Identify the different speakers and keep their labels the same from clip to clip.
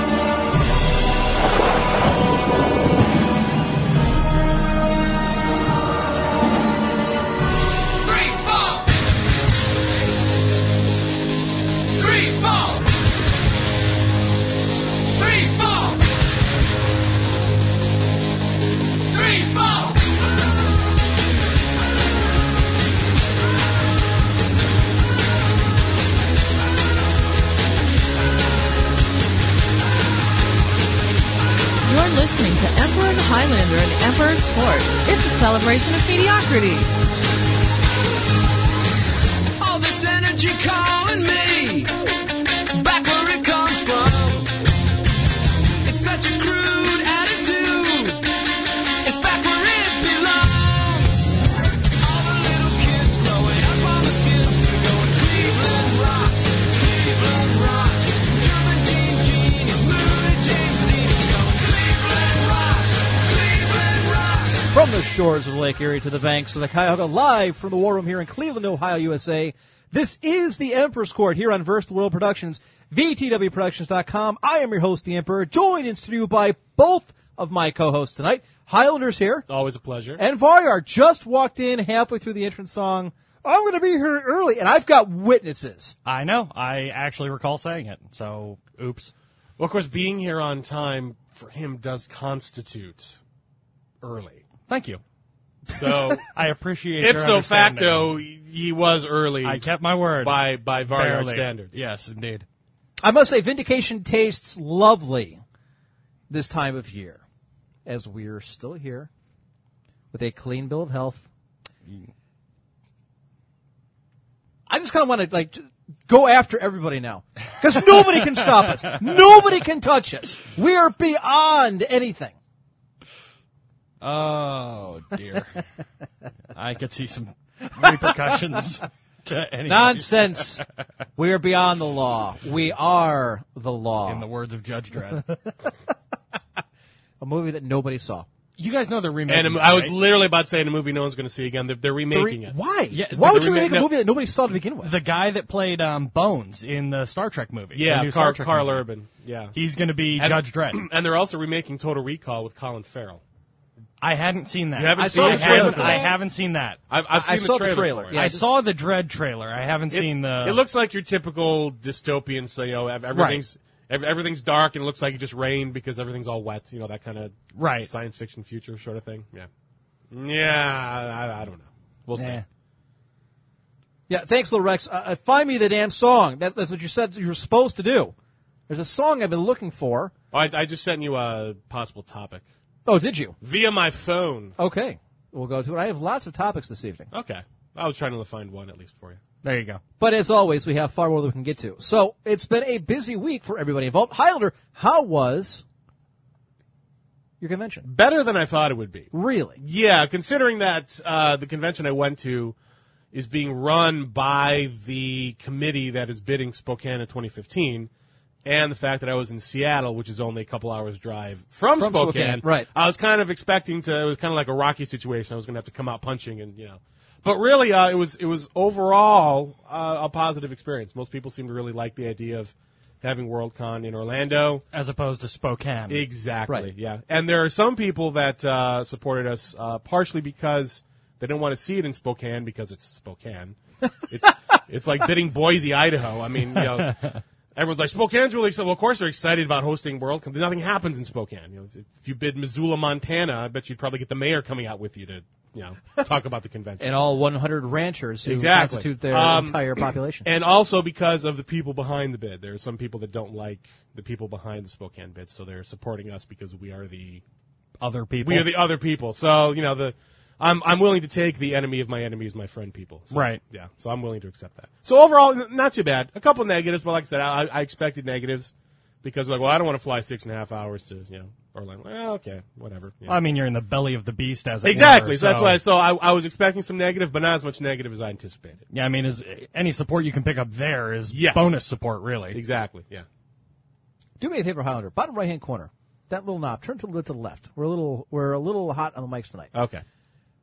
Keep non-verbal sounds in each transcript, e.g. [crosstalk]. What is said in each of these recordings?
Speaker 1: Emperor.
Speaker 2: Three, four. Three, four. Three, four. Three, four.
Speaker 3: You're listening to Emperor the Highlander and Emperor's Court. It's a celebration of mediocrity.
Speaker 2: All this energy calling me back where it comes from. It's such a crude attitude. It's back where it belongs. All the little kids growing up on the skids are going Cleveland rocks, Cleveland rocks. Jumping Gene Gene and Moody James Dean are going Cleveland rocks, Cleveland rocks.
Speaker 4: From the shores of Lake Erie to the banks of the Cuyahoga, live from the War Room here in Cleveland, Ohio, USA. This is the Emperor's Court here on Verse the World Productions, VTWProductions.com. I am your host, the Emperor, joined in studio by both of my co-hosts tonight. Highlanders here,
Speaker 5: Always a pleasure.
Speaker 4: and Varyar just walked in halfway through the entrance song. I'm going to be here early, and I've got witnesses.
Speaker 6: I know. I actually recall saying it. So, oops.
Speaker 5: Well, of course, being here on time for him does constitute early.
Speaker 6: Thank you.
Speaker 5: [laughs] So
Speaker 6: I appreciate your
Speaker 5: ipso
Speaker 6: understanding.
Speaker 5: facto, he was early.
Speaker 6: I kept my word.
Speaker 5: by by Varyard
Speaker 6: Barely.
Speaker 5: standards.
Speaker 6: Yes, indeed.
Speaker 4: I must say, vindication tastes lovely this time of year, as we're still here with a clean bill of health. I just kind of want to like ju- go after everybody now because nobody can stop us. Nobody can touch us. We are beyond anything.
Speaker 6: Oh dear. [laughs] I could see some repercussions to any
Speaker 4: Nonsense. We are beyond the law. We are the law.
Speaker 6: in the words of Judge Dredd.
Speaker 4: a movie that nobody saw.
Speaker 6: you guys know they're remaking.
Speaker 5: [laughs] And
Speaker 6: it,
Speaker 5: I was
Speaker 6: right?
Speaker 5: literally about to say in a movie no one's going to see again. They're, they're remaking it.
Speaker 4: Why?
Speaker 6: Yeah,
Speaker 4: Why
Speaker 6: the
Speaker 4: would you make
Speaker 5: remake-
Speaker 4: a
Speaker 5: no.
Speaker 4: movie that nobody saw to begin with?
Speaker 6: the guy that played um, Bones in the Star Trek movie. the
Speaker 5: Yeah,
Speaker 6: new Star
Speaker 5: Car,
Speaker 6: Trek
Speaker 5: Carl
Speaker 6: movie.
Speaker 5: Urban. Yeah,
Speaker 6: He's going to be
Speaker 5: And-
Speaker 6: Judge Dredd.
Speaker 5: And they're also remaking Total Recall with Colin Farrell.
Speaker 6: I hadn't seen that.
Speaker 5: You haven't
Speaker 6: I
Speaker 5: seen
Speaker 6: saw
Speaker 5: the
Speaker 6: the
Speaker 5: trailer
Speaker 6: haven't-
Speaker 5: for that?
Speaker 6: I haven't seen that.
Speaker 5: I've, I've
Speaker 4: I- I
Speaker 5: seen
Speaker 4: saw the
Speaker 5: the trailer.
Speaker 4: trailer,
Speaker 5: for it.
Speaker 4: yeah.
Speaker 6: I
Speaker 4: just-
Speaker 6: saw the Dread trailer. I haven't
Speaker 5: It-
Speaker 6: seen the.
Speaker 5: It looks like your typical dystopian. So you know, ev- everything's ev- everything's dark and it looks like it just rained because everything's all wet. You know that kind of
Speaker 6: Right.
Speaker 5: science fiction future sort of thing. Yeah, yeah. I, I don't know. We'll
Speaker 6: Eh.
Speaker 5: see.
Speaker 4: Yeah, thanks, Lil Rex. Uh, uh, find me the damn song. That, that's what you said you were supposed to do. There's a song I've been looking for.
Speaker 5: Oh, I, I just sent you a possible topic
Speaker 4: Oh, did you?
Speaker 5: via my phone.
Speaker 4: Okay, we'll go to it. I have lots of topics this evening,
Speaker 5: Okay, I was trying to find one at least for you.
Speaker 6: There you go.
Speaker 4: but as always, we have far more than we can get to. So it's been a busy week for everybody involved. Highlander, how was your convention?
Speaker 5: Better than I thought it would be.
Speaker 4: Really?
Speaker 5: Yeah, considering that uh, the convention I went to is being run by the committee that is bidding Spokane in 2015, and the fact that I was in Seattle, which is only a couple hours drive from,
Speaker 4: From Spokane, right.
Speaker 5: I was kind of expecting to. It was kind of like a Rocky situation. I was going to have to come out punching, and you know. But really, uh, it was it was overall uh, a positive experience. Most people seem to really like the idea of having WorldCon in Orlando.
Speaker 6: As opposed to Spokane.
Speaker 5: Exactly.
Speaker 4: Right.
Speaker 5: Yeah. And there are some people that uh, supported us uh, partially because they didn't want to see it in Spokane because it's Spokane.
Speaker 4: [laughs]
Speaker 5: It's it's like bidding Boise, Idaho. I mean,
Speaker 4: [laughs]
Speaker 5: you know, everyone's like Spokane's really excited. Well, of course they're excited about hosting World. 'cause Nothing happens in Spokane. You know, if you bid Missoula, Montana, I bet you'd probably get the mayor coming out with you to you know talk about the convention.
Speaker 4: And all 100 ranchers who
Speaker 5: Exactly.
Speaker 4: constitute their
Speaker 5: Um,
Speaker 4: entire
Speaker 5: [clears throat]
Speaker 4: population.
Speaker 5: [laughs] And also because of the people behind the bid. There are some people that don't like the people behind the Spokane bid, so they're supporting us because we are the
Speaker 6: Other people.
Speaker 5: we are the other people. So you know the I'm I'm willing to take the enemy of my enemy is my friend people. So,
Speaker 6: Right.
Speaker 5: Yeah. So I'm willing to accept that. So overall, n- not too bad. A couple negatives, but like I said, I, I expected negatives because like, well, I don't want to fly six and a half hours to you know Orlando. Well, okay, whatever. Yeah.
Speaker 6: I mean, you're in the belly of the beast as it
Speaker 5: exactly.
Speaker 6: were,
Speaker 5: so, that's why. So I, I was expecting some negative, but not as much negative as I anticipated.
Speaker 6: Yeah, I mean, is any support you can pick up there is
Speaker 5: Yes.
Speaker 6: bonus support, really.
Speaker 5: Exactly. Yeah.
Speaker 4: Do me a favor, Highlander. Bottom right hand corner. That little knob. Turn to the to the left. We're a little we're a little hot on the mics tonight.
Speaker 5: Okay.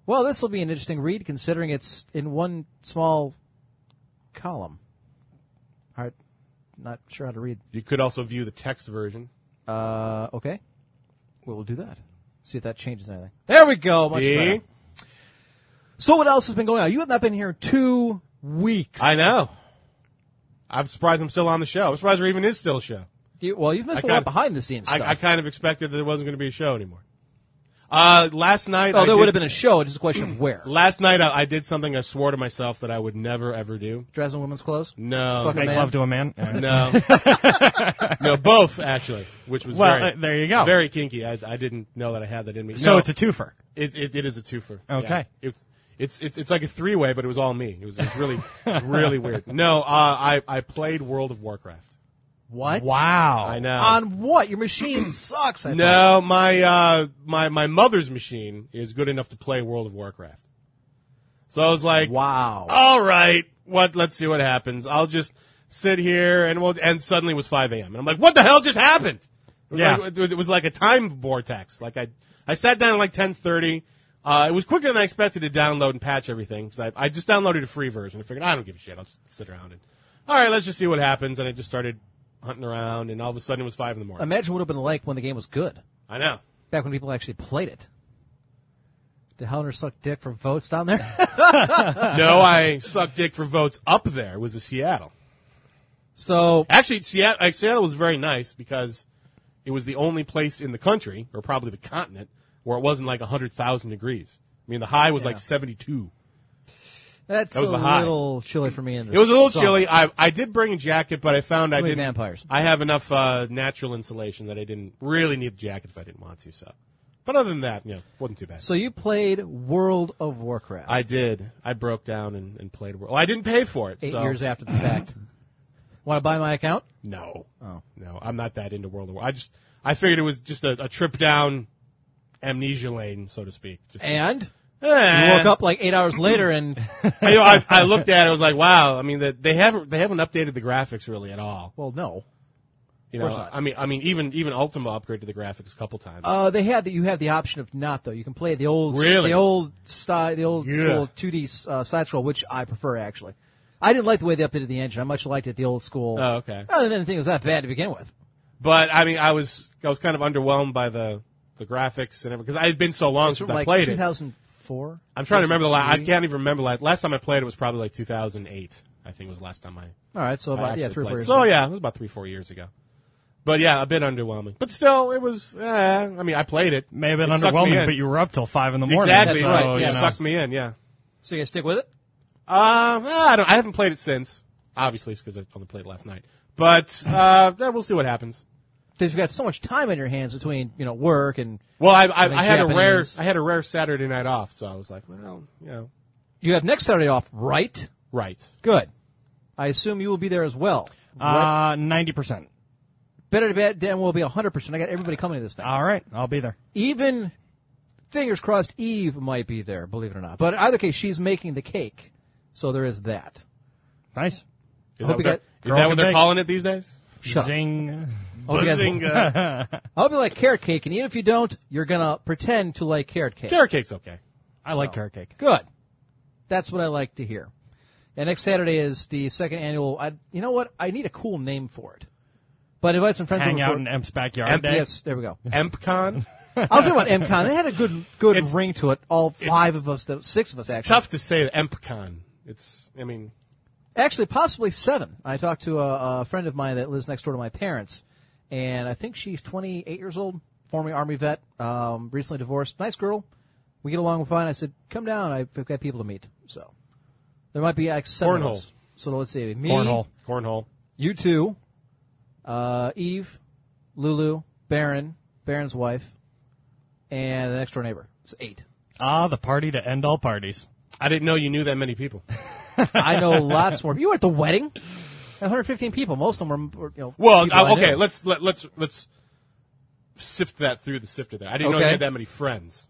Speaker 4: Well, this will be an interesting read considering it's in one small column. All right. Not sure how to read.
Speaker 5: You could also view the text version.
Speaker 4: Uh, okay. Well, we'll do that. See if that changes anything. There we go. Much
Speaker 5: See?
Speaker 4: better. So what else has been going on? You have not been here two weeks.
Speaker 5: I know. I'm surprised I'm still on the show. I'm surprised there even is still a show.
Speaker 4: You, well, you've missed a
Speaker 5: I
Speaker 4: lot
Speaker 5: kinda-
Speaker 4: behind the scenes
Speaker 5: I,
Speaker 4: stuff.
Speaker 5: I kind of expected that there wasn't going to be a show anymore. Uh, last night,
Speaker 4: oh,
Speaker 5: I
Speaker 4: there
Speaker 5: did-
Speaker 4: would have been a show. It's just a question
Speaker 5: [clears throat]
Speaker 4: of where.
Speaker 5: Last night, I, I did something I swore to myself that I would never ever do.
Speaker 4: Dress in women's clothes.
Speaker 5: No,
Speaker 4: Fuck a
Speaker 6: Make
Speaker 4: man.
Speaker 6: love to a man. Yeah. [laughs]
Speaker 5: no, no, both actually, which was
Speaker 6: Well,
Speaker 5: very,
Speaker 6: uh, there you go.
Speaker 5: very kinky. I, I didn't know that I had that in me.
Speaker 6: So
Speaker 5: No,
Speaker 6: it's a twofer.
Speaker 5: it, it, it is a twofer.
Speaker 6: Okay.
Speaker 5: Yeah. It's, it's it's it's like a three way, but it was all me. It was, it was
Speaker 6: [laughs]
Speaker 5: really really weird. No, uh, I I played World of Warcraft.
Speaker 4: What?
Speaker 6: Wow.
Speaker 5: I know.
Speaker 4: On what? Your
Speaker 5: [clears throat]
Speaker 4: machine sucks. I thought.
Speaker 5: No, my uh, my my mother's machine is good enough to play World of Warcraft. So I was like,
Speaker 4: Wow.
Speaker 5: all right, what? Let's see what happens. I'll just sit here and we'll. And suddenly it was 5 a.m. and I'm like, what the hell just happened? It was
Speaker 6: Yeah.
Speaker 5: like, it was like a time vortex. Like I I sat down at like 10:30. Uh, it was quicker than I expected to download and patch everything because I, I just downloaded a free version. I figured I don't give a shit. I'll just sit around and all right, let's just see what happens. And I just started hunting around, and all of a sudden it was five in the morning.
Speaker 4: Imagine what it would have been like when the game was good.
Speaker 5: I know.
Speaker 4: Back when people actually played it. Did Hellner suck dick for votes down there? [laughs]
Speaker 5: [laughs] no, I sucked dick for votes up there. Was a Seattle.
Speaker 4: so
Speaker 5: Actually, Seattle, like, Seattle was very nice because it was the only place in the country, or probably the continent, where it wasn't like 100,000 degrees. I mean, the high was like 72.
Speaker 4: that's
Speaker 5: That was
Speaker 4: a
Speaker 5: the high.
Speaker 4: little chilly for me. In the
Speaker 5: It was a little
Speaker 4: summer.
Speaker 5: chilly. I, I did bring a jacket, but I found I
Speaker 4: many
Speaker 5: didn't.
Speaker 4: vampires?
Speaker 5: I have enough uh, natural insulation that I didn't really need the jacket if I didn't want to. So, but other than that, you know, wasn't too bad.
Speaker 4: So you played World of Warcraft
Speaker 5: I did. I broke down and, and played. Well, I didn't pay for it.
Speaker 4: eight
Speaker 5: so.
Speaker 4: years after the
Speaker 5: [laughs]
Speaker 4: fact. Want to buy my account?
Speaker 5: No. Oh. No, I'm not that into World of War. I just I figured it was just a, a trip down amnesia lane, so to speak. Just,
Speaker 4: And you
Speaker 5: Eh.
Speaker 4: woke up like eight hours later
Speaker 5: [laughs]
Speaker 4: and
Speaker 5: I, you know, I, I looked at it. I was like, wow. I mean, that they haven't they haven't updated the graphics really at all.
Speaker 4: well, no.
Speaker 5: You know,
Speaker 4: course not.
Speaker 5: I mean, I mean, even even Ultima upgraded the graphics a couple times.
Speaker 4: Uh, they had that. You have the option of not though. You can play the old,
Speaker 5: Really?
Speaker 4: the old style, the old
Speaker 5: Yeah.
Speaker 4: school two D uh, side scroll, which I prefer actually. I didn't like the way they updated the engine. I much liked it the old school.
Speaker 5: Oh, okay.
Speaker 4: Other than the thing was that bad to begin with.
Speaker 5: but I mean, I was I was kind of underwhelmed by the the graphics and everything because I had been so long since
Speaker 4: From
Speaker 5: I
Speaker 4: like
Speaker 5: played
Speaker 4: two
Speaker 5: it.
Speaker 4: thousand four.
Speaker 5: I'm trying to remember the last. I can't even remember last. Last time I played it was probably like 2008. I think was the last time I
Speaker 4: All right, so
Speaker 5: I
Speaker 4: about yeah,
Speaker 5: actually
Speaker 4: three or four
Speaker 5: played.
Speaker 4: years.
Speaker 5: So
Speaker 4: ago.
Speaker 5: yeah, it was about three, four years ago. But yeah, a bit underwhelming. But still, it was. Eh, I mean, I played it.
Speaker 6: May have been
Speaker 5: It sucked me
Speaker 6: underwhelming,
Speaker 5: in.
Speaker 6: but you were up till five in the morning.
Speaker 5: exactly
Speaker 6: so,
Speaker 5: right.
Speaker 4: right,
Speaker 5: yeah,
Speaker 6: you
Speaker 5: it
Speaker 6: know.
Speaker 5: sucked me in. Yeah.
Speaker 4: So you gonna stick with it?
Speaker 5: Uh, I don't. I haven't played it since. Obviously, it's because I only played it last night. But uh, eh, we'll see what happens.
Speaker 4: Because you've got so much time on your hands between you know work and
Speaker 5: Well, I, I,
Speaker 4: mean,
Speaker 5: I had a rare.
Speaker 4: Japanese.
Speaker 5: I had a rare Saturday night off, so I was like, well, you know,
Speaker 4: you have next Saturday off, right?
Speaker 5: right.
Speaker 4: Good. I assume you will be there as well.
Speaker 6: Uh, 90%.
Speaker 4: Better to bet Dan will be hundred percent. I got everybody coming to this
Speaker 5: Uh,
Speaker 4: thing.
Speaker 6: All right. I'll be there.
Speaker 4: even fingers crossed Eve might be there, believe it or not. But in either case, she's making the cake. So there is that.
Speaker 6: Nice.
Speaker 4: Hope you
Speaker 5: Is that, what they're,
Speaker 4: got-
Speaker 5: is that
Speaker 6: Girl
Speaker 5: what
Speaker 6: can
Speaker 5: they're
Speaker 6: bake.
Speaker 5: calling it these days? uh,
Speaker 4: Shut up.
Speaker 6: Zing.
Speaker 4: Hope you guys-
Speaker 6: [laughs]
Speaker 5: Bazinga.
Speaker 4: I hope you like carrot cake, and even if you don't, you're gonna pretend to like carrot cake.
Speaker 5: Carrot cake's okay.
Speaker 6: I like carrot cake.
Speaker 4: Good. That's what I like to hear. And next Saturday is the second annual. I, you know what? I need a cool name for it. But invite some friends
Speaker 6: Hang
Speaker 4: over
Speaker 6: out
Speaker 4: for
Speaker 6: in Emp's backyard.
Speaker 5: Emp-
Speaker 6: day.
Speaker 4: Yes, there we go.
Speaker 6: [laughs]
Speaker 5: Empcon.
Speaker 4: I was thinking about MCon. They had a good, good
Speaker 5: It's-
Speaker 4: ring to it. All five of us, the six of us actually.
Speaker 5: Tough to say. Empcon. It's. I mean.
Speaker 4: Actually, possibly seven. I talked to a, a friend of mine that lives next door to my parents, and I think she's 28 years old, former Army vet, um, recently divorced. Nice girl. We get along fine. I said, come down. I've got people to meet. So there might be like seven. of
Speaker 5: Cornhole.
Speaker 4: us. So let's see. Me,
Speaker 6: Cornhole.
Speaker 5: Cornhole.
Speaker 4: you two, uh, Eve, Lulu, Baron, Baron's wife, and the next door neighbor. It's eight.
Speaker 6: Ah, the party to end all parties.
Speaker 5: I didn't know you knew that many people.
Speaker 4: I know [laughs] lots more. You were at the wedding. And 115 people. Most of them were, were, you know.
Speaker 5: [laughs] Well,
Speaker 4: people I
Speaker 5: I, okay,
Speaker 4: knew.
Speaker 5: let's let, let's let's sift that through the sifter there. I didn't know
Speaker 4: Okay.
Speaker 5: you had that many friends.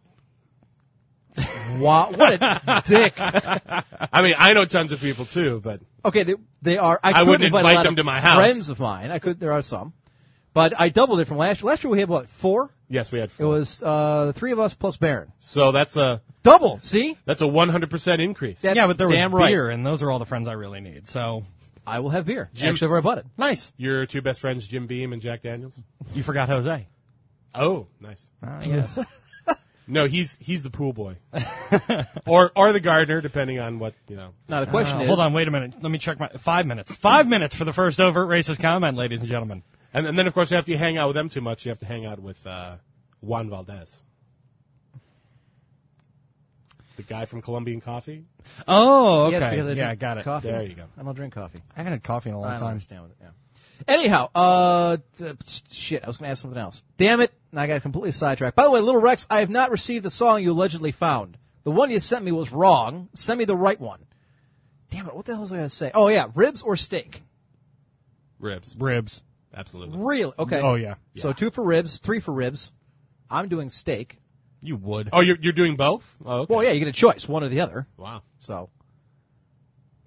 Speaker 4: Wow, what a dick.
Speaker 5: I mean, I know tons of people too, but
Speaker 4: Okay, they, they are. I,
Speaker 5: I
Speaker 4: could
Speaker 5: wouldn't
Speaker 4: a
Speaker 5: invite
Speaker 4: lot
Speaker 5: them
Speaker 4: of
Speaker 5: to my house.
Speaker 4: Friends of mine. I could. There are some, but I doubled it from last year. Last year we had what four?
Speaker 5: yes, we had
Speaker 4: It
Speaker 5: four.
Speaker 4: was uh, the three of us plus Baron.
Speaker 5: so that's a
Speaker 4: Double. See,
Speaker 5: that's a 100% increase.
Speaker 4: That's
Speaker 6: yeah, but there was
Speaker 4: damn right.
Speaker 6: beer, and those are all the friends I really need. So
Speaker 4: I will have beer.
Speaker 5: Jim-
Speaker 4: Actually, where I bought it.
Speaker 6: nice.
Speaker 5: Your two best friends, Jim Beam and Jack Daniels?
Speaker 6: You forgot Jose.
Speaker 5: Oh, nice.
Speaker 6: I guess.
Speaker 5: No, he's he's the pool [laughs] boy. or or the gardener depending on what, you know.
Speaker 4: Now the question is,
Speaker 6: Uh, hold on, wait a minute. Let me check my five minutes. Five minutes for the first overt racist comment, ladies and gentlemen.
Speaker 5: And, and then of course after you hang out with them too much, you have to hang out with uh, Juan Valdez. The guy from Colombian Coffee?
Speaker 6: Oh, okay.
Speaker 4: Yes, because I
Speaker 6: yeah, I
Speaker 4: drink
Speaker 6: got it.
Speaker 4: Coffee.
Speaker 5: There you go.
Speaker 4: I don't drink coffee.
Speaker 6: I haven't had coffee in a
Speaker 4: I
Speaker 6: long
Speaker 4: don't
Speaker 6: time.
Speaker 4: understand what it. Yeah. Anyhow, uh, t- uh, shit. I was going to ask something else. Damn it! and I got completely sidetracked. By the way, Little Rex, I have not received the song you allegedly found. The one you sent me was wrong. Send me the right one. Damn it! What the hell was I going to say? Oh yeah, ribs or steak?
Speaker 5: Ribs.
Speaker 6: Ribs.
Speaker 5: Absolutely.
Speaker 4: Really? Okay.
Speaker 6: Oh, yeah.
Speaker 4: So two for ribs, three for ribs. I'm doing steak.
Speaker 6: You would.
Speaker 5: Oh, you're you're doing both? Oh, okay.
Speaker 4: Well, yeah, you get a choice, one or the other.
Speaker 5: Wow.
Speaker 4: So,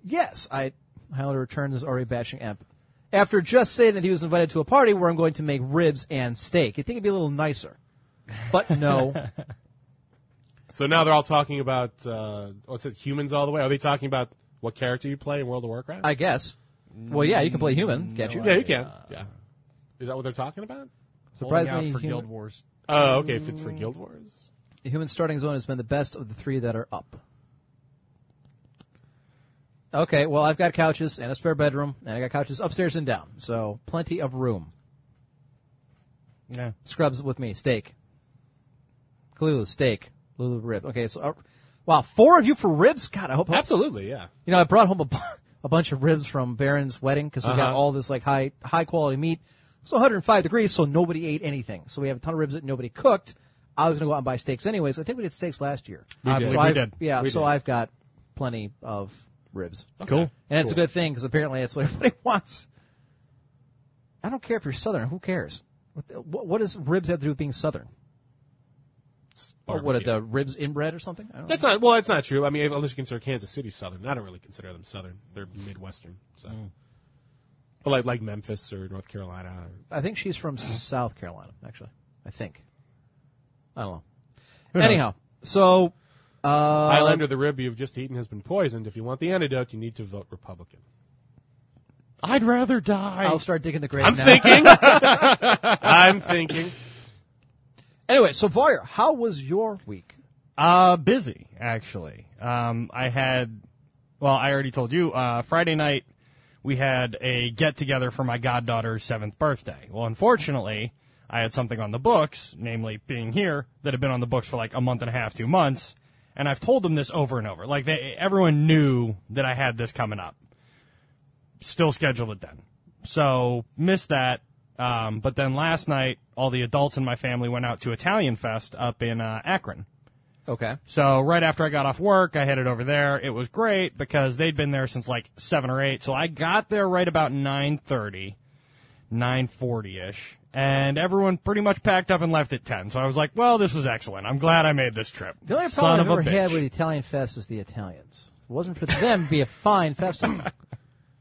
Speaker 4: yes, I Highlander returns is already bashing Emp. After just saying that he was invited to a party where I'm going to make ribs and steak, you think it'd be a little nicer, but no.
Speaker 5: So now they're all talking about uh, what's it? Humans all the way. Are they talking about what character you play in World of Warcraft?
Speaker 4: I guess. Well, yeah, you can play human, can't you?
Speaker 5: yeah, you can. yeah. Is that what they're talking about?
Speaker 6: Holding
Speaker 4: Surprisingly,
Speaker 6: out for
Speaker 4: human,
Speaker 6: Guild Wars.
Speaker 5: Oh, okay. If it's for Guild Wars,
Speaker 4: human starting zone has been the best of the three that are up. Okay, well, I've got couches and a spare bedroom, and I got couches upstairs and down, so plenty of room.
Speaker 6: Yeah.
Speaker 4: Scrubs with me. Steak. Kalulu, steak. Lulu, rib. Okay, so, uh, wow, four of you for ribs? God, I hope.
Speaker 5: absolutely. Yeah.
Speaker 4: You know, I brought home a, bu- [laughs] a bunch of ribs from Baron's wedding because we got
Speaker 5: Uh-huh.
Speaker 4: all this, like, high, high quality meat. It's 105 degrees, so nobody ate anything. So we have a ton of ribs that nobody cooked. I was going to go out and buy steaks anyways. I think we did steaks last year. We
Speaker 6: did.
Speaker 4: So
Speaker 6: We
Speaker 4: I've-
Speaker 6: did.
Speaker 4: Yeah,
Speaker 5: We
Speaker 4: so
Speaker 5: did.
Speaker 4: I've got plenty of ribs.
Speaker 6: Cool.
Speaker 4: And it's a good thing because apparently that's what [laughs] everybody wants. I don't care if you're Southern. Who cares? What, the, what, what does ribs have to do with being Southern? Or what are
Speaker 5: Barbecue.
Speaker 4: the ribs inbred or something? I don't
Speaker 5: That's not well. That's not true. I mean, unless you consider Kansas City Southern, I don't really consider them Southern. They're Midwestern. So, but like like Memphis or North Carolina. Or,
Speaker 4: know. I think she's from South Carolina, actually. I think. I don't know. Anyhow, so Uh,
Speaker 5: Highlander, the rib you've just eaten has been poisoned. If you want the antidote, you need to vote Republican.
Speaker 6: I'd rather die.
Speaker 4: I'll start digging the grave
Speaker 5: I'm
Speaker 4: now.
Speaker 5: thinking. [laughs] I'm thinking.
Speaker 4: Anyway, so Voyer, how was your week?
Speaker 6: Uh, busy actually. Um, I had, well, I already told you. Uh, Friday night we had a get together for my goddaughter's seventh birthday. Well, unfortunately, I had something on the books, namely being here, that had been on the books for like a month and a half, two months, and I've told them this over and over. Like they, everyone knew that I had this coming up. Still scheduled it then, so missed that. Um, but then last night, all the adults in my family went out to Italian Fest up in uh, Akron.
Speaker 4: Okay.
Speaker 6: So right after I got off work, I headed over there. It was great because they'd been there since like seven or eight. So I got there right about 9.30, 9.40 ish. And everyone pretty much packed up and left at 10. So I was like, well, this was excellent. I'm glad I made this trip.
Speaker 4: The only
Speaker 6: Son
Speaker 4: problem
Speaker 6: of
Speaker 4: I've ever
Speaker 6: a bitch.
Speaker 4: had with Italian Fest is the Italians. If it wasn't for them, it'd be a fine
Speaker 5: [laughs]
Speaker 4: festival.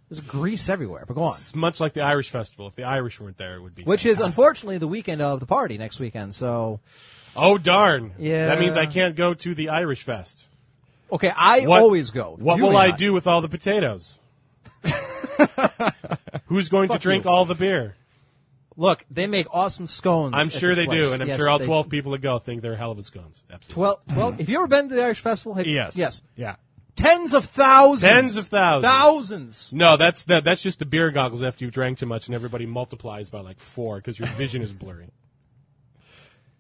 Speaker 4: There's grease everywhere, but go on.
Speaker 5: It's much like the Irish festival. If the Irish weren't there, it would be.
Speaker 4: Which is unfortunately the weekend of the party next weekend. So
Speaker 5: Oh darn!
Speaker 4: Yeah.
Speaker 5: that means I can't go to the Irish Fest.
Speaker 4: okay, I
Speaker 5: What-
Speaker 4: always go.
Speaker 5: What
Speaker 4: You
Speaker 5: will
Speaker 4: may
Speaker 5: I
Speaker 4: not.
Speaker 5: do with all
Speaker 4: [laughs]
Speaker 5: the potatoes? Who's going to drink all the beer?
Speaker 4: Look, they make awesome scones.
Speaker 5: I'm
Speaker 4: at
Speaker 5: sure
Speaker 4: this
Speaker 5: they
Speaker 4: place.
Speaker 5: do, and I'm
Speaker 4: Yes,
Speaker 5: sure all
Speaker 4: they-
Speaker 5: 12 people that go think they're hell of a scones. Absolutely.
Speaker 4: 12, 12 If you ever been to the Irish Festival, have-
Speaker 6: Yes.
Speaker 4: yes,
Speaker 6: Yeah.
Speaker 4: tens of thousands,
Speaker 5: Tens of thousands.
Speaker 4: thousands.
Speaker 5: No, that's that, that's just the beer goggles after you've drank too much, and everybody multiplies by like four because your vision is blurry.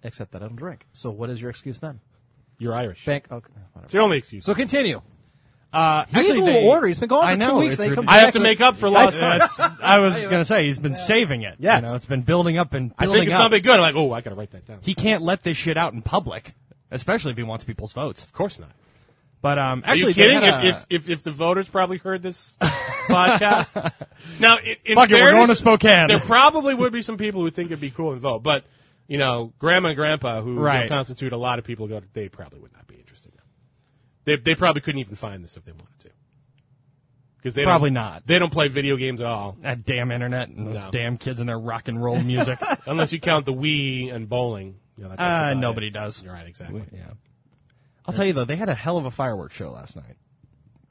Speaker 4: Except that I don't drink. So what is your excuse then?
Speaker 5: You're Irish.
Speaker 4: Bank. oh, Okay, whatever.
Speaker 5: It's your only excuse.
Speaker 4: So continue.
Speaker 6: Uh,
Speaker 4: He's
Speaker 6: actually,
Speaker 4: a little
Speaker 6: they-
Speaker 4: ornery. He's been gone for
Speaker 6: I
Speaker 4: two
Speaker 6: know,
Speaker 4: weeks,
Speaker 6: it's
Speaker 4: they come
Speaker 6: ridiculous.
Speaker 5: I have to
Speaker 4: [laughs]
Speaker 5: make up for lost time.
Speaker 6: That's, I was going to say, he's been saving it.
Speaker 5: Yes.
Speaker 6: You know, it's been building up and
Speaker 5: I
Speaker 6: building
Speaker 5: think it's
Speaker 6: up.
Speaker 5: something good. I'm like, oh, I gotta write that down.
Speaker 6: He can't let this shit out in public. especially if he wants people's votes.
Speaker 5: Of course not.
Speaker 6: But um,
Speaker 5: Are
Speaker 6: actually,
Speaker 5: you kidding?
Speaker 6: They had a-
Speaker 5: If, if, if if the voters probably heard this [laughs] podcast, now in, in
Speaker 6: Fuck it, we're
Speaker 5: fairness,
Speaker 6: going to Spokane.
Speaker 5: There probably would be some people who think it'd be cool and vote, but you know, grandma and grandpa, who you know,
Speaker 6: Right.
Speaker 5: constitute a lot of people, go they probably would not be interested. They they probably couldn't even find this if they wanted to, because they don't-
Speaker 6: Probably not.
Speaker 5: They don't play video games at all,
Speaker 6: that Ah, damn internet and those
Speaker 5: No.
Speaker 6: damn kids and their rock and roll [laughs] music.
Speaker 5: unless you count the Wii and bowling. You know, that- that's
Speaker 6: uh,
Speaker 5: about
Speaker 6: nobody
Speaker 5: it.
Speaker 6: does.
Speaker 5: You're right, exactly.
Speaker 6: Yeah. I'll tell you though, they had a hell of a fireworks show last night.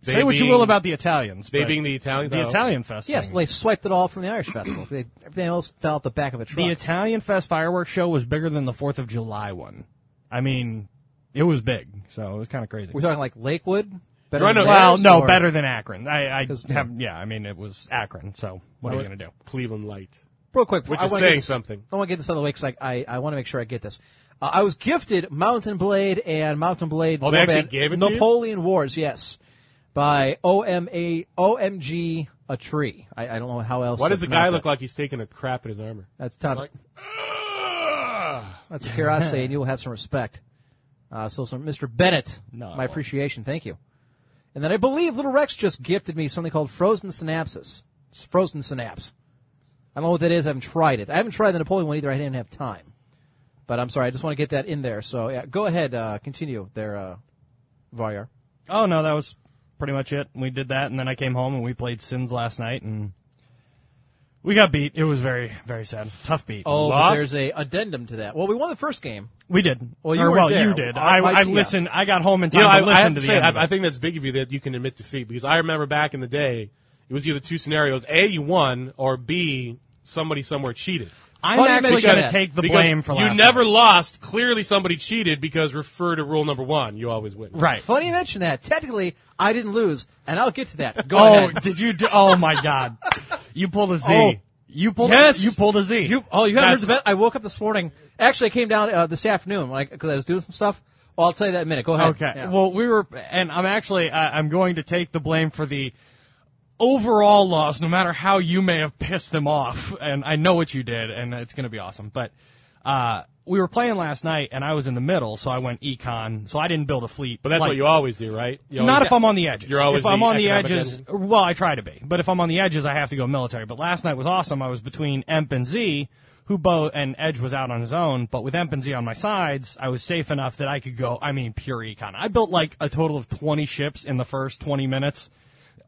Speaker 5: They
Speaker 6: Say what you
Speaker 5: being-
Speaker 6: will about the Italians.
Speaker 5: they
Speaker 6: but
Speaker 5: being the Italian. Oh,
Speaker 6: the Italian fest.
Speaker 4: Yes,
Speaker 6: thing.
Speaker 4: they swiped it all from the Irish festival. They, everything else fell out the back of a truck.
Speaker 6: the Italian fest fireworks show was bigger than the Fourth of July one. I mean, it was big, so it was kind of crazy.
Speaker 4: We're talking like Lakewood. Better
Speaker 5: Right,
Speaker 4: than
Speaker 5: no,
Speaker 6: Well,
Speaker 4: theirs,
Speaker 6: no,
Speaker 4: or-
Speaker 6: better than Akron. I, I
Speaker 4: 'Cause,
Speaker 6: have, yeah. I mean, it was Akron. So what are you gonna do?
Speaker 5: Cleveland Light.
Speaker 4: Real quick,
Speaker 5: Which
Speaker 4: I
Speaker 5: is
Speaker 4: wanna get
Speaker 5: saying
Speaker 4: this-
Speaker 5: something.
Speaker 4: I want to get this out of the way because I, I, want to make sure I get this. Uh, I was gifted Mountain Blade and Mountain Blade.
Speaker 5: Oh, they actually
Speaker 4: Warband-
Speaker 5: gave it to you?
Speaker 4: Napoleon Wars, yes, by OMA OMG a tree. I, I don't know how else.
Speaker 5: Why
Speaker 4: to
Speaker 5: does the
Speaker 4: pronounce
Speaker 5: guy
Speaker 4: it.
Speaker 5: look like he's taking a crap in his armor?
Speaker 4: That's Tom.
Speaker 5: Like, "Ugh."
Speaker 4: That's Kirase, and you will have some respect. Uh, so, some Mr. Bennett,
Speaker 6: No.
Speaker 4: my appreciation. Thank you. And then I believe Little Rex just gifted me something called Frozen Synapses. It's frozen Synapse. I don't know what that is. I haven't tried it. I haven't tried the Napoleon one either. I didn't have time. But I'm sorry. I just want to get that in there. So, yeah, go ahead. Uh, continue there, uh, Varyar.
Speaker 6: Oh no, that was pretty much it. We did that, and then I came home and we played Sins last night, and we got beat. It was very, very sad. Tough beat.
Speaker 4: Oh,
Speaker 5: but Lost?
Speaker 4: there's
Speaker 5: there's
Speaker 4: a addendum to that. Well, we won the first game.
Speaker 6: we did.
Speaker 4: Well, you
Speaker 6: Or,
Speaker 4: were
Speaker 6: well,
Speaker 4: there.
Speaker 6: you did.
Speaker 4: I-
Speaker 6: I,
Speaker 4: I-
Speaker 6: I,
Speaker 4: yeah.
Speaker 6: listened. I got home in time
Speaker 5: You know, I,
Speaker 6: to
Speaker 5: I
Speaker 6: listen
Speaker 5: have
Speaker 6: to
Speaker 5: to
Speaker 6: the
Speaker 5: say,
Speaker 6: end. of
Speaker 5: I, I
Speaker 6: it.
Speaker 5: think that's big of you that you can admit defeat because I remember back in the day, it was either two scenarios: a, you won, or b, somebody somewhere cheated.
Speaker 6: I'm
Speaker 4: Funny you
Speaker 6: actually
Speaker 4: mention
Speaker 6: going to
Speaker 4: that,
Speaker 6: take the
Speaker 5: Because
Speaker 6: blame for
Speaker 5: you
Speaker 6: last
Speaker 5: never
Speaker 6: night.
Speaker 5: lost. Clearly, somebody cheated because refer to rule number one. You always win.
Speaker 6: [laughs] right.
Speaker 4: Funny you mention that. Technically, I didn't lose, and I'll get to that. Go
Speaker 6: Oh,
Speaker 4: ahead.
Speaker 6: did you? Do, oh my God, you pulled a Z.
Speaker 4: Oh.
Speaker 6: You pulled.
Speaker 4: Yes.
Speaker 6: You pulled a Z.
Speaker 4: You, oh, you haven't heard
Speaker 6: That's-
Speaker 4: the bet? I woke up this morning. Actually, I came down uh, this afternoon, like because I was doing some stuff. Well, I'll tell you that in a minute. Go ahead.
Speaker 6: Okay.
Speaker 4: Yeah.
Speaker 6: Well, we were, and I'm actually, uh, I'm going to take the blame for the overall loss, no matter how you may have pissed them off. And I know what you did, and it's going to be awesome. But uh, we were playing last night, and I was in the middle, so I went econ, so I didn't build a fleet.
Speaker 5: But that's
Speaker 6: like-
Speaker 5: what you always do, right? You
Speaker 6: not
Speaker 5: always-
Speaker 6: if I'm on the edges.
Speaker 5: You're always
Speaker 6: if I'm
Speaker 5: the
Speaker 6: on the
Speaker 5: economic
Speaker 6: edges,
Speaker 5: engine.
Speaker 6: well, I try to be. But if I'm on the edges, I have to go military. But last night was awesome. I was between Emp and Z, who both and Edge was out on his own. But with Emp and Z on my sides, I was safe enough that I could go. I mean, pure econ. I built like a total of 20 ships in the first 20 minutes,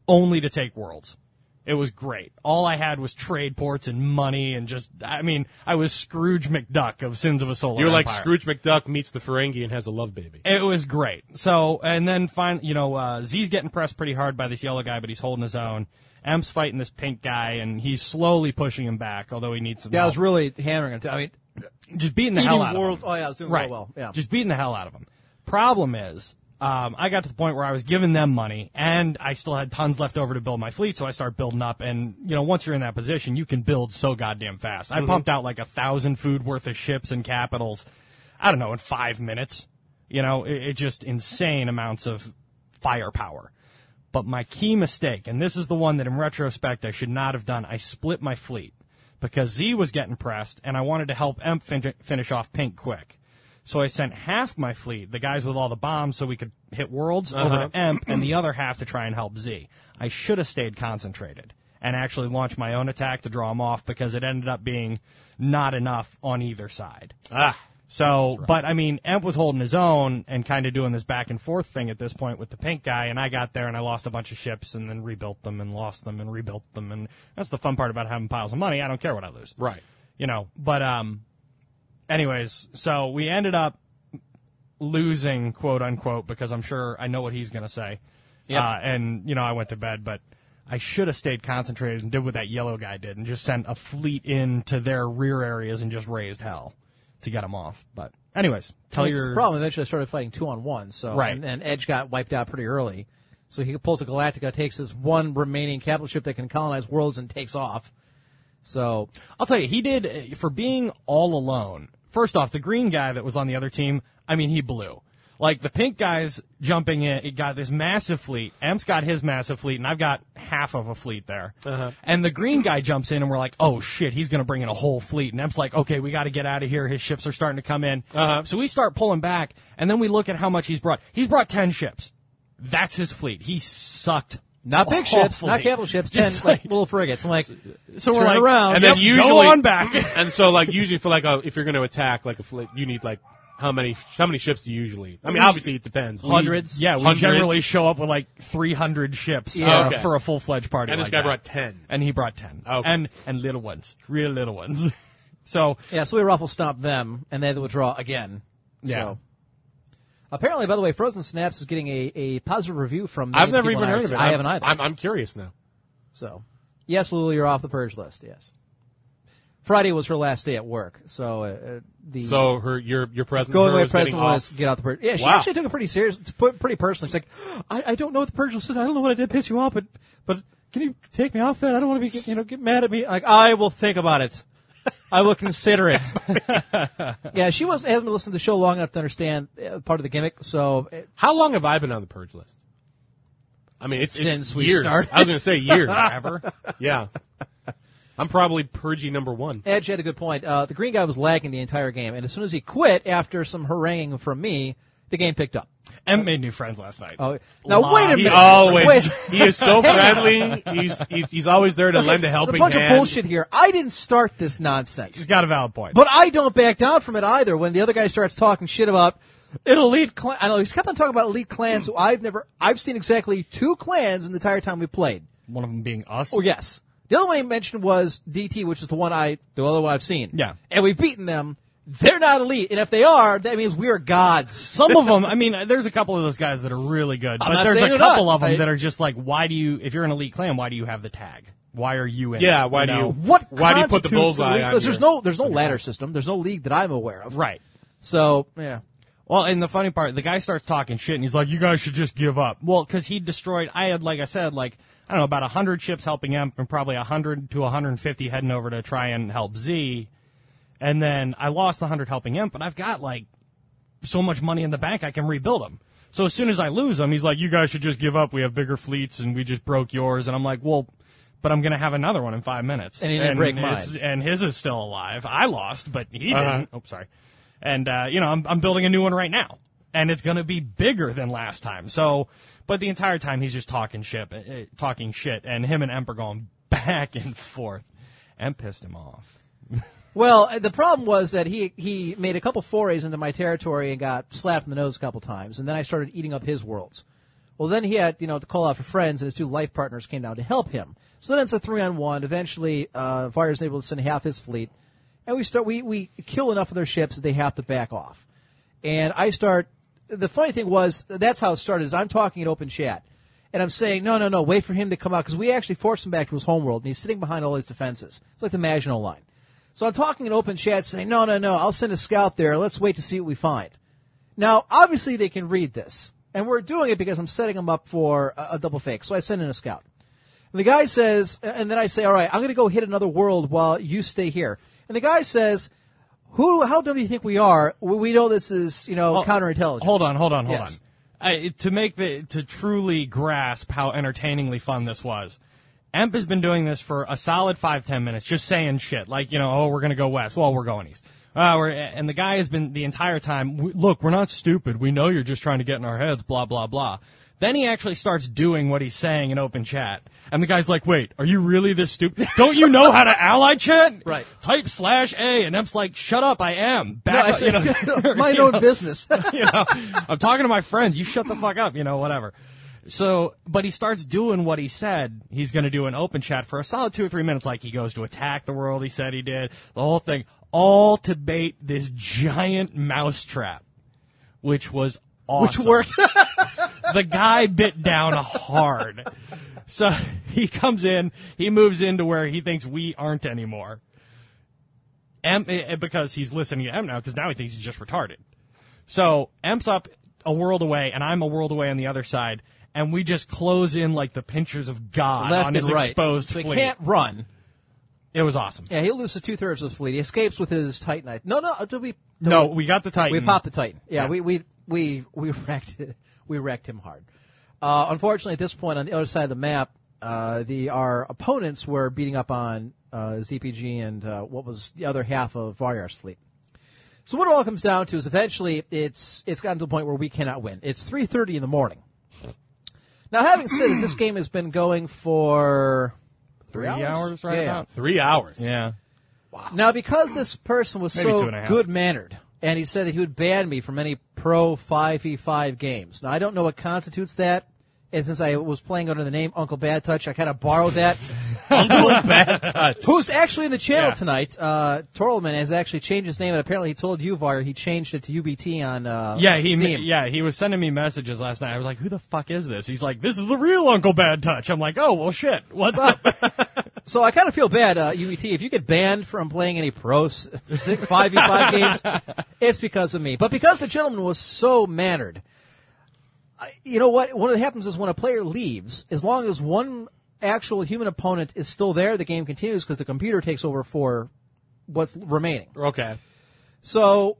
Speaker 6: only to take worlds. It was great. All I had was trade ports and money, and just I mean, I was Scrooge McDuck of Sins of a Solar.
Speaker 5: You're like
Speaker 6: Empire.
Speaker 5: Scrooge McDuck meets the Ferengi and has a love baby.
Speaker 6: It was great. So, and then fine, you know, uh, Z's getting pressed pretty hard by this yellow guy, but he's holding his own. M's fighting this pink guy, and he's slowly pushing him back, although he needs some.
Speaker 4: yeah, I
Speaker 6: help.
Speaker 4: was really hammering it. I mean,
Speaker 6: just beating the
Speaker 4: TV
Speaker 6: hell out
Speaker 4: world-
Speaker 6: of him.
Speaker 4: oh, yeah, I was doing
Speaker 6: right.
Speaker 4: real well, yeah.
Speaker 6: just beating the hell out of him. Problem is, um, I got to the point where I was giving them money, and I still had tons left over to build my fleet, so I start building up. And you know, once you're in that position, you can build so goddamn fast.
Speaker 4: Mm-hmm.
Speaker 6: I pumped out like a thousand food worth of ships and capitals. I don't know in five minutes. You know, it, it just insane amounts of firepower. But my key mistake, and this is the one that in retrospect I should not have done, I split my fleet because Z was getting pressed and I wanted to help Emp fin- finish off Pink quick. So I sent half my fleet, the guys with all the bombs, so we could hit worlds
Speaker 5: Uh-huh.
Speaker 6: over to Emp, and the other half to try and help Z. I should have stayed concentrated and actually launched my own attack to draw them off because it ended up being not enough on either side.
Speaker 5: Ah,
Speaker 6: So, but I mean, Emp was holding his own and kind of doing this back and forth thing at this point with the pink guy, and I got there and I lost a bunch of ships and then rebuilt them and lost them and rebuilt them, and that's the fun part about having piles of money. I don't care what I lose,
Speaker 5: right.
Speaker 6: you know. But um, anyways, so we ended up losing, quote unquote, because I'm sure I know what he's gonna say.
Speaker 4: Yep.
Speaker 6: Uh, and you know, I went to bed, but I should have stayed concentrated and did what that yellow guy did and just sent a fleet in to their rear areas and just raised hell to get them off. But anyways, tell
Speaker 4: it's
Speaker 6: your
Speaker 4: the problem. Eventually, I started fighting two on one. So
Speaker 6: Right.
Speaker 4: and, and Edge got wiped out pretty early. So he pulls a Galactica, takes his one remaining capital ship that can colonize worlds, and takes off. So
Speaker 6: I'll tell you, he eh, did uh, for being all alone. First off, the green guy that was on the other team, I mean, he blew. Like the pink guys jumping in, it got this massive fleet. Emp's got his massive fleet, and I've got half of a fleet there. And the green guy jumps in, and we're like, "Oh shit, he's going to bring in a whole fleet." And Emp's like, "Okay, we got to get out of here. His ships are starting to come in." So we start pulling back, and then we look at how much he's brought. He's brought ten ships. That's his fleet. He sucked.
Speaker 4: Not big ships, not
Speaker 6: awfully.
Speaker 4: capital ships, ten
Speaker 6: [laughs] Just
Speaker 4: like
Speaker 6: like-
Speaker 4: little frigates. I'm like,
Speaker 6: so
Speaker 4: turn
Speaker 6: we're like,
Speaker 4: around,
Speaker 5: and
Speaker 6: yep,
Speaker 5: then usually
Speaker 6: go on back.
Speaker 5: [laughs] and so like usually for like a, if you're going to attack like a fleet, you need like how many how many ships do you usually? I mean, obviously it depends.
Speaker 6: Mm. hundreds. Yeah, we
Speaker 5: Hundreds.
Speaker 6: generally show up with like 300 ships
Speaker 5: Yeah.
Speaker 6: uh,
Speaker 5: Okay.
Speaker 6: for a full fledged party.
Speaker 5: And this
Speaker 6: like
Speaker 5: guy
Speaker 6: that.
Speaker 5: brought 10.
Speaker 6: and he brought 10,
Speaker 5: Okay.
Speaker 6: and and little ones, real little ones. [laughs] so
Speaker 4: yeah. So we ruffle stomp them, and they had to withdraw again.
Speaker 6: Yeah.
Speaker 4: So. Apparently, by the way, Frozen Snaps is getting a, a positive review from. many
Speaker 5: I've never
Speaker 4: people
Speaker 5: even
Speaker 4: in
Speaker 5: heard of
Speaker 4: IRC.
Speaker 5: it.
Speaker 4: I
Speaker 5: I'm-
Speaker 4: haven't either.
Speaker 5: I'm, I'm curious now.
Speaker 4: So, yes, Lulu, you're off the purge list. Yes. Friday was her last day at work, so uh, uh, the
Speaker 5: So her your your present
Speaker 4: going
Speaker 5: her
Speaker 4: away
Speaker 5: was getting
Speaker 4: present was
Speaker 5: off.
Speaker 4: get out the purge. Yeah, she
Speaker 5: Wow.
Speaker 4: actually took it pretty serious, t- put- pretty personally. She's like, I, I don't know what the purge list is. I don't know what I did to piss you off, but but can you take me off that? I don't want to be get- you know get mad at me. Like I will think about it. I will consider
Speaker 5: [laughs]
Speaker 4: it. yeah, she wasn't hasn't listened to the show long enough to understand uh, part of the gimmick. So uh,
Speaker 5: How long have I been on the purge list? I mean, it's it's
Speaker 4: Since we
Speaker 5: years.
Speaker 4: started.
Speaker 5: I was going to say
Speaker 4: [laughs]
Speaker 5: years.
Speaker 6: ever.
Speaker 5: yeah, I'm probably purgy number one.
Speaker 4: Edge had a good point. Uh, the green guy was lagging the entire game, and as soon as he quit after some haranguing from me, the game picked up.
Speaker 6: M made new friends last night.
Speaker 4: Oh, now wait a minute.
Speaker 5: He always
Speaker 4: Wait.
Speaker 5: he is so friendly. He's, he's he's always there to lend a
Speaker 4: There's
Speaker 5: helping
Speaker 4: a bunch
Speaker 5: hand.
Speaker 4: of bullshit here. I didn't start this nonsense,
Speaker 6: He's got a valid point.
Speaker 4: but I don't back down from it either. When the other guy starts talking shit about an elite clan, I know he's kept on talking about elite clans. who I've never, I've seen exactly two clans in the entire time we played.
Speaker 6: One of them being us. [laughs]
Speaker 4: Oh yes. The other one he mentioned was DT, which is the one I, the other one I've seen.
Speaker 6: Yeah.
Speaker 4: and we've beaten them. They're not elite, and if they are, that means we are gods.
Speaker 6: Some of them, I mean, uh, there's a couple of those guys that are really good,
Speaker 4: not
Speaker 6: but there's
Speaker 4: saying
Speaker 6: a
Speaker 4: they're not.
Speaker 6: couple of them
Speaker 4: I-
Speaker 6: that are just like, why do you, if you're an elite clan, why do you have the tag? Why are you in?
Speaker 5: Yeah,
Speaker 6: it?
Speaker 5: why
Speaker 6: You
Speaker 5: do
Speaker 6: know?
Speaker 5: you-
Speaker 4: what
Speaker 5: Why do you put the
Speaker 4: constitutes a
Speaker 5: bullseye
Speaker 4: league?
Speaker 5: on
Speaker 4: Because
Speaker 5: your-
Speaker 4: there's no there's no ladder system there's no league that i'm aware of
Speaker 6: Right.
Speaker 4: so yeah
Speaker 6: Well, and the funny part, the guy starts talking shit, and he's like, "You guys should just give up." Well, because he destroyed. I had, like I said, like I don't know, about hundred ships helping him, and probably hundred to hundred and fifty heading over to try and help Z. And then I lost hundred helping him, but I've got like so much money in the bank, I can rebuild them. So as soon as I lose them, he's like, "You guys should just give up. We have bigger fleets, and we just broke yours." And I'm like, "Well." But I'm gonna have another one in five minutes,
Speaker 4: And he didn't break
Speaker 6: it's-
Speaker 4: mine.
Speaker 6: and his is still alive. I lost, but he didn't. Oh, sorry. And uh, you know, I'm, I'm building a new one right now, and it's going to be bigger than last time. So, but the entire time he's just talking shit, uh, uh, talking shit, and him and Emp are going back and forth, and pissed him off.
Speaker 4: well uh, the problem was that he he made a couple forays into my territory and got slapped in the nose a couple times and then i started eating up his worlds well then he had you know to call out for friends and his two life partners came down to help him so then it's a three on one eventually uh fire's able to send half his fleet and we start we we kill enough of their ships that they have to back off and I start. The funny thing was that's how it started. Is I'm talking in open chat, and I'm saying, no, no, no, wait for him to come out because we actually forced him back to his homeworld, and he's sitting behind all his defenses. It's like the Maginot Line. So I'm talking in open chat, saying, no, no, no, I'll send a scout there. Let's wait to see what we find. Now, obviously, they can read this, and we're doing it because I'm setting them up for a, a double fake. So I send in a scout. And the guy says, and then I say, all right, I'm going to go hit another world while you stay here. And the guy says, who? How dumb do you think we are? We, we know this is, you know, counterintelligence.
Speaker 6: Hold on, hold on, hold
Speaker 4: Yes.
Speaker 6: on. I, to make the to truly grasp how entertainingly fun this was, Emp has been doing this for a solid five ten minutes, just saying shit like you know, oh, we're gonna go west. Well, we're going east. Uh, we're, and the guy has been the entire time. "We- Look, we're not stupid. We know you're just trying to get in our heads. Blah blah blah. Then he actually starts doing what he's saying in open chat, and the guy's like, "Wait, are you really
Speaker 4: [laughs]
Speaker 6: this stupid? Don't you know how to ally chat?
Speaker 4: Right.
Speaker 6: Type slash A, and Emp's like, "Shut up, I am." Back
Speaker 4: No, [laughs] I
Speaker 6: up,
Speaker 4: say,
Speaker 6: you
Speaker 4: [laughs]
Speaker 6: know, [laughs]
Speaker 4: mind
Speaker 6: you
Speaker 4: own
Speaker 6: know?
Speaker 4: business.
Speaker 6: [laughs] you know, I'm talking to my friends. You shut the fuck up. You know, whatever. So, but he starts doing what he said he's going to do in open chat for a solid two or three minutes. Like he goes to attack the world. He said he did the whole thing, all to bait this giant mousetrap, which was awesome.
Speaker 4: Which worked. [laughs]
Speaker 6: the guy bit down hard. So [laughs] he comes in, he moves into where he thinks we aren't anymore. M, eh, because he's listening to M now, because now he thinks he's just retarded. So M's up a world away, and I'm a world away on the other side, and we just close in like the pinchers of God
Speaker 4: Left and
Speaker 6: on his
Speaker 4: right.
Speaker 6: exposed
Speaker 4: so he
Speaker 6: fleet.
Speaker 4: can't run.
Speaker 6: It was awesome.
Speaker 4: Yeah, he loses two thirds of his fleet. He escapes with his Titanite. No, no, do we?
Speaker 6: No, we got the Titan.
Speaker 4: We pop the Titan. Yeah, we we we we [laughs] wrecked we wrecked him hard. Uh, unfortunately, at this point on the other side of the map, uh, the our opponents were beating up on uh, ZPG and uh, what was the other half of Varyar's fleet. So what it all comes down to is eventually it's it's gotten to the point where we cannot win. It's three thirty in the morning. Now, having said
Speaker 6: [clears throat]
Speaker 4: that, this game has been going for
Speaker 6: Three hours,
Speaker 4: hours?
Speaker 6: right
Speaker 4: Yeah.
Speaker 6: about.
Speaker 5: Three hours.
Speaker 6: Yeah.
Speaker 4: Now, because this person was
Speaker 6: Maybe two
Speaker 4: so
Speaker 6: and a half.
Speaker 4: good mannered, and he said that he would ban me from any pro 5v5 games. Now, I don't know what constitutes that. And since I was playing under the name Uncle Bad Touch, I kind of borrowed
Speaker 6: [laughs]
Speaker 4: that.
Speaker 5: Bad touch.
Speaker 4: Who's actually in the channel
Speaker 6: Yeah.
Speaker 4: tonight? Uh, Torlman has actually changed his name, and apparently he told you, Var, he changed it to UBT on uh,
Speaker 6: Yeah, he
Speaker 4: Steam.
Speaker 6: yeah he was sending me messages last night. I was like, "Who the fuck is this?" He's like, "This is the real Uncle Bad Touch." I'm like, "Oh well, shit. What's up?"
Speaker 4: So I kind of feel bad, uh, UBT. If you get banned from playing any pro five v five games, it's because of me. But because the gentleman was so mannered, I- you know what? What happens is when a player leaves, as long as one actual human opponent is still there, the game continues because the computer takes over for what's remaining.
Speaker 5: Okay.
Speaker 4: So,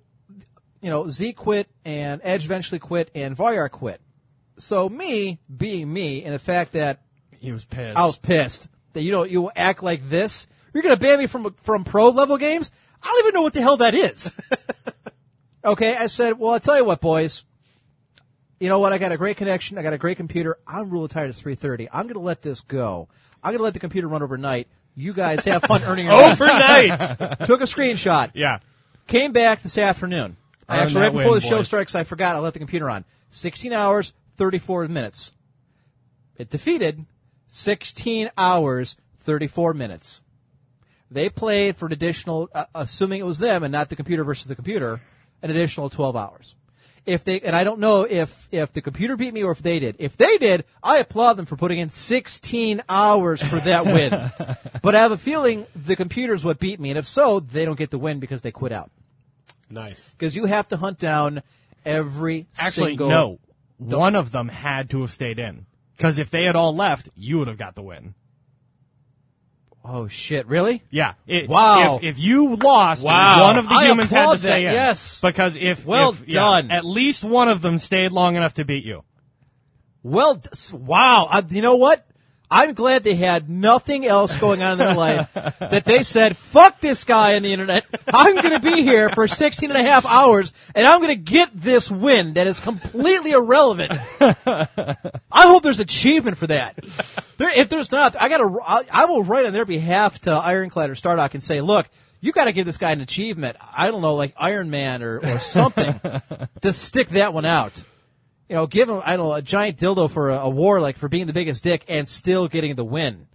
Speaker 4: you know, Z quit and Edge eventually quit and Voyar quit. So me being me and the fact that
Speaker 6: he was pissed.
Speaker 4: I was pissed that you don't you act like this. You're gonna ban me from from pro level games. I don't even know what the hell that
Speaker 6: [laughs]
Speaker 4: is. okay, I said, well, I'll tell you what, boys. You know what? I got a great connection. I got a great computer. I'm real tired. It's 3:30. I'm gonna let this go. I'm gonna let the computer run overnight. You guys have fun earning
Speaker 6: [laughs]
Speaker 4: your money.
Speaker 5: Overnight.
Speaker 4: [laughs] Took a screenshot.
Speaker 6: yeah.
Speaker 4: Came back this afternoon. I
Speaker 6: Earn
Speaker 4: actually right
Speaker 6: that
Speaker 4: before
Speaker 6: win,
Speaker 4: the show
Speaker 6: boys.
Speaker 4: starts, I forgot I left the computer on. 16 hours, 34 minutes. It defeated 16 hours, 34 minutes. They played for an additional, uh, assuming it was them and not the computer versus the computer, an additional 12 hours. If they, and I don't know if, if the computer beat me or if they did. If they did, I applaud them for putting in 16 hours for that
Speaker 6: [laughs]
Speaker 4: win. but I have a feeling the computer's what beat me. And if so, they don't get the win because they quit out
Speaker 5: nice.
Speaker 4: because you have to hunt down every
Speaker 6: Actually,
Speaker 4: single.
Speaker 6: no. One of them had to have stayed in because if they had all left, you would have got the win.
Speaker 4: Oh shit! Really?
Speaker 6: Yeah. It-
Speaker 4: Wow.
Speaker 6: If, if you lost,
Speaker 5: Wow.
Speaker 6: one of the
Speaker 4: I
Speaker 6: humans had
Speaker 4: applaud
Speaker 6: to stay
Speaker 4: that,
Speaker 6: in.
Speaker 4: yes.
Speaker 6: Because if
Speaker 4: Well
Speaker 6: if- yeah,
Speaker 4: done.
Speaker 6: at least one of them stayed long enough to beat you.
Speaker 4: Well, d- s- wow. I, you know what? I'm glad they had nothing else going on in their
Speaker 6: [laughs]
Speaker 4: life that they said, fuck this guy on the internet. I'm going to be here for 16 and a half hours and I'm going to get this win that is completely irrelevant. I hope there's achievement for that. [laughs] There, if there's not, I got to, I, I will write on their behalf to Ironclad or Stardock and say, look, you got to give this guy an achievement. I don't know, like Iron Man or, or
Speaker 6: [laughs]
Speaker 4: something to stick that one out you know, give him I don't know a giant dildo for a, a war like for being the biggest dick and still getting the win.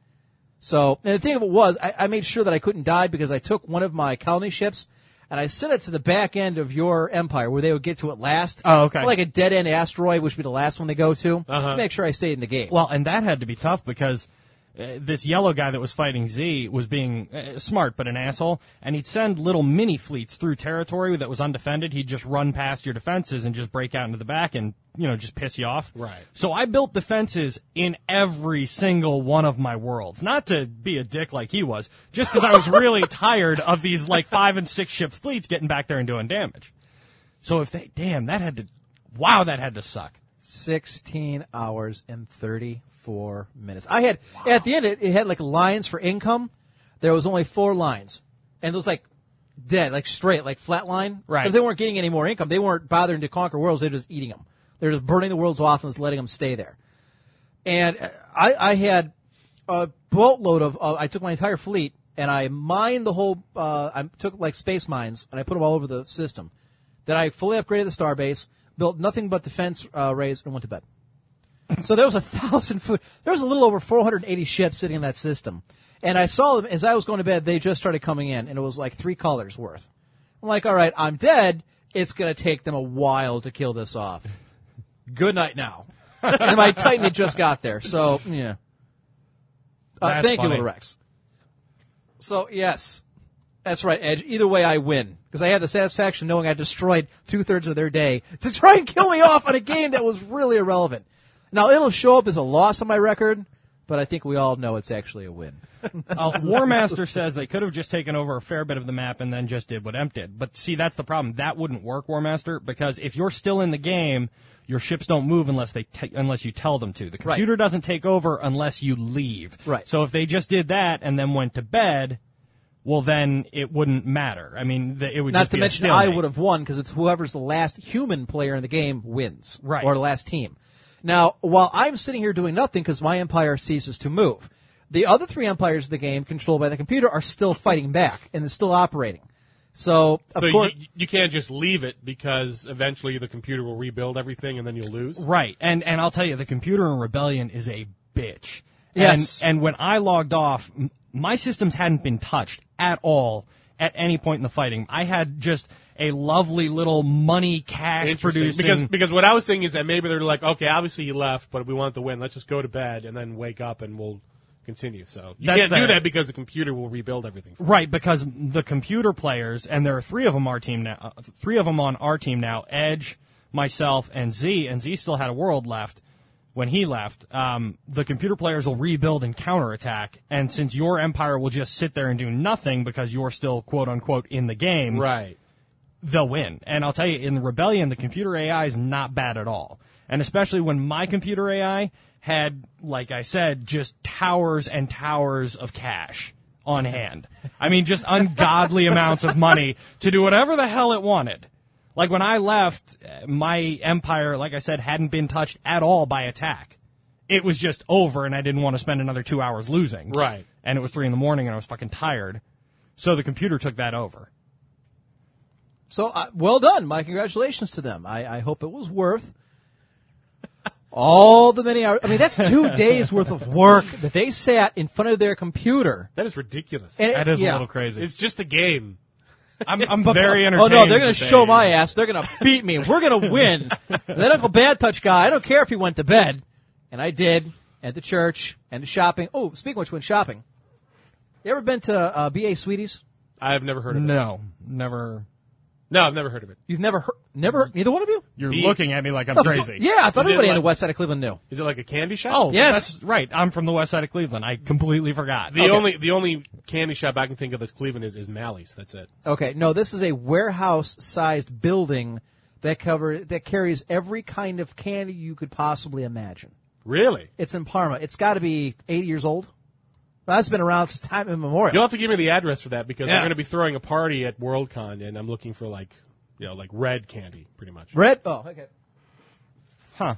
Speaker 4: So and the thing of it was, I, I made sure that I couldn't die because I took one of my colony ships and I sent it to the back end of your empire where they would get to it last.
Speaker 6: Oh, okay.
Speaker 4: Like a dead end asteroid, which would be the last one they go to to make sure I stayed in the game.
Speaker 6: Well, and that had to be tough because uh, this yellow guy that was fighting Z was being uh, smart but an asshole, and he'd send little mini fleets through territory that was undefended. He'd just run past your defenses and just break out into the back and you know just piss you off.
Speaker 5: Right.
Speaker 6: So I built defenses in every single one of my worlds, not to be a dick like he was, just because I was really tired of these like five and six ship fleets getting back there and doing damage. So if they, damn, that had to, wow, that had to suck.
Speaker 4: 16 hours and 34 minutes. I had, at the end, it, it had like lines for income. There was only four lines. And it was like dead, like straight, like flat line.
Speaker 6: Right.
Speaker 4: Because they weren't getting any more income. They weren't bothering to conquer worlds. They were just eating them. They were just burning the worlds off and just letting them stay there. And uh, I, I had a boatload of, of, I took my entire fleet and I mined the whole, uh, I took like space mines and I put them all over the system. Then I fully upgraded the starbase, built nothing but defense uh, rays, and went to bed. so there was a thousand foot, there was a little over 480 ships sitting in that system. And I saw them as I was going to bed, they just started coming in and it was like three colors worth. I'm like, all right, I'm dead. It's going to take them a while to kill this off. Good night now. and my Titan had just got there. So, yeah. Uh,
Speaker 6: That's
Speaker 4: thank you,
Speaker 6: funny.
Speaker 4: Little Rex. So, yes. That's right, Edge. Either way, I win because I had the satisfaction knowing I destroyed two thirds of their day to try and kill me off on a game that was really irrelevant. Now it'll show up as a loss on my record, but but I think we all know it's actually a win.
Speaker 6: Uh, War Master says they could have just taken over a fair bit of the map and then just did what Emp did. But see, that's the problem. That wouldn't work, War Master, because if you're still in the game, your ships don't move unless they ta- unless you tell them to. The
Speaker 4: Right.
Speaker 6: computer doesn't take over unless you leave.
Speaker 4: Right.
Speaker 6: So if they just did that and then went to bed, well, then it wouldn't matter. I mean, the, it would
Speaker 4: Not
Speaker 6: just
Speaker 4: to
Speaker 6: be a
Speaker 4: mention, I
Speaker 6: stalemate.
Speaker 4: would have won because it's whoever's the last human player in the game wins,
Speaker 6: Right.
Speaker 4: Or the last team. Now, while I'm sitting here doing nothing because my empire ceases to move, the other three empires of the game, controlled by the computer, are still fighting back and they're still operating. So, of
Speaker 5: so
Speaker 4: course,
Speaker 5: you, you can't just leave it because eventually the computer will rebuild everything and then you'll lose.
Speaker 6: Right. And and I'll tell you, the computer in Rebellion is a bitch.
Speaker 4: Yes.
Speaker 6: And, and when I logged off, m- my systems hadn't been touched at all at any point in the fighting. I had just a lovely little money cash
Speaker 5: Interesting.
Speaker 6: producing.
Speaker 5: Because because what I was thinking is that maybe they're like, okay, obviously he left, but we want to win. Let's just go to bed and then wake up and we'll continue. So you
Speaker 6: That's
Speaker 5: can't do
Speaker 6: the-
Speaker 5: that because the computer will rebuild everything. For you.
Speaker 6: Right, because the computer players, and there are three of them our team now, uh, three of them on our team now: Edge, myself, and Z. And Z still had a world left when he left. Um, the computer players will rebuild and counterattack, and since your empire will just sit there and do nothing because you're still quote unquote in the game,
Speaker 5: Right.
Speaker 6: they'll win. And I'll tell you, in the rebellion, the computer AI is not bad at all. And especially when my computer AI had, like I said, just towers and towers of cash on hand. I mean, just ungodly [laughs] amounts of money to do whatever the hell it wanted. Like when I left, uh, my empire, like I said, hadn't been touched at all by attack. It was just over, and I didn't want to spend another two hours losing.
Speaker 5: Right.
Speaker 6: And it was three in the morning, and I was fucking tired. So the computer took that over.
Speaker 4: so uh, well done. My congratulations to them. I, I hope it was worth all the many hours. I mean, that's two
Speaker 6: [laughs]
Speaker 4: days worth of work that they sat in front of their computer.
Speaker 5: That is ridiculous.
Speaker 4: And it-
Speaker 6: That is
Speaker 4: yeah.
Speaker 6: a little crazy.
Speaker 5: it's just a game.
Speaker 6: I'm, I'm very
Speaker 4: Oh
Speaker 6: entertained.
Speaker 4: no, they're going
Speaker 6: with
Speaker 4: to
Speaker 6: the
Speaker 4: show
Speaker 6: thing.
Speaker 4: my ass. They're going to beat me. We're going to win.
Speaker 6: [laughs]
Speaker 4: that Uncle Bad Touch guy. I don't care if he went to bed, and I did. At the church and the shopping. Oh, speaking of which, went shopping. You ever been to uh, BA Sweeties?
Speaker 5: I have never heard of it.
Speaker 6: No, never.
Speaker 5: No, I've never heard of it.
Speaker 4: You've never heard? Never? Neither one of you?
Speaker 6: You're
Speaker 5: Be-
Speaker 6: looking at me like I'm
Speaker 4: The fu-
Speaker 6: crazy.
Speaker 4: Yeah, I thought
Speaker 5: Is it
Speaker 4: everybody on the
Speaker 5: like-
Speaker 4: west side of Cleveland knew.
Speaker 5: Is it like a candy shop?
Speaker 6: Oh,
Speaker 4: Yes.
Speaker 6: that's right. I'm from the west side of Cleveland. I completely forgot.
Speaker 5: The
Speaker 6: Okay.
Speaker 5: only the only candy shop I can think of that's Cleveland is, is Mally's. That's it.
Speaker 4: Okay, no, this is a warehouse-sized building that cover that carries every kind of candy you could possibly imagine.
Speaker 5: Really?
Speaker 4: It's in Parma. It's got to be 80 years old. That's been around since time immemorial.
Speaker 5: You'll have to give me the address for that because
Speaker 6: Yeah.
Speaker 5: I'm going to be throwing a party at Worldcon and I'm looking for like, you know, like red candy, pretty much.
Speaker 4: Red. Oh, okay.
Speaker 6: Huh.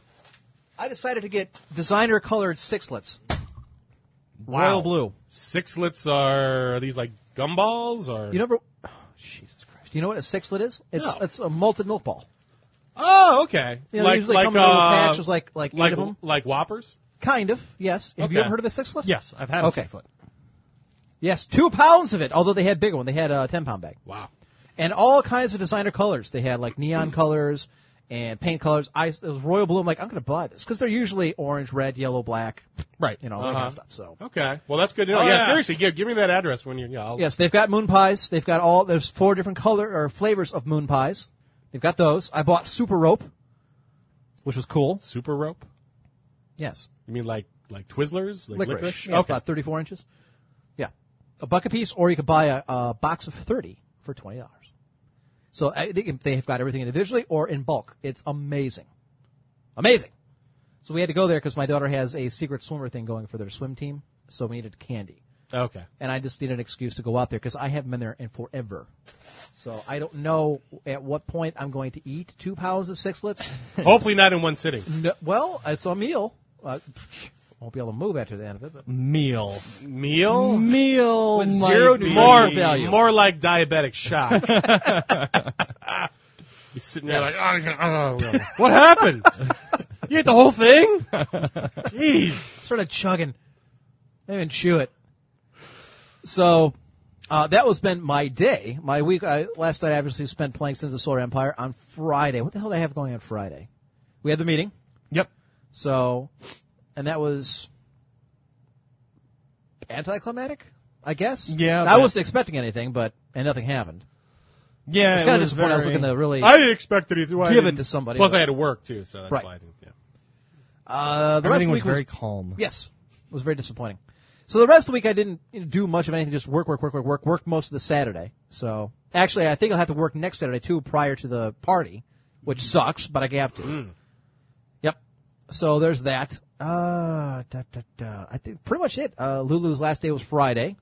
Speaker 4: I decided to get designer colored sixlets,
Speaker 6: Wow.
Speaker 4: royal blue.
Speaker 5: Sixlets are, are these like gumballs or?
Speaker 4: You never. Oh, Jesus Christ! Do you know what a sixlet is? It's
Speaker 5: No.
Speaker 4: it's a malted milk ball.
Speaker 5: oh, okay.
Speaker 4: You know, they usually come in little patches, like- like eight
Speaker 5: uh, like,
Speaker 4: of 'em.
Speaker 5: like whoppers.
Speaker 4: Kind of. Yes. Have you
Speaker 5: Okay.
Speaker 4: ever heard of a sixlet?
Speaker 6: Yes, I've had a
Speaker 4: Okay.
Speaker 6: sixlet.
Speaker 4: Yes. Two pounds of it. Although they had bigger one. They had a ten pound bag.
Speaker 5: Wow.
Speaker 4: and all kinds of designer colors. They had like neon colors and paint colors. I it was royal blue. I'm like, I'm gonna buy this because they're usually orange, red, yellow, black,
Speaker 6: Right.
Speaker 4: you know,
Speaker 5: Uh-huh.
Speaker 4: that kind of stuff. So
Speaker 5: Okay. Well, that's good to know.
Speaker 6: Oh,
Speaker 5: yeah,
Speaker 6: yeah.
Speaker 5: seriously, give, give me that address when you're. Yeah, I'll,
Speaker 4: yes, they've got moon pies. They've got all there's four different color or flavors of moon pies. They've got those. I bought super rope, which was cool.
Speaker 5: Super rope.
Speaker 4: Yes,
Speaker 5: You mean like like Twizzlers, like
Speaker 4: licorice.
Speaker 5: licorice?
Speaker 4: Yeah, it's
Speaker 5: Okay.
Speaker 4: about 34 inches. Yeah, a buck a piece, or you could buy a, a box of 30 for twenty dollars. So I think they have got everything individually or in bulk. It's amazing. Amazing. So we had to go there because my daughter has a secret swimmer thing going for their swim team. So we needed candy.
Speaker 5: Okay.
Speaker 4: And I just need an excuse to go out there because I haven't been there in forever. So I don't know at what point I'm going to eat two pounds of
Speaker 6: [laughs]
Speaker 4: sixlets.
Speaker 5: Hopefully not in one sitting.
Speaker 4: No, well, it's a meal. Uh, won't be able to move after the end of it. But.
Speaker 6: Meal.
Speaker 5: Meal.
Speaker 6: Meal.
Speaker 4: With
Speaker 6: might
Speaker 4: zero
Speaker 6: be-
Speaker 4: nutritional
Speaker 5: More
Speaker 4: value.
Speaker 5: More like diabetic shock. You're sitting there like, "Oh, oh, oh, oh." what [laughs] happened? you ate the whole thing? Jeez.
Speaker 4: started chugging. I didn't even chew it. So uh, that was been my day, my week. I, last night, I obviously spent playing Sins of the Solar Empire. On Friday, what the hell did I have going on Friday? We had the meeting.
Speaker 6: Yep.
Speaker 4: So, and that was anticlimactic, I guess.
Speaker 6: Yeah,
Speaker 4: I
Speaker 6: but-
Speaker 4: wasn't expecting anything, but and nothing happened.
Speaker 6: Yeah.
Speaker 4: It's
Speaker 6: it
Speaker 4: kind of
Speaker 6: was
Speaker 4: disappointing. I was
Speaker 6: very-
Speaker 4: looking to really.
Speaker 5: I didn't expect it either way. I
Speaker 4: Give it
Speaker 5: didn't-
Speaker 4: to somebody.
Speaker 5: Plus, I had to work too, so that's
Speaker 4: Right.
Speaker 5: why I didn't. Yeah.
Speaker 4: uh, the rest of
Speaker 6: Everything
Speaker 4: the
Speaker 6: was
Speaker 4: week was
Speaker 6: very calm.
Speaker 4: Yes. was very disappointing. So the rest of the week I didn't you know, do much of anything, just work, work, work, work, work, work most of the Saturday. So actually, I think I'll have to work next Saturday too, prior to the party, which sucks, but I have to. Yep. So there's that. Uh, da, da, da. I think pretty much it. Uh, Lulu's last day was Friday,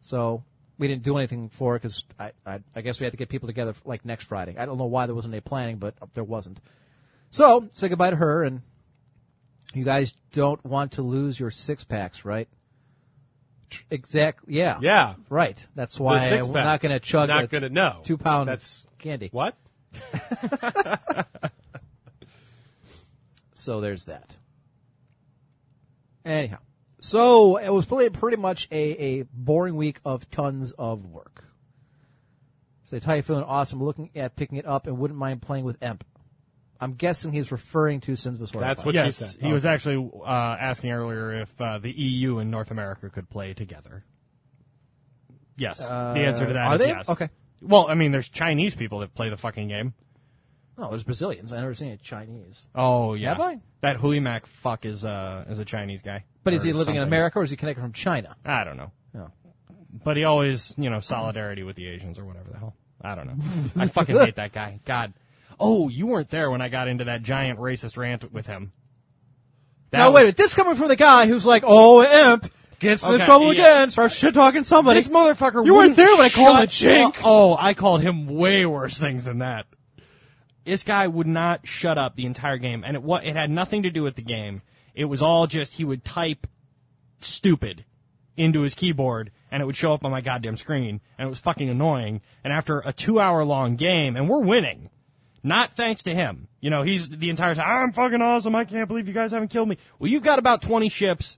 Speaker 4: so we didn't do anything for it because I, I, I guess we had to get people together for, like next Friday. I don't know why there wasn't any planning, but there wasn't. So say goodbye to her, and you guys don't want to lose your six packs, right? Exactly. Yeah.
Speaker 5: Yeah.
Speaker 4: Right. That's why
Speaker 5: six
Speaker 4: I'm not
Speaker 5: packs.
Speaker 4: going to chug.
Speaker 5: Not
Speaker 4: a
Speaker 5: gonna- no.
Speaker 4: Two pound.
Speaker 5: That's-
Speaker 4: candy.
Speaker 5: What?
Speaker 4: So there's that. Anyhow, so it was pretty, pretty much a, a boring week of tons of work. So Typhoon, awesome. Looking at picking it up and wouldn't mind playing with Emp. I'm guessing he's referring to Sims was Horrified.
Speaker 5: That's what
Speaker 6: Yes,
Speaker 5: she said.
Speaker 6: he was actually uh, asking earlier if uh, the EU and North America could play together. Yes, the answer to that
Speaker 4: Uh, are
Speaker 6: is
Speaker 4: they?
Speaker 6: yes.
Speaker 4: Okay.
Speaker 6: Well, I mean, there's Chinese people that play the fucking game.
Speaker 4: No, there's Brazilians. I never seen a Chinese.
Speaker 6: Oh yeah,
Speaker 4: Have I?
Speaker 6: that Hulimac fuck is uh, is a Chinese guy.
Speaker 4: But is
Speaker 6: Or
Speaker 4: he living in
Speaker 6: something.
Speaker 4: America or is he connected from China?
Speaker 6: I don't know.
Speaker 4: No.
Speaker 6: But he always, you know, solidarity with the Asians or whatever the hell. I don't know. I fucking hate that guy. God. Oh, you weren't there when I got into that giant racist rant with him. That
Speaker 4: Now
Speaker 6: was-
Speaker 4: wait a minute. This coming from the guy who's like, "Oh, Emp gets in
Speaker 6: Okay,
Speaker 4: trouble
Speaker 6: yeah.
Speaker 4: again, starts shit talking somebody."
Speaker 6: This motherfucker.
Speaker 4: You weren't
Speaker 6: wouldn't
Speaker 4: there when I called him a
Speaker 6: shut
Speaker 4: chink.
Speaker 6: up. Oh, I called him way worse things than that. This guy would not shut up the entire game, and it wa- it had nothing to do with the game. It was all just he would type stupid into his keyboard, and it would show up on my goddamn screen, and it was fucking annoying. And after a two-hour-long game, and we're winning. Not thanks to him. You know, he's the entire time, I'm fucking awesome. I can't believe you guys haven't killed me. Well, you've got about 20 ships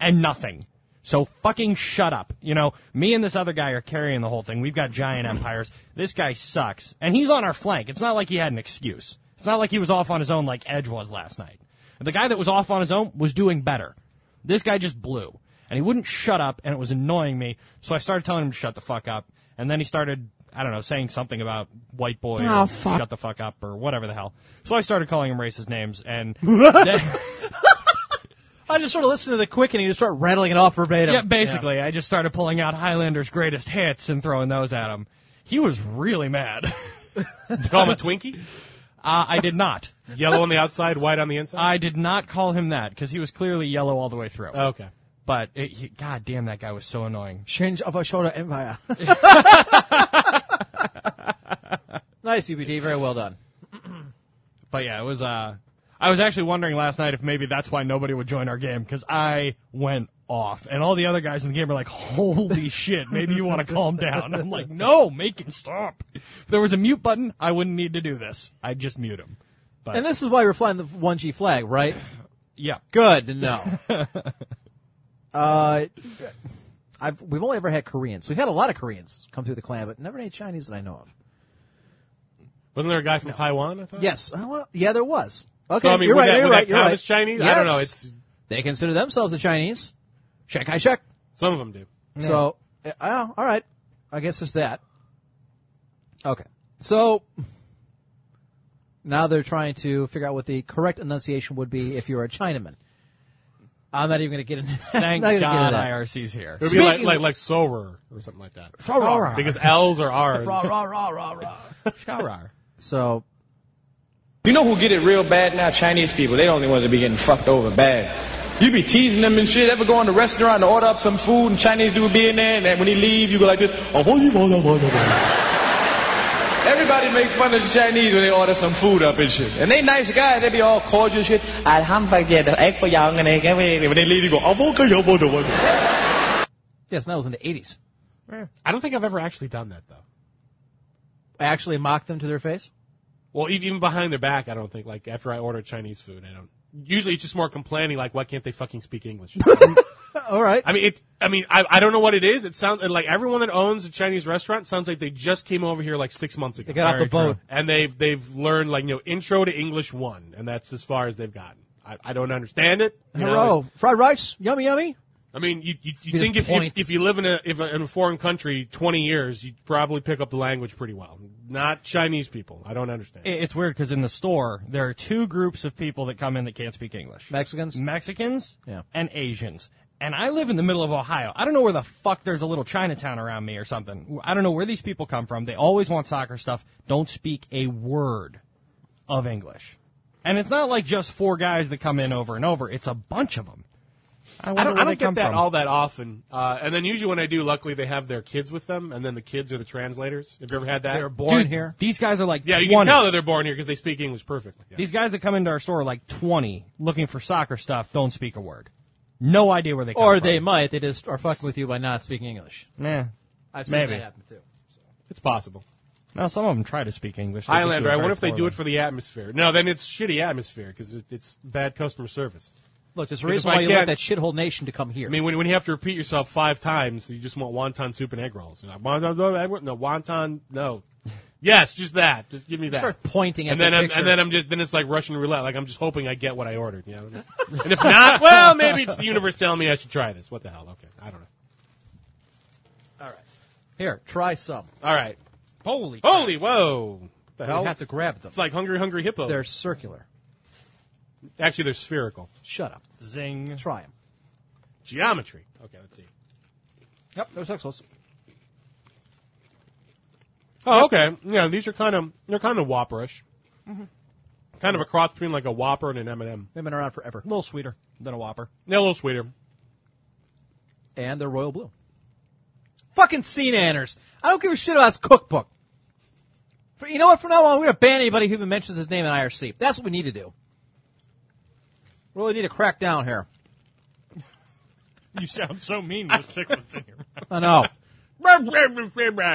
Speaker 6: and nothing. So fucking shut up. You know, me and this other guy are carrying the whole thing. We've got giant empires. This guy sucks. And he's on our flank. It's not like he had an excuse. It's not like he was off on his own like Edge was last night. The guy that was off on his own was doing better. This guy just blew. And he wouldn't shut up, and it was annoying me. So I started telling him to shut the fuck up. And then he started, I don't know, saying something about white boy or shut the Oh, fuck up or whatever the hell. So I started calling him racist names, [laughs] and then-
Speaker 4: I just sort of listened to the quick and you just start rattling it off verbatim.
Speaker 6: Yeah, basically, I just started pulling out Highlander's greatest hits and throwing those at him. He was really mad. [laughs]
Speaker 5: You call him a Twinkie?
Speaker 6: Uh, I did not.
Speaker 5: Yellow on the outside, white on the inside?
Speaker 6: I did not call him that because he was clearly yellow all the way through.
Speaker 4: Uh,
Speaker 5: okay.
Speaker 6: But it, he, god damn, that guy was so annoying.
Speaker 4: Change of a shorter empire. [laughs] nice, UBT. Very well done.
Speaker 6: But yeah, it was. Uh, I was actually wondering last night if maybe that's why nobody would join our game because I went off, and all the other guys in the game were like, "Holy [laughs] shit, maybe you want to calm down." I'm like, "No, make him stop." If there was a mute button, I wouldn't need to do this. I'd just mute him. But
Speaker 4: And this is why we're flying the 1G flag, right? [laughs]
Speaker 6: yeah,
Speaker 4: Good to know. uh, I've, we've only ever had Koreans. We've had a lot of Koreans come through the clan, but never any Chinese that I know of.
Speaker 5: Wasn't there a guy from Taiwan, I thought?
Speaker 4: Yes. Uh, well, yeah, there was. Okay,
Speaker 5: So, I mean,
Speaker 4: you're
Speaker 5: would
Speaker 4: right.
Speaker 5: that,
Speaker 4: you're
Speaker 5: would
Speaker 4: right.
Speaker 5: that
Speaker 4: you're
Speaker 5: count
Speaker 4: right.
Speaker 5: as Chinese? I
Speaker 4: Yes.
Speaker 5: don't know. It's
Speaker 4: They consider themselves the Chinese. Check, I check.
Speaker 5: Some of them do.
Speaker 4: So, uh, oh, all right. I guess there's that. Okay. So, now they're trying to figure out what the correct enunciation would be if you're a Chinaman. I'm not even going to get into [laughs] that.
Speaker 6: Thank
Speaker 4: not gonna get
Speaker 6: God
Speaker 4: into that.
Speaker 6: IRC's here.
Speaker 5: It would be like,
Speaker 4: Speaking-
Speaker 5: like, like Sorer or something like that.
Speaker 4: Rah,
Speaker 5: Because L's or R's.
Speaker 4: rah, rah, rah, rah, rah. So,
Speaker 7: You know who get it real bad now? Chinese people. They the only ones that be getting fucked over bad. You be teasing them and shit. Ever go in the restaurant and order up some food and Chinese dude be in there and then when he leave, you go like this. "Oh, boy, you boy, oh, boy, oh, boy." Everybody make fun of the Chinese when they order some food up and shit. And they nice guys. They be all cordial and shit. Alhamdulillah, the egg for y'all and egg. When they leave, you go. "Oh, boy, oh, boy, oh, boy."
Speaker 4: yes, that was in the 80s.
Speaker 5: I don't think I've ever actually done that, though.
Speaker 4: I actually mocked them to their face.
Speaker 5: Well, e- even behind their back, I don't think. Like, after I order Chinese food, I don't. Usually it's just more complaining, like, why can't they fucking speak
Speaker 4: [laughs]
Speaker 5: English?
Speaker 4: All right.
Speaker 5: I mean, it. I mean, I, I don't know what it is. It sounds like everyone that owns a Chinese restaurant sounds like they just came over here like six months ago. They
Speaker 4: got off the boat.
Speaker 5: and they've they've learned like you know intro to English one, and that's as far as they've gotten. I, I don't understand it. you know,
Speaker 4: Hello.
Speaker 5: and-
Speaker 4: Fried rice. Yummy, yummy.
Speaker 5: I mean, you you, you
Speaker 4: Just
Speaker 5: think if,
Speaker 4: point.
Speaker 5: if if you live in a if a, in a foreign country twenty years, you probably pick up the language pretty well. Not Chinese people. I don't understand.
Speaker 6: It- It's weird because in the store there are two groups of people that come in that can't speak English:
Speaker 4: Mexicans?
Speaker 6: Mexicans,
Speaker 4: Yeah.
Speaker 6: and Asians. And I live in the middle of Ohio. I don't know where the fuck there's a little Chinatown around me or something. I don't know where these people come from. They always want soccer stuff. Don't speak a word of English. And it's not like just four guys that come in over and over. It's a bunch of them.
Speaker 5: I don't, I don't get that all that often. Uh, and then usually when I do, luckily they have their kids with them, and then the kids are the translators. Have you ever had that?
Speaker 4: They're born
Speaker 6: Dude,
Speaker 4: here.
Speaker 6: These guys are like
Speaker 5: yeah, you can
Speaker 6: 20.
Speaker 5: tell that they're born here because they speak English perfectly. Yeah.
Speaker 6: These guys that come into our store are like 20 looking for soccer stuff don't speak a word. No idea where they come
Speaker 4: Or
Speaker 6: from.
Speaker 4: they might. They just are fucking with you by not speaking English.
Speaker 6: Nah.
Speaker 4: I've
Speaker 6: seen
Speaker 4: seen
Speaker 6: Maybe. that
Speaker 4: that
Speaker 6: happen,
Speaker 4: happen too.
Speaker 5: It's possible.
Speaker 6: Now, some of them try to speak English. They just do
Speaker 5: Highlander,
Speaker 6: it
Speaker 5: I
Speaker 6: very
Speaker 5: wonder if they do
Speaker 6: poorly.
Speaker 5: it for the atmosphere. No, then it's shitty atmosphere because it, it's bad customer service.
Speaker 4: Look, there's a
Speaker 5: Because if
Speaker 4: reason
Speaker 5: I
Speaker 4: why you let
Speaker 5: can't-
Speaker 4: that shithole nation to come here.
Speaker 5: I mean, when, when you have to repeat yourself five times, you just want wonton soup and egg rolls. You're like, wonton, no, egg roll- no, wonton, [laughs] no. Yes, just that. Just give me that.
Speaker 4: Start pointing at
Speaker 5: and then
Speaker 4: the
Speaker 5: I'm,
Speaker 4: picture.
Speaker 5: and then I'm just then it's like Russian roulette. Like I'm just hoping I get what I ordered. You know? and if not, [laughs] well, maybe it's the universe telling me I should try this. What the hell? Okay, I don't know.
Speaker 4: here, try some.
Speaker 5: All right,
Speaker 6: Holy.
Speaker 5: holy whoa, the hell?
Speaker 4: You have to grab them.
Speaker 5: it's like hungry, hungry hippos.
Speaker 4: They're circular.
Speaker 5: Actually, they're spherical
Speaker 4: Shut up.
Speaker 6: Zing.
Speaker 4: Try them.
Speaker 5: geometry. Okay, let's see.
Speaker 4: Yep, those excellent.
Speaker 5: Oh, okay. Yeah, these are kind of they're kind of whopperish.
Speaker 6: Mm-hmm.
Speaker 5: Kind of a cross between like a Whopper and an M and M.
Speaker 4: They've been around forever.
Speaker 6: A little sweeter than a Whopper.
Speaker 5: They're a little sweeter.
Speaker 4: And they're royal blue. Fucking sea nanners. I don't give a shit about his cookbook. For, you know what? From now on, we're going to ban anybody who even mentions his name in IRC. That's what we need to do. Really need to crack down here.
Speaker 6: You sound so mean with sixlets
Speaker 5: [laughs]
Speaker 6: in your mouth.
Speaker 4: I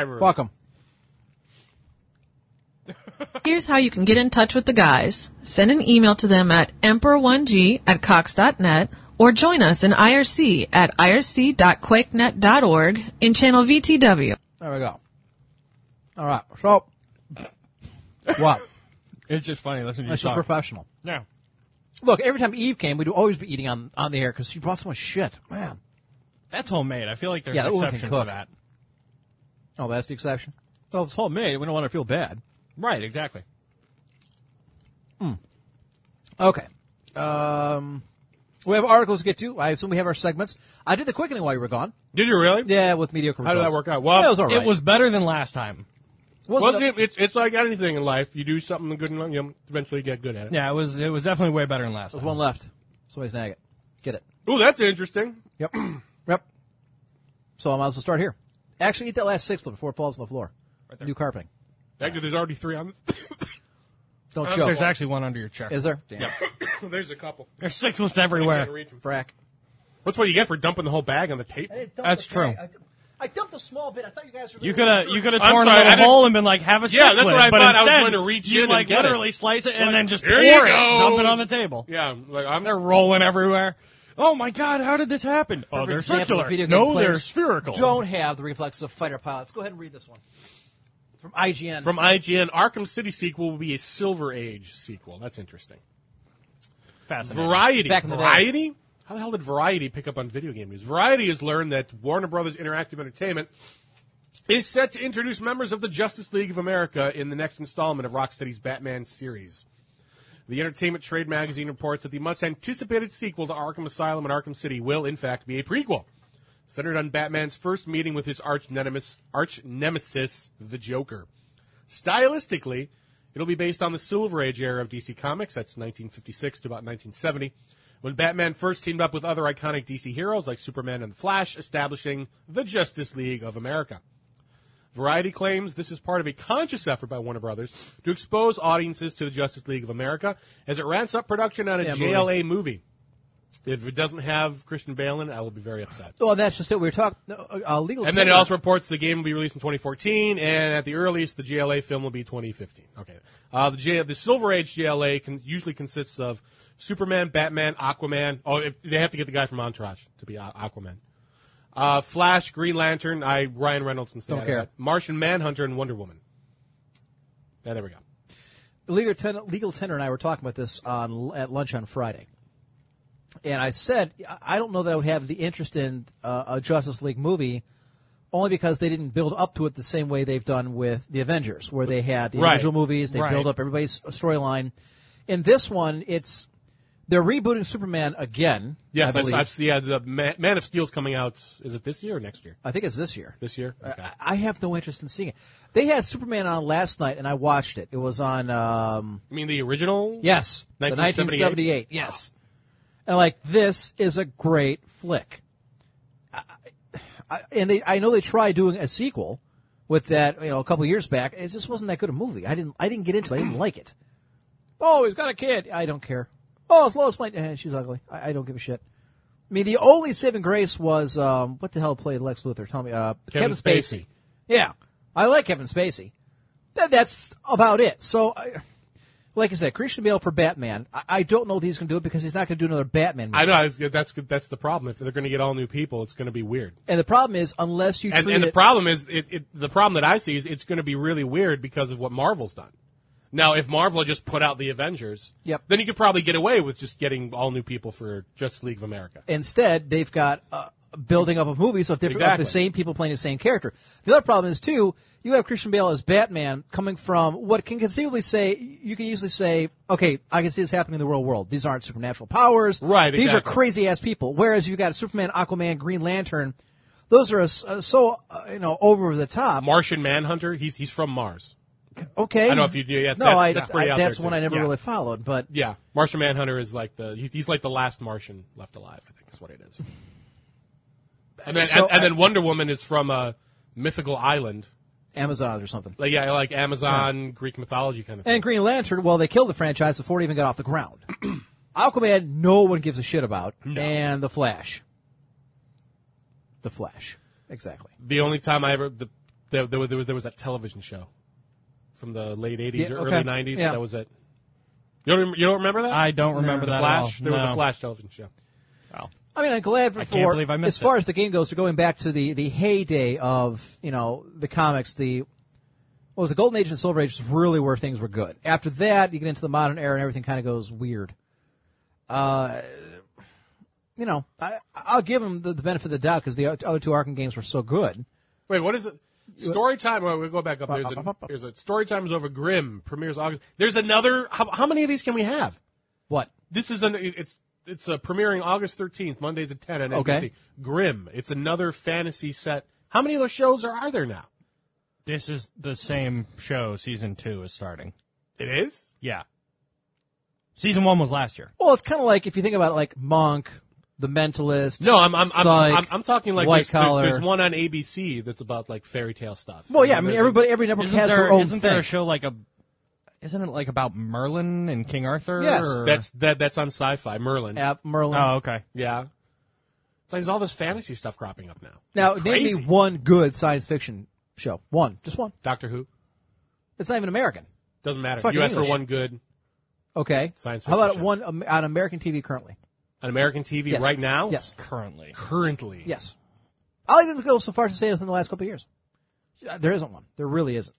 Speaker 4: know. Fuck them.
Speaker 3: Here's how you can get in touch with the guys. Send an email to them at emperor1g at cox.net or join us in IRC at irc.quakenet.org in channel VTW.
Speaker 4: There we go. All right. So, what?
Speaker 6: It's just funny listening to you
Speaker 4: That's just
Speaker 6: talk.
Speaker 4: professional.
Speaker 6: yeah.
Speaker 4: Look, every time Eve came, we'd always be eating on, on the air because she brought so much shit. Man.
Speaker 6: That's homemade. I feel like there's
Speaker 4: Yeah, that
Speaker 6: an
Speaker 4: woman can
Speaker 6: exception to
Speaker 4: cook.
Speaker 6: that.
Speaker 4: Oh, that's the exception. Well, if it's homemade, we don't want to feel bad.
Speaker 6: Right, exactly.
Speaker 4: Okay. Um, we have articles to get to. I assume we have our segments. I did the quickening while you were gone.
Speaker 5: Did you really?
Speaker 4: Yeah, with mediocre
Speaker 5: How did
Speaker 4: results.
Speaker 5: that work out? Well,
Speaker 4: Yeah, it was all right.
Speaker 6: It was better than last time.
Speaker 4: Wasn't
Speaker 5: Well,
Speaker 4: a-
Speaker 5: it's, it's, it's like anything in life. You do something good, and you know, eventually get good at it.
Speaker 6: Yeah, it was It was definitely way better than last
Speaker 4: There's
Speaker 6: time.
Speaker 4: one left. Somebody's nag it. Get it.
Speaker 5: Ooh, that's interesting.
Speaker 4: Yep. [clears throat] yep. So I might as well start here. Actually, eat that last sixth before it falls on the floor. New carpeting.
Speaker 5: Actually, there's already three on. [coughs]
Speaker 4: Don't
Speaker 6: Uh,
Speaker 4: choke.
Speaker 6: There's actually one under your chair.
Speaker 4: Is there? Damn.
Speaker 5: The, there's a couple.
Speaker 6: There's sixlets
Speaker 5: I
Speaker 6: everywhere.
Speaker 5: can't reach 'em.
Speaker 4: [laughs] Frack.
Speaker 5: That's what you get for dumping the whole bag on the tape.
Speaker 6: That's the true. bag. I
Speaker 4: I dumped a small bit. I thought you guys were.
Speaker 6: You could have you could have
Speaker 5: I'm
Speaker 6: torn
Speaker 5: sorry,
Speaker 6: a
Speaker 5: I
Speaker 6: little
Speaker 5: didn't-
Speaker 6: hole and been like have a
Speaker 5: Yeah,
Speaker 6: six
Speaker 5: that's
Speaker 6: lid,
Speaker 5: what I
Speaker 6: but
Speaker 5: thought. I was
Speaker 6: instead,
Speaker 5: going to reach
Speaker 6: you
Speaker 5: in
Speaker 6: like
Speaker 5: and get
Speaker 6: literally
Speaker 5: it.
Speaker 6: slice it and then just
Speaker 5: "Here
Speaker 6: pour
Speaker 5: you
Speaker 6: it,
Speaker 5: go."
Speaker 6: dump it on the table.
Speaker 5: Yeah, like I'm.
Speaker 6: They're rolling everywhere. Oh my god, how did this happen? Oh, they're circular. No, they're spherical.
Speaker 4: Don't have the reflexes of fighter pilots. Go ahead and read this one from IGN.
Speaker 5: From IGN, Arkham City sequel will be a Silver Age sequel. That's interesting.
Speaker 6: Fascinating.
Speaker 5: Variety.
Speaker 4: Back in the day.
Speaker 5: Variety? How the hell did Variety pick up on video game news? Variety has learned that Warner Brothers Interactive Entertainment is set to introduce members of the Justice League of America in the next installment of Rocksteady's Batman series. The Entertainment Trade magazine reports that the much anticipated sequel to Arkham Asylum and Arkham City will, in fact, be a prequel, centered on Batman's first meeting with his arch nemesis, arch nemesis the Joker. Stylistically, it'll be based on the Silver Age era of DC Comics, that's 1956 to about 1970, when Batman first teamed up with other iconic DC heroes like Superman and the Flash, establishing the Justice League of America. Variety claims this is part of a conscious effort by Warner Brothers to expose audiences to the Justice League of America as it ramps up production on a
Speaker 4: Yeah, movie.
Speaker 5: JLA movie. If it doesn't have Christian Bale in it, I will be very upset.
Speaker 4: Oh, that's just it. We were talking uh, uh, legal.
Speaker 5: And then it also reports the game will be released in 2014, and at the earliest, the JLA film will be 2015. Okay. Uh, the, J- the Silver Age JLA con- usually consists of Superman, Batman, Aquaman. Oh, if, they have to get the guy from Entourage to be uh, Aquaman. Uh, Flash, Green Lantern, I Ryan Reynolds can say
Speaker 4: Don't
Speaker 5: that.
Speaker 4: care.
Speaker 5: Martian Manhunter and Wonder Woman. Yeah, there we go.
Speaker 4: legal tender, legal tender and I were talking about this on at lunch on Friday, and I said I- I don't know that I would have the interest in uh, a Justice League movie, only because they didn't build up to it the same way they've done with the Avengers, where they had the
Speaker 5: Right.
Speaker 4: individual movies, they
Speaker 6: Right.
Speaker 4: build up everybody's storyline. In this one, it's They're rebooting Superman again.
Speaker 5: Yes,
Speaker 4: I
Speaker 5: I
Speaker 4: believe.
Speaker 5: I, have yeah, the Man, Man of Steel's coming out. Is it this year or next year?
Speaker 4: I think it's this year.
Speaker 5: This year.
Speaker 4: I-
Speaker 5: Okay.
Speaker 4: I have no interest in seeing it. They had Superman on last night, and I watched it. It was on, um,
Speaker 5: I mean, the original.
Speaker 4: yes, the
Speaker 5: 1978?
Speaker 4: 1978. Yes, and like this is a great flick. I, I, and they, I know they tried doing a sequel with that, you know, a couple years back. It just wasn't that good a movie. I didn't, I didn't get into it. I didn't like it. Oh, he's got a kid. I don't care. Oh, it's Lois Lane. Eh, she's ugly. I, I don't give a shit. I mean, the only saving grace was um, what the hell played Lex Luthor? Tell me, uh,
Speaker 5: Kevin
Speaker 4: Kevin, Spacey.
Speaker 5: Spacey.
Speaker 4: Yeah, I like Kevin Spacey. That, that's about it. So, I, like I said, Christian Bale for Batman. I, I don't know that he's going to do it because he's not going to do another Batman. Movie.
Speaker 5: I know. I was, that's that's the problem. If they're going to get all new people, it's going to be weird.
Speaker 4: And the problem is, unless you
Speaker 5: And,
Speaker 4: treat
Speaker 5: and the
Speaker 4: it-
Speaker 5: problem is, it, it, the problem that I see is it's going to be really weird because of what Marvel's done. Now, if Marvel had just put out the Avengers,
Speaker 4: Yep.
Speaker 5: then you could probably get away with just getting all new people for Justice League of America.
Speaker 4: Instead, they've got uh, a building up of movies of, different,
Speaker 5: Exactly.
Speaker 4: of the same people playing the same character. The other problem is too. You have Christian Bale as Batman coming from what can conceivably say you can usually say, okay, I can see this happening in the real world. These aren't supernatural powers.
Speaker 5: Right,
Speaker 4: These
Speaker 5: exactly.
Speaker 4: are crazy ass people. Whereas you got Superman, Aquaman, Green Lantern. Those are uh, so uh, you know over the top.
Speaker 5: Martian Manhunter, he's he's from Mars.
Speaker 4: okay,
Speaker 5: I don't know if you- yeah,
Speaker 4: no,
Speaker 5: that's-
Speaker 4: I,
Speaker 5: that's pretty
Speaker 4: I-
Speaker 5: out
Speaker 4: that's
Speaker 5: there,
Speaker 4: one
Speaker 5: too.
Speaker 4: I never
Speaker 5: Yeah.
Speaker 4: really followed, but
Speaker 5: Yeah, Martian Manhunter is like the he's, he's like the last Martian left alive. I think is what it is. And then
Speaker 4: So
Speaker 5: and, and then
Speaker 4: I-
Speaker 5: Wonder Woman is from a mythical island,
Speaker 4: Amazon or something.
Speaker 5: like yeah, like Amazon Greek mythology kind of thing.
Speaker 4: And Green Lantern, well, they killed the franchise before it even got off the [clears throat] ground. Aquaman, no one gives a shit about. And The Flash. The Flash. Exactly.
Speaker 5: the only time I ever the, there, there was there was there was that television show from the late '80s
Speaker 4: Yeah,
Speaker 5: or
Speaker 4: okay.
Speaker 5: early '90s.
Speaker 4: Yeah.
Speaker 5: That was it. You don't rem- you don't remember that?
Speaker 6: I don't remember
Speaker 5: the
Speaker 6: that.
Speaker 5: Flash.
Speaker 6: At all.
Speaker 5: There was
Speaker 6: No.
Speaker 5: a Flash television show.
Speaker 4: I mean, I'm glad for,
Speaker 6: I can't believe I missed
Speaker 4: as far
Speaker 6: it.
Speaker 4: as the game goes, so going back to the, the heyday of, you know, the comics, the, what was the Golden Age and Silver Age is really where things were good. After that, you get into the modern era and everything kind of goes weird. Uh, you know, I, I'll give them the, the benefit of the doubt because the other two Arkham games were so good.
Speaker 5: Wait, what is it? Story time. Well, we'll go back up. There's a, there's a story time is over. Grimm premieres August. There's another. How, how many of these can we have?
Speaker 4: What?
Speaker 5: This is an it's it's uh, premiering August 13th, Mondays at 10 on NBC.
Speaker 4: Okay.
Speaker 5: Grimm. It's another fantasy set. How many of those shows are, are there now?
Speaker 6: This is the same show. Season two is starting.
Speaker 5: It is.
Speaker 6: Yeah. Season one was last year.
Speaker 4: Well, it's kind of like if you think about it, like Monk, The Mentalist.
Speaker 5: No, I'm I'm I'm,
Speaker 4: Psych,
Speaker 5: I'm, I'm talking like
Speaker 4: white
Speaker 5: there's, there-
Speaker 4: collar.
Speaker 5: There's one on ABC that's about like fairy tale stuff.
Speaker 4: well, yeah, I
Speaker 5: And
Speaker 4: mean
Speaker 5: there's a-
Speaker 4: everybody, every network
Speaker 6: Isn't
Speaker 4: has
Speaker 6: there,
Speaker 4: their own
Speaker 6: not
Speaker 4: thing.
Speaker 6: there a show like a? Isn't it like about Merlin and King Arthur?
Speaker 4: Yes.
Speaker 6: or-
Speaker 5: That's that that's on Sci-Fi. Merlin.
Speaker 4: App, Merlin.
Speaker 6: Oh, okay.
Speaker 5: Yeah. It's like there's all this fantasy stuff cropping up now.
Speaker 4: now,
Speaker 5: It's
Speaker 4: name me
Speaker 5: crazy.
Speaker 4: one good science fiction show. One, just one.
Speaker 5: Doctor Who.
Speaker 4: It's not even American.
Speaker 5: Doesn't matter.
Speaker 4: Fucking
Speaker 5: you asked for
Speaker 4: English.
Speaker 5: one good
Speaker 4: Okay.
Speaker 5: Science
Speaker 4: How about
Speaker 5: fiction show.
Speaker 4: one um, on American TV currently?
Speaker 5: on American TV
Speaker 4: Yes.
Speaker 5: right now.
Speaker 4: Yes.
Speaker 6: Currently,
Speaker 5: Currently.
Speaker 4: Yes. I'll even go so far as to say within the last couple of years, Uh, there isn't one. There really isn't.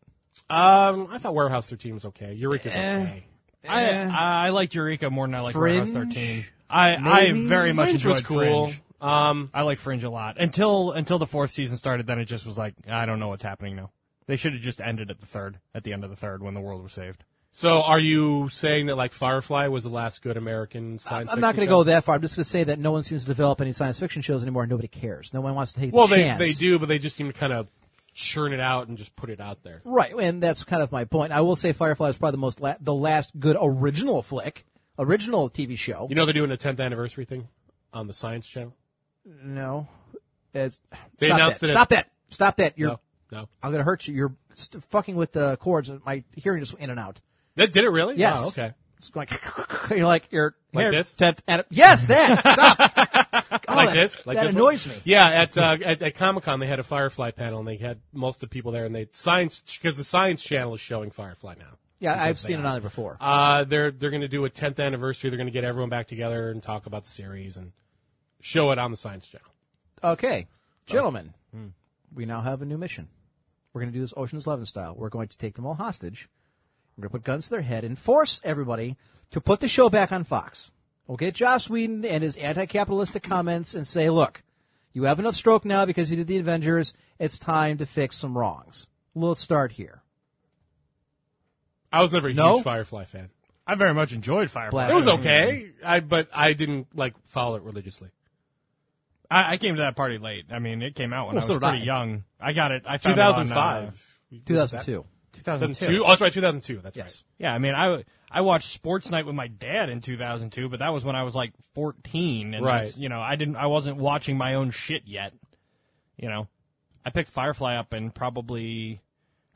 Speaker 5: Um, I thought Warehouse 13 was okay. Eureka's
Speaker 4: Eh.
Speaker 5: okay.
Speaker 6: I I liked Eureka more than I like Warehouse
Speaker 4: Fringe?
Speaker 6: Thirteen. I I very much
Speaker 5: Fringe
Speaker 6: enjoyed
Speaker 5: was cool.
Speaker 6: Fringe.
Speaker 5: Um,
Speaker 6: I like Fringe a lot until until the fourth season started. Then it just was like I don't know what's happening now. They should have just ended at the third, at the end of the third, when the world was saved.
Speaker 5: so are you saying that like Firefly was the last good American science?
Speaker 4: I'm not going
Speaker 5: fiction
Speaker 4: to go
Speaker 5: show?
Speaker 4: that far. I'm just going to say that no one seems to develop any science fiction shows anymore. and Nobody cares. No one wants to take
Speaker 5: Well,
Speaker 4: the
Speaker 5: they
Speaker 4: chance.
Speaker 5: they do, but they just seem to kind of churn it out and just put it out there.
Speaker 4: Right, and that's kind of my point. I will say Firefly is probably the most la- the last good original flick, original TV show.
Speaker 5: You know they're doing a 10th anniversary thing on the Science Channel.
Speaker 4: no, it's,
Speaker 5: They
Speaker 4: stop
Speaker 5: announced
Speaker 4: that.
Speaker 5: it at-
Speaker 4: Stop that! Stop that! You're
Speaker 5: No, no.
Speaker 4: I'm gonna hurt you. You're st- fucking with the cords. and My hearing just went in and out.
Speaker 5: That did it really?
Speaker 4: Yes.
Speaker 5: Wow, Oh, okay.
Speaker 4: It's going [laughs] you're like you're
Speaker 5: Like this?
Speaker 4: Tenth and yes, that stop.
Speaker 5: [laughs]
Speaker 4: God,
Speaker 5: like
Speaker 4: that-
Speaker 5: this? Like
Speaker 4: that
Speaker 5: this one?
Speaker 4: annoys me.
Speaker 5: Yeah, at uh, at, at Comic Con they had a Firefly panel and they had most of the people there and they science because the Science Channel is showing Firefly now.
Speaker 4: Yeah, I've seen it on it before.
Speaker 5: Uh, they're they're going to do a 10th anniversary. They're going to get everyone back together and talk about the series and show it on the Science Channel.
Speaker 4: Okay, gentlemen, we now have a new mission. We're going to do this Ocean's Eleven style. We're going to take them all hostage. We're going to put guns to their head and force everybody to put the show back on Fox. We'll get Joss Whedon and his anti-capitalistic comments and say, look, you have enough stroke now because you did the Avengers. It's time to fix some wrongs. We'll start here.
Speaker 5: I was never a
Speaker 4: No? Mm-hmm.
Speaker 5: huge Firefly fan.
Speaker 6: I very much enjoyed Firefly.
Speaker 4: Black-
Speaker 5: It was okay, I but I didn't like follow it religiously.
Speaker 6: I, I came to that party late. I mean, it came out when
Speaker 4: Well,
Speaker 6: I
Speaker 4: so
Speaker 6: was
Speaker 4: did
Speaker 6: pretty
Speaker 4: I.
Speaker 6: young. I got it. I
Speaker 5: Two
Speaker 6: found it on,
Speaker 5: thousand
Speaker 6: uh,
Speaker 5: five.
Speaker 4: 2002.
Speaker 6: 2002.
Speaker 5: 2002. Oh, that's right, 2002. That's
Speaker 4: Yes.
Speaker 6: Yeah, I mean, I I watched Sports Night with my dad in 2002, but that was when I was like 14, and
Speaker 5: Right.
Speaker 6: that's, you know, I didn't, I wasn't watching my own shit yet. You know, I picked Firefly up and probably,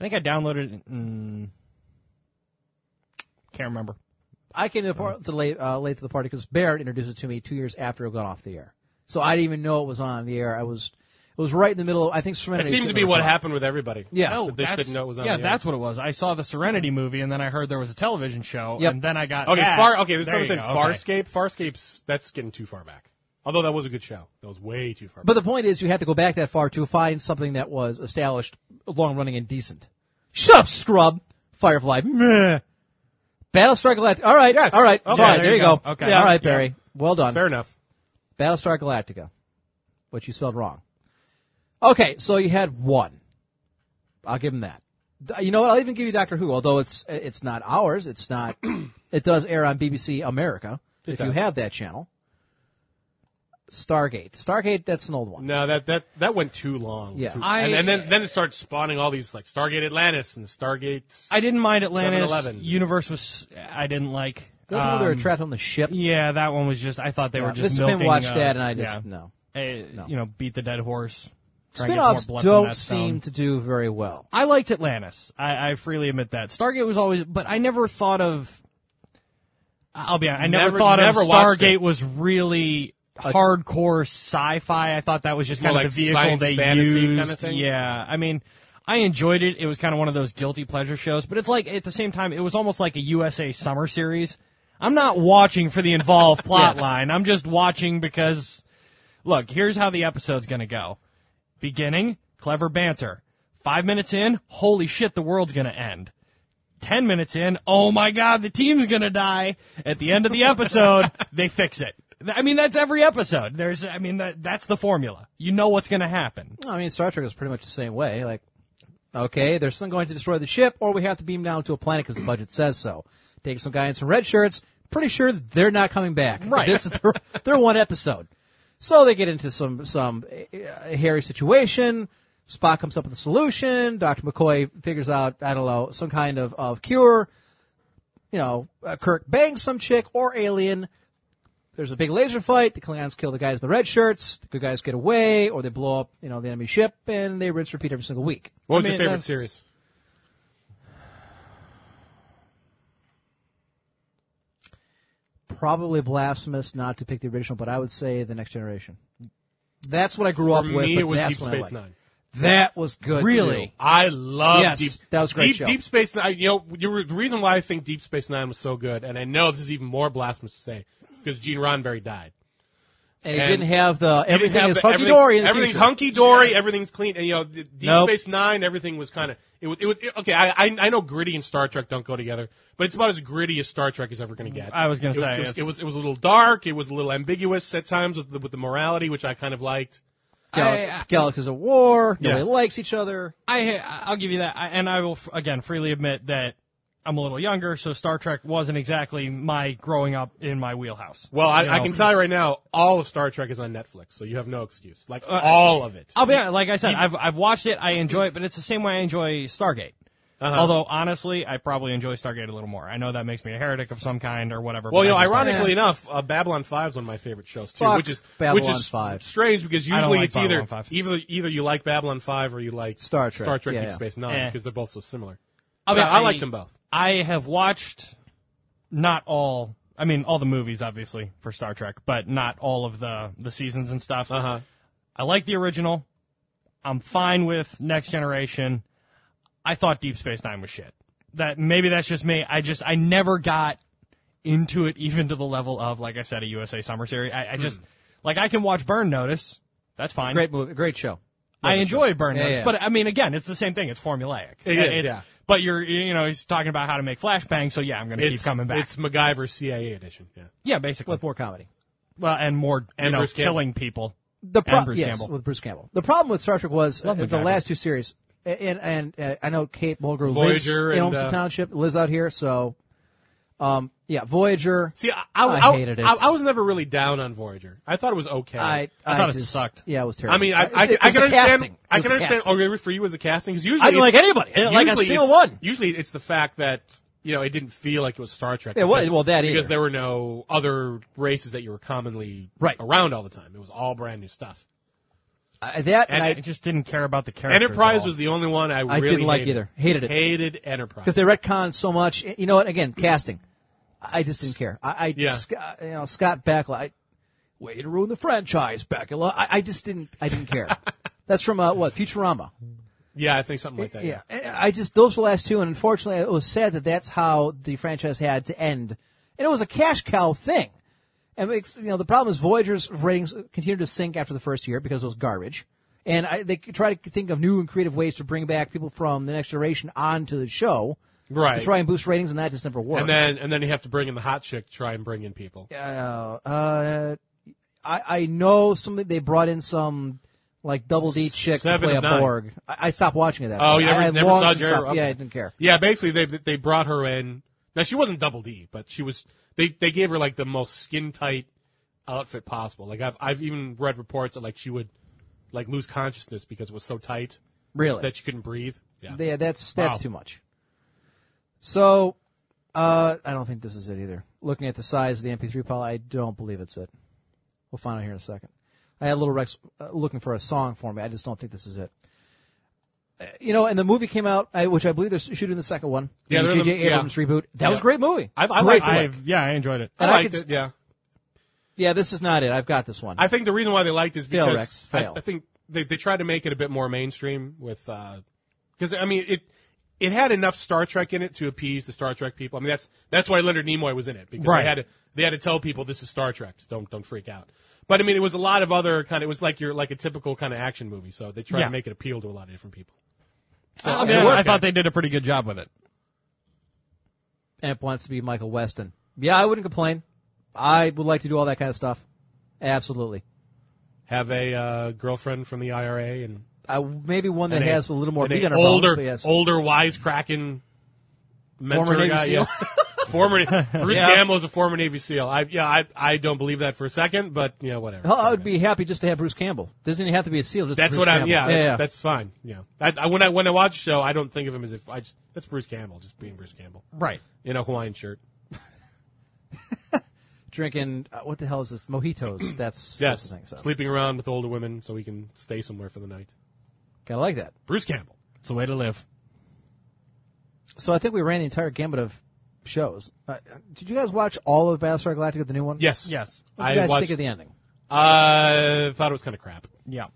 Speaker 6: I think I downloaded it. In, can't remember.
Speaker 4: I came to the par- to late uh, late to the party because Barrett introduced it to me two years after it got off the air. So I didn't even know it was on the air. I was it was right in the middle. Of, I think
Speaker 5: right.
Speaker 4: Serenity.
Speaker 5: It seemed to be what happened with everybody.
Speaker 4: Yeah.
Speaker 5: That they just didn't know it was on.
Speaker 6: Oh, yeah,
Speaker 5: the air.
Speaker 6: that's what it was. I saw the Serenity movie, and then I heard there was a television show,
Speaker 4: Yep.
Speaker 6: and then I got
Speaker 5: Okay,
Speaker 6: that.
Speaker 5: far. Okay, this is
Speaker 6: There
Speaker 5: what I'm saying.
Speaker 6: you go, okay.
Speaker 5: Farscape. Farscape's that's getting too far back. Although that was a good show. That was way too far.
Speaker 4: But
Speaker 5: back.
Speaker 4: the point is, you had to go back that far to find something that was established, long running, and decent. Shut up, scrub. Firefly. Meh. Battlestar Galactica. All right.
Speaker 5: Yes.
Speaker 4: All right.
Speaker 5: Okay,
Speaker 4: fine.
Speaker 5: there
Speaker 4: There,
Speaker 5: you
Speaker 4: you go.
Speaker 6: go. Okay.
Speaker 4: All right,
Speaker 6: Yeah.
Speaker 4: Barry. Well done.
Speaker 5: fair enough.
Speaker 4: Battlestar Galactica, which you spelled wrong. Okay, so you had one. I'll give him that. D- You know what? I'll even give you Doctor Who, although it's uh, it's not ours. It's
Speaker 6: [clears throat]
Speaker 4: not. it does air on BBC America if you
Speaker 5: does.
Speaker 4: have that channel. Stargate. Stargate. That's an old one.
Speaker 5: No, that that that went too long.
Speaker 4: Yeah.
Speaker 5: Too-
Speaker 6: I-
Speaker 5: and, and then then it starts spawning all these like Stargate Atlantis and Stargate.
Speaker 6: I didn't mind Atlantis.
Speaker 5: 7-Eleven.
Speaker 6: Universe was I didn't like.
Speaker 4: They um, they're
Speaker 6: Um,
Speaker 4: trapped on the ship.
Speaker 6: Yeah, that one was just. I thought they were just.
Speaker 4: Mr. Finn
Speaker 6: milking,
Speaker 4: watched
Speaker 6: uh,
Speaker 4: that, and I just
Speaker 6: yeah.
Speaker 4: no.
Speaker 6: Eh,
Speaker 4: No.
Speaker 6: you know, beat the dead horse. Try and get some more
Speaker 4: Spinoffs
Speaker 6: blood from
Speaker 4: don't
Speaker 6: that stone.
Speaker 4: seem to do very well.
Speaker 6: I liked Atlantis. I, I freely admit that. Stargate was always, but I never thought of. I'll be honest. I never,
Speaker 5: Never-
Speaker 6: thought
Speaker 5: never
Speaker 6: of
Speaker 5: watched
Speaker 6: Stargate
Speaker 5: it.
Speaker 6: was really hardcore sci-fi. I thought that was just
Speaker 5: More
Speaker 6: kind of
Speaker 5: like
Speaker 6: the vehicle
Speaker 5: science
Speaker 6: they
Speaker 5: fantasy
Speaker 6: used.
Speaker 5: kinda thing?
Speaker 6: Yeah, I mean, I enjoyed it. It was kind of one of those guilty pleasure shows, but it's like at the same time, it was almost like a USA summer series. I'm not watching for the involved plot line. I'm just watching because, look, here's how the episode's gonna go. Beginning, clever banter. Five minutes in, holy shit, the world's gonna end. Ten minutes in, oh my god, the team's gonna die. At the end of the episode, they fix it. Th- I mean, that's every episode. There's, I mean, that that's the formula. You know what's gonna happen.
Speaker 4: I mean, Star Trek is pretty much the same way. Like, okay, they're still going to destroy the ship, or we have to beam down to a planet because the budget says so. Take some guy in some red shirts. Pretty sure they're not coming back.
Speaker 6: Right.
Speaker 4: This is their, [laughs] their one episode. So they get into some some uh, hairy situation. Spock comes up with a solution. Doctor McCoy figures out I don't know some kind of of cure. You know, uh, Kirk bangs some chick or alien. There's a big laser fight. The Klingons kill the guys in the red shirts. The good guys get away, or they blow up, you know, the enemy ship, and they rinse repeat every single week.
Speaker 5: What was
Speaker 6: I mean,
Speaker 5: your favorite
Speaker 6: that's-
Speaker 5: series?
Speaker 4: Probably blasphemous not to pick the original, but I would say the Next Generation. That's what I grew
Speaker 5: For
Speaker 4: up with.
Speaker 5: me,
Speaker 4: but
Speaker 5: it was
Speaker 4: that's
Speaker 5: Deep
Speaker 4: what I liked.
Speaker 5: Space Nine.
Speaker 4: That was good.
Speaker 6: Really?
Speaker 4: too.
Speaker 5: I love
Speaker 4: Yes,
Speaker 5: Deep.
Speaker 4: that was a great
Speaker 5: Deep,
Speaker 4: show.
Speaker 5: Deep Space Nine. You know, you were, the reason why I think Deep Space Nine was so good, and I know this is even more blasphemous to say, because Gene Roddenberry died.
Speaker 4: And it
Speaker 5: And
Speaker 4: didn't have the
Speaker 5: You didn't
Speaker 4: everything
Speaker 5: have
Speaker 4: is
Speaker 5: the-
Speaker 4: hunky dory.
Speaker 5: everything- Everything's hunky dory. Everything's clean. And, you know, the- Deep
Speaker 4: Nope.
Speaker 5: Space Nine. Everything was kind of it was. It was it- okay. I, I I know gritty and Star Trek don't go together, but it's about as gritty as Star Trek is ever going to get.
Speaker 6: I was gonna
Speaker 5: It
Speaker 6: say,
Speaker 5: it was,
Speaker 6: it's-
Speaker 5: it was it was a little dark. It was a little ambiguous at times with the, with the morality, which I kind of liked.
Speaker 4: Gal- Galaxies of War. Nobody
Speaker 5: Yes.
Speaker 4: likes each other.
Speaker 6: I I'll give you that, I, and I will f- again freely admit that I'm a little younger, so Star Trek wasn't exactly my growing up in my wheelhouse.
Speaker 5: Well, I,
Speaker 6: You
Speaker 5: I
Speaker 6: know?
Speaker 5: can tell you right now, all of Star Trek is on Netflix, so you have no excuse. Like all of it.
Speaker 6: Uh, I'll be honest, like I said, I've I've watched it, I enjoy it, but it's the same way I enjoy Stargate.
Speaker 5: Uh-huh.
Speaker 6: Although honestly, I probably enjoy Stargate a little more. I know that makes me a heretic of some kind or whatever.
Speaker 5: Well,
Speaker 6: but
Speaker 5: you know,
Speaker 6: I just-
Speaker 5: ironically enough, uh, Babylon Five is one of my favorite shows too,
Speaker 4: Fuck
Speaker 5: which is which
Speaker 4: Babylon
Speaker 5: is
Speaker 4: 5.
Speaker 5: strange because
Speaker 6: I don't
Speaker 5: usually
Speaker 6: like
Speaker 5: it's either
Speaker 6: Babylon 5.
Speaker 5: either either you like Babylon Five or you like
Speaker 4: Star Trek.
Speaker 5: Star Trek
Speaker 4: Yeah,
Speaker 5: Deep
Speaker 4: yeah.
Speaker 5: Space Nine
Speaker 6: Eh.
Speaker 5: because they're both so similar.
Speaker 6: I, mean,
Speaker 5: Yeah, I like them both.
Speaker 6: I have watched not all. I mean, all the movies, obviously, for Star Trek, but not all of the the seasons and stuff.
Speaker 5: Uh huh.
Speaker 6: I like the original. I'm fine with Next Generation. I thought Deep Space Nine was shit. That maybe that's just me. I just I never got into it even to the level of like I said a USA Summer Series. I, I just
Speaker 5: Hmm.
Speaker 6: like I can watch Burn Notice. That's fine.
Speaker 4: Great movie. Great show.
Speaker 6: I enjoy Burn
Speaker 4: Yeah,
Speaker 6: Notice,
Speaker 4: yeah.
Speaker 6: but I mean again, it's the same thing. It's formulaic.
Speaker 5: It is,
Speaker 6: It's-
Speaker 5: yeah.
Speaker 6: But you're you know he's talking about how to make flashbangs. So yeah, I'm gonna keep coming back.
Speaker 5: It's MacGyver CIA edition. Yeah.
Speaker 6: yeah, basically.
Speaker 4: With more comedy.
Speaker 6: Well, and more you
Speaker 5: And
Speaker 6: know
Speaker 5: Bruce Campbell.
Speaker 6: killing people.
Speaker 4: the pro-
Speaker 6: and Bruce
Speaker 4: yes,
Speaker 6: Campbell.
Speaker 4: with Bruce Campbell. The problem with Star Trek was uh,
Speaker 6: Love
Speaker 4: the,
Speaker 6: MacGyver.
Speaker 4: last two series, and and uh, I know Kate Mulgrew
Speaker 5: Voyager
Speaker 4: lives in
Speaker 5: and,
Speaker 4: Olmsted
Speaker 5: uh,
Speaker 4: Township, lives out here, so Um, yeah, Voyager.
Speaker 5: See, I,
Speaker 4: I
Speaker 5: I,
Speaker 4: hated it.
Speaker 5: I, I was never really down on Voyager. I thought it was okay.
Speaker 4: I,
Speaker 6: I thought it
Speaker 4: just,
Speaker 6: sucked.
Speaker 4: Yeah, it was terrible.
Speaker 5: I mean, I, I,
Speaker 4: it- it
Speaker 5: I
Speaker 4: was
Speaker 5: can
Speaker 4: the
Speaker 5: understand.
Speaker 4: casting. It
Speaker 5: I
Speaker 4: was
Speaker 5: can
Speaker 4: the
Speaker 5: understand.
Speaker 4: casting.
Speaker 5: Oh, really, for you was the casting because usually
Speaker 4: I didn't
Speaker 5: it's-
Speaker 4: like anybody. I didn't like a
Speaker 5: usually
Speaker 4: single
Speaker 5: it's-
Speaker 4: one.
Speaker 5: Usually, it's the fact that you know it didn't feel like it was Star Trek.
Speaker 4: Yeah, well-
Speaker 5: because-
Speaker 4: well, that
Speaker 5: because
Speaker 4: either.
Speaker 5: there were no other races that you were commonly
Speaker 4: Right.
Speaker 5: around all the time. It was all brand new stuff.
Speaker 4: I- Uh, that and
Speaker 5: and
Speaker 6: I
Speaker 5: I-
Speaker 6: just didn't care about the characters. at
Speaker 5: Enterprise
Speaker 6: all.
Speaker 5: was the only one I,
Speaker 4: I
Speaker 5: really
Speaker 4: didn't like
Speaker 5: hated.
Speaker 4: either. Hated it.
Speaker 5: Hated Enterprise
Speaker 4: because they retconned so much. You know what? Again, casting. I just didn't care. I, I
Speaker 5: Yeah.
Speaker 4: Sc- uh, you know, Scott Bakula. I, way to ruin the franchise, Bakula. I, I just didn't. I didn't
Speaker 5: [laughs]
Speaker 4: care. That's from uh, what Futurama.
Speaker 5: yeah, I think something like that.
Speaker 4: Yeah, And I just those were the last two, and unfortunately, it was sad that that's how the franchise had to end, and it was a cash cow thing. And it's, you know, the problem is Voyager's ratings continued to sink after the first year because it was garbage, and I, they could try to think of new and creative ways to bring back people from the Next Generation onto the show,
Speaker 5: Right.
Speaker 4: To try and boost ratings, and that just never worked.
Speaker 5: And then and then you have to bring in the hot chick to try and bring in people.
Speaker 4: uh, uh, I I know something they brought in some. Like double D chick to
Speaker 5: Seven
Speaker 4: play
Speaker 5: of
Speaker 4: a
Speaker 5: nine.
Speaker 4: Borg. I, I stopped watching it that.
Speaker 5: Oh,
Speaker 4: way.
Speaker 5: you never,
Speaker 4: I, I
Speaker 5: never
Speaker 4: long
Speaker 5: saw
Speaker 4: since
Speaker 5: Jerry?
Speaker 4: stopped-
Speaker 5: Okay.
Speaker 4: Yeah, I didn't care.
Speaker 5: Yeah, basically they they brought her in. Now she wasn't double D, but she was. They they gave her like the most skin tight outfit possible. Like I've I've even read reports that like she would like lose consciousness because it was so tight
Speaker 4: Really?
Speaker 5: that she couldn't breathe. Yeah.
Speaker 4: Yeah, that's that's
Speaker 6: Wow.
Speaker 4: too much. So, uh, I don't think this is it either. Looking at the size of the MP3 pile, I don't believe it's it. We'll find out here in a second. I had Little Rex uh, looking for a song for me. I just don't think this is it. Uh, You know, and the movie came out, I, which I believe they're shooting the second one.
Speaker 5: Yeah,
Speaker 4: the
Speaker 5: they're in
Speaker 4: J.J.
Speaker 5: the- yeah.
Speaker 4: Abrams reboot. That was
Speaker 5: Yeah.
Speaker 4: a great movie.
Speaker 5: I, I
Speaker 4: Great
Speaker 5: like I,
Speaker 4: flick.
Speaker 6: yeah, I enjoyed it.
Speaker 4: I
Speaker 5: I
Speaker 4: like
Speaker 5: liked
Speaker 4: it.
Speaker 5: it. Yeah.
Speaker 4: Yeah, this is not it. I've got this one.
Speaker 5: I think the reason why they liked it is
Speaker 4: Fail,
Speaker 5: because
Speaker 4: Rex, fail.
Speaker 5: I, I think they they tried to make it a bit more mainstream with because I mean it it had enough Star Trek in it to appease the Star Trek people. I mean that's that's why Leonard Nimoy was in it because
Speaker 6: Right.
Speaker 5: they had to they had to tell people this is Star Trek. Don't don't freak out. But I mean it was a lot of other kind of it was like your like a typical kind of action movie. So they tried
Speaker 6: Yeah.
Speaker 5: to make it appeal to a lot of different people. So,
Speaker 6: I,
Speaker 5: it
Speaker 6: mean, I- I
Speaker 5: worked.
Speaker 6: thought they did a pretty good job with it.
Speaker 4: and it wants to be Michael Weston. Yeah, I wouldn't complain. I would like to do all that kind of stuff. Absolutely.
Speaker 5: have a uh, girlfriend from the IRA and
Speaker 4: I, Uh, maybe one that
Speaker 5: and
Speaker 4: has a little more
Speaker 5: and
Speaker 4: meat
Speaker 5: a
Speaker 4: on her
Speaker 5: older,
Speaker 4: bones. but yes.
Speaker 5: older wisecracking mentor
Speaker 4: Former Navy
Speaker 5: guy.
Speaker 4: SEAL.
Speaker 5: Yeah. [laughs] former Bruce Campbell is a former Navy SEAL. I yeah, I I don't believe that for a second, but you know whatever.
Speaker 4: Oh, I would be happy just to have Bruce Campbell. Doesn't even have to be a seal. Just
Speaker 5: that's
Speaker 4: Bruce
Speaker 5: what I'm.
Speaker 4: Campbell.
Speaker 5: Yeah, that's, that's fine. Yeah, I, I, when I when I watch the show, I don't think of him as if I just that's Bruce Campbell, just being Bruce Campbell
Speaker 6: Right.
Speaker 5: in a Hawaiian shirt.
Speaker 4: Drinking uh, what the hell is this?
Speaker 5: [clears throat]
Speaker 4: Mojitos. That's that's
Speaker 5: Yes,
Speaker 4: the thing. So.
Speaker 5: sleeping around with older women so we can stay somewhere for the night.
Speaker 4: Kind of like that.
Speaker 5: Bruce Campbell.
Speaker 6: It's the way to live.
Speaker 4: So I think we ran the entire gambit of shows. Uh, did you guys watch all of Battlestar Galactica, the new one?
Speaker 5: Yes,
Speaker 6: Yes.
Speaker 4: What did you
Speaker 5: I
Speaker 4: guys
Speaker 5: watched.
Speaker 4: think of the ending?
Speaker 5: uh, thought it was kind of crap.
Speaker 6: Yeah.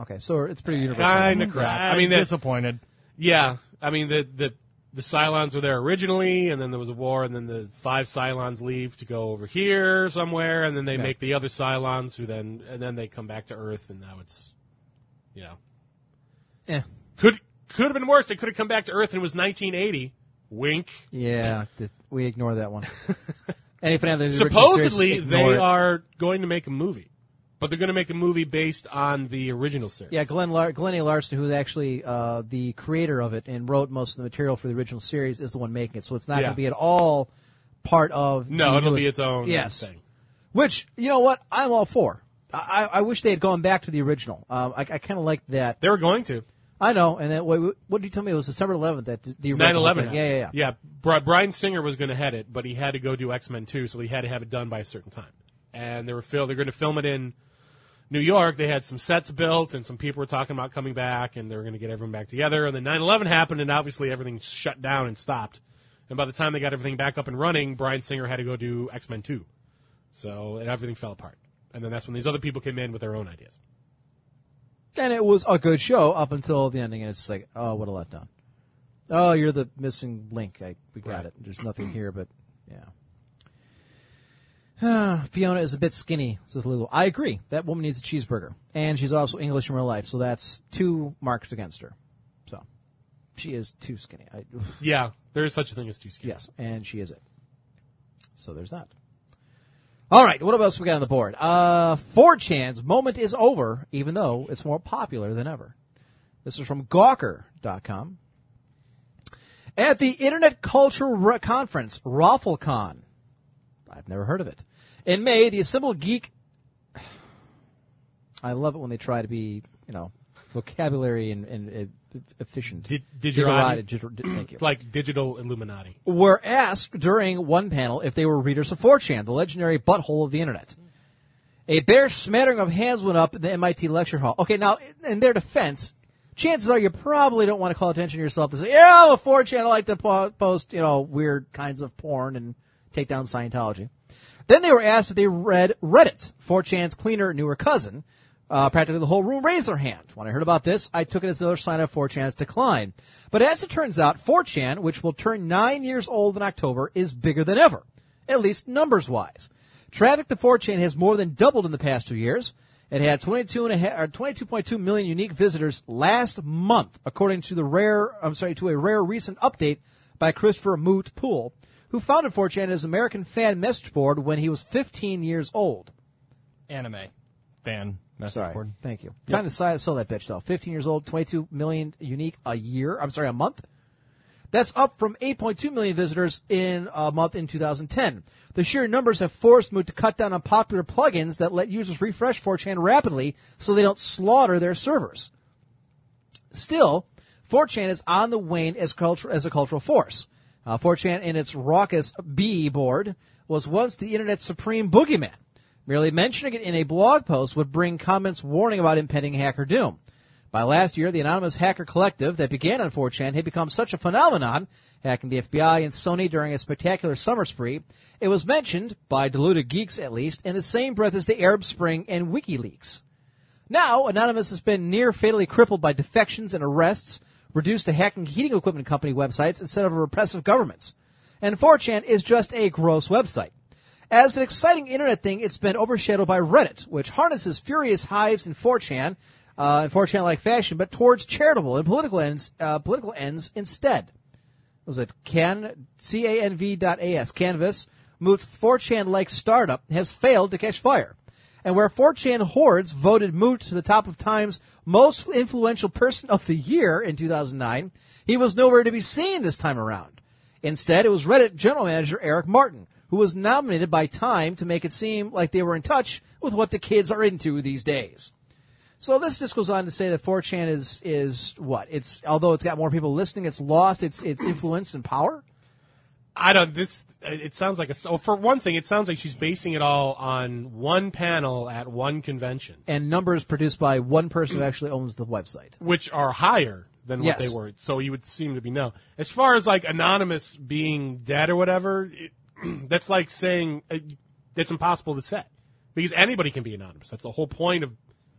Speaker 4: Okay, so it's pretty universal.
Speaker 5: Kind of crap. I mean, that,
Speaker 6: disappointed.
Speaker 5: Yeah, I mean the the the Cylons were there originally, and then there was a war, and then the five Cylons leave to go over here somewhere, and then they make the other Cylons, who then and then they come back to Earth, and now it's, you know,
Speaker 4: Eh.
Speaker 5: could could have been worse. They could have come back to Earth, and it was 1980. Wink.
Speaker 4: Yeah, th- we ignore that
Speaker 5: [laughs]
Speaker 4: one. Any fan of the original
Speaker 5: Supposedly
Speaker 4: series,
Speaker 5: they
Speaker 4: ignore it.
Speaker 5: are going to make a movie, but they're going to make a movie based on the original series.
Speaker 4: Yeah, Glenn, Lar- Glenn A. Larson, who's actually uh, the creator of it and wrote most of the material for the original series, is the one making it. So it's not
Speaker 5: Yeah.
Speaker 4: going to be at all part of.
Speaker 5: no,
Speaker 4: the
Speaker 5: it'll be
Speaker 4: newest-
Speaker 5: its own
Speaker 4: Yes,
Speaker 5: thing.
Speaker 4: which you know what I'm all for. I, I I wish they had gone back to the original. Um, I, I kind of like that.
Speaker 5: They were going to.
Speaker 4: I know, and that. What, what did you tell me? It was December 11th that the original
Speaker 5: 9 11.
Speaker 4: thing- Yeah, yeah, yeah.
Speaker 5: Yeah, Bri- Brian Singer was going to head it, but he had to go do X Men 2, so he had to have it done by a certain time. And they were fil- they're going to film it in New York. They had some sets built, and some people were talking about coming back, and they were going to get everyone back together. And then 9 11 happened, and obviously everything shut down and stopped. And by the time they got everything back up and running, Brian Singer had to go do X Men 2. So and everything fell apart. And then that's when these other people came in with their own ideas.
Speaker 4: And it was a good show up until the ending, and it's just like, oh, what a letdown. Oh, you're the missing link. I we got
Speaker 5: Right.
Speaker 4: it. There's nothing here, but yeah. [sighs] Fiona is a bit skinny, says Lulu. I agree. That woman needs a cheeseburger, and she's also English in real life, so that's two marks against her. So she is too skinny. I,
Speaker 5: Yeah, there is such a thing as two skins.
Speaker 4: yes, and she is it. So there's that. All right, what else we got on the board? Uh, 4chan's moment is over, even though it's more popular than ever. This is from Gawker.com. At the Internet Culture Re- Conference, RaffleCon. I've never heard of it. In May, the Assemble Geek. [sighs] I love it when they try to be, you know, vocabulary and, and, uh, efficient.
Speaker 5: Did- did your
Speaker 4: Diggerati-
Speaker 5: audience-
Speaker 4: digger- di- thank you.
Speaker 5: like digital Illuminati.
Speaker 4: were asked during one panel if they were readers of 4chan, the legendary butthole of the internet. A bare smattering of hands went up in the MIT lecture hall. Okay, now in their defense, chances are you probably don't want to call attention to yourself to say, "Yeah, I'm a 4chan. I like to po- post, you know, weird kinds of porn and take down Scientology." Then they were asked if they read Reddit, 4chan's cleaner, newer cousin. Uh, practically the whole room raised their hand. When I heard about this, I took it as another sign of 4chan's decline. But as it turns out, 4chan, which will turn nine years old in October, is bigger than ever, at least numbers wise. Traffic to 4chan has more than doubled in the past two years. It had 22 and a half, or 22.2 million unique visitors last month, according to the rare, I'm sorry, to a rare recent update by Christopher Moot Poole, who founded 4chan as an American fan message board when he was 15 years old.
Speaker 6: Anime. Fan. Message
Speaker 4: Sorry.
Speaker 6: board.
Speaker 4: Thank you. Time to si- sell that bitch though. 15 years old, 22 million unique a year. I'm sorry, a month. That's up from 8.2 million visitors in a month in 2010. The sheer numbers have forced Moot to cut down on popular plugins that let users refresh 4chan rapidly so they don't slaughter their servers. Still, 4chan is on the wane as, culture, as a cultural force. Uh, 4chan in its raucous B board was once the internet's supreme boogeyman. Merely mentioning it in a blog post would bring comments warning about impending hacker doom. By last year, the anonymous hacker collective that began on 4chan had become such a phenomenon, hacking the FBI and Sony during a spectacular summer spree, it was mentioned, by deluded geeks at least, in the same breath as the Arab Spring and WikiLeaks. Now, Anonymous has been near fatally crippled by defections and arrests, reduced to hacking heating equipment company websites instead of repressive governments. And 4chan is just a gross website. As an exciting internet thing, it's been overshadowed by Reddit, which harnesses furious hives in 4chan, uh, in 4chan-like fashion, but towards charitable and political ends, uh, political ends instead was it Can C A N V dot A S Canvas Moot's 4chan like startup has failed to catch fire. And where 4chan hordes voted Moot to the top of Time's most influential person of the year in 2009, he was nowhere to be seen this time around. Instead, it was Reddit general manager Eric Martin, who was nominated by Time to make it seem like they were in touch with what the kids are into these days. So this just goes on to say that 4chan is is what it's although it's got more people listening, it's lost its its influence and power.
Speaker 5: I don't. This it sounds like a. So for one thing, it sounds like she's basing it all on one panel at one convention,
Speaker 4: And numbers produced by one person who actually owns the website.
Speaker 5: which are higher than
Speaker 4: Yes.
Speaker 5: what they were. So you would seem to be no. As far as like anonymous being dead or whatever, it, [clears throat] that's like saying uh, that's impossible to say because anybody can be anonymous. That's the whole point of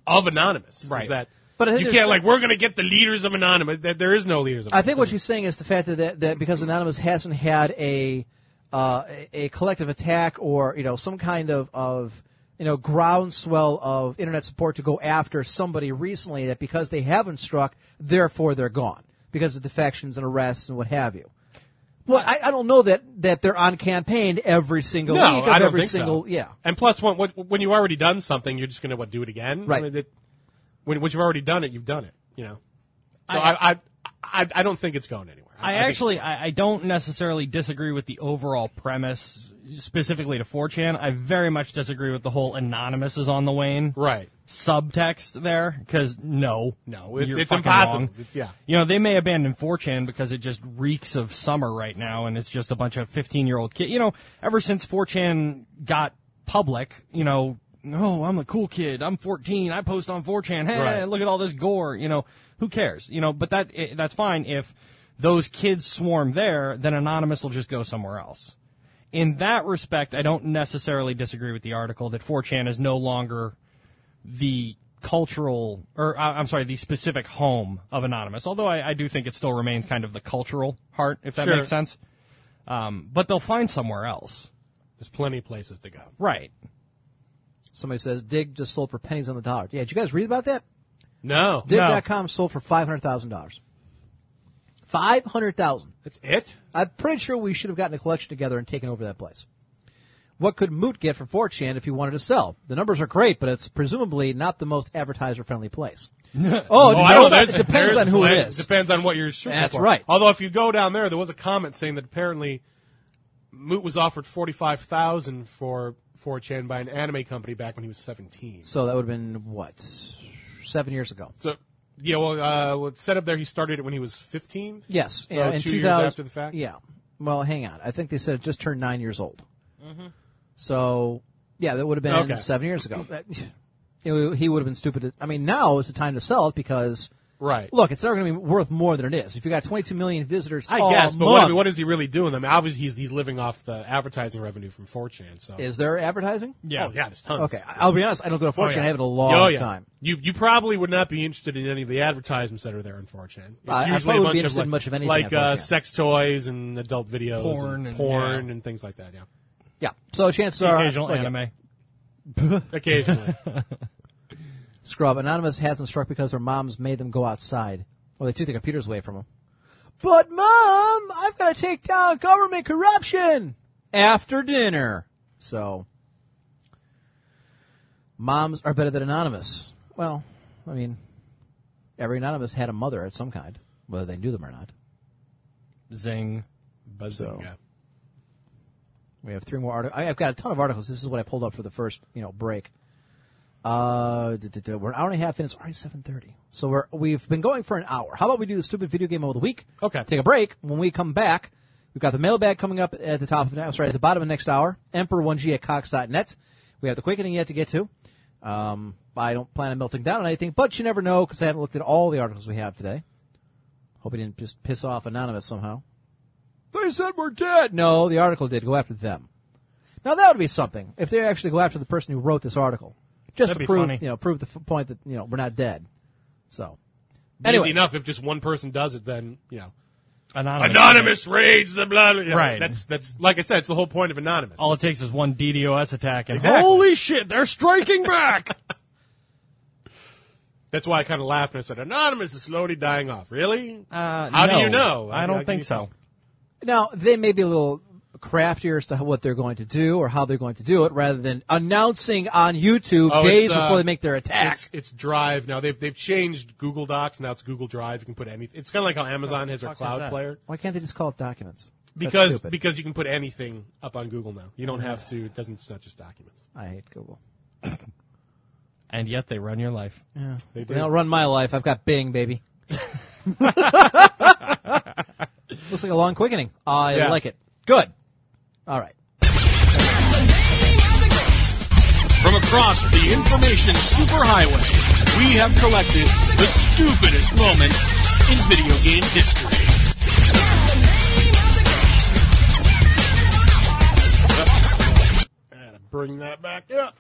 Speaker 5: of anonymous. Is
Speaker 6: Right.
Speaker 5: that
Speaker 4: But I think
Speaker 5: you
Speaker 4: there's
Speaker 5: can't
Speaker 4: some-
Speaker 5: like we're going to get the leaders of anonymous. That there is no leaders. of
Speaker 4: I think what she's saying is the fact that that, that because Anonymous hasn't had a uh, a- a collective attack or you know some kind of of you know groundswell of internet support to go after somebody recently that because they haven't struck, therefore they're gone because of defections and arrests and what have you. Well, I, I don't know that, that they're on campaign every single
Speaker 5: No,
Speaker 4: week. of
Speaker 5: I don't
Speaker 4: every
Speaker 5: think
Speaker 4: single
Speaker 5: so.
Speaker 4: yeah.
Speaker 5: And plus, when, when, when you've already done something, you're just going to what do it again,
Speaker 4: Right.
Speaker 5: I mean, that- when once you've already done it, you've done it. You know. So I, I, I, I don't think it's going anywhere.
Speaker 6: I,
Speaker 5: think-
Speaker 6: actually, I, I don't necessarily disagree with the overall premise, specifically to 4chan. I very much disagree with the whole anonymous is on the wane
Speaker 5: right.
Speaker 6: subtext there, because no,
Speaker 5: No, it's-
Speaker 6: you're
Speaker 5: it's
Speaker 6: fucking
Speaker 5: impossible.
Speaker 6: wrong.
Speaker 5: It's- yeah.
Speaker 6: you know they may abandon 4chan because it just reeks of summer right now, and it's just a bunch of 15 year old kids. You know, ever since 4chan got public, you know. No, I'm a cool kid. I'm 14. I post on 4chan. Hey,
Speaker 5: Right.
Speaker 6: look at all this gore. You know, who cares? You know, but that i that's fine if those kids swarm there, then anonymous will just go somewhere else. In that respect, I don't necessarily disagree with the article that 4chan is no longer the cultural, or uh, I'm sorry, the specific home of Anonymous. Although I, I do think it still remains kind of the cultural heart, if that
Speaker 5: Sure.
Speaker 6: makes sense. Um, but they'll find somewhere else,
Speaker 5: There's plenty of places to go.
Speaker 6: right?
Speaker 5: Uh,
Speaker 4: Somebody says Dig just sold for pennies on the dollar. Yeah, did you guys read about that?
Speaker 5: No,
Speaker 4: Dig.com sold for five hundred thousand dollars. Five hundred thousand.
Speaker 5: that's it.
Speaker 4: I'm pretty sure we should have gotten a collection together and taken over that place. What could Moot get
Speaker 5: [laughs]
Speaker 4: for 4chan if he wanted to sell? The numbers are great, but it's presumably not the most advertiser friendly place. Oh, it
Speaker 5: I don't
Speaker 4: depends, on,
Speaker 5: know. There's-
Speaker 4: it depends
Speaker 5: there's
Speaker 4: on who
Speaker 5: plenty-
Speaker 4: it is.
Speaker 5: Depends on what you're shooting
Speaker 4: That's
Speaker 5: for.
Speaker 4: right.
Speaker 5: Although if you go down there, there was a comment saying that apparently Moot was offered forty five thousand for 4chan by an anime company back when he was seventeen.
Speaker 4: So that would have been what seven years ago.
Speaker 5: So yeah, well, uh, well, it's set up there. He started it when he was fifteen.
Speaker 4: Yes,
Speaker 5: So
Speaker 4: yeah, in
Speaker 5: two
Speaker 4: 2000,
Speaker 5: years after the fact.
Speaker 4: Yeah. Well, hang on. I think they said it just turned nine years old. So yeah, that would have been
Speaker 5: Mm-hmm. Okay.
Speaker 4: seven years ago. [laughs] That- He would he would have been stupid. to- I mean, now is the time to sell it because
Speaker 5: Right.
Speaker 4: look, it's never going to be worth more than it is. If you got 22 million visitors,
Speaker 5: I
Speaker 4: all
Speaker 5: guess, but
Speaker 4: month,
Speaker 5: what, I mean, what is he really doing? I mean, obviously he's he's living off the advertising revenue from 4chan. So
Speaker 4: is there advertising?
Speaker 5: yeah, oh, yeah, there's tons.
Speaker 4: Okay, I- I'll be honest. I don't go to Fortune.
Speaker 5: yeah.
Speaker 4: I have it a long
Speaker 5: oh, yeah.
Speaker 4: time.
Speaker 5: You you probably would not be interested in any of the advertisements that are there on 4chan. It's
Speaker 4: I- I
Speaker 5: usually
Speaker 4: probably
Speaker 5: a
Speaker 4: wouldn't
Speaker 5: bunch
Speaker 4: be
Speaker 5: of
Speaker 4: interested
Speaker 5: like,
Speaker 4: in much of anything
Speaker 5: like
Speaker 4: on
Speaker 5: uh,
Speaker 4: 4chan.
Speaker 5: sex toys and adult videos,
Speaker 6: Porn and-
Speaker 5: porn,
Speaker 6: yeah.
Speaker 5: and things like that. Yeah,
Speaker 4: Yeah. So chances are,
Speaker 6: Occasional
Speaker 4: look,
Speaker 6: anime.
Speaker 4: [laughs]
Speaker 5: occasionally.
Speaker 4: Scrub Anonymous has them struck because their moms made them go outside. Well, they took the computers away from them. But mom, I've got to take down government corruption after dinner. So, moms are better than anonymous. Well, I mean, every anonymous had a mother at some kind, whether they knew them or not.
Speaker 6: Zing.
Speaker 5: Buzz
Speaker 4: So-
Speaker 5: yeah.
Speaker 4: We have three more articles. I've got a ton of articles. This is what I pulled up for the first, you know, break. Uh, duh, duh, duh. we're an hour and a half in. It's already seven thirty. So we're we've been going for an hour. How about we do the stupid video game of the week?
Speaker 5: Okay.
Speaker 4: Take a break. When we come back, we've got the mailbag coming up at the top of I'm sorry, at the bottom of next hour. Emperor1g at cox.net. We have the quickening yet to get to. Um, I don't plan on melting down on anything, but you never know because I haven't looked at all the articles we have today. Hope it didn't just piss off anonymous somehow. They said we're dead. No, the article did go after them. Now that would be something if they actually go after the person who wrote this article, just
Speaker 6: That'd
Speaker 4: to
Speaker 6: be
Speaker 4: prove
Speaker 6: funny.
Speaker 4: you know prove the f- point that you know we're not dead. So,
Speaker 5: Easy
Speaker 4: anyways,
Speaker 5: enough if just one person does it, then you know.
Speaker 6: Anonymous.
Speaker 5: Anonymous raids the blah, blah, blah.
Speaker 6: Right.
Speaker 5: That's that's like I said. It's the whole point of anonymous.
Speaker 6: All it takes is one DDoS attack, and
Speaker 5: Exactly.
Speaker 6: holy shit, they're striking back.
Speaker 5: That's why I kind of laughed and I said, "Anonymous is slowly dying off." Really? [laughs]
Speaker 6: Uh,
Speaker 5: How do
Speaker 6: no.
Speaker 5: you know?
Speaker 6: I
Speaker 5: How
Speaker 6: don't
Speaker 5: can
Speaker 6: think
Speaker 5: you
Speaker 6: so.
Speaker 4: now they may be a little craftier as to what they're going to do or how they're going to do it, rather than announcing on YouTube
Speaker 5: Oh,
Speaker 4: days
Speaker 5: it's, uh,
Speaker 4: before they make their attack.
Speaker 5: It's, it's Drive now. They've they've changed Google Docs. Now it's Google Drive. You can put anything. It's kind of like how Amazon has their
Speaker 6: fuck is
Speaker 5: cloud
Speaker 6: that?
Speaker 5: player
Speaker 4: Why can't they just call it documents? That's
Speaker 5: because
Speaker 4: stupid.
Speaker 5: because you can put anything up on Google now. You don't have to. It doesn't. It's not just documents.
Speaker 4: I hate Google.
Speaker 6: And yet they run your life.
Speaker 5: They do.
Speaker 4: They don't run my life. I've got Bing,
Speaker 5: [laughs]
Speaker 4: baby. Looks like a long quickening. I
Speaker 5: Yeah.
Speaker 4: like it. Good. All right.
Speaker 8: From across the information superhighway, we have collected the stupidest moments in video game history.
Speaker 5: Gotta bring that back up.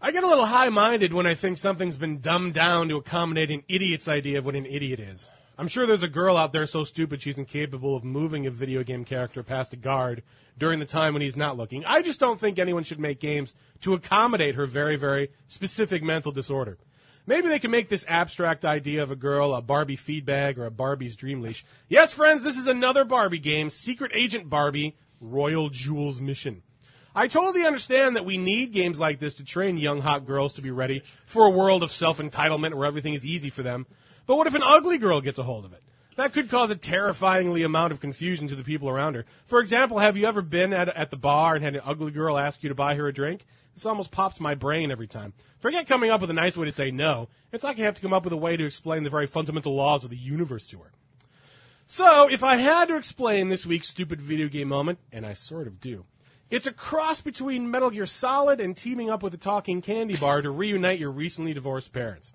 Speaker 5: I get a little high minded when I think something's been dumbed down to accommodate an idiot's idea of what an idiot is. I'm sure there's a girl out there so stupid she's incapable of moving a video game character past a guard during the time when he's not looking. I just don't think anyone should make games to accommodate her very, very specific mental disorder. Maybe they can make this abstract idea of a girl a Barbie feed bag or a Barbie's dream leash. Yes, friends, this is another Barbie game, Secret Agent Barbie Royal Jewels Mission. I totally understand that we need games like this to train young hot girls to be ready for a world of self entitlement where everything is easy for them. But what if an ugly girl gets a hold of it? That could cause a terrifyingly amount of confusion to the people around her. For example, have you ever been at, at the bar and had an ugly girl ask you to buy her a drink? This almost pops my brain every time. Forget coming up with a nice way to say no. It's like I have to come up with a way to explain the very fundamental laws of the universe to her. So, if I had to explain this week's stupid video game moment, and I sort of do, it's a cross between Metal Gear Solid and teaming up with a talking candy bar to reunite your recently divorced parents.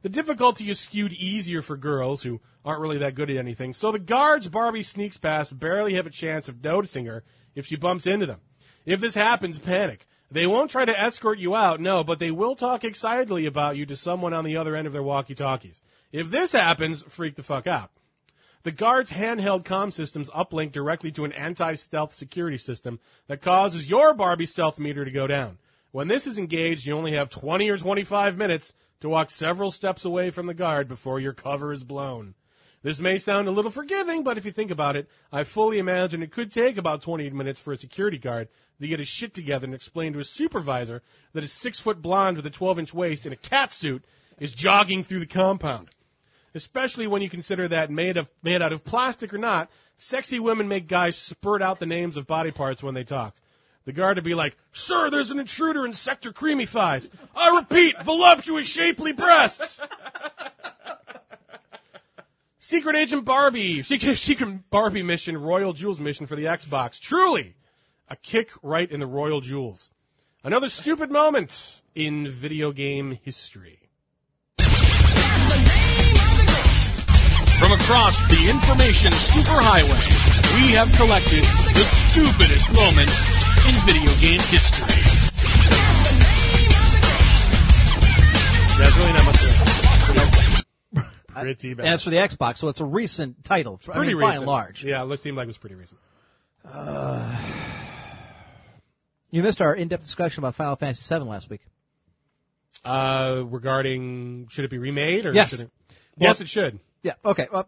Speaker 5: The difficulty is skewed easier for girls who aren't really that good at anything, so the guards Barbie sneaks past barely have a chance of noticing her if she bumps into them. If this happens, panic. They won't try to escort you out, no, but they will talk excitedly about you to someone on the other end of their walkie talkies. If this happens, freak the fuck out. The guard's handheld comm systems uplink directly to an anti-stealth security system that causes your Barbie stealth meter to go down. When this is engaged, you only have 20 or 25 minutes to walk several steps away from the guard before your cover is blown. This may sound a little forgiving, but if you think about it, I fully imagine it could take about 20 minutes for a security guard to get his shit together and explain to his supervisor that a six foot blonde with a 12 inch waist and a cat suit is jogging through the compound. Especially when you consider that made of made out of plastic or not, sexy women make guys spurt out the names of body parts when they talk. The guard would be like, "Sir, there's an intruder in sector creamy thighs. I repeat, voluptuous, shapely breasts." [laughs] Secret Agent Barbie, Secret, Secret Barbie mission, Royal Jewels mission for the Xbox. Truly, a kick right in the Royal Jewels. Another stupid moment in video game history.
Speaker 8: From across the information superhighway, we have collected the stupidest moments in video game history.
Speaker 5: That's really not much. to-
Speaker 4: [laughs]
Speaker 5: Pretty bad.
Speaker 4: And it's for the Xbox, so it's a recent title. I
Speaker 5: pretty
Speaker 4: mean,
Speaker 5: recent.
Speaker 4: by and large.
Speaker 5: Yeah, it seemed like it was pretty recent.
Speaker 4: You missed our in-depth discussion about Final Fantasy VII last week.
Speaker 5: Uh, regarding should it be remade or
Speaker 4: Yes.
Speaker 5: should it,
Speaker 4: Well-
Speaker 5: yes, it should.
Speaker 4: Yeah. Okay. Well,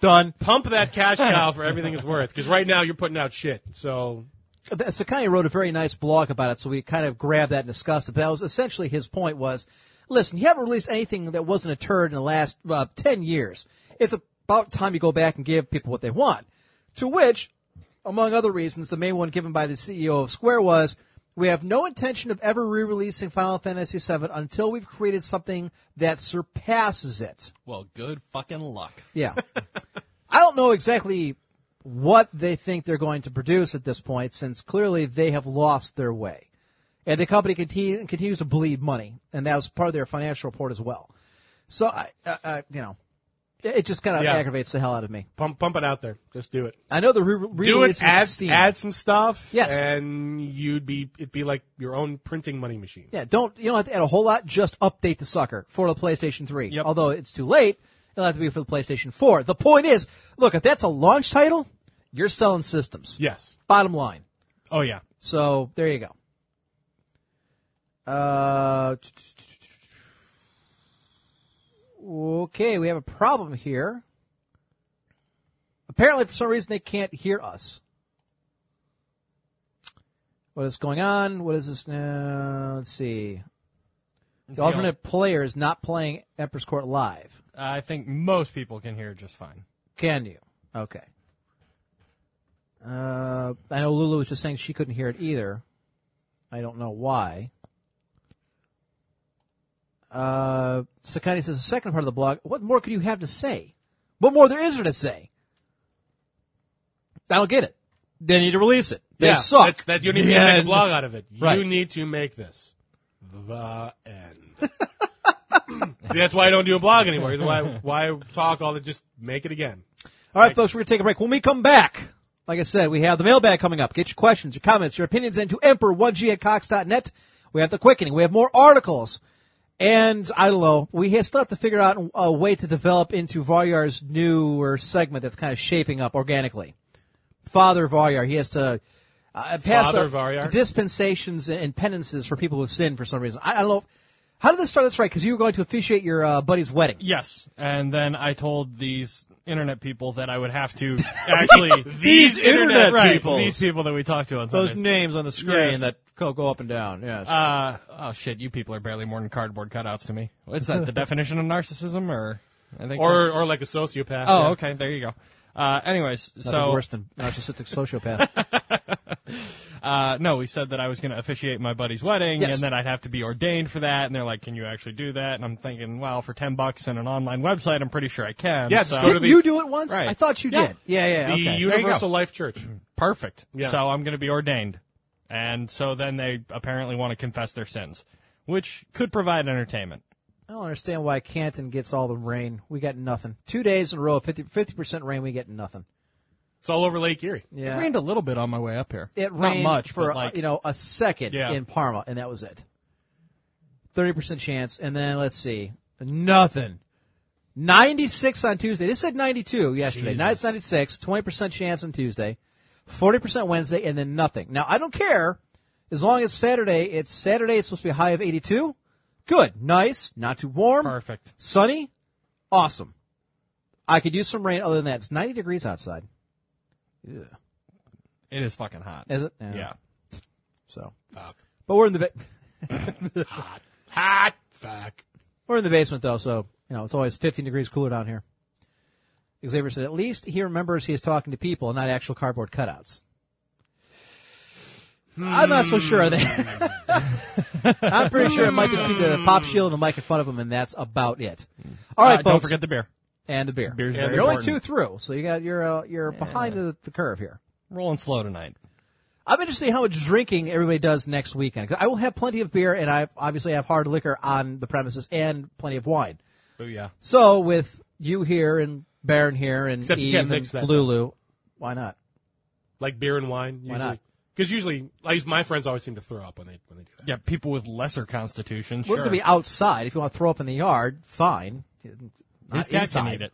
Speaker 4: done.
Speaker 5: Pump that
Speaker 4: [laughs]
Speaker 5: cash cow for everything it's worth because right now you're putting out shit. So
Speaker 4: The- Sakai wrote a very nice blog about it, so we kind of grabbed that and discussed it. But that was essentially his point was, listen, you haven't released anything that wasn't a turd in the last uh, 10 years. It's about time you go back and give people what they want. To which, among other reasons, the main one given by the CEO of Square was, we have no intention of ever re-releasing Final Fantasy VII until we've created something that surpasses it.
Speaker 9: Well, good fucking luck.
Speaker 4: Yeah. I don't know exactly what they think they're going to produce at this point, since clearly they have lost their way. And the company continue, continues to bleed money, and that was part of their financial report as well. So, I, I, I you know, it it just kind of
Speaker 5: Yeah.
Speaker 4: aggravates the hell out of me.
Speaker 5: pump pump it out there. Just do it.
Speaker 4: I know the re- re-
Speaker 5: do it.
Speaker 4: releasing of
Speaker 5: Add
Speaker 4: Steam.
Speaker 5: add some stuff.
Speaker 4: Yes.
Speaker 5: and you'd be it'd be like your own printing money machine.
Speaker 4: Yeah, don't you don't have to add a whole lot. Just update the sucker for the PlayStation Three.
Speaker 6: Yep.
Speaker 4: Although it's too late, it'll have to be for the PlayStation Four. The point is, look, if that's a launch title, you're selling systems.
Speaker 5: Yes.
Speaker 4: Bottom line.
Speaker 6: Oh yeah.
Speaker 4: So there you go. Uh, okay, we have a problem here. Apparently, for some reason, they can't hear us. What is going on? What is this now? Let's see. The alternate player is not playing Empress Court live.
Speaker 6: I think most people can hear just fine.
Speaker 4: Can you? Okay. Uh, I know Lulu was just saying she couldn't hear it either. I don't know why. Uh, Sakani says the second part of the blog. What more could you have to say? What more there is there to say? I don't get it. They need to release it. They
Speaker 5: yeah,
Speaker 4: suck.
Speaker 5: That's, that you need
Speaker 4: The
Speaker 5: to make a
Speaker 4: end.
Speaker 5: blog out of it. You
Speaker 4: Right.
Speaker 5: need to make this the end. [laughs] See, that's why I don't do a blog anymore. That's why why talk all the just make it again.
Speaker 4: All right, folks, we're going to take a break. When we come back, like I said, we have the mailbag coming up. Get your questions, your comments, your opinions into emperor1g at cox.net. We have the quickening. We have more articles. And I don't know, we have- still have to figure out a way to develop into Varyar's newer segment that's kind of shaping up organically. Father Varyar, he has to uh, pass
Speaker 5: Father
Speaker 4: up
Speaker 5: Varyar?
Speaker 4: dispensations and penances for people who have sinned for some reason. I, I don't know. How did this start? That's right, because you were going to officiate your uh, buddy's wedding.
Speaker 6: Yes. And then I told these internet people that I would have to actually
Speaker 5: These internet
Speaker 6: right,
Speaker 5: peoples.
Speaker 6: These people that we talked to on
Speaker 4: Those
Speaker 6: Sundays.
Speaker 4: names on the screen
Speaker 6: Yes.
Speaker 4: that go, go up and down. Yes.
Speaker 6: Uh, oh shit! You people are barely more than cardboard cutouts to me. What's that? the definition of narcissism, or I think. so.
Speaker 5: Or or like a sociopath.
Speaker 6: oh,
Speaker 5: yeah.
Speaker 6: okay. There you go. Uh, anyways,
Speaker 4: Nothing
Speaker 6: so
Speaker 4: worse than narcissistic sociopath.
Speaker 6: uh, no, we said that I was going to officiate my buddy's wedding,
Speaker 4: Yes.
Speaker 6: and then I'd have to be ordained for that. And they're like, "Can you actually do that?" And I'm thinking, well, for ten bucks and an online website, I'm pretty sure I can.
Speaker 5: Yeah,
Speaker 6: so
Speaker 5: just [laughs] go to
Speaker 4: Didn't
Speaker 5: the-
Speaker 4: you do it once?
Speaker 6: Right.
Speaker 4: I thought you Mm.
Speaker 6: Yeah.
Speaker 4: did. Yeah, yeah.
Speaker 5: The
Speaker 4: Okay.
Speaker 6: you
Speaker 5: Universal
Speaker 6: go.
Speaker 5: Life Church.
Speaker 6: perfect.
Speaker 5: Yeah.
Speaker 6: So I'm going to be ordained, and so then they apparently want to confess their sins, which could provide entertainment.
Speaker 4: I don't understand why Canton gets all the rain. We got nothing. Two days in a row, 50 percent rain. We get nothing.
Speaker 5: It's all over Lake Erie.
Speaker 4: Yeah,
Speaker 6: It rained a little bit on my way up here.
Speaker 4: It
Speaker 6: Not
Speaker 4: rained
Speaker 6: much,
Speaker 4: for
Speaker 6: but like
Speaker 4: uh, you know a second
Speaker 6: Yeah.
Speaker 4: in Parma, and that was it. Thirty percent chance, and then let's see, nothing. Ninety six on Tuesday. This said ninety two yesterday. Now it's ninety six. Twenty percent chance on Tuesday, forty percent Wednesday, and then nothing. Now I don't care as long as Saturday. It's Saturday. It's supposed to be a high of eighty two. Good, nice, not too warm,
Speaker 6: perfect.
Speaker 4: sunny, awesome. I could use some rain. Other than that, it's ninety degrees outside.
Speaker 6: It is fucking hot.
Speaker 4: Is it?
Speaker 6: yeah.
Speaker 4: So, but we're in the. ba-
Speaker 5: Hot fuck.
Speaker 4: We're We're in the basement though, so you know it's always 15 degrees cooler down here. Xavier said, "At least he remembers he is talking to people, and not actual cardboard cutouts." I'm not so sure of that.
Speaker 6: Hmm.
Speaker 4: [laughs] I'm pretty sure it might just be the pop shield and the mic in front of him, and that's about it. All right,
Speaker 6: Uh,
Speaker 4: folks,
Speaker 6: don't forget the beer.
Speaker 4: and the beer.
Speaker 6: Beer's
Speaker 5: And
Speaker 6: very
Speaker 5: the
Speaker 4: You're only
Speaker 5: important.
Speaker 4: two through, so you got you're uh, you're behind the, the curve here.
Speaker 6: rolling slow tonight.
Speaker 4: I'm interested to see how much drinking everybody does next weekend. 'cause I will have plenty of beer, and I obviously have hard liquor on the premises, and plenty of wine.
Speaker 6: Oh yeah.
Speaker 4: So with you here and Baron here and
Speaker 5: Except you
Speaker 4: Eve
Speaker 5: can't mix
Speaker 4: and
Speaker 5: that.
Speaker 4: Lulu, why not?
Speaker 5: like beer and wine. Usually.
Speaker 4: not?
Speaker 5: Because usually, at least my friends always seem to throw up when they when they do that.
Speaker 6: Yeah, people with lesser constitutions.
Speaker 4: Well, it's gonna be outside. If you want to throw up in the yard, fine. Not
Speaker 6: His cat
Speaker 4: inside.
Speaker 6: can eat it.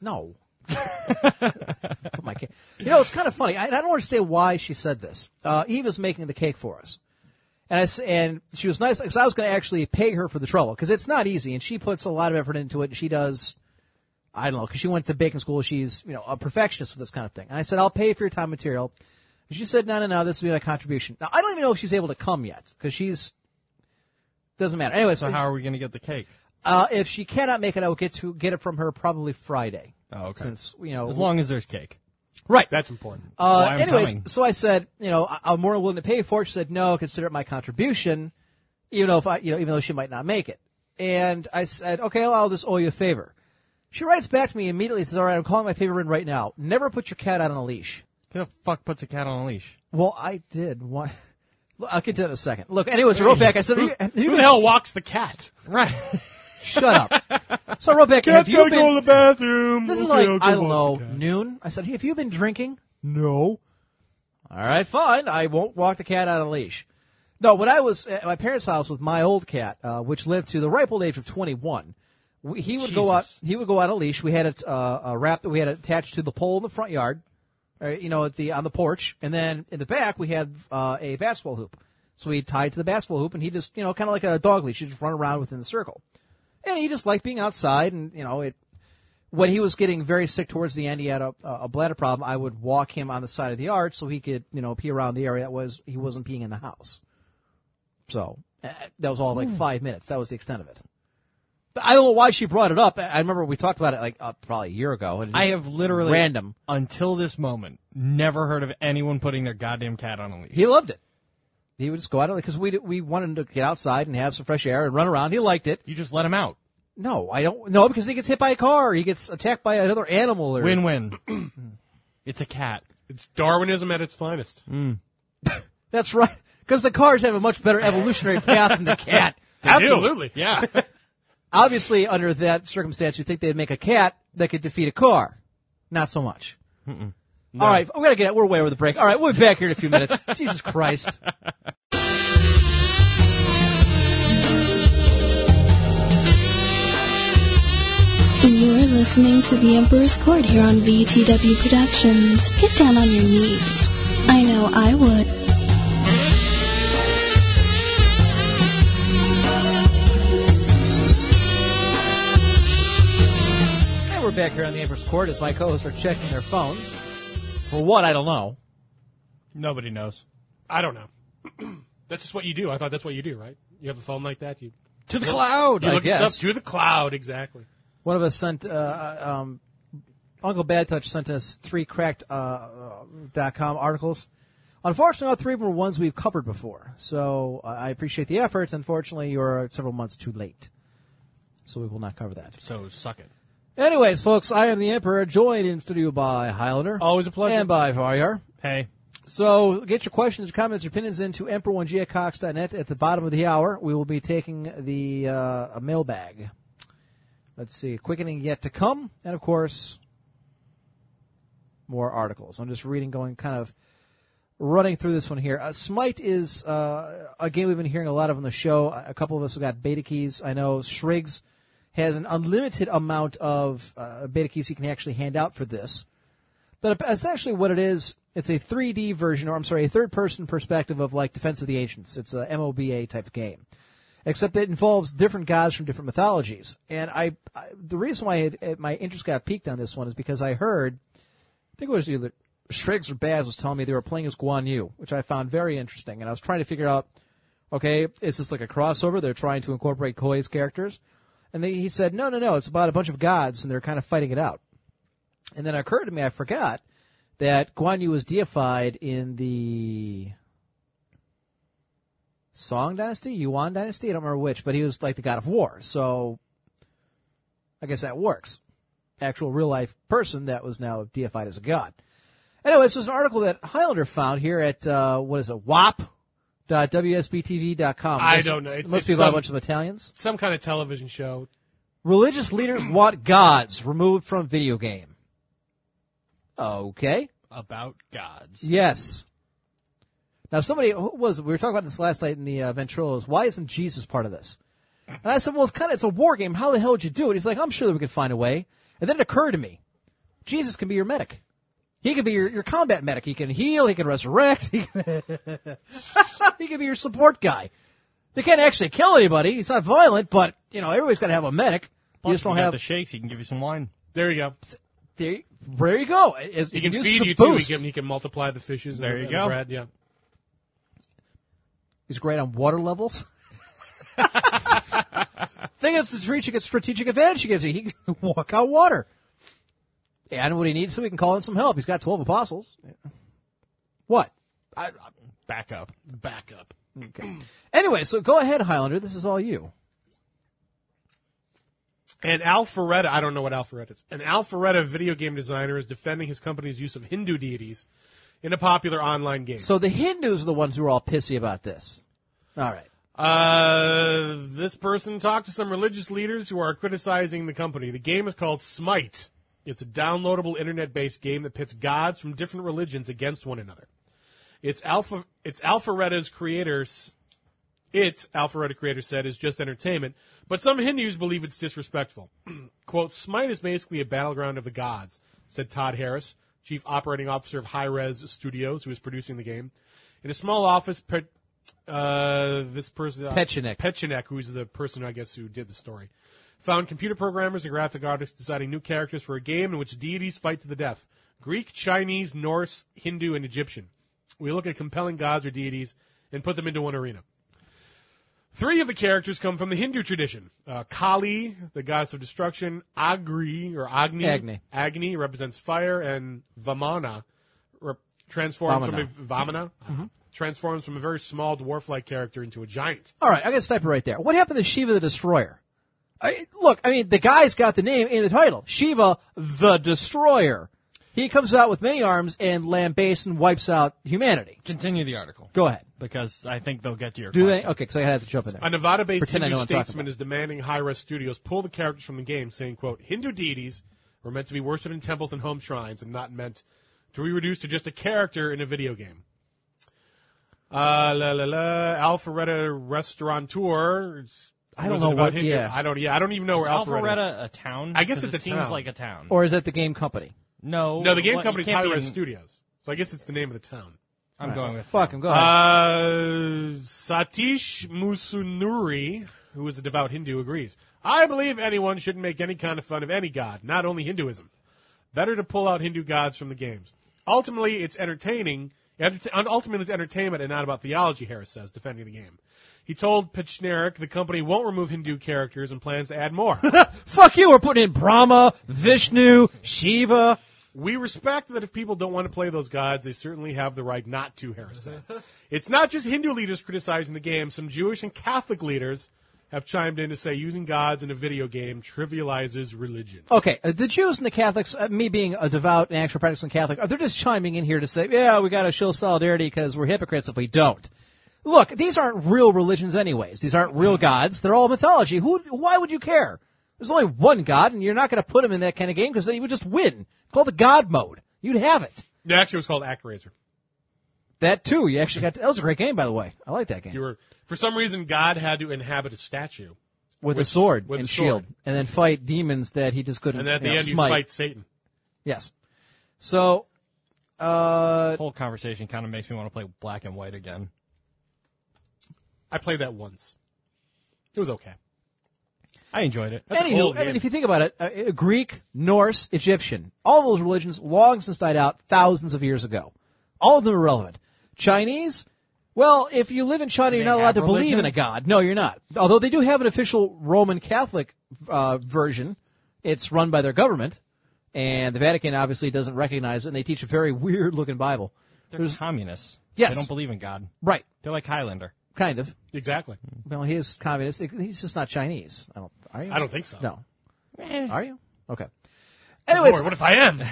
Speaker 4: No. Put my cake. You know, it's kind of funny. I, I don't understand why she said this. Uh, Eve is making the cake for us. And, I s and she was nice because I was going to actually pay her for the trouble because it's not easy. And she puts a lot of effort into it. And she does, I don't know, because she went to baking school. She's, you know, a perfectionist with this kind of thing. And I said, I'll pay for your time and material. And she said, no, no, no, this will be my contribution. Now, I don't even know if she's able to come yet because she's, doesn't matter. Anyway,
Speaker 6: So how are we going to get the cake?
Speaker 4: uh, if she cannot make it, I will get to get it from her probably Friday.
Speaker 6: Oh, okay.
Speaker 4: Since you know,
Speaker 6: As long as there's cake.
Speaker 5: Right. That's important.
Speaker 4: uh,
Speaker 6: I'm
Speaker 4: anyways,
Speaker 6: coming.
Speaker 4: so I said, you know, I- I'm more willing to pay for it. She said, no, consider it my contribution, even though if I, you know, even though she might not make it. And I said, okay, well, I'll just owe you a favor. She writes back to me immediately. and Says, all right, I'm calling my favor in right now. Never put your cat out on a leash.
Speaker 6: Who the fuck puts a cat on a leash?
Speaker 4: Well, I did. What? I'll get to that in a second. Look, anyways, I wrote back. I said, "Have you- have you
Speaker 5: Who
Speaker 4: been-
Speaker 5: the hell walks the cat?
Speaker 6: Right.
Speaker 4: shut up. So I wrote back. [laughs] Have you been?
Speaker 5: the bathroom.
Speaker 4: This is
Speaker 5: Okay,
Speaker 4: like,
Speaker 5: I'll go
Speaker 4: I don't know,
Speaker 5: walk the cat.
Speaker 4: noon. I said, hey, have you been drinking? No. All right, fine. I won't walk the cat out on a leash. No, when I was at my parents' house with my old cat, uh, which lived to the ripe old age of 21, we, he would go out, he would go out on a leash. We had it, uh, a wrap that we had attached to the pole in the front yard, or, you know, at the, on the porch. And then in the back, we had, uh, a basketball hoop. So we tied to the basketball hoop and he just, you know, kind of like a dog leash. He'd just run around within the circle. And he just liked being outside and, you know, it, when he was getting very sick towards the end, he had a, a bladder problem. I would walk him on the side of the yard so he could, you know, pee around the area that was he wasn't peeing in the house. So uh, that was all
Speaker 6: Hmm.
Speaker 4: like five minutes. That was the extent of it. But I don't know why she brought it up. I I remember we talked about it like uh, probably a year ago. And it
Speaker 6: I
Speaker 4: just-
Speaker 6: have literally
Speaker 4: Random.
Speaker 6: until this moment never heard of anyone putting their goddamn cat on a leash.
Speaker 4: he loved it. He would just go out because we we wanted him to get outside and have some fresh air and run around. He liked it.
Speaker 6: You just let him out.
Speaker 4: No, I don't. No, because he gets hit by a car. Or he gets attacked by another animal. Or
Speaker 6: Win-win. [clears throat] it's a cat.
Speaker 5: It's Darwinism at its finest.
Speaker 4: Mm. that's right. Because the cars have a much better evolutionary path than the cat.
Speaker 5: Absolutely.
Speaker 6: Yeah.
Speaker 4: obviously under that circumstance you think they'd make a cat that could defeat a car not so much all right we gotta get it we're way over the break all right we'll be back here in a few minutes [laughs] jesus christ
Speaker 10: You're listening to The Emperor's Court here on VTW Productions. Get down on your knees. I know I would.
Speaker 4: and we're back here on the emperor's court as my co-hosts are checking their phones for what i don't know
Speaker 6: Nobody knows.
Speaker 5: I don't know. [clears throat] that's just what you do. I thought that's what you do, right? You have a phone like that. You
Speaker 6: To the cloud.
Speaker 5: you
Speaker 4: I
Speaker 5: look it up
Speaker 4: guess.
Speaker 5: to the cloud. Exactly.
Speaker 4: one of us sent uh, um, uncle bad touch sent us three cracked uh, uh, dot com articles unfortunately all three of them were ones we've covered before so uh, i appreciate the efforts unfortunately you're several months too late so we will not cover that
Speaker 6: So suck it.
Speaker 4: Anyways, folks, I am the Emperor, joined in studio by Highlander.
Speaker 5: Always a pleasure.
Speaker 4: And by Varyar.
Speaker 6: Hey.
Speaker 4: So get your questions, comments, or opinions into emperor1g at cox.net at the bottom of the hour. We will be taking the uh, mailbag. Let's see, quickening yet to come, and of course, more articles. I'm just reading, going kind of running through this one here. Uh, Smite is uh, a game we've been hearing a lot of on the show. A a couple of us have got beta keys. I know Shriggs has an unlimited amount of uh, beta keys he can actually hand out for this. But essentially, what it is, it's a 3D version, or I'm sorry, a third-person perspective of like Defense of the Ancients. It's a MOBA type game, except it involves different gods from different mythologies. And I, I the reason why it, it, my interest got peaked on this one is because I heard, I think it was either Shriggs or Baz was telling me they were playing as Guan Yu, which I found very interesting. And I was trying to figure out, okay, is this like a crossover? They're trying to incorporate Koi's characters. And they, he said, no, no, no, it's about a bunch of gods and they're kind of fighting it out. And then it occurred to me, I forgot that Guan Yu was deified in the Song Dynasty, Yuan Dynasty. I don't remember which, but he was like the god of war. So I guess that works. Actual real life person that was now deified as a god. Anyway, this was an article that Highlander found here at uh, what is it? WAP. WSBTV.com.
Speaker 5: I
Speaker 4: Must-
Speaker 5: don't know. It's-
Speaker 4: must
Speaker 5: it's
Speaker 4: be about a
Speaker 5: some-
Speaker 4: bunch of Italians.
Speaker 5: Some kind of television show.
Speaker 4: Religious leaders want gods removed from video game. Okay.
Speaker 9: about gods.
Speaker 4: Yes. Now, somebody who was it? we were talking about this last night in the uh, Ventrilos. Why isn't Jesus part of this? And I said, well, it's kind of it's a war game. How the hell would you do it? He's like, I'm sure that we could find a way. And then it occurred to me, Jesus can be your medic. He could be your, your combat medic. He can heal. He can resurrect. [laughs] He can, he can be your support guy. They can't actually kill anybody. He's not violent, but you know everybody's got to have a medic. you just
Speaker 6: Plus,
Speaker 4: don't
Speaker 6: if you got
Speaker 4: have
Speaker 6: the shakes. He can give you some wine.
Speaker 5: There you go.
Speaker 4: there, there you go. As-
Speaker 5: He can
Speaker 4: use it
Speaker 5: feed
Speaker 4: to
Speaker 5: you
Speaker 4: boost.
Speaker 5: too. He can, he can multiply the fishes.
Speaker 6: There
Speaker 5: and,
Speaker 6: you
Speaker 5: the- and the
Speaker 6: go.
Speaker 5: bread, Yeah.
Speaker 4: He's great on water levels. [laughs] Think of the strategic, strategic advantage he gives you. He can [laughs] walk out water. And what he needs, so we can call in some help. He's got 12 apostles. What?
Speaker 6: Back up.
Speaker 5: Back up.
Speaker 4: Okay. anyway, so go ahead, Highlander. This is all you.
Speaker 5: An Alpharetta, I don't know what Alpharetta is. An Alpharetta video game designer is defending his company's use of Hindu deities in a popular online game.
Speaker 4: So the Hindus are the ones who are all pissy about this. All right.
Speaker 5: Uh, this person talked to some religious leaders who are criticizing the company. The game is called Smite. It's a downloadable internet-based game that pits gods from different religions against one another. It's Alpha. It's Alpharetta's creators. It Alpharetta creator said is just entertainment, but some Hindus believe it's disrespectful. [clears throat] "Quote: Smite is basically a battleground of the gods," said Todd Harris, chief operating officer of High Res Studios, who is producing the game. In a small office, per, uh, this person uh,
Speaker 4: Pechenek.
Speaker 5: Pechenek, who's the person I guess who did the story, found computer programmers and graphic artists designing new characters for a game in which deities fight to the death: Greek, Chinese, Norse, Hindu, and Egyptian. We look at compelling gods or deities and put them into one arena. Three of the characters come from the Hindu tradition. Uh, Kali, the goddess of destruction, Agri or Agni,
Speaker 4: Agni.
Speaker 5: Agni represents fire, and Vamana rep- transforms
Speaker 4: Vamana. Mm-hmm.
Speaker 5: from a Vamana transforms from a very small dwarf-like character into a giant.
Speaker 4: All right. I got to stop it right there. What happened to Shiva the Destroyer? I, look, I mean, the guy's got the name in the title. Shiva the Destroyer. He comes out with many arms and lambastes and wipes out humanity.
Speaker 6: Continue the article.
Speaker 4: Go ahead.
Speaker 6: Because I think they'll get to your
Speaker 4: Do
Speaker 6: question.
Speaker 4: they? Okay, because I had to jump in there.
Speaker 5: A Nevada-based
Speaker 4: Pretend I
Speaker 5: Hindu
Speaker 4: know what I'm talking
Speaker 5: statesman
Speaker 4: about.
Speaker 5: is demanding Hi-Res Studios pull the characters from the game, saying, "quote Hindu deities were meant to be worshipped in temples and home shrines, and not meant to be reduced to just a character in a video game." Uh, la la la. Alpharetta Restaurateur.
Speaker 4: I don't
Speaker 5: Was it
Speaker 4: know
Speaker 5: about
Speaker 4: what-
Speaker 5: Hindu?
Speaker 4: yeah.
Speaker 5: I don't. Yeah, I don't even know
Speaker 6: Is
Speaker 5: where Alpharetta.
Speaker 6: Alpharetta a town?
Speaker 5: I guess
Speaker 6: 'Cause
Speaker 5: it's
Speaker 6: it
Speaker 5: a
Speaker 6: seems
Speaker 5: town.
Speaker 6: like a town.
Speaker 4: Or is that the game company?
Speaker 6: no,
Speaker 5: Is. No, the game
Speaker 6: what-
Speaker 5: company's
Speaker 6: you can't be
Speaker 5: Hi-Res
Speaker 6: in-
Speaker 5: Studios. So I guess it's the name of the town.
Speaker 6: I'm going with
Speaker 4: Fuck him. Go ahead.
Speaker 5: Uh, Satish Musunuri, who is a devout Hindu, agrees. I believe anyone shouldn't make any kind of fun of any god, not only Hinduism. Better to pull out Hindu gods from the games. Ultimately, it's entertaining. enter- Ultimately, it's entertainment and not about theology, Harris says, defending the game. He told Pichnarik the company won't remove Hindu characters and plans to add more.
Speaker 4: Fuck you. We're putting in Brahma, Vishnu, Shiva.
Speaker 5: We respect that if people don't want to play those gods, they certainly have the right not to, Harris said. it's not just Hindu leaders criticizing the game. Some Jewish and Catholic leaders have chimed in to say using gods in a video game trivializes religion.
Speaker 4: Okay, uh, the Jews and the Catholics, uh, me being a devout and actual practicing Catholic, uh, they're just chiming in here to say, yeah, we got to show solidarity because we're hypocrites if we don't. Look, these aren't real religions, anyways. These aren't real gods. They're all mythology. Who? Why would you care? There's only one God, and you're not going to put him in that kind of game because then he would just win. Call the God mode. You'd have it.
Speaker 5: It actually was called ActRaiser.
Speaker 4: That too. You actually got that was a great game, by the way. I like that game
Speaker 5: You were, for some reason, God had to inhabit a statue.
Speaker 4: with, a sword
Speaker 5: with
Speaker 4: and
Speaker 5: a sword.
Speaker 4: shield, and then fight demons that he just couldn't.
Speaker 5: And then at the
Speaker 4: you know,
Speaker 5: end, you
Speaker 4: smite.
Speaker 5: fight Satan.
Speaker 4: Yes. So, uh,
Speaker 6: This whole conversation kind of makes me want to play black and white again.
Speaker 5: I played that once. It was okay.
Speaker 6: I enjoyed it.
Speaker 5: That's an
Speaker 4: Anywho,
Speaker 5: old
Speaker 4: I mean,
Speaker 5: game.
Speaker 4: if you think about it, uh, uh, Greek, Norse, Egyptian, all those religions long since died out thousands of years ago. All of them are relevant. Chinese, Well, if you live in China, you're not allowed
Speaker 6: have
Speaker 4: to believe
Speaker 6: religion?
Speaker 4: in a god. No, you're not. Although they do have an official Roman Catholic uh, version, it's run by their government, and the Vatican obviously doesn't recognize it. And they teach a very [laughs] weird looking Bible.
Speaker 6: They're communists.
Speaker 4: Yes.
Speaker 6: They don't believe in God.
Speaker 4: Right,
Speaker 6: They're like Highlander.
Speaker 4: kind of.
Speaker 5: Exactly.
Speaker 4: Well, he is communist. He's just not Chinese. I don't. Are you?
Speaker 5: I don't think so. Eh.
Speaker 4: No. Are you? Okay. Anyways,
Speaker 5: Lord, what if I am?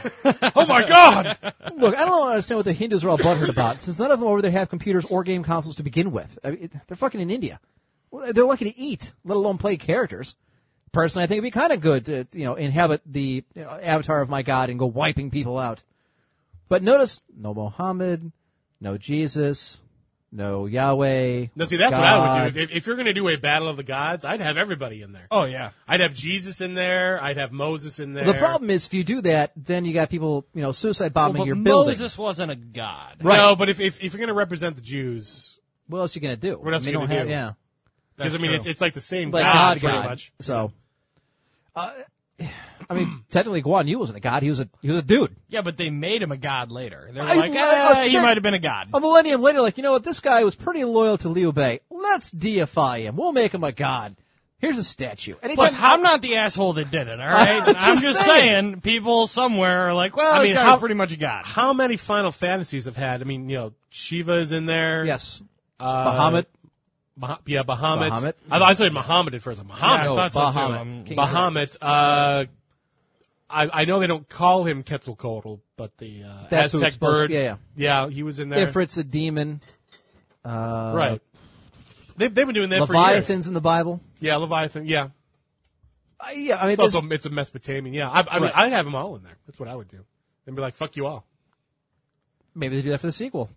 Speaker 5: oh my God!
Speaker 4: Look, I don't understand what the Hindus are all butthurt about, since none of them over there have computers or game consoles to begin with. I mean, it- they're fucking in India. Well, they're lucky to eat, let alone play characters. Personally, I think it'd be kind of good to, you know, inhabit the you know, avatar of my god and go wiping people out. But notice, no Mohammed, no Jesus, no Yahweh.
Speaker 5: No, see, that's what I would do. If, if you're going to do a battle of the gods, I'd have everybody in there.
Speaker 6: Oh yeah.
Speaker 5: I'd have Jesus in there. I'd have Moses in there.
Speaker 4: The problem is, if you do that, then you got people, you know, suicide bombing
Speaker 6: Well, but
Speaker 4: your building.
Speaker 6: Moses wasn't a god.
Speaker 5: right? No, but if if, if you're going to represent the Jews,
Speaker 4: What else you gonna do?
Speaker 5: What else
Speaker 4: They
Speaker 5: you gonna
Speaker 4: don't have-
Speaker 5: do?
Speaker 4: Yeah.
Speaker 5: because I mean, it's it's like the same
Speaker 4: like
Speaker 5: God,
Speaker 4: God,
Speaker 5: pretty
Speaker 4: God.
Speaker 5: much.
Speaker 4: So, uh, I mean, [clears throat] technically, Guan Yu wasn't a god. He was a he was a dude.
Speaker 6: Yeah, but they made him a god later. They're
Speaker 4: I-
Speaker 6: like,
Speaker 4: I-
Speaker 6: ah,
Speaker 4: I
Speaker 6: he
Speaker 4: said-
Speaker 6: might have been a god.
Speaker 4: A millennium later, like you know what, this guy was pretty loyal to Liu Bei. Let's deify him. We'll make him a god. Here's a statue. Anytime,
Speaker 6: Plus, I'm not the asshole that did it.
Speaker 4: [laughs]
Speaker 6: All right,
Speaker 4: I'm
Speaker 6: I'm
Speaker 4: just
Speaker 6: just
Speaker 4: saying.
Speaker 6: saying. people somewhere are like, well,
Speaker 5: I
Speaker 6: this
Speaker 5: mean,
Speaker 6: guy's
Speaker 5: how-
Speaker 6: pretty much a god.
Speaker 5: How many Final Fantasies have had? I mean, you know, Shiva is in there.
Speaker 4: yes,
Speaker 5: uh,
Speaker 4: Muhammad.
Speaker 5: Bah- yeah, Bahamut.
Speaker 4: Bahamut.
Speaker 5: I thought I said Muhammad at first. Muhammad.
Speaker 6: Yeah, I thought so, too.
Speaker 4: Bahamut.
Speaker 6: Um,
Speaker 4: King
Speaker 5: Bahamut. Uh, I, I know they don't call him Quetzalcoatl, but the uh,
Speaker 4: That's who it's
Speaker 5: Aztec
Speaker 4: supposed to
Speaker 5: bird.
Speaker 4: be, yeah,
Speaker 5: yeah, he was in there.
Speaker 4: Ifrit's a demon. Uh,
Speaker 5: right. They've, they've been doing that for years.
Speaker 4: Leviathan's in the Bible.
Speaker 5: Yeah, Leviathan. Yeah,
Speaker 4: Uh, yeah, I mean,
Speaker 5: it's
Speaker 4: this,
Speaker 5: also Oh, it's a Mesopotamian. Yeah, I, I mean,
Speaker 4: Right.
Speaker 5: I'd have them all in there. That's what I would do. And be like, "Fuck you all."
Speaker 4: maybe they do that for the sequel.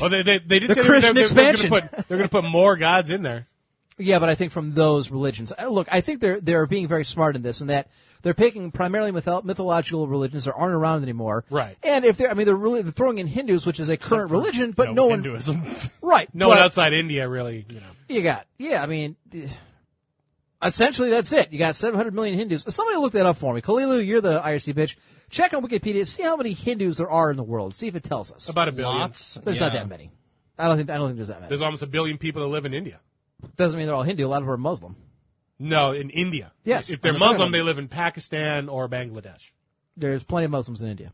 Speaker 5: Oh, they they, they did
Speaker 4: The
Speaker 5: say they were- they
Speaker 4: Christian
Speaker 5: were- they were gonna
Speaker 4: expansion.
Speaker 5: put- They're going to put more gods in there.
Speaker 4: Yeah, but I think from those religions, Uh, look, I think they're they're being very smart in this, and that they're picking primarily mytho- mythological religions that aren't around anymore.
Speaker 5: Right.
Speaker 4: And if they're, I mean, they're really they're throwing in Hindus, which is a current religion, but no, one,
Speaker 6: Hinduism.
Speaker 4: right?
Speaker 5: [laughs] No
Speaker 4: but
Speaker 5: one outside India really. You know.
Speaker 4: You got, yeah. I mean, eh, essentially that's it. You got 700 million Hindus. Somebody look that up for me, Kalilu. You're the IRC bitch. Check on Wikipedia. See how many Hindus there are in the world. See if it tells us.
Speaker 5: About a billion.
Speaker 6: Lots.
Speaker 4: there's not
Speaker 6: Yeah.
Speaker 4: that many. I don't think I don't think there's that many.
Speaker 5: There's almost a billion people that live in India.
Speaker 4: Doesn't mean they're all Hindu. A lot of them are Muslim.
Speaker 5: No, in India.
Speaker 4: Yes,
Speaker 5: If they're
Speaker 4: I'm not talking
Speaker 5: Muslim,
Speaker 4: about-
Speaker 5: they live in Pakistan or Bangladesh.
Speaker 4: There's plenty of Muslims in India.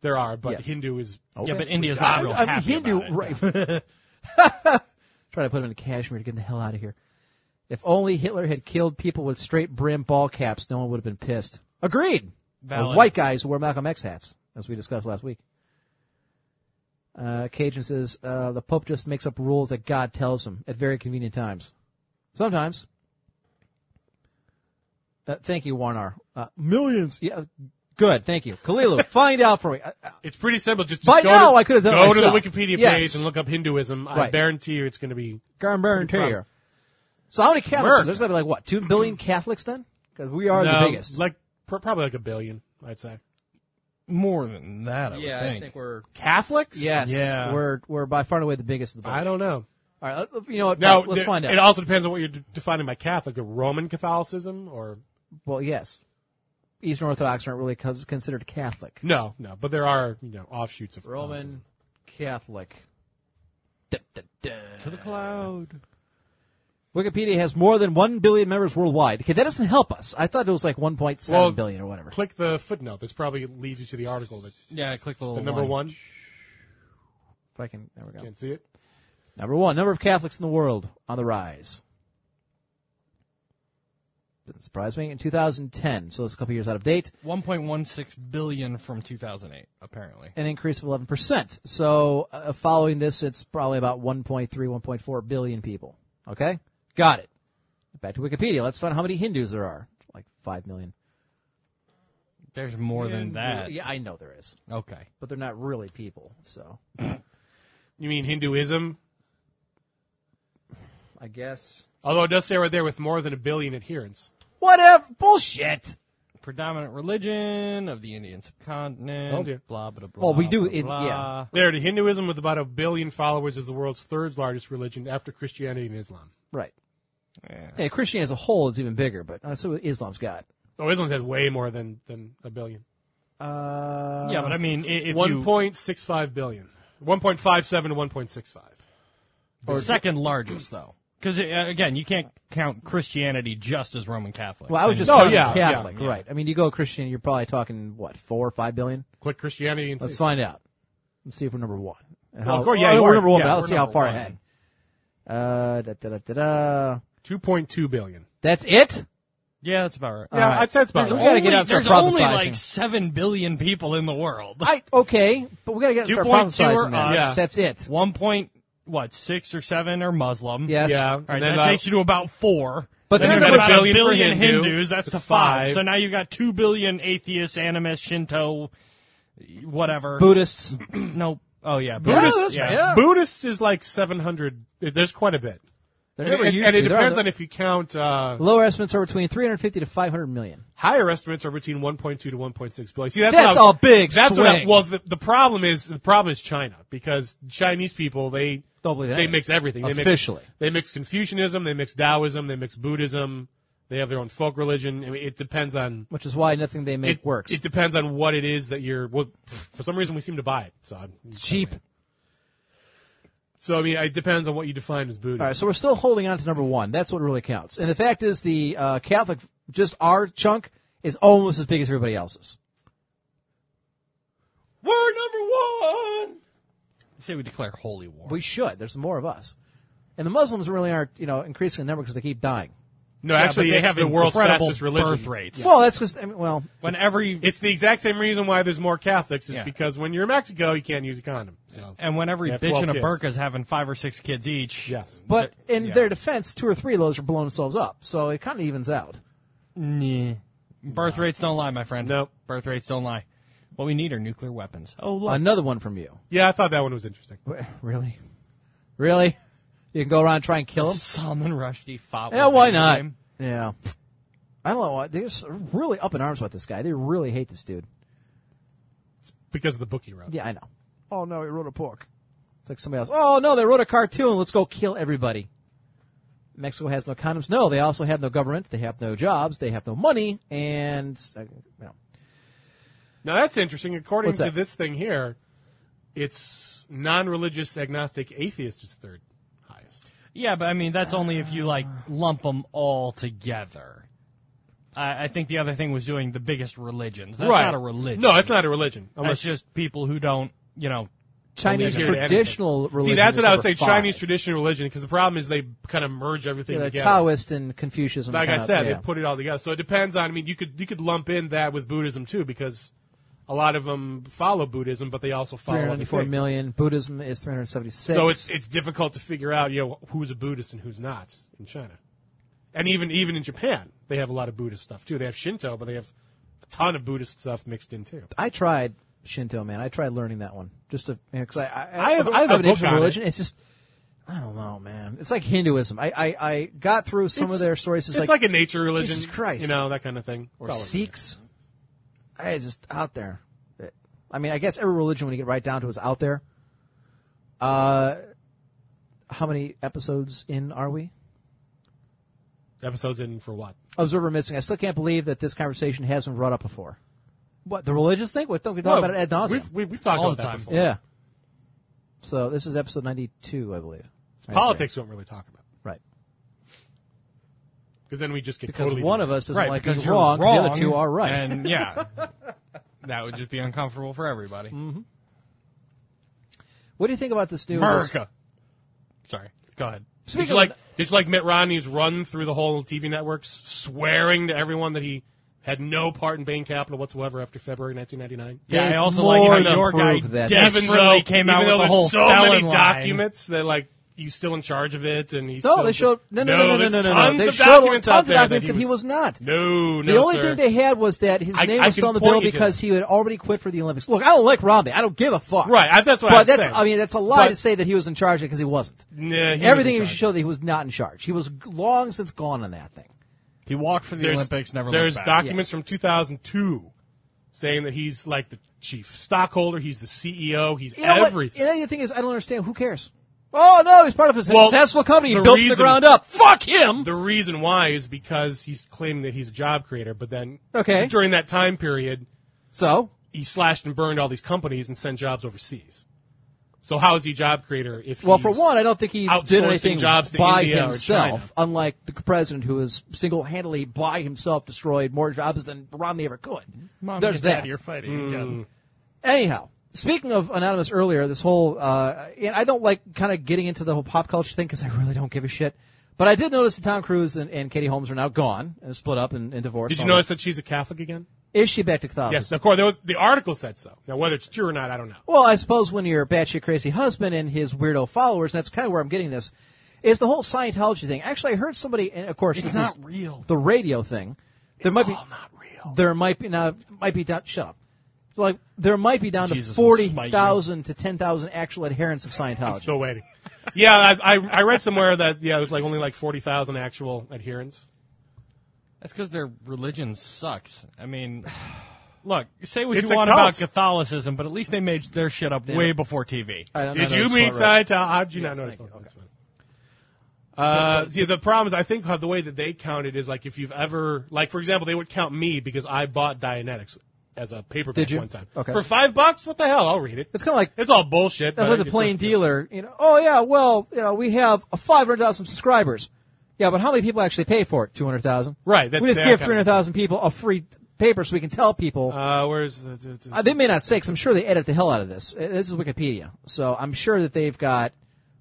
Speaker 5: There are, but
Speaker 4: Yes.
Speaker 5: Hindu is.
Speaker 4: Oh,
Speaker 6: Yeah, but India's not real
Speaker 4: I'm
Speaker 6: happy
Speaker 4: Hindu,
Speaker 6: about it.
Speaker 4: right? [laughs] Try to put him in Kashmir to get him the hell out of here. If only Hitler had killed people with straight brim ball caps, no one would have been pissed. Agreed. Or
Speaker 6: Valid.
Speaker 4: white guys who wear Malcolm X hats, as we discussed last week. Uh, Cajun says uh, the Pope just makes up rules that God tells him at very convenient times. Sometimes. Uh, thank you, Warnar. Uh, millions. Yeah, good. Thank you, Kalilu. find out for me. Uh,
Speaker 5: It's pretty simple. Just,
Speaker 4: By
Speaker 5: just go
Speaker 4: now,
Speaker 5: to,
Speaker 4: I could have done it
Speaker 5: Go to the
Speaker 4: myself.
Speaker 5: Wikipedia
Speaker 4: Yes.
Speaker 5: page and look up Hinduism. I
Speaker 4: Right.
Speaker 5: guarantee you, it's going to be.
Speaker 4: Garnburn
Speaker 5: Pretty proud.
Speaker 4: Terrier. So how many Catholics?
Speaker 5: Merck.
Speaker 4: There's going to be like what, two billion Catholics then? Because we are
Speaker 5: no,
Speaker 4: the biggest.
Speaker 5: Like pr- probably like a billion, I'd say.
Speaker 6: More than that, I would think.
Speaker 4: we're
Speaker 5: Catholics?
Speaker 4: yes,
Speaker 6: Yeah.
Speaker 4: we're we're by far and away the biggest of the bunch.
Speaker 5: I don't know.
Speaker 4: All right, let- you know what?
Speaker 5: Now,
Speaker 4: let's
Speaker 5: th-
Speaker 4: find out.
Speaker 5: It also depends on what you're d- defining by Catholic, a Roman Catholicism or
Speaker 4: well, yes, Eastern Orthodox aren't really cons- considered Catholic.
Speaker 5: no, no. But there are you know offshoots of
Speaker 4: Roman Catholic. Dun, dun, dun.
Speaker 5: Catholicism. to the cloud.
Speaker 4: Wikipedia has more than one billion members worldwide. Okay, that doesn't help us. I thought it was like 1.7 billion
Speaker 5: Well,
Speaker 4: or whatever.
Speaker 5: Click the footnote. This probably leads you to the article that
Speaker 6: Yeah, click the
Speaker 5: the
Speaker 6: little
Speaker 5: number
Speaker 6: line.
Speaker 5: one.
Speaker 4: If I can, there we go.
Speaker 5: Can't see it.
Speaker 4: Number one, number of Catholics in the world on the rise. Doesn't surprise me. In 2010, so it's a couple years out of date,
Speaker 6: 1.16 billion from 2008, apparently.
Speaker 4: an increase of 11%. So uh, following this, it's probably about 1.3, 1.4 billion people. Okay? Got it. Back to Wikipedia. Let's find out how many Hindus there are. Like 5 million.
Speaker 6: There's more than that.
Speaker 4: uh, Yeah, I know there is.
Speaker 6: Okay.
Speaker 4: But they're not really people, so
Speaker 5: You mean Hinduism?
Speaker 4: I guess.
Speaker 5: Although it does say right there with more than a billion adherents.
Speaker 4: Whatever. Bullshit.
Speaker 6: Predominant religion of the Indian
Speaker 5: Told
Speaker 6: subcontinent.
Speaker 5: you.
Speaker 6: Blah, blah, blah.
Speaker 4: Well, we do
Speaker 6: blah,
Speaker 4: in-
Speaker 6: blah.
Speaker 4: yeah.
Speaker 5: There, to Hinduism with about a billion followers is the world's third largest religion after Christianity and Islam.
Speaker 4: Right. Yeah. Christianity as a whole is even bigger, but uh, so Islam's got.
Speaker 5: Oh, Islam has way more than, than a billion.
Speaker 4: Uh,
Speaker 6: Yeah, but I mean, i- if you...
Speaker 5: 1.65 billion. 1.57 to 1.65.
Speaker 6: Or second largest, though. Because, uh, again, you can't count Christianity just as Roman Catholic.
Speaker 4: Well, I was
Speaker 6: And-
Speaker 4: just
Speaker 5: No,
Speaker 4: counting
Speaker 5: Oh, yeah, yeah.
Speaker 4: Catholic, right? I mean, you go Christian, you're probably talking what four or five billion.
Speaker 5: Click Christianity and
Speaker 4: Let's
Speaker 5: see.
Speaker 4: find out. Let's see if we're number one. And
Speaker 5: Well, of course, yeah,
Speaker 4: oh,
Speaker 5: you
Speaker 4: we're
Speaker 5: are.
Speaker 4: number one.
Speaker 5: Yeah,
Speaker 4: but let's
Speaker 5: we're
Speaker 4: see how
Speaker 5: number
Speaker 4: far
Speaker 5: one.
Speaker 4: ahead. Uh, da, da, da, da, da.
Speaker 5: Two point two billion.
Speaker 4: That's it.
Speaker 6: Yeah, that's about right.
Speaker 5: Yeah,
Speaker 4: right.
Speaker 5: I'd say it's about
Speaker 6: There's
Speaker 4: we
Speaker 5: right.
Speaker 4: gotta
Speaker 6: only,
Speaker 4: get out and start
Speaker 6: there's only
Speaker 4: prophesizing.
Speaker 6: like 7 billion people in the world.
Speaker 4: I okay, but we gotta get start
Speaker 6: 2.2 are
Speaker 4: prophesizing now.
Speaker 6: us.
Speaker 5: uh, Yeah.
Speaker 4: That's it.
Speaker 6: One point, what, six or seven are Muslim.
Speaker 4: Yes.
Speaker 5: Yeah.
Speaker 6: All right,
Speaker 5: And then uh,
Speaker 6: that
Speaker 5: I-
Speaker 6: takes you to about four.
Speaker 4: But
Speaker 6: then
Speaker 4: they're
Speaker 6: you've got
Speaker 4: number
Speaker 6: about
Speaker 5: two.
Speaker 6: a
Speaker 5: billion for
Speaker 6: billion
Speaker 5: Hindu.
Speaker 6: Hindus. That's to
Speaker 5: That's
Speaker 6: five.
Speaker 5: five.
Speaker 6: So now you've got two billion atheists, animists, Shinto, whatever.
Speaker 4: Buddhists.
Speaker 6: No. Oh yeah,
Speaker 5: Buddhists,
Speaker 6: Buddhists. Yeah.
Speaker 4: yeah.
Speaker 5: Buddhists Ah! is like seven hundred. There's quite a bit,
Speaker 4: They're
Speaker 5: and,
Speaker 4: never
Speaker 5: and-
Speaker 4: used
Speaker 5: and it
Speaker 4: to. They're
Speaker 5: depends
Speaker 4: the-
Speaker 5: on if you count. Uh,
Speaker 4: Lower estimates are between 350 to 500 million.
Speaker 5: higher estimates are between 1.2 to 1.6 billion. See, that's,
Speaker 4: That's
Speaker 5: what I-
Speaker 4: a big
Speaker 5: That's what. I,
Speaker 4: swing.
Speaker 5: well, the, the problem is the problem is China because Chinese people they
Speaker 4: Don't believe in
Speaker 5: they
Speaker 4: anything.
Speaker 5: mix everything they mix-
Speaker 4: Officially.
Speaker 5: they mix Confucianism, they mix Taoism, they mix Buddhism. They have their own folk religion. I mean, it depends on
Speaker 4: Which is why nothing they make
Speaker 5: it
Speaker 4: works.
Speaker 5: It depends on what it is that you're. Well, for some reason, we seem to buy it. So I'm,
Speaker 4: Cheap.
Speaker 5: So I mean, it depends on what you define as Buddhism.
Speaker 4: All right, so we're still holding on to number one. That's what really counts. And the fact is, the uh, Catholic, just our chunk, is almost as big as everybody else's.
Speaker 5: We're number one.
Speaker 6: Say we declare holy war.
Speaker 4: We should. There's more of us. And the Muslims really aren't, you know, increasing the number because they keep dying.
Speaker 5: No,
Speaker 6: Yeah,
Speaker 5: actually,
Speaker 6: but
Speaker 5: they have the world's
Speaker 6: incredible
Speaker 5: fastest religion.
Speaker 6: birth rates.
Speaker 4: Well, that's because, I mean, well,
Speaker 6: when every
Speaker 5: It's the exact same reason why there's more Catholics is
Speaker 6: Yeah.
Speaker 5: because when you're in Mexico, you can't use a condom. So
Speaker 6: and when every
Speaker 5: They have
Speaker 6: bitch
Speaker 5: 12
Speaker 6: in a
Speaker 5: kids.
Speaker 6: burqa is having five or six kids each.
Speaker 5: Yes.
Speaker 4: but in
Speaker 6: yeah.
Speaker 4: their defense, two or three of those are blowing themselves up. So it kind of evens out.
Speaker 6: Nah. Birth rates don't lie, my friend.
Speaker 5: Nope.
Speaker 6: Birth rates don't lie. What we need are nuclear weapons. Oh look.
Speaker 4: Another one from you.
Speaker 5: Yeah, I thought that one was interesting.
Speaker 4: Really? Really? You can go around and try and kill them?
Speaker 6: Salman Rushdie fought.
Speaker 4: [laughs] Yeah,
Speaker 6: with
Speaker 4: why
Speaker 6: him.
Speaker 4: not? Yeah. I don't know. why- They're just really up in arms about this guy. They really hate this dude.
Speaker 5: Because of the book he wrote.
Speaker 4: Yeah, I know. Oh no, he wrote a book. It's like somebody else. Oh no, they wrote a cartoon. Let's go kill everybody. Mexico has no condoms. No, they also have no government. They have no jobs. They have no money. And uh, no.
Speaker 5: Now that's interesting. According
Speaker 4: What's
Speaker 5: to
Speaker 4: that?
Speaker 5: this thing here, it's non-religious agnostic atheist is third highest.
Speaker 6: Yeah, but I mean that's only if you like lump them all together. I, I think the other thing was doing the biggest religions. That's not a religion.
Speaker 5: No, it's not a religion.
Speaker 6: That's
Speaker 5: Unless
Speaker 6: just people who don't, you know,
Speaker 4: Chinese
Speaker 5: adhere to anything.
Speaker 4: traditional religion.
Speaker 5: See, that's
Speaker 4: is
Speaker 5: what I was
Speaker 4: number
Speaker 5: saying.
Speaker 4: five.
Speaker 5: Chinese traditional religion, because the problem is they kind of merge everything
Speaker 4: Yeah, they're
Speaker 5: together.
Speaker 4: Taoist and Confucianism.
Speaker 5: like
Speaker 4: kind
Speaker 5: I said,
Speaker 4: of, yeah.
Speaker 5: they put it all together. So it depends on. I mean, you could you could lump in that with Buddhism too, because a lot of them follow Buddhism, but they also follow other
Speaker 4: 394
Speaker 5: things.
Speaker 4: million. Buddhism is 376.
Speaker 5: So it's it's difficult to figure out you know who's a Buddhist and who's not in China, and even even in Japan they have a lot of Buddhist stuff too. They have Shinto, but they have a ton of Buddhist stuff mixed in too.
Speaker 4: I tried Shinto, man. I tried learning that one just to because I, I
Speaker 5: I have- I have a
Speaker 4: an
Speaker 5: book
Speaker 4: interest in
Speaker 5: on it.
Speaker 4: religion. It's just I don't know, man. It's like Hinduism. I I, I got through some of their stories. It's,
Speaker 5: It's, like, a nature religion,
Speaker 4: Jesus Christ.
Speaker 5: you know that kind of thing. It's
Speaker 4: or
Speaker 5: all over
Speaker 4: Sikhs. I it's just out there. I mean, I guess every religion when you get right down to it is out there. Uh, how many episodes in are we?
Speaker 5: there. Episodes in for what?
Speaker 4: Observer missing. I still can't believe that this conversation has been brought up before. What the religious thing? What don't we talk about it ad nauseam?
Speaker 5: We've, we- we've talked
Speaker 6: All
Speaker 5: about
Speaker 6: the
Speaker 5: that
Speaker 6: time.
Speaker 5: before.
Speaker 4: Yeah. So this is episode 92, I believe. Right
Speaker 5: Politics we don't really talk about
Speaker 4: there. Right.
Speaker 5: because then we just get
Speaker 4: Because
Speaker 5: totally
Speaker 4: one of us doesn't
Speaker 6: right
Speaker 4: like
Speaker 6: because
Speaker 4: being
Speaker 6: you're
Speaker 4: wrong,
Speaker 6: wrong,
Speaker 4: the other two are right.
Speaker 6: and yeah, that would just be uncomfortable for everybody.
Speaker 4: what do you think about this new
Speaker 6: America. Sorry, go ahead.
Speaker 4: this-
Speaker 5: Did
Speaker 4: Speaking
Speaker 5: you like did you like Mitt Romney's run through the whole TV networks, swearing to everyone that he had no part in Bain Capital whatsoever after February 1999?
Speaker 6: Yeah,
Speaker 4: They've
Speaker 6: I also
Speaker 4: more
Speaker 6: like how
Speaker 4: than
Speaker 6: your guy
Speaker 4: proved that.
Speaker 6: desperately
Speaker 5: even though
Speaker 6: came
Speaker 5: even
Speaker 6: out
Speaker 5: though
Speaker 6: with the
Speaker 5: there's
Speaker 6: whole
Speaker 5: so
Speaker 6: felon
Speaker 5: many
Speaker 6: line.
Speaker 5: documents that like he's still in charge of it, and he's
Speaker 4: no,
Speaker 5: still
Speaker 4: they showed no, no, no, no,
Speaker 5: there's
Speaker 4: no, no, no.
Speaker 5: tons
Speaker 4: They
Speaker 5: of
Speaker 4: showed
Speaker 5: documents out
Speaker 4: tons of
Speaker 5: there
Speaker 4: documents that he
Speaker 5: was
Speaker 4: was not.
Speaker 5: no, no,
Speaker 4: the only
Speaker 5: sir.
Speaker 4: thing they had was that his
Speaker 5: I-
Speaker 4: name
Speaker 5: I
Speaker 4: was still
Speaker 5: can
Speaker 4: on the
Speaker 5: point
Speaker 4: bill
Speaker 5: you to
Speaker 4: because he had already quit for the Olympics. Look, I don't like Romney. I don't give a fuck.
Speaker 5: Right, I- that's what
Speaker 4: But
Speaker 5: I'm
Speaker 4: that's
Speaker 5: saying.
Speaker 4: I mean that's a lie
Speaker 5: But-
Speaker 4: to say that he was in charge because he wasn't.
Speaker 5: Nah, he
Speaker 4: Everything should
Speaker 5: was in charge.
Speaker 4: show that he was not in charge. He was g- long since gone on that thing.
Speaker 6: He walked for the
Speaker 5: There's,
Speaker 6: Olympics, never
Speaker 5: there's
Speaker 6: looked back.
Speaker 5: documents from 2002 saying that he's like the chief stockholder, he's the CEO, he's
Speaker 4: You know what?
Speaker 5: everything.
Speaker 4: You know, the thing is, I don't understand. Who cares? Oh no, he's part of a
Speaker 5: Well,
Speaker 4: successful company. He
Speaker 5: the
Speaker 4: built it from the
Speaker 5: reason-
Speaker 4: ground up. Fuck him.
Speaker 5: The reason why is because he's claiming that he's a job creator, but then
Speaker 4: Okay.
Speaker 5: during that time period,
Speaker 4: so
Speaker 5: he slashed and burned all these companies and sent jobs overseas. So how is he job creator if
Speaker 4: Well,
Speaker 5: he's
Speaker 4: for one, I don't think he did
Speaker 5: outsourcing
Speaker 4: anything
Speaker 5: jobs to
Speaker 4: by
Speaker 5: India or
Speaker 4: himself,
Speaker 5: China.
Speaker 4: unlike the president who has single-handedly by himself destroyed more jobs than Romney ever could. There's that.
Speaker 6: You're fighting again.
Speaker 4: Anyhow, speaking of anonymous earlier, this whole uh, and I don't like kind of getting into the whole pop culture thing because I really don't give a shit. But I did notice that Tom Cruise and, and Katie Holmes are now gone and split up and, and divorced.
Speaker 5: Did you
Speaker 4: and all
Speaker 5: notice that she's a Catholic
Speaker 4: that.
Speaker 5: again?
Speaker 4: Is she back to Catholicism?
Speaker 5: Yes, of course. There was, the article said so. Now, whether it's true or not, I don't know.
Speaker 4: Well, I suppose when your batshit crazy husband and his weirdo followers, and that's kind of where I'm getting this, is the whole Scientology thing. Actually, I heard somebody, and of course, it's
Speaker 6: not real.
Speaker 4: The radio thing. There might be not real. There might be now might be down. Shut up. Like there might be down
Speaker 6: Jesus
Speaker 4: to
Speaker 6: will
Speaker 4: forty
Speaker 6: smite you.
Speaker 4: thousand to ten thousand actual adherents of Scientology.
Speaker 5: Still waiting. yeah, I, I, I read somewhere that yeah, it was like only like forty thousand actual adherents.
Speaker 6: That's because their religion sucks.
Speaker 5: [sighs]
Speaker 6: I mean, look, say what
Speaker 5: It's
Speaker 6: you
Speaker 5: a
Speaker 6: want
Speaker 5: cult.
Speaker 6: about Catholicism, but at least they made their shit up way before TV.
Speaker 4: I don't know
Speaker 5: Did
Speaker 4: that
Speaker 5: you
Speaker 4: it's
Speaker 5: meet
Speaker 4: spelled right.
Speaker 5: Scientology? How did you not notice? Okay, that's fine. Uh, see, the problem is, I think how the way that they count it is like if you've ever, like for example, they would count me because I bought Dianetics as a paperback
Speaker 4: Did you?
Speaker 5: one time
Speaker 4: Okay.
Speaker 5: for five bucks. What the hell? I'll read it.
Speaker 4: It's kind of like
Speaker 5: It's all bullshit.
Speaker 4: That's
Speaker 5: but
Speaker 4: like the
Speaker 5: it's
Speaker 4: plain
Speaker 5: just-
Speaker 4: dealer. You know, oh yeah, well, you know, we have a five hundred thousand subscribers. Yeah, but how many people actually pay for it? Two hundred thousand.
Speaker 5: Right, that's
Speaker 4: we just
Speaker 5: their
Speaker 4: give
Speaker 5: kind of-
Speaker 4: three hundred thousand people a free paper so we can tell people.
Speaker 5: Uh, where's the? the- the-
Speaker 4: Uh, they may not say, because I'm sure they edit the hell out of this. Uh, This is Wikipedia, so I'm sure that they've got.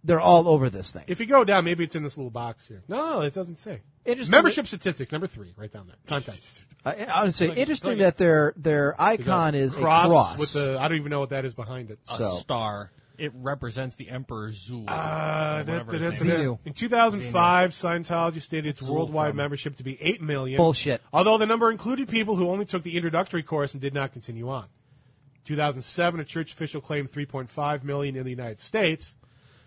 Speaker 4: They're all over this thing.
Speaker 5: if you go down, maybe it's in this little box here. No, it doesn't say.
Speaker 4: Interesting
Speaker 5: Membership statistics number three, right down there. Contact.
Speaker 4: Uh, I would say interesting that their their icon is
Speaker 5: cross,
Speaker 4: a cross.
Speaker 5: with the. I don't even know what that is behind it.
Speaker 4: So.
Speaker 6: Star. It represents the Emperor Zul.
Speaker 5: Uh, da-
Speaker 6: whatever
Speaker 5: da-
Speaker 6: his
Speaker 5: da-
Speaker 4: name
Speaker 5: da-
Speaker 4: is.
Speaker 5: da-
Speaker 4: Xenu.
Speaker 5: In 2005, Scientology stated its worldwide
Speaker 6: from-
Speaker 5: membership to be 8 million.
Speaker 4: Bullshit.
Speaker 5: Although the number included people who only took the introductory course and did not continue on. 2007, a church official claimed 3.5 million in the United States.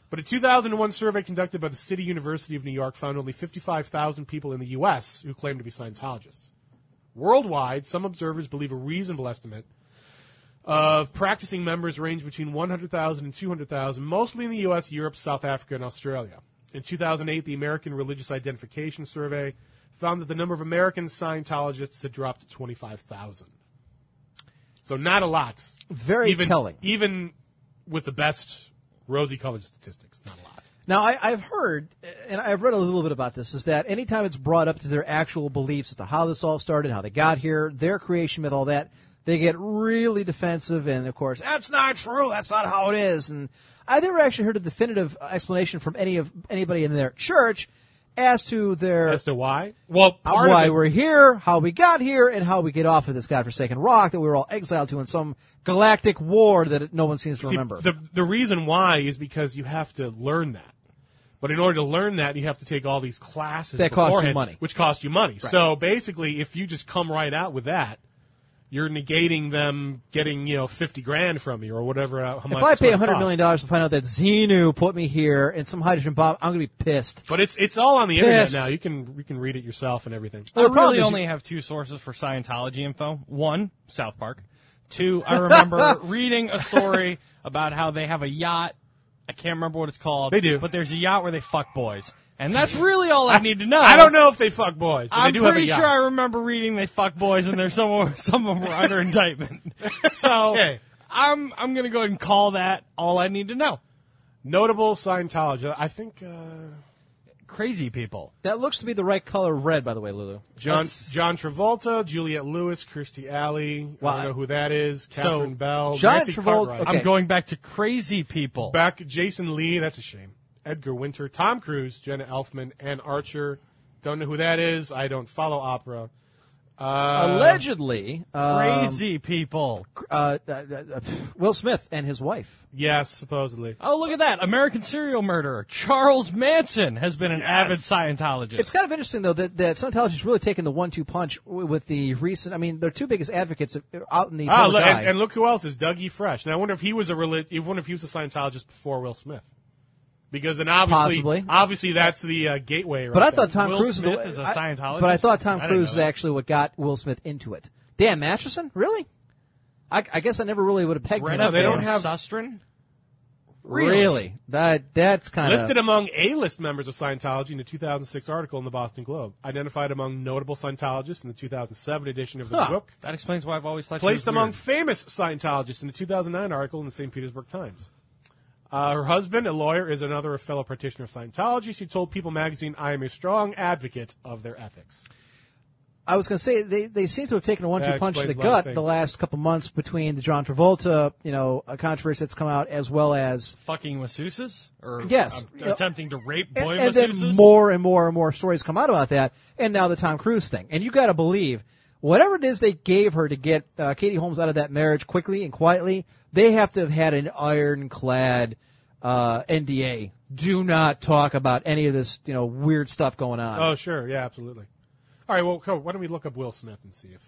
Speaker 5: But a 2001 survey conducted by the City University of New York found only 55,000 people in the U.S. who claimed to be Scientologists. Worldwide, some observers believe a reasonable estimate of practicing members range between 100,000 and 200,000, mostly in the U.S., Europe, South Africa, and Australia. In 2008, the American Religious Identification Survey found that the number of American Scientologists had dropped to 25,000. So not a lot.
Speaker 4: Very
Speaker 5: even,
Speaker 4: telling.
Speaker 5: Even with the best rosy-colored statistics, not a lot.
Speaker 4: Now, I, I've heard, and I've read a little bit about this, is that anytime it's brought up to their actual beliefs as to how this all started, how they got here, their creation myth, all that, they get really defensive and, of course, that's not true, that's not how it is. And I never actually heard a definitive explanation from any of anybody in their church as to their
Speaker 5: As to why? Well,
Speaker 4: uh,
Speaker 5: part
Speaker 4: why
Speaker 5: of it,
Speaker 4: we're here, how we got here, and how we get off of this godforsaken rock that we were all exiled to in some galactic war that it- no one seems to
Speaker 5: See,
Speaker 4: remember.
Speaker 5: The, the reason why is because you have to learn that. But in order to learn that, you have to take all these classes
Speaker 4: That cost you
Speaker 5: beforehand,
Speaker 4: money.
Speaker 5: which cost you money. So basically, if you just come right out with that, you're negating them getting you know fifty grand from you or whatever. uh, How much
Speaker 4: If I
Speaker 5: it's
Speaker 4: pay
Speaker 5: gonna
Speaker 4: hundred
Speaker 5: cost.
Speaker 4: million dollars to find out that Xenu put me here and some hydrogen bomb, I'm gonna be pissed.
Speaker 5: but it's it's all on the internet
Speaker 4: Pissed.
Speaker 5: now. You can you can read it yourself and everything.
Speaker 6: I
Speaker 4: the problem
Speaker 6: really
Speaker 4: is
Speaker 6: only have two sources for Scientology info. One, South Park. Two,
Speaker 5: [laughs]
Speaker 6: I remember reading a story about how they have a yacht. I can't remember what it's called.
Speaker 5: They do.
Speaker 6: But there's a yacht where they fuck boys. And that's really all I need to
Speaker 5: [laughs]
Speaker 6: know.
Speaker 5: I don't know if they fuck boys, but
Speaker 6: I'm
Speaker 5: they do
Speaker 6: pretty
Speaker 5: have a yacht.
Speaker 6: sure I remember reading they fuck boys and there's some some of [laughs] them were
Speaker 5: [laughs]
Speaker 6: under indictment. So
Speaker 5: Okay.
Speaker 6: I'm I'm gonna go ahead and call that all I need to know.
Speaker 5: Notable Scientology. I think uh,
Speaker 6: Crazy people.
Speaker 4: That looks to be the right color red, by the way, Lulu.
Speaker 5: John
Speaker 6: Let's-
Speaker 5: John Travolta, Juliet Lewis, Kirstie Alley.
Speaker 4: Well,
Speaker 5: I don't know who that is. Catherine Bell,
Speaker 4: John
Speaker 5: Nancy
Speaker 4: Travolta-
Speaker 5: Cartwright.
Speaker 4: okay.
Speaker 6: I'm going back to crazy people.
Speaker 5: back Jason Lee, that's a shame. Edgar Winter, Tom Cruise, Jenna Elfman, Ann Archer. Don't know who that is. I don't follow opera. uh,
Speaker 4: Allegedly, uh,
Speaker 5: Um,
Speaker 6: crazy people.
Speaker 4: uh, uh, uh, Will Smith and his wife.
Speaker 5: Yes, supposedly.
Speaker 6: Oh, look at that. American serial murderer Charles Manson has been an avid Scientologist.
Speaker 4: It's kind of interesting though that, that Scientology's really taken the one-two punch w- with the recent. I mean, their two biggest advocates of- uh, out in the
Speaker 5: Ah,
Speaker 4: public
Speaker 5: look,
Speaker 4: eye.
Speaker 5: and, and look who else is Dougie Fresh. Now I wonder if he was a relig- I wonder if he was a Scientologist before Will Smith, because then obviously,
Speaker 4: Possibly.
Speaker 5: obviously that's the uh, gateway. Right
Speaker 4: but I
Speaker 5: there.
Speaker 4: thought Tom
Speaker 6: Will
Speaker 4: Cruise
Speaker 6: Smith
Speaker 4: was the,
Speaker 6: is a
Speaker 4: I-
Speaker 6: Scientologist?
Speaker 4: But I thought Tom
Speaker 6: I didn't
Speaker 4: Cruise
Speaker 6: know
Speaker 4: is
Speaker 6: that.
Speaker 4: actually what got Will Smith into it. Dan Masterson, really? I, I guess I never really would have pegged him.
Speaker 6: Greta
Speaker 5: No,
Speaker 4: up
Speaker 5: they
Speaker 6: Van
Speaker 5: don't
Speaker 4: there.
Speaker 5: have-
Speaker 6: Susteren?
Speaker 4: Really? That that's kind
Speaker 5: listed
Speaker 4: of
Speaker 5: among A-list members of Scientology in a 2006 article in the Boston Globe, identified among notable Scientologists in the 2007 edition of the
Speaker 4: Huh.
Speaker 5: book.
Speaker 6: That explains why I've always thought she
Speaker 5: placed
Speaker 6: was
Speaker 5: among
Speaker 6: weird.
Speaker 5: famous Scientologists in a 2009 article in the St. Petersburg Times. Uh, her husband, a lawyer, is another fellow practitioner of Scientology. She told People magazine, I am a strong advocate of their ethics.
Speaker 4: I was going to say they, they seem to have taken a one-two
Speaker 5: That
Speaker 4: punch in the
Speaker 5: explains a lot of
Speaker 4: gut the
Speaker 5: things.
Speaker 4: last couple months between the John Travolta you know a controversy that's come out as well as
Speaker 6: Fucking masseuses? Or
Speaker 4: Yes.
Speaker 6: um, attempting to rape
Speaker 4: and,
Speaker 6: boy
Speaker 4: and then
Speaker 6: masseuses?
Speaker 4: more and more and more stories come out about that and now the Tom Cruise thing and you got to believe whatever it is they gave her to get uh, Katie Holmes out of that marriage quickly and quietly they have to have had an ironclad uh, NDA do not talk about any of this you know weird stuff going on
Speaker 5: Oh, sure. Yeah, absolutely. All right, well, co- why don't we look up Will Smith and see if.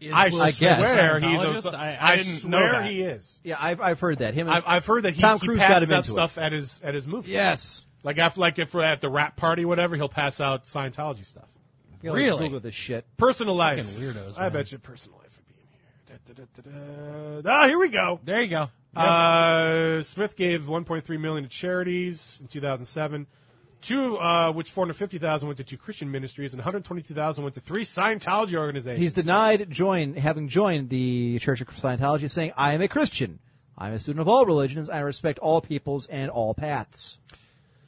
Speaker 6: Is
Speaker 5: I
Speaker 6: Will
Speaker 5: swear
Speaker 6: Smith a
Speaker 5: he's
Speaker 6: Scientologist?
Speaker 5: a.
Speaker 6: I, I, didn't
Speaker 5: swear
Speaker 6: know that.
Speaker 5: he is.
Speaker 4: yeah I've, I've heard that him and
Speaker 5: I've, I've heard that he,
Speaker 4: Tom
Speaker 5: he
Speaker 4: Cruise got
Speaker 5: passes
Speaker 4: him
Speaker 5: out
Speaker 4: into it.
Speaker 5: stuff at his at his movies.
Speaker 4: yes
Speaker 5: Like after like if we're at the rap party, whatever, he'll pass out Scientology stuff.
Speaker 4: You know, let's
Speaker 6: Really?
Speaker 4: Google this shit
Speaker 5: Personal life.
Speaker 6: weirdos,
Speaker 5: I
Speaker 6: man.
Speaker 5: bet you personal life would be in here. Da, da, da, da, da. Ah, here we go.
Speaker 6: There you go.
Speaker 5: Uh, Smith gave 1.3 million to charities in 2007. Two, uh, which 450,000 went to two Christian ministries, and 122,000 went to three Scientology organizations.
Speaker 4: He's denied join having joined the Church of Scientology, saying, "I am a Christian. I am a student of all religions. I respect all peoples and all paths."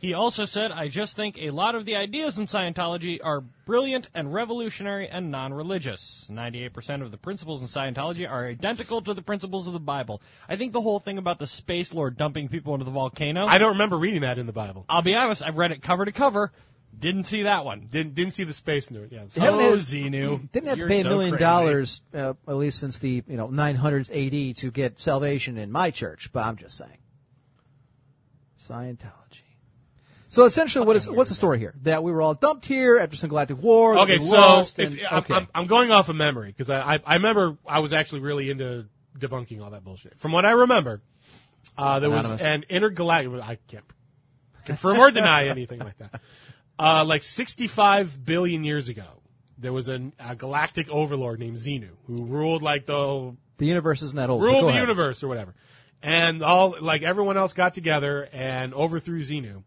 Speaker 6: He also said, I just think a lot of the ideas in Scientology are brilliant and revolutionary and non religious. 98% of the principles in Scientology are identical to the principles of the Bible. I think the whole thing about the space lord dumping people into the volcano,
Speaker 5: I don't remember reading that in the Bible.
Speaker 6: I'll be honest, I've read it cover to cover. Didn't see that one.
Speaker 5: Didn't didn't see the space nerd. Yeah, so-
Speaker 4: Him
Speaker 6: Oh,
Speaker 4: and-
Speaker 6: Xenu.
Speaker 4: Didn't have
Speaker 6: You're
Speaker 4: to pay a
Speaker 6: so
Speaker 4: million
Speaker 6: crazy.
Speaker 4: dollars, uh, at least since the you know 900s AD, to get salvation in my church. But I'm just saying, Scientology. So essentially, what is what's the story here? That we were all dumped here after some galactic war. that
Speaker 5: okay,
Speaker 4: we
Speaker 5: so
Speaker 4: lost,
Speaker 5: if,
Speaker 4: and-
Speaker 5: I'm,
Speaker 4: okay.
Speaker 5: I'm, I'm going off of memory because I, I I remember I was actually really into debunking all that bullshit. From what I remember, uh, there was
Speaker 4: Anonymous.
Speaker 5: an intergalactic. I can't confirm
Speaker 4: [laughs]
Speaker 5: or deny anything like that. Uh, like 65 billion years ago, there was an, a galactic overlord named Xenu who ruled like the
Speaker 4: the universe isn't that old. but
Speaker 5: rule
Speaker 4: go
Speaker 5: the
Speaker 4: ahead.
Speaker 5: universe or whatever. And all like everyone else got together and overthrew Xenu.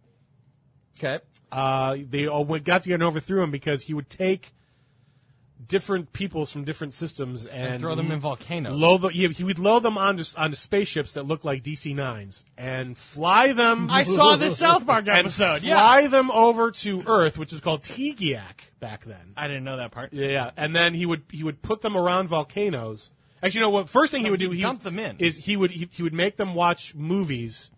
Speaker 4: Okay.
Speaker 5: Uh, they all went, got together and overthrew him because he would take different peoples from different systems and,
Speaker 6: Throw them in volcanoes.
Speaker 5: Low the, he, he would load them onto onto spaceships that look like DC nines and fly them.
Speaker 6: [laughs] I saw this South Park
Speaker 5: [laughs]
Speaker 6: episode,
Speaker 5: And
Speaker 6: yeah.
Speaker 5: fly them over to Earth, which was called Tegeac back then.
Speaker 6: I didn't know that part.
Speaker 5: Yeah, yeah. and then he would he would put them around volcanoes. Actually, you know what? First thing he would
Speaker 6: he'd
Speaker 5: do he
Speaker 6: dump
Speaker 5: was-
Speaker 6: them in.
Speaker 5: is he would he, he would make them watch movies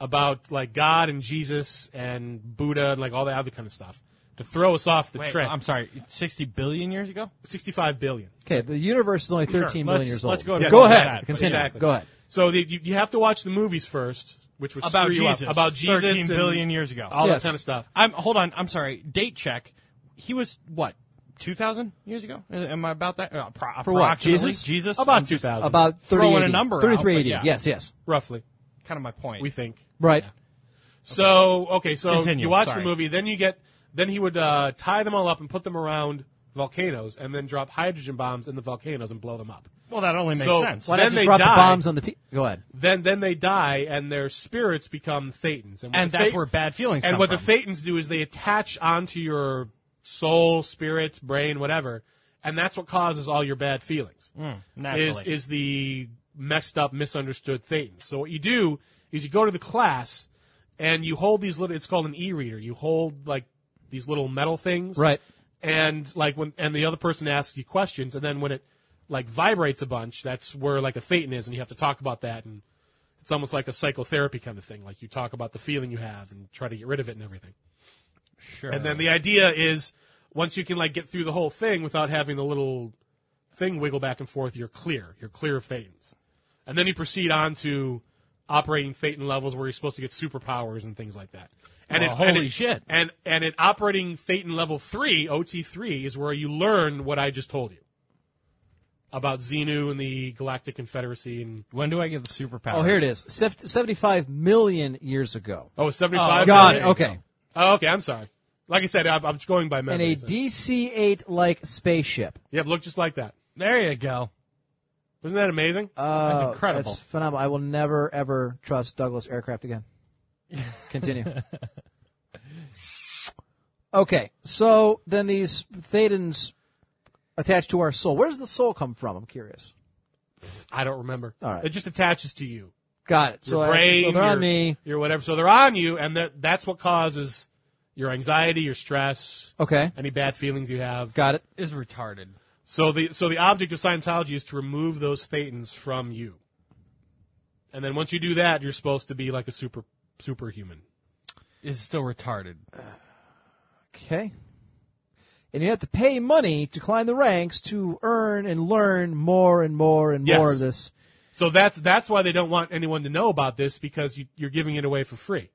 Speaker 5: about like God and Jesus and Buddha and like all that other kind of stuff to throw us off the
Speaker 6: Wait,
Speaker 5: trend.
Speaker 6: I'm sorry, 60 billion years ago?
Speaker 5: Sixty-five billion.
Speaker 4: Okay. The universe is only 13 million
Speaker 6: let's-
Speaker 4: years old.
Speaker 6: let's go to-
Speaker 4: go
Speaker 5: Yes,
Speaker 4: ahead.
Speaker 5: exactly.
Speaker 4: Continue.
Speaker 5: Exactly.
Speaker 4: Go ahead.
Speaker 5: So the, you, you have to watch the movies first, which would
Speaker 6: About
Speaker 5: screw you up.
Speaker 6: Jesus.
Speaker 5: about Jesus,
Speaker 6: 13
Speaker 5: and
Speaker 6: billion years ago.
Speaker 5: all
Speaker 4: Yes.
Speaker 5: that kind of stuff.
Speaker 6: I'm hold on. I'm sorry. Date check. He was what? Two thousand years ago? Am I about that? Uh, pro-
Speaker 4: For what,
Speaker 6: approximately.
Speaker 4: Jesus?
Speaker 6: Jesus. I'm
Speaker 5: About
Speaker 6: just-
Speaker 5: two thousand,
Speaker 4: About 30
Speaker 6: Throwing a number out, but
Speaker 4: 3380.
Speaker 6: yeah.
Speaker 4: Yes. Yes.
Speaker 5: roughly,
Speaker 6: Kind of my point.
Speaker 5: we think.
Speaker 4: Right.
Speaker 5: So okay, so
Speaker 6: Continue,
Speaker 5: you watch
Speaker 6: sorry.
Speaker 5: the movie, then you get then he would uh, tie them all up and put them around volcanoes, and then drop hydrogen bombs in the volcanoes and blow them up.
Speaker 6: well, that only makes
Speaker 5: So-
Speaker 6: sense.
Speaker 4: Why
Speaker 5: Then
Speaker 4: not just
Speaker 5: they
Speaker 4: drop the
Speaker 5: die.
Speaker 4: bombs on the? Pe- go ahead.
Speaker 5: Then then they die, and their spirits become thetans, what
Speaker 6: And
Speaker 5: the
Speaker 6: that's
Speaker 5: Thet-
Speaker 6: where bad feelings
Speaker 5: And
Speaker 6: come
Speaker 5: what
Speaker 6: from.
Speaker 5: the thetans do is they attach onto your soul, spirit, brain, whatever, and that's what causes all your bad feelings.
Speaker 6: Hmm.
Speaker 5: is
Speaker 6: Naturally.
Speaker 5: is the messed up, misunderstood Thetan. So what you do is you go to the class and you hold these little. It's called an e-reader. You hold like these little metal things,
Speaker 4: Right.
Speaker 5: And like when and the other person asks you questions, and then when it like vibrates a bunch, that's where like a Thetan is, and you have to talk about that, and it's almost like a psychotherapy kind of thing. Like you talk about the feeling you have and try to get rid of it and everything.
Speaker 6: sure.
Speaker 5: And then the idea is once you can like get through the whole thing without having the little thing wiggle back and forth, you're clear. You're clear of Thetans. And then you proceed on to operating Thetan levels where you're supposed to get superpowers and things like that. And
Speaker 6: Well,
Speaker 5: it, and
Speaker 6: holy
Speaker 5: it-
Speaker 6: shit.
Speaker 5: And and at operating Thetan level three, OT three, is where you learn what I just told you. About Xenu and the Galactic Confederacy and
Speaker 6: when do I get the superpower?
Speaker 4: Oh, here it is. Sef- Seventy-five million years ago.
Speaker 5: oh, it's 75.
Speaker 4: Got it.
Speaker 5: million.
Speaker 4: Okay.
Speaker 5: Oh, okay. I'm sorry. Like I said, I'm, I'm just going by
Speaker 4: And
Speaker 5: memory.
Speaker 4: a DC-8 like spaceship.
Speaker 5: yep, look just like that.
Speaker 6: There you go.
Speaker 5: Isn't that amazing?
Speaker 4: Uh,
Speaker 6: That's incredible.
Speaker 4: That's phenomenal. I will never ever trust Douglas aircraft
Speaker 6: [laughs]
Speaker 4: again. Continue. okay, so then these thetans attached to our soul. Where does the soul come from? I'm curious.
Speaker 5: I don't remember.
Speaker 4: All right.
Speaker 5: It just attaches to you.
Speaker 4: Got it. So,
Speaker 5: your
Speaker 4: I-
Speaker 5: brain,
Speaker 4: so they're on
Speaker 5: your-
Speaker 4: me.
Speaker 5: your whatever. So they're on you, and that that's what causes your anxiety, your stress,
Speaker 4: Okay.
Speaker 5: any bad feelings you have.
Speaker 4: Got it.
Speaker 6: Is retarded.
Speaker 5: So the so the object of Scientology is to remove those thetans from you, and then once you do that, you're supposed to be like a super superhuman.
Speaker 6: Is still retarded.
Speaker 4: Okay. And you have to pay money to climb the ranks to earn and learn more and more and
Speaker 5: Yes.
Speaker 4: more of this.
Speaker 5: So that's that's why they don't want anyone to know about this because you, you're giving it away for free.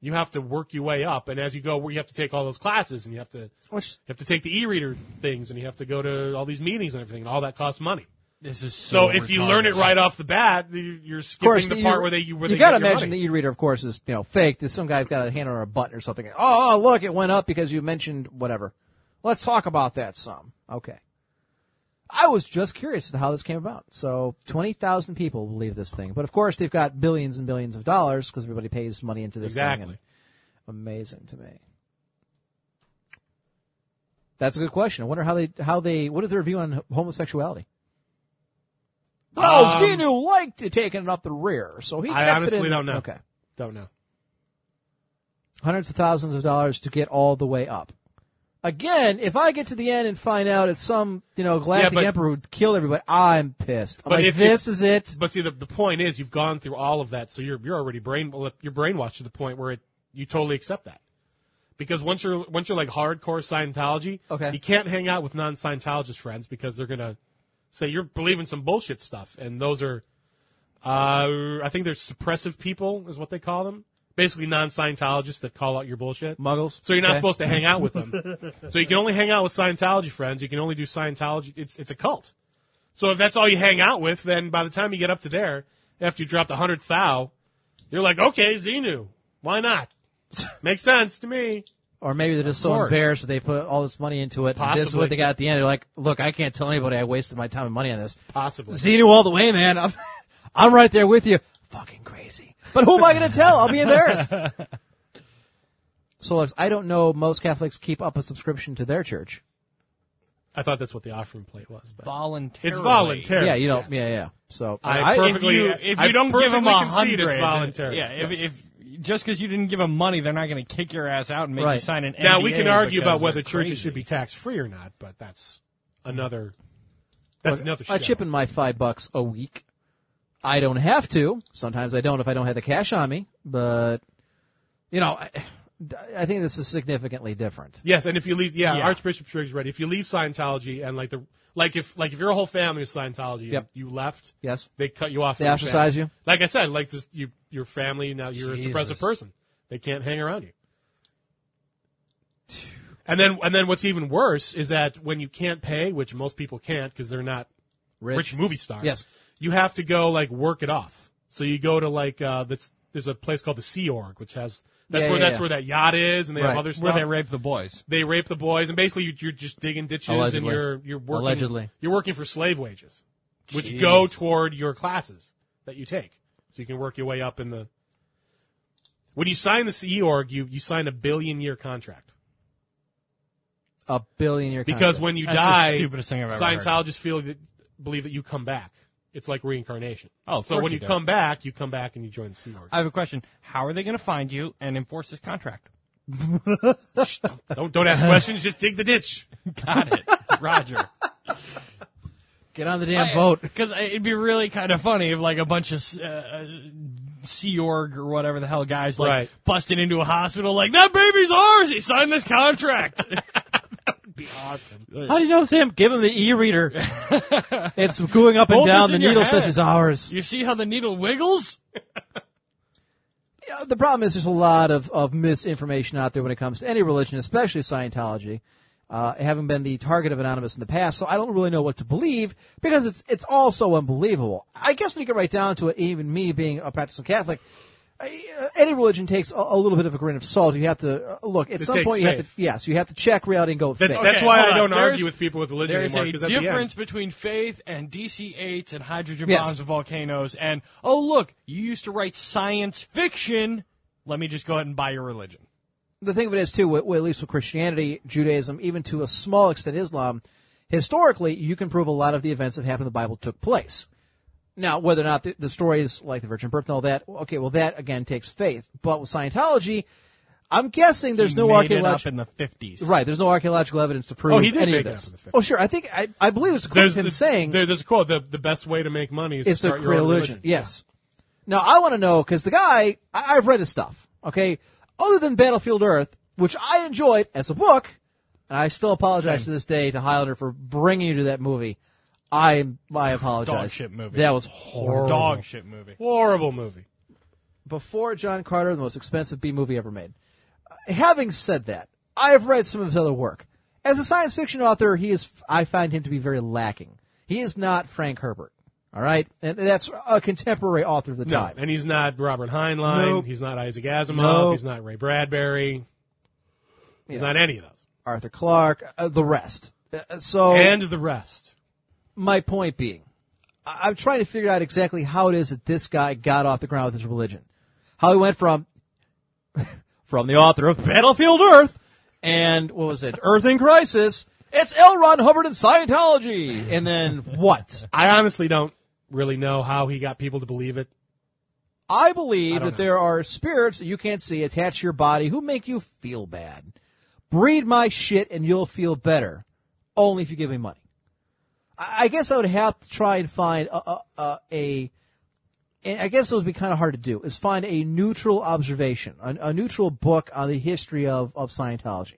Speaker 5: You have to work your way up, and as you go, you have to take all those classes, and you have to you
Speaker 4: Which
Speaker 5: have to take the e-reader things, and you have to go to all these meetings and everything, and all that costs money.
Speaker 6: This is
Speaker 5: So
Speaker 6: so.
Speaker 5: if you
Speaker 6: retarded.
Speaker 5: learn it right off the bat, you- you're skipping the part where they you where they
Speaker 4: gotta
Speaker 5: get your
Speaker 4: imagine
Speaker 5: money.
Speaker 4: the e-reader, of course, is you know fake. There's some guy's got a hand on a button or something. Oh, oh, look, it went up because you mentioned whatever. Let's talk about that some. Okay. I was just curious as to how this came about. So twenty thousand people believe this thing, but of course they've got billions and billions of dollars because everybody pays money into this
Speaker 5: exactly.
Speaker 4: thing. and- Amazing to me. That's a good question. I wonder how they how they what is their view on homosexuality. Well,
Speaker 5: Um,
Speaker 4: Xenu liked to taking it up the rear, so he.
Speaker 5: I
Speaker 4: kept it
Speaker 5: honestly
Speaker 4: in-
Speaker 5: don't know.
Speaker 4: Okay,
Speaker 5: Don't know.
Speaker 4: hundreds of thousands of dollars to get all the way up. Again, if I get to the end and find out it's some you know galactic
Speaker 5: Yeah, but-
Speaker 4: emperor who killed everybody, I'm pissed. I'm
Speaker 5: But
Speaker 4: like,
Speaker 5: if
Speaker 4: this
Speaker 5: it-
Speaker 4: is it.
Speaker 5: But see, the, the point is, you've gone through all of that, so you're you're already brain you're brainwashed to the point where it you totally accept that. Because once you're once you're like hardcore Scientology,
Speaker 4: Okay.
Speaker 5: you can't hang out with non Scientologist friends because they're gonna say you're believing some bullshit stuff, and those are, uh, I think they're suppressive people is what they call them. Basically, non Scientologists that call out your bullshit.
Speaker 4: Muggles.
Speaker 5: So you're not
Speaker 4: Okay.
Speaker 5: supposed to hang out
Speaker 4: [laughs]
Speaker 5: with them. so you can only hang out with Scientology friends. You can only do Scientology. It's it's a cult. So if that's all you hang out with, then by the time you get up to there, after you dropped a hundred thou, you're like, okay, Xenu,
Speaker 4: [laughs]
Speaker 5: why not? Makes sense to me.
Speaker 4: Or maybe they're just so
Speaker 5: course.
Speaker 4: embarrassed that they put all this money into it. and This is
Speaker 5: Possibly.
Speaker 4: what they got at the end. They're like, look, I can't tell anybody I wasted my time and money on this.
Speaker 5: Possibly.
Speaker 4: Xenu all the way, man. I'm, [laughs] I'm right there with you. Fucking crazy. But who am I going to tell? I'll be embarrassed. [laughs] So, Lex, I don't know. Most Catholics keep up a subscription to their church.
Speaker 5: I thought that's what the offering plate was, but it's
Speaker 6: voluntarily.
Speaker 5: voluntary.
Speaker 4: Yeah, you don't. Yeah, yeah. So,
Speaker 5: I perfectly,
Speaker 6: if you, if
Speaker 5: I
Speaker 6: you don't give them
Speaker 5: perfectly
Speaker 6: a
Speaker 5: concede
Speaker 6: hundred,
Speaker 5: it's voluntary.
Speaker 6: Yeah, if, if just because you didn't give them money, they're not going to kick your ass out and make you
Speaker 4: Right.
Speaker 6: sign an.
Speaker 5: now we
Speaker 6: NDA
Speaker 5: can argue
Speaker 6: because
Speaker 5: about whether
Speaker 6: they're
Speaker 5: churches
Speaker 6: crazy.
Speaker 5: should be tax free or not, but that's another. That's another.
Speaker 4: I
Speaker 5: show.
Speaker 4: chip in my five bucks a week. I don't have to. Sometimes I don't if I don't have the cash on me. But you know, I, I think this is significantly different.
Speaker 5: Yes, and if you leave, yeah,
Speaker 6: Yeah.
Speaker 5: Archbishop Triggs is right. If you leave Scientology and like the like if like if your whole family is Scientology, and
Speaker 4: Yep.
Speaker 5: you left,
Speaker 4: Yes.
Speaker 5: they cut you off.
Speaker 4: They
Speaker 5: from your
Speaker 4: ostracize
Speaker 5: family.
Speaker 4: you?
Speaker 5: Like I said, like this, you your family now you're a suppressive person. They can't hang around you. And then and then what's even worse is that when you can't pay, which most people can't because they're not
Speaker 4: Rich.
Speaker 5: movie stars,
Speaker 4: Yes.
Speaker 5: you have to go like work it off. So you go to like uh, this, there's a place called the Sea Org, which has that's
Speaker 4: Yeah,
Speaker 5: where
Speaker 4: yeah,
Speaker 5: that's
Speaker 4: yeah.
Speaker 5: where that yacht is, and they
Speaker 4: Right.
Speaker 5: have other stuff
Speaker 6: where they rape the boys.
Speaker 5: they rape the boys, and basically you, you're just digging ditches and
Speaker 4: Allegedly.
Speaker 5: you're you're working
Speaker 4: Allegedly.
Speaker 5: you're working for slave wages, which go toward your classes that you take, so you can work your way up in the. When you sign the CE org, you you sign a billion year contract
Speaker 4: A billion year
Speaker 5: because
Speaker 4: contract.
Speaker 5: when you
Speaker 6: That's the
Speaker 5: die,
Speaker 6: stupidest thing I've ever heard.
Speaker 5: Scientologists feel that believe that you come back. It's like reincarnation.
Speaker 6: Oh, of
Speaker 5: so
Speaker 6: course
Speaker 5: when
Speaker 6: you
Speaker 5: you,
Speaker 6: do.
Speaker 5: come back, you come back and you join the Sea Org.
Speaker 6: I have a question. How are they going to find you and enforce this contract?
Speaker 5: [laughs] don't don't
Speaker 6: [laughs]
Speaker 5: ask questions, just dig the ditch.
Speaker 6: Got it, Roger.
Speaker 4: get on the damn
Speaker 6: [laughs]
Speaker 4: boat.
Speaker 6: Because it'd be really kind of funny if like a bunch of uh, uh, Sea Org or whatever the hell guys like
Speaker 5: Right.
Speaker 6: busted into a hospital like that baby's ours. He signed this contract.
Speaker 4: How do you know it's him? Give him the
Speaker 6: [laughs]
Speaker 4: e-reader. it's going up and
Speaker 6: Hold this
Speaker 4: down. The
Speaker 6: in your
Speaker 4: needle says
Speaker 6: hand.
Speaker 4: it's ours.
Speaker 6: you see how the needle wiggles?
Speaker 4: Yeah, the problem is there's a lot of, of misinformation out there when it comes to any religion, especially Scientology. Uh, having been the target of anonymous in the past, so I don't really know what to believe because it's it's all so unbelievable. I guess when you get right down to it, even me being a practicing Catholic, I- uh, any religion takes a, a little bit of a grain of salt. You have to uh, look at
Speaker 5: It
Speaker 4: some
Speaker 5: takes
Speaker 4: point. You have
Speaker 5: faith.
Speaker 4: to yes, you have to check reality and go with
Speaker 5: That's,
Speaker 4: faith.
Speaker 5: that's
Speaker 6: Okay,
Speaker 5: why
Speaker 6: hold
Speaker 5: I
Speaker 6: on.
Speaker 5: don't argue
Speaker 6: There's-
Speaker 5: with people with religion
Speaker 6: There's
Speaker 5: anymore.
Speaker 6: a
Speaker 5: 'cause at the end-
Speaker 6: difference between faith and DC-8s and hydrogen
Speaker 4: Yes.
Speaker 6: bombs and volcanoes. And oh look, you used to write science fiction. Let me just go ahead and buy your religion.
Speaker 4: the thing of it is too, with, with- at least with Christianity, Judaism, even to a small extent Islam, historically you can prove a lot of the events that happened in the Bible took place. Now, whether or not the, the stories like the virgin birth and all that, okay, well, that again takes faith. But with Scientology, I'm guessing there's
Speaker 6: He
Speaker 4: no
Speaker 6: made it
Speaker 4: archaeological
Speaker 6: up in the fifties.
Speaker 4: right. There's no archaeological evidence to prove
Speaker 5: Oh, he did
Speaker 4: any
Speaker 5: make it
Speaker 4: of
Speaker 5: up
Speaker 4: this.
Speaker 5: in the 50s.
Speaker 4: oh, sure. I think I, I believe it's a quote of him
Speaker 5: this-
Speaker 4: saying
Speaker 5: there- there's a quote. The the best way to make money is
Speaker 4: it's the
Speaker 5: to start your own
Speaker 4: religion. Yes. Now I want to know because the guy I, I've read his stuff. Okay, other than Battlefield Earth, which I enjoyed as a book, and I still apologize to this day to Highlander for bringing you to that movie. I I apologize.
Speaker 6: Dog shit movie.
Speaker 4: That was horrible.
Speaker 6: Dog shit movie.
Speaker 5: Horrible movie.
Speaker 4: Before John Carter, the most expensive B movie ever made. Uh, Having said that, I have read some of his other work. As a science fiction author, he is I find him to be very lacking. He is not Frank Herbert. All right, and that's a contemporary author of the
Speaker 5: No,
Speaker 4: time.
Speaker 5: and he's not Robert Heinlein.
Speaker 4: Nope.
Speaker 5: He's not Isaac Asimov.
Speaker 4: Nope.
Speaker 5: He's not Ray Bradbury. He's
Speaker 4: Yeah.
Speaker 5: not any of those.
Speaker 4: Arthur Clarke, uh, the rest. Uh, so
Speaker 5: And the rest.
Speaker 4: my point being, I- I'm trying to figure out exactly how it is that this guy got off the ground with his religion, how he went from [laughs] from the author of Battlefield Earth and what was it, Earth in Crisis. It's L. Ron Hubbard and Scientology, and then what?
Speaker 5: I honestly don't really know how he got people to believe it.
Speaker 4: I believe
Speaker 5: don't
Speaker 4: that
Speaker 5: know.
Speaker 4: there are spirits that you can't see attached to your body who make you feel bad. Breed my shit and you'll feel better, only if you give me money. I I guess I would have to try and find a, a, a, a and I guess it would be kind of hard to do is find a neutral observation, a, a neutral book on the history of, of Scientology.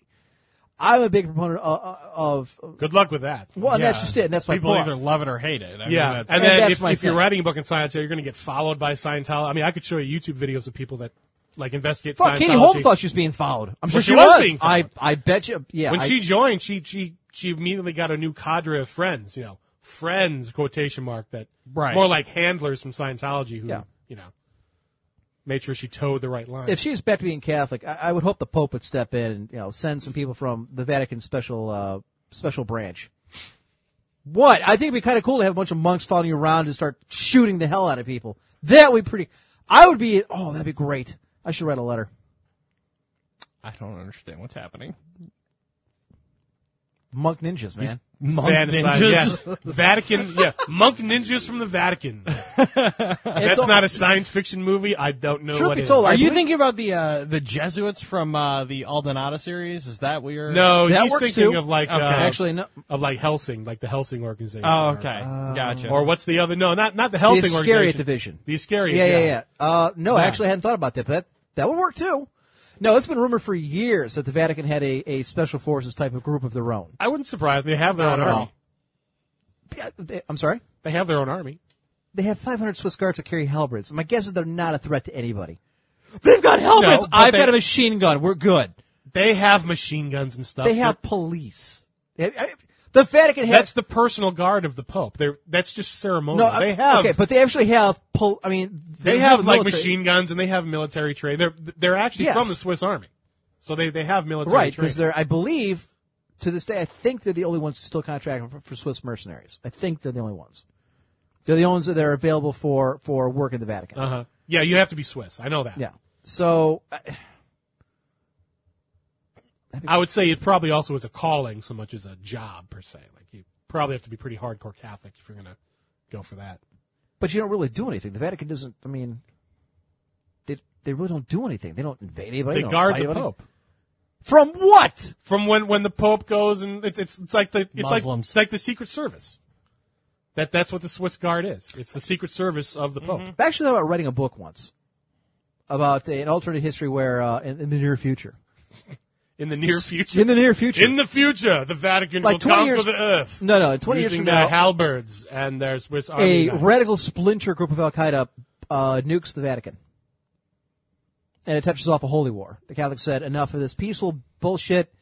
Speaker 4: I'm a big proponent of, of
Speaker 5: Good luck with that.
Speaker 4: well, and that's just it. And that's my
Speaker 6: People
Speaker 4: point.
Speaker 6: either love it or hate it. I mean,
Speaker 5: Yeah,
Speaker 6: that's-
Speaker 5: and
Speaker 4: And
Speaker 5: then
Speaker 4: that's
Speaker 5: if,
Speaker 4: my
Speaker 5: if you're
Speaker 4: thing.
Speaker 5: writing a book in Scientology, you're going to get followed by Scientology. I mean, I could show you YouTube videos of people that like investigate
Speaker 4: Fuck,
Speaker 5: Scientology.
Speaker 4: Katie Holmes thought she was being followed. I'm sure
Speaker 5: Well,
Speaker 4: she,
Speaker 5: she was
Speaker 4: was.
Speaker 5: being
Speaker 4: I
Speaker 5: followed.
Speaker 4: I bet you. Yeah.
Speaker 5: when
Speaker 4: I-
Speaker 5: she joined, she she she immediately got a new cadre of friends. You know, friends quotation mark that
Speaker 6: Right.
Speaker 5: more like handlers from Scientology who
Speaker 4: Yeah.
Speaker 5: you know made sure she towed the right line.
Speaker 4: if she was back to being Catholic, I, I would hope the Pope would step in and you know send some people from the Vatican special uh, special branch. What I think it'd be kind of cool to have a bunch of monks following you around and start shooting the hell out of people. That would be pretty. I would be. Oh, that'd be great. I should write a letter.
Speaker 6: I don't understand what's happening.
Speaker 4: Monk ninjas, man.
Speaker 6: Monk
Speaker 5: Fantasized,
Speaker 6: ninjas.
Speaker 5: yes. Vatican, yeah, monk ninjas from the Vatican. That's
Speaker 4: all-
Speaker 5: not a science fiction movie. I don't know
Speaker 4: Truth
Speaker 5: what
Speaker 4: be
Speaker 5: is.
Speaker 4: told, I
Speaker 6: [laughs] Are you
Speaker 4: believe-
Speaker 6: thinking about the uh, the Jesuits from uh, the Aldonada series? Is that what you're?
Speaker 5: no,
Speaker 4: That
Speaker 5: oh, he's
Speaker 4: works
Speaker 5: thinking
Speaker 4: too.
Speaker 5: of like
Speaker 6: Okay.
Speaker 5: uh,
Speaker 4: Actually, no.
Speaker 5: of like Helsing, like the Helsing organization.
Speaker 6: Oh,
Speaker 5: or-
Speaker 6: okay. gotcha.
Speaker 5: Or what's the other? No, not not the Helsing
Speaker 4: the Iscariot
Speaker 5: organization.
Speaker 4: division.
Speaker 5: The Iscariot.
Speaker 4: Yeah, yeah, yeah. Uh, no, I actually hadn't thought about that, but that, that would work too. No, it's been rumored for years that the Vatican had a, a special forces type of group of their own.
Speaker 5: I wouldn't surprise me. They have their own
Speaker 4: at
Speaker 5: army.
Speaker 4: all. Yeah, they- I'm sorry?
Speaker 5: They have their own army.
Speaker 4: They have 500 Swiss guards that carry halberds. My guess is they're not a threat to anybody. They've got halberds.
Speaker 5: No, but
Speaker 4: I've
Speaker 5: they-
Speaker 4: got a machine gun. We're good.
Speaker 5: They have machine guns and stuff.
Speaker 4: They have police. They- I- The Vatican has
Speaker 5: That's the personal guard of the Pope. They're that's just ceremonial.
Speaker 4: no. I-
Speaker 5: they have
Speaker 4: okay, but they actually have. Pol- I mean,
Speaker 5: they have like
Speaker 4: military-
Speaker 5: machine guns and they have military training. They're they're actually
Speaker 4: Yes.
Speaker 5: from the Swiss Army, so they they have military
Speaker 4: right?
Speaker 5: training.
Speaker 4: Because they're, I believe, to this day, I think they're the only ones who still contract for, for Swiss mercenaries. I think they're the only ones. They're the only ones that are available for for work in the Vatican.
Speaker 5: uh-huh. Yeah, you have to be Swiss. I know that.
Speaker 4: Yeah. So uh,
Speaker 5: I would say it probably also is a calling so much as a job per se. Like you probably have to be pretty hardcore Catholic if you're gonna go for that.
Speaker 4: But you don't really do anything. The Vatican doesn't. I mean, they they really don't do anything. They don't invade anybody.
Speaker 5: They
Speaker 4: don't
Speaker 5: guard
Speaker 4: fight
Speaker 5: the
Speaker 4: anybody.
Speaker 5: Pope.
Speaker 4: from what?
Speaker 5: from when when the Pope goes and it's it's, it's like the it's like,
Speaker 6: Muslims.
Speaker 5: it's like the Secret Service. That that's what the Swiss Guard is. It's the Secret Service of the Pope.
Speaker 4: I actually thought about writing a book once about an alternate history where uh, in, in the near future,
Speaker 5: In the near future,
Speaker 4: in the near future,
Speaker 5: In the future, the Vatican
Speaker 4: Like
Speaker 5: will
Speaker 4: 20
Speaker 5: conquer
Speaker 4: years-
Speaker 5: the earth.
Speaker 4: no, no, twenty years
Speaker 5: using
Speaker 4: from
Speaker 5: their
Speaker 4: now,
Speaker 5: halberds and their Swiss Army
Speaker 4: a
Speaker 5: knives.
Speaker 4: radical splinter group of Al Qaeda uh, nukes the Vatican, and it touches off a holy war. The Catholics said, "Enough of this peaceful bullshit.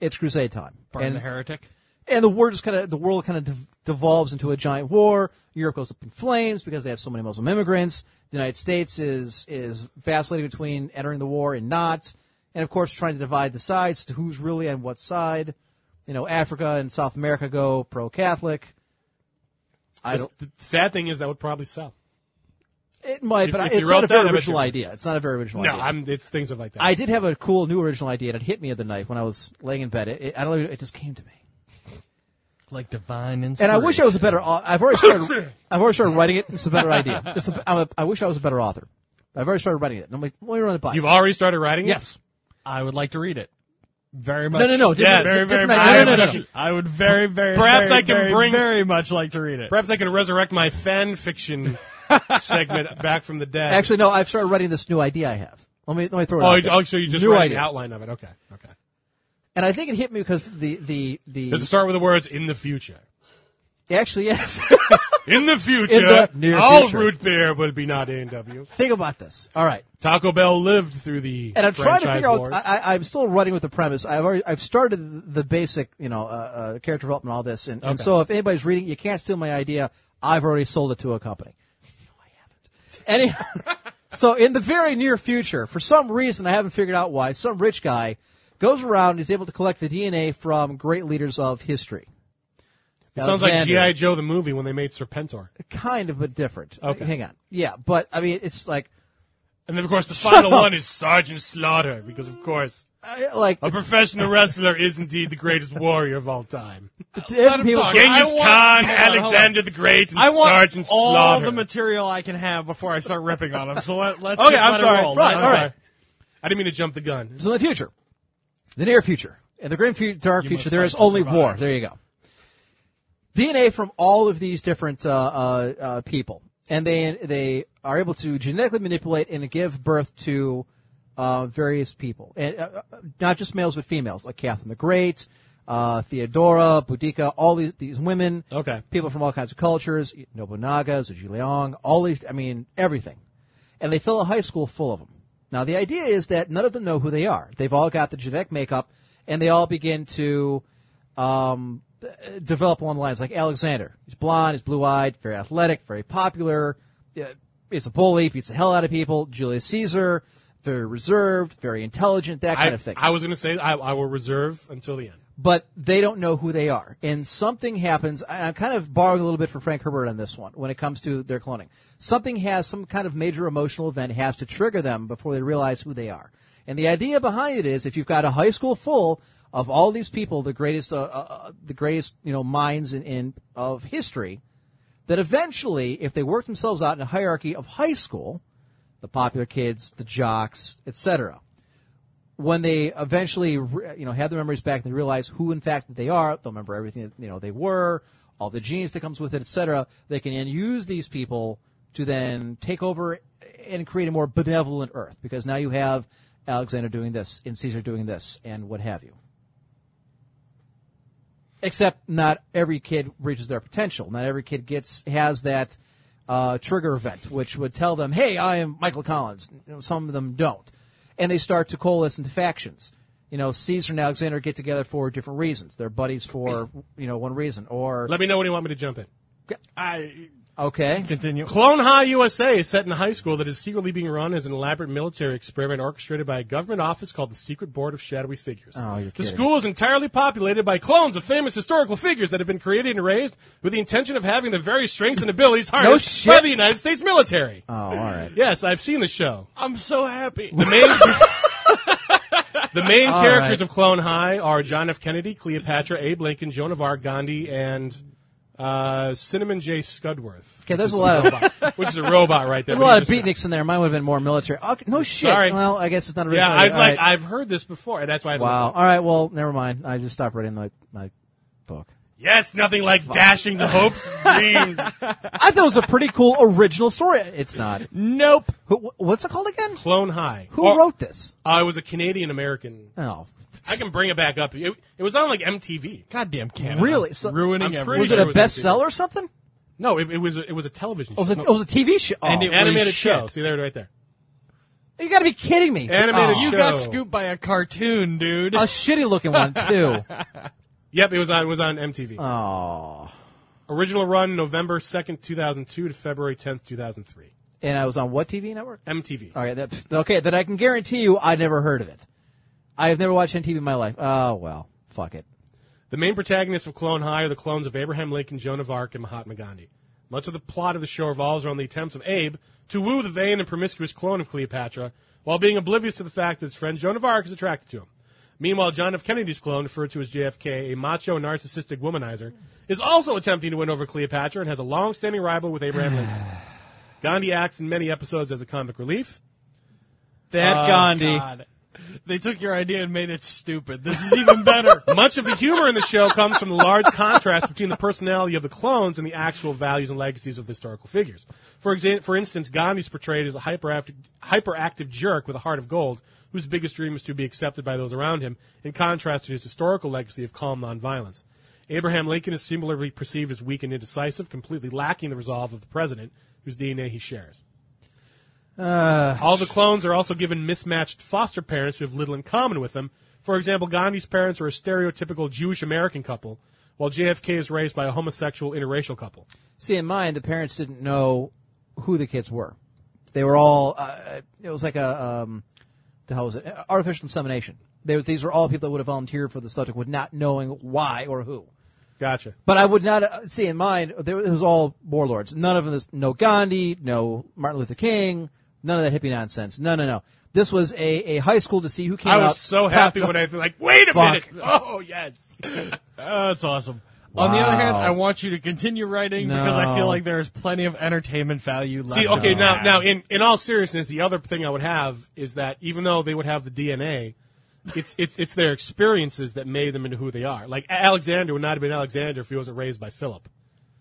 Speaker 4: It's crusade time."
Speaker 6: Burn
Speaker 4: and
Speaker 6: the heretic.
Speaker 4: and the world just kind of the world kind of dev- devolves into a giant war. Europe goes up in flames because they have so many Muslim immigrants. The United States is is vacillating between entering the war and not, and of course trying to divide the sides to who's really on what side. You know, Africa and South America go pro Catholic. I
Speaker 5: This-
Speaker 4: don't.
Speaker 5: The sad thing is that would probably sell.
Speaker 4: It might,
Speaker 5: if-
Speaker 4: but I-
Speaker 5: if you
Speaker 4: it's not
Speaker 5: wrote
Speaker 4: a very
Speaker 5: that, I bet
Speaker 4: original
Speaker 5: you-
Speaker 4: idea. It's not a very original
Speaker 5: No,
Speaker 4: idea.
Speaker 5: I'm, it's things of like that.
Speaker 4: I did have a cool new original idea that hit me the other night when I was laying in bed. It, it- I don't know, it just came to me.
Speaker 6: Like divine
Speaker 4: And
Speaker 6: inspiration.
Speaker 4: I wish I was a better. au- I've already
Speaker 5: [laughs]
Speaker 4: started. I've already started writing it. It's a better idea. It's a, I'm a, I wish I was a better author. I've already started writing it. And I'm like, let me run it by.
Speaker 5: You've already started writing it?
Speaker 4: yes.
Speaker 6: I would like to read it. Very much.
Speaker 4: No, no, no.
Speaker 5: Yeah,
Speaker 4: Different,
Speaker 6: Very, very,
Speaker 4: different
Speaker 6: much.
Speaker 4: idea. no, no, no,
Speaker 6: I would- I would very, very,
Speaker 5: Perhaps
Speaker 6: very,
Speaker 5: I can
Speaker 6: very,
Speaker 5: bring-
Speaker 6: very much like to read it.
Speaker 5: Perhaps I can resurrect my fan [laughs] fiction segment back from the dead.
Speaker 4: Actually, no. I've started writing this new idea I have. Let me let me throw it.
Speaker 5: oh,
Speaker 4: out
Speaker 5: you-
Speaker 4: there.
Speaker 5: oh, so you just
Speaker 4: new
Speaker 5: write
Speaker 4: idea.
Speaker 5: an outline of it. Okay, okay.
Speaker 4: And I think it hit me because the the the
Speaker 5: Does it start with the words "in the future"?
Speaker 4: actually yes. [laughs]
Speaker 5: In the future,
Speaker 4: the near
Speaker 5: all
Speaker 4: future.
Speaker 5: root beer will be not A and W.
Speaker 4: think about this. All right.
Speaker 5: Taco Bell lived through the
Speaker 4: and I'm trying to
Speaker 5: franchise
Speaker 4: figure out.
Speaker 5: wars.
Speaker 4: I, I- I'm still running with the premise. I've already, I've started the basic, you know, uh, uh, character development, all this, and, and
Speaker 5: Okay.
Speaker 4: so if anybody's reading, it, you can't steal my idea. I've already sold it to a company. No, I haven't. Anyhow, [laughs] so in the very near future, for some reason I haven't figured out why, some rich guy goes around and is able to collect the DNA from great leaders of history.
Speaker 5: it sounds like
Speaker 4: Alexander
Speaker 5: GI Joe the movie when they made Serpentor,
Speaker 4: kind of but different.
Speaker 5: Okay.
Speaker 4: Hang on. Yeah, but I mean, it's like,
Speaker 5: and then of course the final one is Sergeant Slaughter because of course
Speaker 4: I- like
Speaker 5: a professional wrestler is indeed the greatest warrior of all
Speaker 6: [laughs]
Speaker 5: time.
Speaker 4: different people-
Speaker 6: talk. I
Speaker 5: Genghis
Speaker 6: want-
Speaker 5: Khan,
Speaker 6: hold on, hold on.
Speaker 5: Alexander the Great, and
Speaker 6: I want
Speaker 5: Sergeant
Speaker 6: all
Speaker 5: Slaughter.
Speaker 6: the material I can have before I start ripping on them. So let, let's
Speaker 5: okay,
Speaker 6: just
Speaker 5: I'm
Speaker 6: let
Speaker 5: sorry.
Speaker 6: it roll.
Speaker 4: Right,
Speaker 6: Let it
Speaker 4: all
Speaker 6: roll.
Speaker 4: right.
Speaker 5: I didn't mean to jump the gun.
Speaker 4: So in the future, the near future, in the grim future, dark future, there is only war. There you go. DNA from all of these different uh, uh, uh, people, and they they are able to genetically manipulate and give birth to uh, various people, and uh, uh, not just males but females, like Catherine the Great, uh, Theodora, Boudica, all these these women.
Speaker 5: Okay.
Speaker 4: people from all kinds of cultures, Nobunaga, Zhuge Liang, all these. I mean, everything, and they fill a high school full of them. Now the idea is that none of them know who they are. They've all got the genetic makeup, and they all begin to um, uh, develop along the lines like Alexander. He's blonde, he's blue eyed, very athletic, very popular. Uh, is a bully, beats the hell out of people. Julius Caesar, very reserved, very intelligent, that kind
Speaker 5: I,
Speaker 4: of thing.
Speaker 5: I was going to say I, I will reserve until the end.
Speaker 4: but they don't know who they are, and something happens. And I'm kind of borrowing a little bit from Frank Herbert on this one when it comes to their cloning. Something has some kind of major emotional event has to trigger them before they realize who they are. And the idea behind it is if you've got a high school full of all these people, the greatest, uh, uh, uh, the greatest, you know, minds in, in of history, that eventually, if they work themselves out in a hierarchy of high school, the popular kids, the jocks, etc., when they eventually re- you know have their memories back and they realize who in fact they are, they'll remember everything that, you know they were, all the genius that comes with it, etc. They can then use these people to then take over and create a more benevolent Earth because now you have Alexander doing this and Caesar doing this and what have you. Except not every kid reaches their potential. Not every kid gets has that uh, trigger event, which would tell them, "Hey, I am Michael Collins." You know, some of them don't, and they start to coalesce into factions. You know, Caesar and Alexander get together for different reasons. They're buddies for you know one reason, or
Speaker 5: Let me know when you want me to jump in. [laughs]
Speaker 4: okay,
Speaker 6: Continue.
Speaker 5: Clone High USA is set in a high school that is secretly being run as an elaborate military experiment orchestrated by a government office called the Secret Board of Shadowy Figures.
Speaker 4: Oh, you're
Speaker 5: the
Speaker 4: kidding.
Speaker 5: school is entirely populated by clones of famous historical figures that have been created and raised with the intention of having the various strengths and abilities harnessed
Speaker 4: shit.
Speaker 5: by the United States military.
Speaker 4: oh, all right,
Speaker 5: Yes, I've seen the show.
Speaker 6: I'm so happy.
Speaker 5: The main, the main characters
Speaker 4: right.
Speaker 5: of Clone High are John F. Kennedy, Cleopatra, Abe Lincoln, Joan of Arc, Gandhi, and uh, Cinnamon J. Scudworth.
Speaker 4: okay. There's a
Speaker 5: [laughs]
Speaker 4: lot of [laughs]
Speaker 5: Which is a robot right there.
Speaker 4: there's a lot of
Speaker 5: Just-
Speaker 4: beatniks in there. Mine would have been more military. Okay, no shit.
Speaker 5: Sorry.
Speaker 4: Well, I guess it's not a
Speaker 5: Yeah,
Speaker 4: reason.
Speaker 5: I've
Speaker 4: All
Speaker 5: like
Speaker 4: right.
Speaker 5: I've heard this before, and that's why. I
Speaker 4: wow.
Speaker 5: love it.
Speaker 4: All right. Well, never mind. I just stopped reading my my book.
Speaker 5: Yes, nothing like dashing
Speaker 4: [laughs]
Speaker 5: the hopes, dreams.
Speaker 4: I thought it was a pretty cool original story. It's not.
Speaker 6: Nope.
Speaker 4: Who, what's it called again?
Speaker 5: Clone High.
Speaker 4: Who
Speaker 5: Or-
Speaker 4: wrote this?
Speaker 5: I was a Canadian American.
Speaker 4: Oh,
Speaker 5: I can bring it back up. It, it was on like MTV.
Speaker 6: [laughs] Goddamn Canada.
Speaker 4: Really? So-
Speaker 6: ruining
Speaker 5: I'm
Speaker 6: everything.
Speaker 5: pretty
Speaker 4: was it a
Speaker 5: sure it was
Speaker 4: bestseller or something?
Speaker 5: No, it, it was a, it was a television.
Speaker 4: Oh, it was a,
Speaker 5: show.
Speaker 4: it was a TV show. Oh,
Speaker 5: An animated
Speaker 6: shit.
Speaker 5: show. See there, right there.
Speaker 4: you got to be kidding me!
Speaker 5: Animated
Speaker 4: Oh.
Speaker 5: show.
Speaker 6: You got scooped by a cartoon, dude.
Speaker 4: a shitty looking one
Speaker 5: [laughs]
Speaker 4: too.
Speaker 5: Yep, it was on it was on MTV.
Speaker 4: Oh,
Speaker 5: Original run November second, two thousand two to February tenth, two thousand three.
Speaker 4: and I was on what TV network?
Speaker 5: MTV.
Speaker 4: All right, that, okay. Then I can guarantee you, I never heard of it. I have never watched MTV in my life. Oh well, fuck it.
Speaker 5: The main protagonists of Clone High are the clones of Abraham Lincoln, Joan of Arc, and Mahatma Gandhi. Much of the plot of the show revolves around the attempts of Abe to woo the vain and promiscuous clone of Cleopatra while being oblivious to the fact that his friend Joan of Arc is attracted to him. Meanwhile, John F. Kennedy's clone, referred to as JFK, a macho narcissistic womanizer, is also attempting to win over Cleopatra and has a long-standing rival with Abraham Lincoln. [sighs] Gandhi acts in many episodes as a comic relief.
Speaker 4: That Gandhi.
Speaker 6: Oh, God. They took your idea and made it stupid. This is [laughs] even better.
Speaker 5: Much of the humor in the show comes from the large contrast between the personality of the clones and the actual values and legacies of the historical figures. For, exa- for instance, Gandhi's portrayed as a hyperactive, hyperactive jerk with a heart of gold whose biggest dream is to be accepted by those around him, in contrast to his historical legacy of calm nonviolence. Abraham Lincoln is similarly perceived as weak and indecisive, completely lacking the resolve of the president, whose DNA he shares. All the clones are also given mismatched foster parents who have little in common with them. For example, Gandhi's parents are a stereotypical Jewish American couple, while JFK is raised by a homosexual interracial couple.
Speaker 4: See, in mine, the parents didn't know who the kids were. They were all. Uh, it was like a. Um, the hell was it? Artificial insemination. There was, these were all people that would have volunteered for the subject, with not knowing why or who.
Speaker 5: Gotcha.
Speaker 4: But I would not uh, see in mine. There, it was all warlords. None of this. No Gandhi. No Martin Luther King. None of that hippie nonsense. No, no, no. This was a, a high school to see who came
Speaker 5: I
Speaker 4: out.
Speaker 5: was so happy when I was like, wait a
Speaker 4: Uh, Fuck.
Speaker 5: minute. Oh, yes.
Speaker 6: Oh, that's awesome. On the other hand, I want you to continue writing because I
Speaker 4: No.
Speaker 6: feel like there is plenty of entertainment value left.
Speaker 5: See, okay,
Speaker 6: in
Speaker 5: now,
Speaker 6: that.
Speaker 5: now, in, in all seriousness, the other thing I would have is that even though they would have the DNA, it's, it's, it's their experiences that made them into who they are. Like, Alexander would not have been Alexander if he wasn't raised by Philip.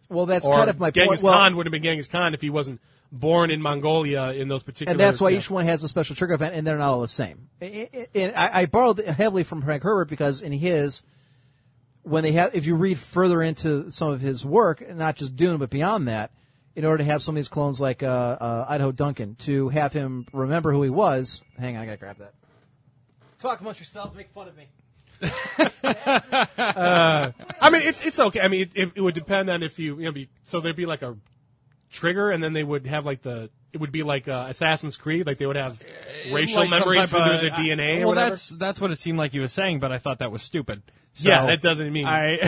Speaker 4: Well, that's
Speaker 5: or
Speaker 4: kind of my
Speaker 5: Genghis
Speaker 4: point. Well,
Speaker 5: Khan would have been Genghis Khan if he wasn't born in Mongolia in those particular.
Speaker 4: and that's why
Speaker 5: you
Speaker 4: each one has a special trigger event, and they're not all the same. I- I- And I, I borrowed heavily from Frank Herbert because in his, when they have, if you read further into some of his work, and not just Dune but beyond that, in order to have some of these clones like uh, uh, Idaho Duncan to have him remember who he was. Hang on, I gotta grab that. Talk amongst yourselves, make fun of me.
Speaker 5: I mean, it's it's okay. I mean, it, it, it would depend on if you you know. Be, so there'd be like a trigger, and then they would have like the. It would be like uh, Assassin's Creed, like they would have
Speaker 4: Uh,
Speaker 5: racial
Speaker 6: Like some
Speaker 5: memories
Speaker 6: type
Speaker 5: through
Speaker 6: of-
Speaker 5: their, their
Speaker 6: I-
Speaker 5: DNA. or
Speaker 6: well,
Speaker 5: whatever.
Speaker 6: that's that's what it seemed like he was saying, but I thought that was stupid. So
Speaker 5: yeah, that doesn't mean. [laughs]
Speaker 6: I.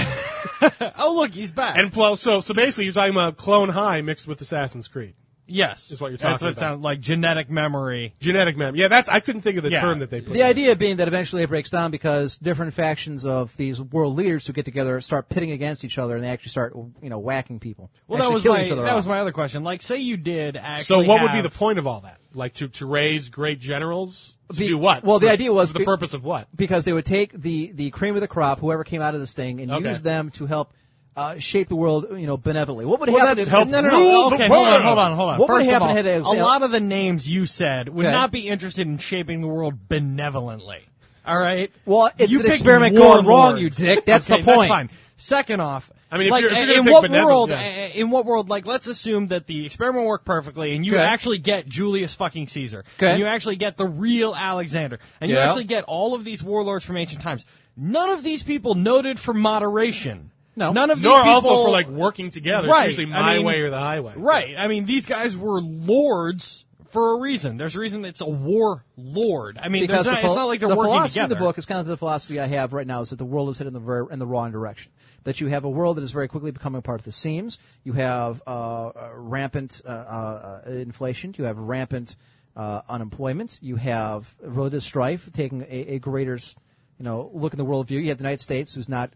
Speaker 6: [laughs] oh look, he's back.
Speaker 5: and plus, so so basically, you're talking about clone high mixed with Assassin's Creed,
Speaker 6: yes,
Speaker 5: is what you're
Speaker 6: That's
Speaker 5: talking
Speaker 6: what
Speaker 5: about.
Speaker 6: it sounds like. Genetic memory.
Speaker 5: genetic memory. Yeah, that's I couldn't think of the
Speaker 6: Yeah.
Speaker 5: term that they put.
Speaker 4: The idea being that eventually it breaks down because different factions of these world leaders who get together start pitting against each other, and they actually start, you know, whacking people.
Speaker 6: Well,
Speaker 4: actually
Speaker 6: that was
Speaker 4: killing
Speaker 6: my
Speaker 4: each other
Speaker 6: that
Speaker 4: off.
Speaker 6: was my other question. Like, say you did actually.
Speaker 5: So what would be
Speaker 6: have-
Speaker 5: the point of all that? Like to to raise great generals to
Speaker 4: Be-
Speaker 5: do what?
Speaker 4: well, the
Speaker 5: For-
Speaker 4: idea was
Speaker 5: for the
Speaker 4: be-
Speaker 5: purpose of what?
Speaker 4: because they would take the the cream of the crop, whoever came out of this thing, and
Speaker 5: Okay.
Speaker 4: use them to help uh, shape the world, you know, benevolently. What would
Speaker 5: Well,
Speaker 4: happen
Speaker 5: that's
Speaker 4: if
Speaker 5: help
Speaker 6: No, no, no.
Speaker 5: Rule the
Speaker 6: Okay, hold on,
Speaker 5: world.
Speaker 6: hold on, hold on.
Speaker 4: What would
Speaker 6: First of
Speaker 4: happen
Speaker 6: all,
Speaker 4: had it-
Speaker 6: a lot of the names you said would
Speaker 4: Okay.
Speaker 6: not be interested in shaping the world benevolently. All right.
Speaker 4: Well, it's
Speaker 6: you
Speaker 4: an
Speaker 6: picked
Speaker 4: experiment going wrong,
Speaker 6: warlords.
Speaker 4: you
Speaker 6: [laughs]
Speaker 4: dick. That's
Speaker 6: Okay,
Speaker 4: the point.
Speaker 6: fine. Second off,
Speaker 5: I mean, if
Speaker 6: like,
Speaker 5: you're- if you're gonna
Speaker 6: in
Speaker 5: pick
Speaker 6: what
Speaker 5: benevolent-
Speaker 6: world? eh,
Speaker 5: yeah.
Speaker 6: In what world? Like, let's assume that the experiment worked perfectly, and you
Speaker 4: Okay.
Speaker 6: actually get Julius fucking Caesar,
Speaker 4: Okay.
Speaker 6: and you actually get the real Alexander, and you
Speaker 4: Yeah.
Speaker 6: actually get all of these warlords from ancient times. None of these people noted for moderation.
Speaker 4: No.
Speaker 6: none of these
Speaker 5: Nor
Speaker 6: people
Speaker 5: also for like working together.
Speaker 6: Right.
Speaker 5: It's usually
Speaker 6: I
Speaker 5: my
Speaker 6: mean,
Speaker 5: way or the highway.
Speaker 6: Right. I mean, these guys were lords for a reason. There's a reason it's a war lord. I mean,
Speaker 4: because
Speaker 6: there's
Speaker 4: the
Speaker 6: not,
Speaker 4: pho-
Speaker 6: it's not like they're
Speaker 4: the
Speaker 6: working
Speaker 4: philosophy
Speaker 6: together.
Speaker 4: of the book is kind of the philosophy I have right now is that the world is headed in the ver- in the wrong direction. That you have a world that is very quickly becoming part of the seams. You have uh, uh, rampant uh, uh, uh, inflation. You have rampant uh, unemployment. You have religious strife taking a, a greater, you know, look in the world view. You have the United States, who's not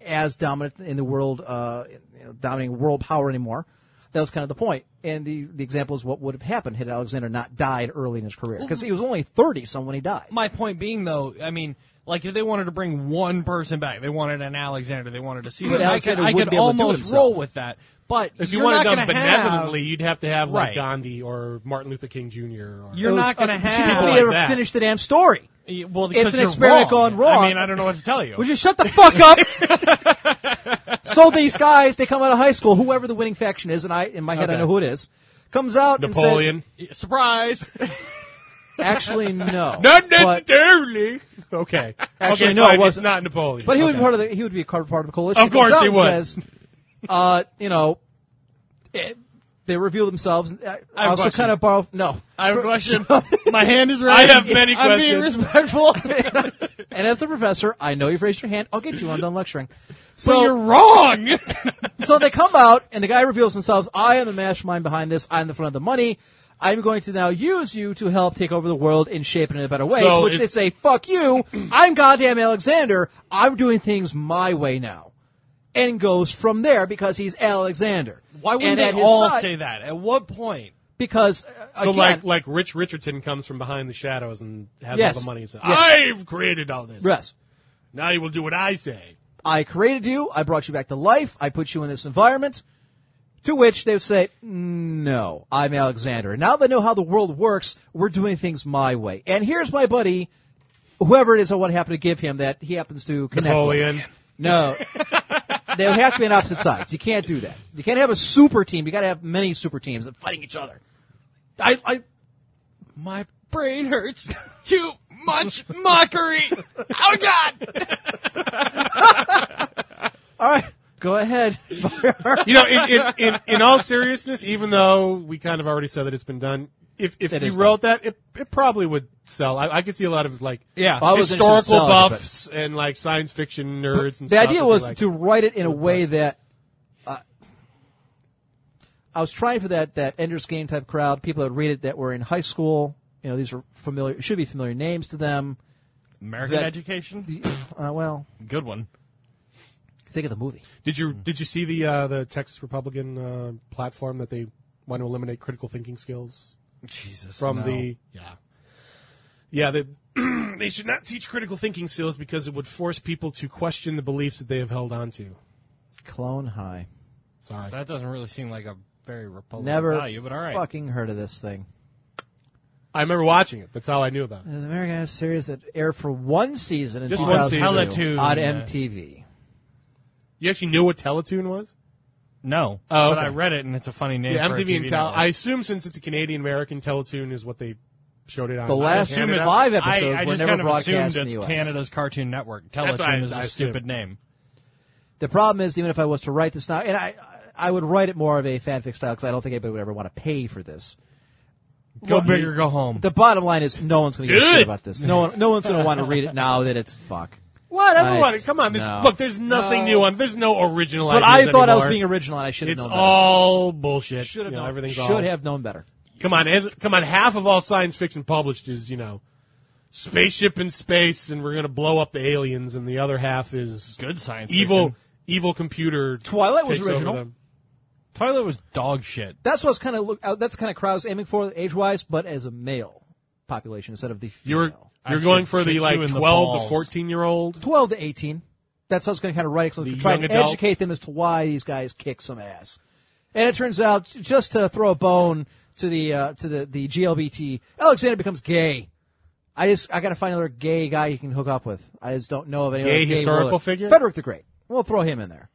Speaker 4: as dominant in the world, uh, you know, dominating world power anymore. That was kind of the point. And the, the example is what would have happened had Alexander not died early in his career. Because he was only 30 some when he died.
Speaker 6: My point being, though, I mean, like if they wanted to bring one person back, they wanted an Alexander, they wanted a Caesar.
Speaker 4: But
Speaker 6: I could,
Speaker 4: Alexander
Speaker 6: I
Speaker 4: wouldn't
Speaker 6: could
Speaker 4: be able to do
Speaker 6: almost
Speaker 4: himself.
Speaker 6: roll with that. But
Speaker 5: If you
Speaker 6: you're
Speaker 5: wanted
Speaker 6: not
Speaker 5: done
Speaker 6: gonna
Speaker 5: benevolently,
Speaker 6: have,
Speaker 5: you'd have to have
Speaker 6: Right.
Speaker 5: like Gandhi or Martin Luther King Jr. Or,
Speaker 6: you're
Speaker 4: It was-
Speaker 6: not going to
Speaker 4: uh,
Speaker 6: have.
Speaker 4: She didn't
Speaker 5: like
Speaker 4: ever
Speaker 5: that.
Speaker 4: finish the damn story.
Speaker 6: Y- Well,
Speaker 4: It's
Speaker 6: because
Speaker 4: an
Speaker 6: you're
Speaker 4: experiment
Speaker 6: wrong.
Speaker 4: gone wrong.
Speaker 6: I mean, I don't know what to tell you.
Speaker 4: Would you shut the fuck up? [laughs] so these guys, they come out of high school, whoever the winning faction is, and I, in my head, I
Speaker 5: Okay.
Speaker 4: know who it is, comes out
Speaker 5: Napoleon.
Speaker 4: [laughs]
Speaker 6: Surprise!
Speaker 4: and says, [laughs] actually, no.
Speaker 5: [laughs] Not
Speaker 4: But,
Speaker 5: necessarily. Okay.
Speaker 4: Actually,
Speaker 5: okay,
Speaker 4: no, it
Speaker 5: fine, it's
Speaker 4: wasn't.
Speaker 5: not Napoleon.
Speaker 4: but he would
Speaker 5: Okay.
Speaker 4: be part of the, he would be a car- part of the coalition.
Speaker 5: Of course
Speaker 4: comes out
Speaker 5: he
Speaker 4: and
Speaker 5: would.
Speaker 4: Says, uh, you know, it- they reveal themselves. I,
Speaker 6: have a
Speaker 4: also
Speaker 6: question.
Speaker 4: kind of borrow, no.
Speaker 6: I have
Speaker 4: [laughs]
Speaker 6: a question. My hand is
Speaker 5: I
Speaker 6: raised.
Speaker 5: have many
Speaker 6: I'm being
Speaker 5: questions.
Speaker 6: respectful.
Speaker 4: And as the professor, I know you've raised your hand. I'll get to you. I'm done lecturing. So
Speaker 6: but you're wrong.
Speaker 4: So they come out, and the guy reveals themselves. I am the mastermind behind this. I'm the front of the money. I'm going to now use you to help take over the world and shape it in a better way.
Speaker 5: So
Speaker 4: to which they
Speaker 5: it's-
Speaker 4: say, fuck you, I'm goddamn Alexander, I'm doing things my way now. And goes from there because he's Alexander.
Speaker 6: Why
Speaker 4: And
Speaker 6: wouldn't they
Speaker 4: at his
Speaker 6: all
Speaker 4: side-
Speaker 6: say that? At what point?
Speaker 4: Because, uh,
Speaker 5: So
Speaker 4: again,
Speaker 5: like like Rich Richardson comes from behind the shadows and has
Speaker 4: Yes.
Speaker 5: all the money. And says,
Speaker 4: Yes.
Speaker 5: I've created all this.
Speaker 4: yes.
Speaker 5: Now you will do what I say.
Speaker 4: I created you. I brought you back to life. I put you in this environment. To which they would say, no, I'm Alexander. And now that I know how the world works, we're doing things my way. And here's my buddy, whoever it is I want to happen to give him that he happens to connect with.
Speaker 5: Napoleon.
Speaker 4: No. they would have to be on opposite sides. You can't do that. You can't have a super team. You gotta have many super teams that fighting each other. I, I,
Speaker 9: My brain hurts. Too much mockery. Oh God!
Speaker 4: alright, go ahead. [laughs]
Speaker 5: You know, in, in, in, in all seriousness, even though we kind of already said that it's been done, if if
Speaker 4: It
Speaker 5: you
Speaker 4: is
Speaker 5: wrote that, it, it probably would sell. I, I could see a lot of like
Speaker 6: Yeah.
Speaker 4: I was interested in
Speaker 5: historical
Speaker 4: selling it, but-
Speaker 5: buffs and like science fiction nerds and
Speaker 4: the
Speaker 5: stuff.
Speaker 4: idea
Speaker 5: would be
Speaker 4: was
Speaker 5: like,
Speaker 4: to write it in a way that uh, I was trying for that that Ender's Game type crowd, people that read it that were in high school. You know, these are familiar, should be familiar names to them.
Speaker 6: American
Speaker 4: That-
Speaker 6: education?
Speaker 4: Uh, well,
Speaker 6: Good one.
Speaker 4: think of the movie.
Speaker 5: Did you did you see the uh, the Texas Republican uh, platform that they want to eliminate critical thinking skills
Speaker 6: Jesus.
Speaker 5: from
Speaker 6: no.
Speaker 5: the yeah yeah they [clears throat] they should not teach critical thinking skills because it would force people to question the beliefs that they have held on to.
Speaker 4: Clone High.
Speaker 5: Sorry,
Speaker 6: That doesn't really seem like a very Republican
Speaker 4: Never
Speaker 6: value, but all right.
Speaker 4: fucking heard of this thing.
Speaker 5: I remember watching it. That's how I knew about it.
Speaker 4: There's an American Idol series that aired for one season in
Speaker 5: Just one
Speaker 4: 2002
Speaker 5: season.
Speaker 6: Teletoon,
Speaker 4: on
Speaker 6: yeah.
Speaker 4: MTV.
Speaker 5: You actually knew what Teletoon was?
Speaker 6: No,
Speaker 5: Oh,
Speaker 6: but
Speaker 5: okay.
Speaker 6: I read it and it's a funny name.
Speaker 5: Yeah,
Speaker 6: for a
Speaker 5: MTV and
Speaker 6: TV
Speaker 5: Tel.
Speaker 6: network.
Speaker 5: I assume since it's a Canadian American, Teletoon is what they showed it on.
Speaker 4: The last
Speaker 5: Canada.
Speaker 4: five
Speaker 6: I-
Speaker 4: episodes
Speaker 6: I,
Speaker 4: were
Speaker 6: just
Speaker 4: never
Speaker 6: kind of assumed
Speaker 4: broadcast in
Speaker 6: it's
Speaker 4: the US.
Speaker 6: Canada's Cartoon Network.
Speaker 5: what I-
Speaker 6: Teletoon is a
Speaker 5: I assumed.
Speaker 6: stupid name.
Speaker 4: The problem is, even if I was to write this now, and I, I would write it more of a fanfic style because I don't think anybody would ever want to pay for this.
Speaker 6: Go big or go home.
Speaker 4: The bottom line is, no one's going to give a shit about this. No one, no one's going to want to read it now that it's fuck.
Speaker 5: What? Everyone,
Speaker 4: I-
Speaker 5: come on. This,
Speaker 4: no.
Speaker 5: Look, there's nothing new on. There's no original.
Speaker 4: But I
Speaker 5: ideas
Speaker 4: thought I was
Speaker 5: anymore.
Speaker 4: being original, and I should have
Speaker 5: It's
Speaker 4: known.
Speaker 5: all bullshit.
Speaker 4: should have
Speaker 5: You know,
Speaker 4: known.
Speaker 5: Everything's
Speaker 4: should
Speaker 5: all-
Speaker 4: have known better.
Speaker 5: Come on, as, come on. Half of all science fiction published is you know, spaceship in space, and we're gonna blow up the aliens, and the other half is
Speaker 6: Good science.
Speaker 5: evil,
Speaker 6: fiction.
Speaker 5: evil computer.
Speaker 4: Twilight was
Speaker 5: takes over
Speaker 4: original.
Speaker 5: them.
Speaker 6: Twilight was dog shit.
Speaker 4: That's what's kind of look. uh, That's kind of crowd I was aiming for age wise, but as a male population instead of the
Speaker 5: You
Speaker 4: female.
Speaker 5: were
Speaker 6: I
Speaker 5: you're going
Speaker 6: should
Speaker 5: for
Speaker 6: kick
Speaker 5: the
Speaker 6: you
Speaker 5: like
Speaker 6: in the
Speaker 5: twelve to
Speaker 6: balls.
Speaker 5: fourteen year old.
Speaker 4: twelve to eighteen. That's how it's going to kind of write it. So
Speaker 5: The
Speaker 4: try
Speaker 5: young
Speaker 4: to
Speaker 5: adults.
Speaker 4: educate them as to why these guys kick some ass. And it turns out, just to throw a bone to the uh, to the the GLBT, Alexander becomes gay. I just I got to find another gay guy he can hook up with. I just don't know of any
Speaker 5: Gay
Speaker 4: other
Speaker 5: historical
Speaker 4: ruler.
Speaker 5: figure?
Speaker 4: Frederick the Great. We'll throw him in there.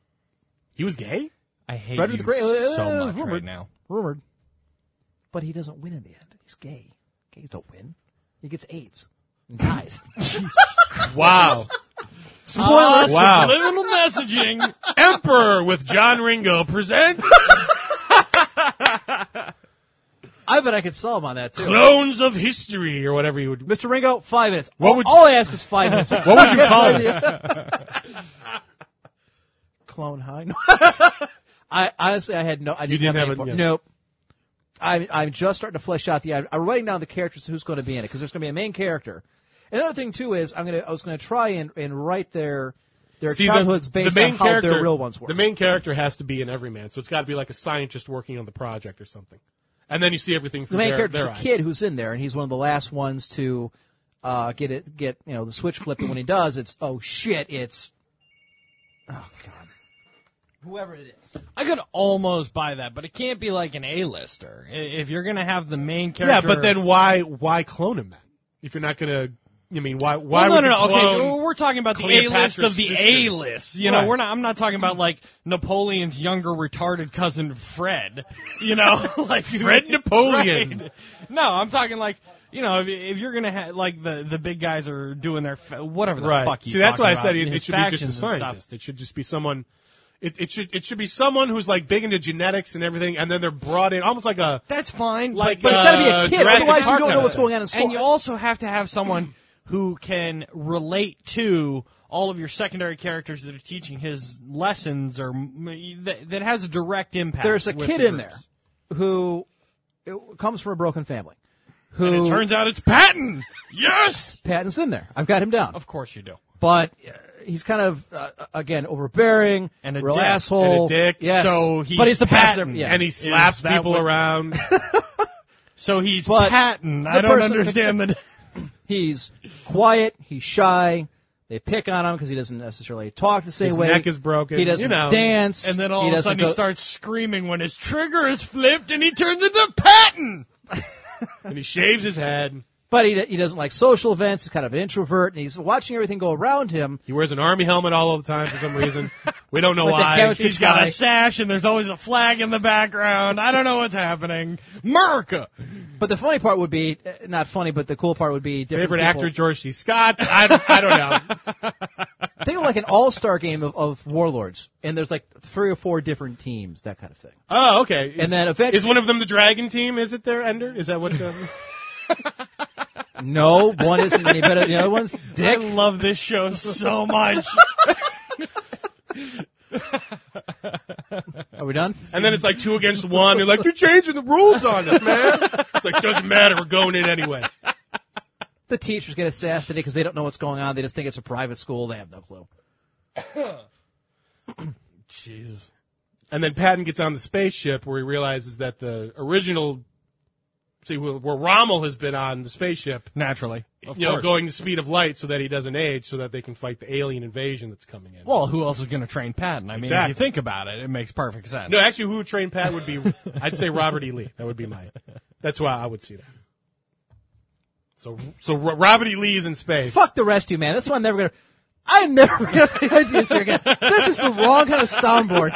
Speaker 5: He was gay.
Speaker 6: I hate
Speaker 4: Frederick
Speaker 6: you
Speaker 4: the Great uh,
Speaker 6: so
Speaker 4: uh,
Speaker 6: much
Speaker 4: rumored,
Speaker 6: right now.
Speaker 4: Rumored, but he doesn't win in the end. He's gay. Gays don't win. He gets
Speaker 5: [laughs]
Speaker 4: AIDS and dies. [laughs]
Speaker 5: Wow.
Speaker 4: Spoiler.
Speaker 5: Wow.
Speaker 6: Subliminal messaging.
Speaker 5: Emperor with John Ringo present
Speaker 4: I bet I could sell him on that too.
Speaker 5: Clones of History or whatever you would.
Speaker 4: Mr. Ringo, five minutes.
Speaker 5: What
Speaker 4: all,
Speaker 5: would-
Speaker 4: all I ask is five
Speaker 5: [laughs]
Speaker 4: minutes. what
Speaker 5: would you
Speaker 4: [laughs]
Speaker 5: call this?
Speaker 4: Clone High? No. [laughs] I honestly, I had no. I didn't, have,
Speaker 5: didn't have
Speaker 4: any
Speaker 5: a-
Speaker 4: for-
Speaker 5: yeah.
Speaker 4: Nope. I'm I'm just starting to flesh out the. I'm I'm writing down the characters who's going to be in it because there's going to be a main character. Another thing too is I'm gonna I was gonna try and, and write their their childhoods based on how their real ones were.
Speaker 5: The main character has to be an everyman, so it's got to be like a scientist working on the project or something. And then you see everything
Speaker 4: The
Speaker 5: from
Speaker 4: main
Speaker 5: their,
Speaker 4: character's
Speaker 5: their
Speaker 4: a
Speaker 5: eyes.
Speaker 4: kid who's in there, and he's one of the last ones to uh, get it get you know the switch flipped. and when he does, it's oh shit, it's oh god, whoever it is.
Speaker 6: I could almost buy that, but it can't be like an A-lister. I- If you're gonna have the main
Speaker 5: Yeah,
Speaker 6: character,
Speaker 5: but then why why clone him then? If you're not gonna, I mean, why why
Speaker 6: Well,
Speaker 5: would
Speaker 6: no, no,
Speaker 5: you
Speaker 6: no.
Speaker 5: clone?
Speaker 6: Okay, we're talking about the A-list
Speaker 5: Cleopatra's
Speaker 6: of the
Speaker 5: sisters.
Speaker 6: A-list. You know,
Speaker 5: Right.
Speaker 6: we're not. I'm not talking about like Napoleon's younger retarded cousin Fred. You know, [laughs] like
Speaker 5: Fred Napoleon.
Speaker 6: Right. No, I'm talking like. You know, if, if you're gonna have like the the big guys are doing their fa- whatever the
Speaker 5: right.
Speaker 6: fuck. he's
Speaker 5: See, that's
Speaker 6: talking
Speaker 5: why I
Speaker 6: about,
Speaker 5: said it,
Speaker 6: his
Speaker 5: it should be just a
Speaker 6: factions and stuff.
Speaker 5: scientist. It should just be someone. It, it should it should be someone who's like big into genetics and everything, and then they're brought in almost like a
Speaker 6: That's fine.
Speaker 5: Like,
Speaker 4: But it's got to be
Speaker 5: Uh,
Speaker 4: a kid,
Speaker 5: Jurassic
Speaker 4: otherwise you don't
Speaker 5: Park
Speaker 4: know
Speaker 5: kinda
Speaker 4: what's
Speaker 5: thing.
Speaker 4: going on in school.
Speaker 6: And you also have to have someone who can relate to all of your secondary characters that are teaching his lessons or m- that, that has a direct impact.
Speaker 4: There's a
Speaker 6: with
Speaker 4: kid
Speaker 6: the
Speaker 4: in there
Speaker 6: groups.
Speaker 4: who it comes from a broken family. Who
Speaker 6: And it turns out it's Patton. yes.
Speaker 4: Patton's in there? I've got him down,
Speaker 6: Of course you do.
Speaker 4: but uh, he's kind of uh, again overbearing
Speaker 6: And a
Speaker 4: real
Speaker 6: dick.
Speaker 4: asshole.
Speaker 5: And a dick.
Speaker 4: Yes.
Speaker 6: So he's
Speaker 4: but he's the best.
Speaker 6: Patton,
Speaker 4: Yeah.
Speaker 5: and he slaps
Speaker 6: that
Speaker 5: people
Speaker 4: [laughs]
Speaker 6: what-
Speaker 5: around.
Speaker 6: So he's
Speaker 4: But
Speaker 6: Patton.
Speaker 4: the
Speaker 6: I don't
Speaker 4: person- [laughs]
Speaker 6: understand the
Speaker 4: he's quiet. He's shy. They pick on him because he doesn't necessarily talk the same
Speaker 5: His
Speaker 4: way.
Speaker 5: neck is broken,
Speaker 4: He doesn't
Speaker 5: you know.
Speaker 4: dance.
Speaker 6: And then all
Speaker 4: he
Speaker 6: of a
Speaker 4: doesn't
Speaker 6: sudden
Speaker 4: go-
Speaker 6: he starts screaming when his trigger is flipped and he turns into Patton.
Speaker 5: and he shaves his head.
Speaker 4: But he, he doesn't like social events. He's kind of an introvert, and he's watching everything go around him.
Speaker 5: He wears an army helmet all of the time for some reason. We don't know
Speaker 4: Like the
Speaker 5: why.
Speaker 4: couch-
Speaker 6: He's got
Speaker 4: guy.
Speaker 6: a sash and there's always a flag in the background. I don't know what's happening. America.
Speaker 4: But the funny part would be eh, not funny, but the cool part would be different
Speaker 5: Favorite
Speaker 4: people.
Speaker 5: actor George C. Scott. I, don't- I don't know. [laughs]
Speaker 4: Think of like an all-star game of, of warlords, and there's like three or four different teams, that kind of thing.
Speaker 5: Oh, okay. Is,
Speaker 4: And then eventually-
Speaker 5: is one of them the Dragon Team? Is it there, Ender? Is that what? Um,
Speaker 4: No, one isn't any better than the other one's
Speaker 6: I
Speaker 4: dick.
Speaker 6: love this show
Speaker 4: [laughs]
Speaker 6: so much.
Speaker 4: Are we done?
Speaker 5: and then it's like two against one. They're like, you're changing the rules on us, man. It's like doesn't matter. We're going in anyway.
Speaker 4: The teachers get assassinated because they don't know what's going on. They just think it's a private school. They have no clue.
Speaker 6: Jesus.
Speaker 5: And then Patton gets on the spaceship where he realizes that the original, see, where where Rommel has been on the spaceship,
Speaker 6: Naturally. Of
Speaker 5: you know,
Speaker 6: course.
Speaker 5: going the speed of light so that he doesn't age, so that they can fight the alien invasion that's coming in.
Speaker 6: well, who else is going to train Patton? I mean, if
Speaker 5: Exactly.
Speaker 6: you think about it, it makes perfect sense.
Speaker 5: no, actually, who would train Pat would
Speaker 6: [laughs]
Speaker 5: be, I'd say Robert E. Lee. That would be my, that's why I would see that. So, so Ro- Robert E. Lee is in space.
Speaker 4: Fuck the rescue man. This one I'm never gonna. I'm never gonna [laughs] play this here again. This is the wrong kind of soundboard.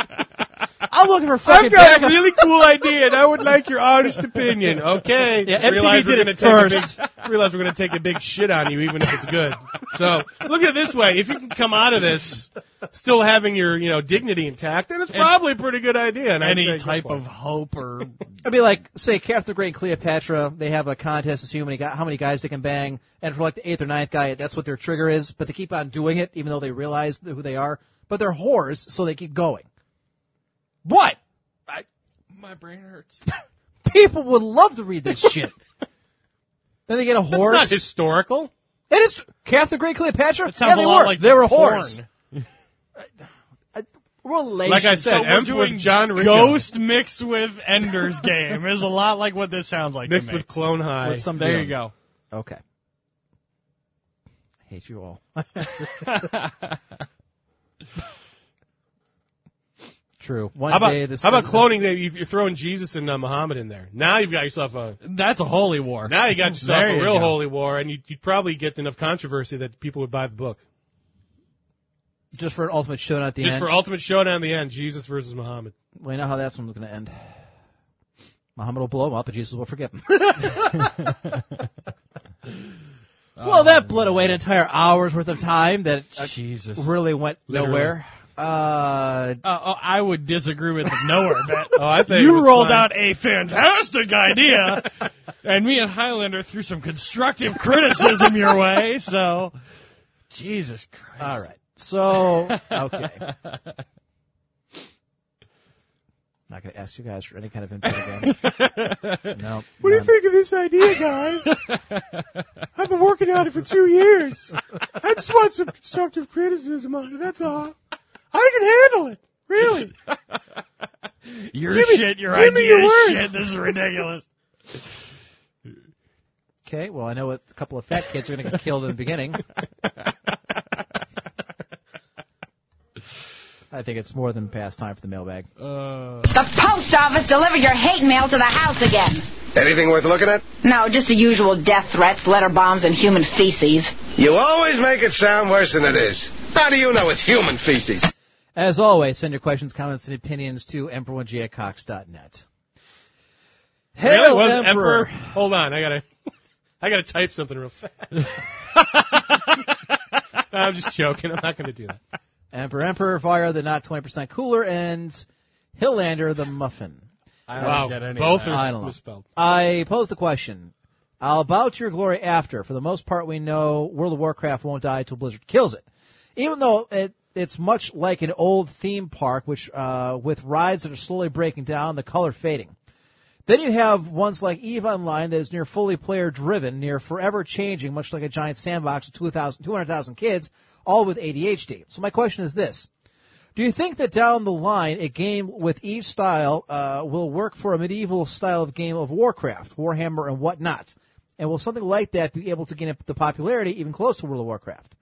Speaker 4: I'm looking for fucking.
Speaker 5: I've got a
Speaker 4: backup.
Speaker 5: really cool idea, and I would like your honest opinion. Okay,
Speaker 4: Yeah, MTV
Speaker 5: realize we're
Speaker 4: did
Speaker 5: gonna
Speaker 4: it
Speaker 5: take
Speaker 4: first.
Speaker 5: A big, [laughs] realize we're going to take a big shit on you, even if it's good. So look at it this way: if you can come out of this still having your you know dignity intact, then it's probably a pretty good idea. And I'd say go
Speaker 6: Any type
Speaker 5: for it.
Speaker 6: of hope or
Speaker 4: It'd be like, say, Catherine the Great and Cleopatra. They have a contest to see how many, guy- how many guys they can bang, and for like the eighth or ninth guy, that's what their trigger is. But they keep on doing it, even though they realize th- who they are. But they're whores, so they keep going. What?
Speaker 9: My brain hurts.
Speaker 4: People would love to read this
Speaker 5: [laughs]
Speaker 4: shit. then they get a
Speaker 5: That's
Speaker 4: horse.
Speaker 5: not historical.
Speaker 4: it is Catherine the Great Cleopatra.
Speaker 6: sounds
Speaker 4: Yeah, they
Speaker 6: a lot
Speaker 4: were.
Speaker 6: like
Speaker 4: they were
Speaker 6: porn.
Speaker 4: whores. [laughs] Relation.
Speaker 5: Like I said,
Speaker 6: We're
Speaker 5: M
Speaker 6: doing
Speaker 5: with John Rico
Speaker 6: Ghost mixed with Ender's Game is a lot like what this sounds like
Speaker 5: mixed
Speaker 6: to me.
Speaker 5: with Clone High.
Speaker 4: With some
Speaker 6: there
Speaker 4: deal.
Speaker 6: you go.
Speaker 4: Okay. I hate you all. [laughs] True. One
Speaker 5: how about,
Speaker 4: day this
Speaker 5: how about cloning that you- you're throwing Jesus and uh, Muhammad in there? Now you've got yourself a
Speaker 6: That's a holy war.
Speaker 5: now you got yourself
Speaker 6: There
Speaker 5: a
Speaker 6: you
Speaker 5: real
Speaker 6: go.
Speaker 5: holy war, and you'd, you'd probably get enough controversy that people would buy the book.
Speaker 4: just for an ultimate showdown at the
Speaker 5: Just
Speaker 4: end.
Speaker 5: for Ultimate Showdown in the end, Jesus versus Muhammad.
Speaker 4: we know how that's one's going to end. Muhammad will blow him up, and Jesus will forgive
Speaker 5: [laughs]
Speaker 4: him. well, that
Speaker 5: Oh,
Speaker 4: bled away an entire hour's worth of time that uh,
Speaker 6: Jesus.
Speaker 4: really went nowhere. Uh,
Speaker 6: Uh, uh, I would disagree with [laughs] the nowhere bet.
Speaker 5: Oh, I think it
Speaker 6: you
Speaker 5: was
Speaker 6: rolled
Speaker 5: fine.
Speaker 6: out a
Speaker 5: [laughs]
Speaker 6: fantastic idea, and me and Highlander threw some constructive criticism your way. So, Jesus Christ!
Speaker 4: all right. So, okay. Not going to ask you guys for any kind of input again. no. What do you
Speaker 5: think of this idea,
Speaker 6: [laughs]
Speaker 5: guys? I've been working on it for two years. I just want some constructive criticism on it. That's all. I can handle it. Really?
Speaker 6: [laughs] your
Speaker 5: me-
Speaker 6: shit, your
Speaker 5: give me
Speaker 6: idea,
Speaker 5: your
Speaker 6: is
Speaker 5: words.
Speaker 6: shit. This
Speaker 5: [laughs]
Speaker 6: is ridiculous.
Speaker 4: Okay, well, I know a couple of fat kids are going to get killed in the beginning. I think it's more than past time for the mailbag.
Speaker 11: The post office delivered your hate mail to the house again.
Speaker 1: Anything worth looking at?
Speaker 11: No, just the usual death threats, letter bombs, and human feces.
Speaker 1: You always make it sound worse than it is. How do you know it's human feces?
Speaker 4: As always, send your questions, comments, and opinions to emperor1g at cox.net.
Speaker 5: Really?
Speaker 4: Hail,
Speaker 5: Was
Speaker 4: Emperor.
Speaker 5: Emperor? Hold on, I gotta, [laughs] I gotta type something real fast. [laughs] I'm just joking. I'm not gonna do that.
Speaker 4: Emperor, Emperor, Vira, the not 20% cooler, and Hillander, the muffin.
Speaker 6: I
Speaker 5: Wow,
Speaker 6: don't get any.
Speaker 5: both
Speaker 6: of that.
Speaker 5: are
Speaker 4: I
Speaker 5: s-
Speaker 4: don't know.
Speaker 5: misspelled.
Speaker 4: I posed the question. I'll bow to your glory after. For the most part, we know World of Warcraft won't die till Blizzard kills it. Even though it, it's much like an old theme park, which uh, with rides that are slowly breaking down, the color fading. Then you have ones like EVE Online that is near fully player driven, near forever changing, much like a giant sandbox with 2,000 200,000 kids, all with ADHD. So my question is this. Do you think that down the line, a game with Eve style uh, will work for a medieval style of game of Warcraft, Warhammer, and whatnot? And will something like that be able to gain the popularity even close to World of Warcraft?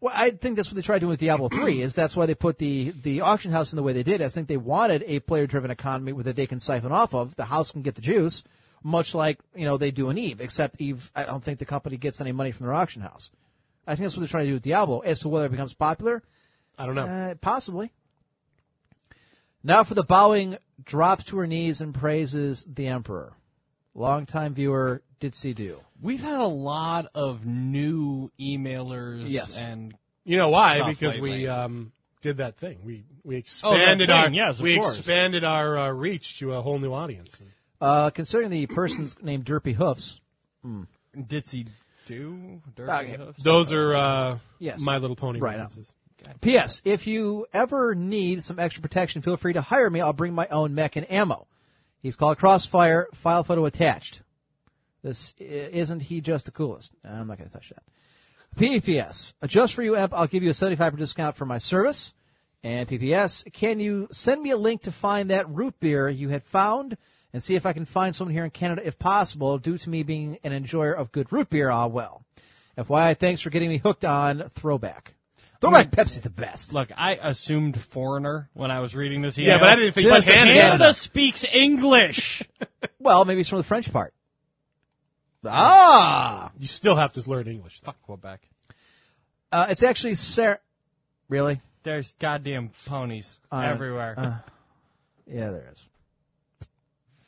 Speaker 4: Well, I think that's what they tried doing with Diablo three. Is that's why they put the the auction house in the way they did. I think they wanted a player driven economy where that they can siphon off of. The house can get the juice, much like you know they do in Eve. Except Eve, I don't think the company gets any money from their auction house. I think that's what they're trying to do with Diablo. As to whether it becomes popular,
Speaker 5: I don't know.
Speaker 4: Uh, possibly. Now for the bowing, drops to her knees and praises the emperor. Longtime viewer, did see do.
Speaker 6: We've had a lot of new emailers.
Speaker 4: Yes.
Speaker 6: and
Speaker 5: You know why?
Speaker 6: stuff
Speaker 5: because
Speaker 6: lately.
Speaker 5: we um, did that thing. We we
Speaker 6: Oh, that
Speaker 5: expanded
Speaker 6: thing,
Speaker 5: our
Speaker 6: yes, of
Speaker 5: we
Speaker 6: course.
Speaker 5: expanded our uh, reach to a whole new audience.
Speaker 4: Uh, considering the person's named Derpy Hoofs,
Speaker 6: Ditzy do
Speaker 4: Okay.
Speaker 5: Those are uh,
Speaker 4: Yes.
Speaker 5: My Little Pony
Speaker 4: Right
Speaker 5: references.
Speaker 4: P.S. If you ever need some extra protection, feel free to hire me. I'll bring my own mech and ammo. He's called Crossfire. File photo attached. This i- isn't he just the coolest? I'm not going to touch that. P.P.S. Just for you, Emp, I'll give you a 75% discount for my service. And P.P.S. Can you send me a link to find that root beer you had found and see if I can find someone here in Canada if possible due to me being an enjoyer of good root beer? Ah, well. FYI, thanks for getting me hooked on Throwback. Throwback Pepsi's the best.
Speaker 6: Look, I assumed foreigner when I was reading this. Email.
Speaker 5: Yeah, but I didn't think
Speaker 4: Yes,
Speaker 5: but Hannah-
Speaker 6: Canada speaks English.
Speaker 4: Well, maybe it's from the French part. Ah,
Speaker 5: You still have to learn English. though.
Speaker 6: Fuck Quebec.
Speaker 4: uh, it's actually Sarah. Really?
Speaker 6: There's goddamn ponies
Speaker 4: Uh,
Speaker 5: Uh-huh.
Speaker 6: everywhere.
Speaker 4: Yeah, there is.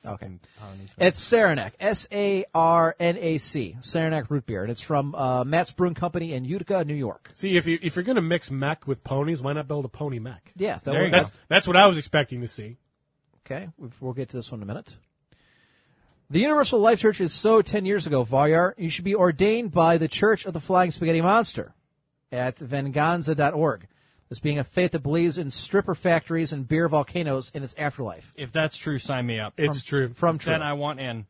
Speaker 4: Okay.
Speaker 6: Ponies.
Speaker 4: It's Saranac, S A R N A C, Saranac root beer, and it's from uh, Matt's Brewing Company in Utica, New York.
Speaker 5: See, if you if you're gonna mix mech with ponies, why not build a pony mech?
Speaker 4: Yes, that
Speaker 6: There
Speaker 4: works.
Speaker 6: you go.
Speaker 5: That's that's what I was expecting to see.
Speaker 4: Okay, we- we'll get to this one in a minute. The Universal Life Church is so 10 years ago, Varyar. You should be ordained by the Church of the Flying Spaghetti Monster at venganza.org. This being a faith that believes in stripper factories and beer volcanoes in its afterlife.
Speaker 6: If that's true, sign me up.
Speaker 5: It's true.
Speaker 4: From true.
Speaker 6: Then I want in.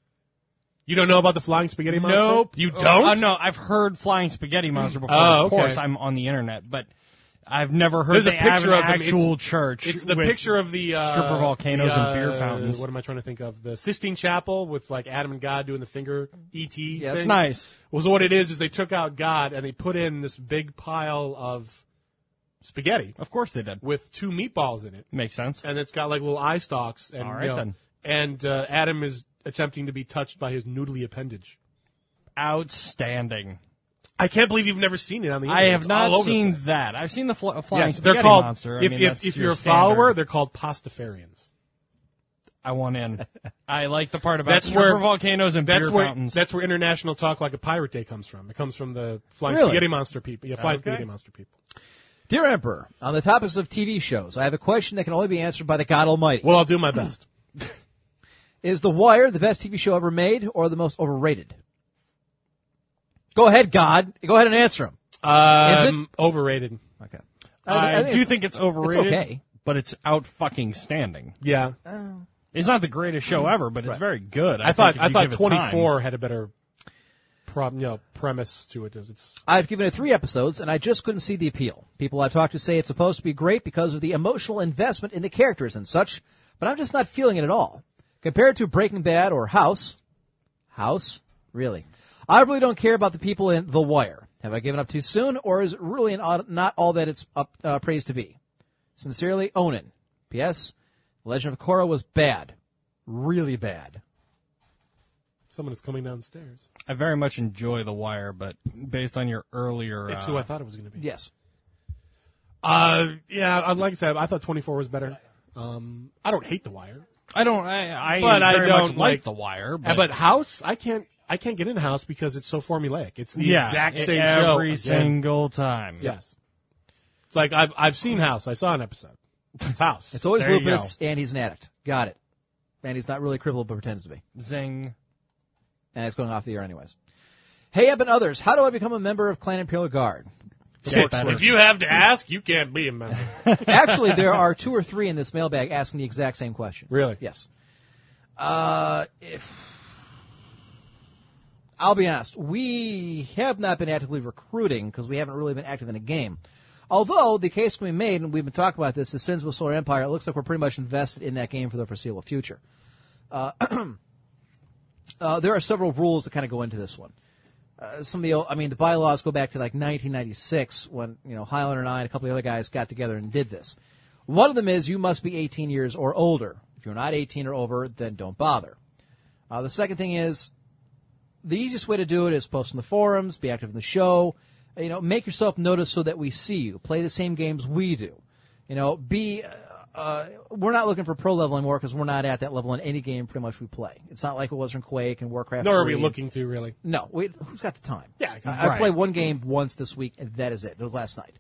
Speaker 5: You don't know about the flying spaghetti monster?
Speaker 6: Nope.
Speaker 5: You
Speaker 6: Oh,
Speaker 5: don't?
Speaker 6: uh, no, I've heard Flying Spaghetti Monster before.
Speaker 5: Oh,
Speaker 6: Of course,
Speaker 5: okay.
Speaker 6: I'm on the internet, but I've never heard
Speaker 5: There's a
Speaker 6: they have
Speaker 5: picture
Speaker 6: an
Speaker 5: of him. It's-
Speaker 6: actual church.
Speaker 5: It's the
Speaker 6: with
Speaker 5: picture of the uh,
Speaker 6: stripper volcanoes
Speaker 5: the,
Speaker 6: and beer
Speaker 5: uh,
Speaker 6: fountains.
Speaker 5: What am I trying to think of? The Sistine Chapel with like Adam and God doing the finger ET.
Speaker 4: Yes.
Speaker 6: It's
Speaker 5: thing.
Speaker 6: nice.
Speaker 5: Was what it is. Is they took out God and they put in this big pile of spaghetti
Speaker 6: Of course they did.
Speaker 5: with two meatballs in it,
Speaker 6: Makes sense.
Speaker 5: and it's got like little eye stalks. And
Speaker 6: All right,
Speaker 5: you know,
Speaker 6: then.
Speaker 5: and uh, Adam is attempting to be touched by his noodly appendage.
Speaker 6: Outstanding.
Speaker 5: I can't believe you've never seen it on the.
Speaker 6: I
Speaker 5: internet.
Speaker 6: have
Speaker 5: It's all
Speaker 6: not
Speaker 5: over the
Speaker 6: seen
Speaker 5: place.
Speaker 6: that. I've seen the fl- Flying
Speaker 5: Yes,
Speaker 6: Spaghetti
Speaker 5: they're called.
Speaker 6: Monster. I
Speaker 5: if
Speaker 6: mean,
Speaker 5: if,
Speaker 6: that's
Speaker 5: if
Speaker 6: your
Speaker 5: you're a
Speaker 6: standard.
Speaker 5: follower, they're called pastafarians.
Speaker 6: I
Speaker 5: [laughs]
Speaker 6: want in. I like the part about
Speaker 5: That's
Speaker 6: stripper
Speaker 5: where-
Speaker 6: volcanoes and
Speaker 5: That's
Speaker 6: beer
Speaker 5: where
Speaker 6: fountains.
Speaker 5: that's where international talk like a pirate day comes from. It comes from the flying
Speaker 6: Really?
Speaker 5: spaghetti monster people. Yeah, flying
Speaker 6: Okay.
Speaker 5: spaghetti monster people.
Speaker 4: Dear Emperor, on the topics of TV shows, I have a question that can only be answered by the God Almighty.
Speaker 5: Well, I'll do my
Speaker 6: [clears throat]
Speaker 5: best.
Speaker 4: Is The Wire the best TV show ever made or the most overrated? Go ahead, God. Go ahead and answer him.
Speaker 5: Um,
Speaker 4: it?
Speaker 5: overrated?
Speaker 4: Okay.
Speaker 6: I, do
Speaker 4: it's-
Speaker 6: think it's overrated.
Speaker 4: okay.
Speaker 6: But it's out fucking standing.
Speaker 5: Yeah,
Speaker 6: It's not the greatest show ever, but it's very good. I,
Speaker 5: I thought
Speaker 6: think if
Speaker 5: I
Speaker 6: you
Speaker 5: thought
Speaker 6: give it
Speaker 5: twenty
Speaker 6: time-
Speaker 5: four had a better problem. You know, premise to it. It's
Speaker 4: I've given it three episodes, and I just couldn't see the appeal. People I've talked to say it's supposed to be great because of the emotional investment in the characters and such, but I'm just not feeling it at all. Compared to Breaking Bad or House, House? Really? I really don't care about the people in The Wire. Have I given up too soon, or is it really an, odd- not all that it's up, uh, praised to be? Sincerely, Onan. P.S. Legend of Korra was bad. Really bad.
Speaker 5: someone is coming downstairs.
Speaker 6: I very much enjoy The Wire, but based on your earlier,
Speaker 5: It's
Speaker 6: uh,
Speaker 5: who I thought it was going to be.
Speaker 4: Yes.
Speaker 5: Uh, yeah. I'd like I said, I thought twenty four was better. Um, I don't hate The Wire,
Speaker 6: I don't. I, I
Speaker 5: but I
Speaker 6: very
Speaker 5: don't
Speaker 6: much like, The Wire,
Speaker 5: Uh,
Speaker 6: but,
Speaker 5: but House, I can't. I can't get into House because it's so formulaic. It's the
Speaker 6: yeah,
Speaker 5: exact
Speaker 6: e-
Speaker 5: same show
Speaker 6: every
Speaker 5: again.
Speaker 6: single time.
Speaker 5: Yes. It's like I've I've seen House. I saw an episode. It's House.
Speaker 4: It's
Speaker 5: [laughs]
Speaker 4: always
Speaker 6: There you
Speaker 4: lupus, and he's an addict. Got it. And he's not really crippled, but pretends to be.
Speaker 6: Zing.
Speaker 4: and it's going off the air anyways. Hey, Ebb and others, how do I become a member of Clan Imperial
Speaker 6: [laughs]
Speaker 4: Guard?
Speaker 5: if you have to ask, you can't be
Speaker 4: [laughs]
Speaker 5: a member.
Speaker 4: Actually, there are two or three in this mailbag asking the exact same question.
Speaker 5: Really?
Speaker 4: Yes. Uh, if I'll be honest, we have not been actively recruiting because we haven't really been active in the game. Although the case can be made, and we've been talking about this, is Sins of the Solar Empire. It looks like we're pretty much invested in that game for the foreseeable future. Uh, [clears throat] uh, there are several rules that kind of go into this one. Uh, some of the, old, I mean, the bylaws go back to like 1996 when you know Highlander and I and a couple of the other guys got together and did this. One of them is you must be 18 years or older. If you're not 18 or over, then don't bother. Uh, the second thing is the easiest way to do it is post in the forums, be active in the show, you know, make yourself noticed so that we see you. Play the same games we do. You know, be uh, uh, we're not looking for pro level anymore because we're not at that level in any game pretty much we play. It's not like it was in Quake and Warcraft.
Speaker 5: Nor are we
Speaker 4: 3.
Speaker 5: looking to really.
Speaker 4: No, we, who's got the time?
Speaker 5: Yeah,
Speaker 4: I,
Speaker 5: exactly.
Speaker 4: I played one game once this week, and that is it. It was last night.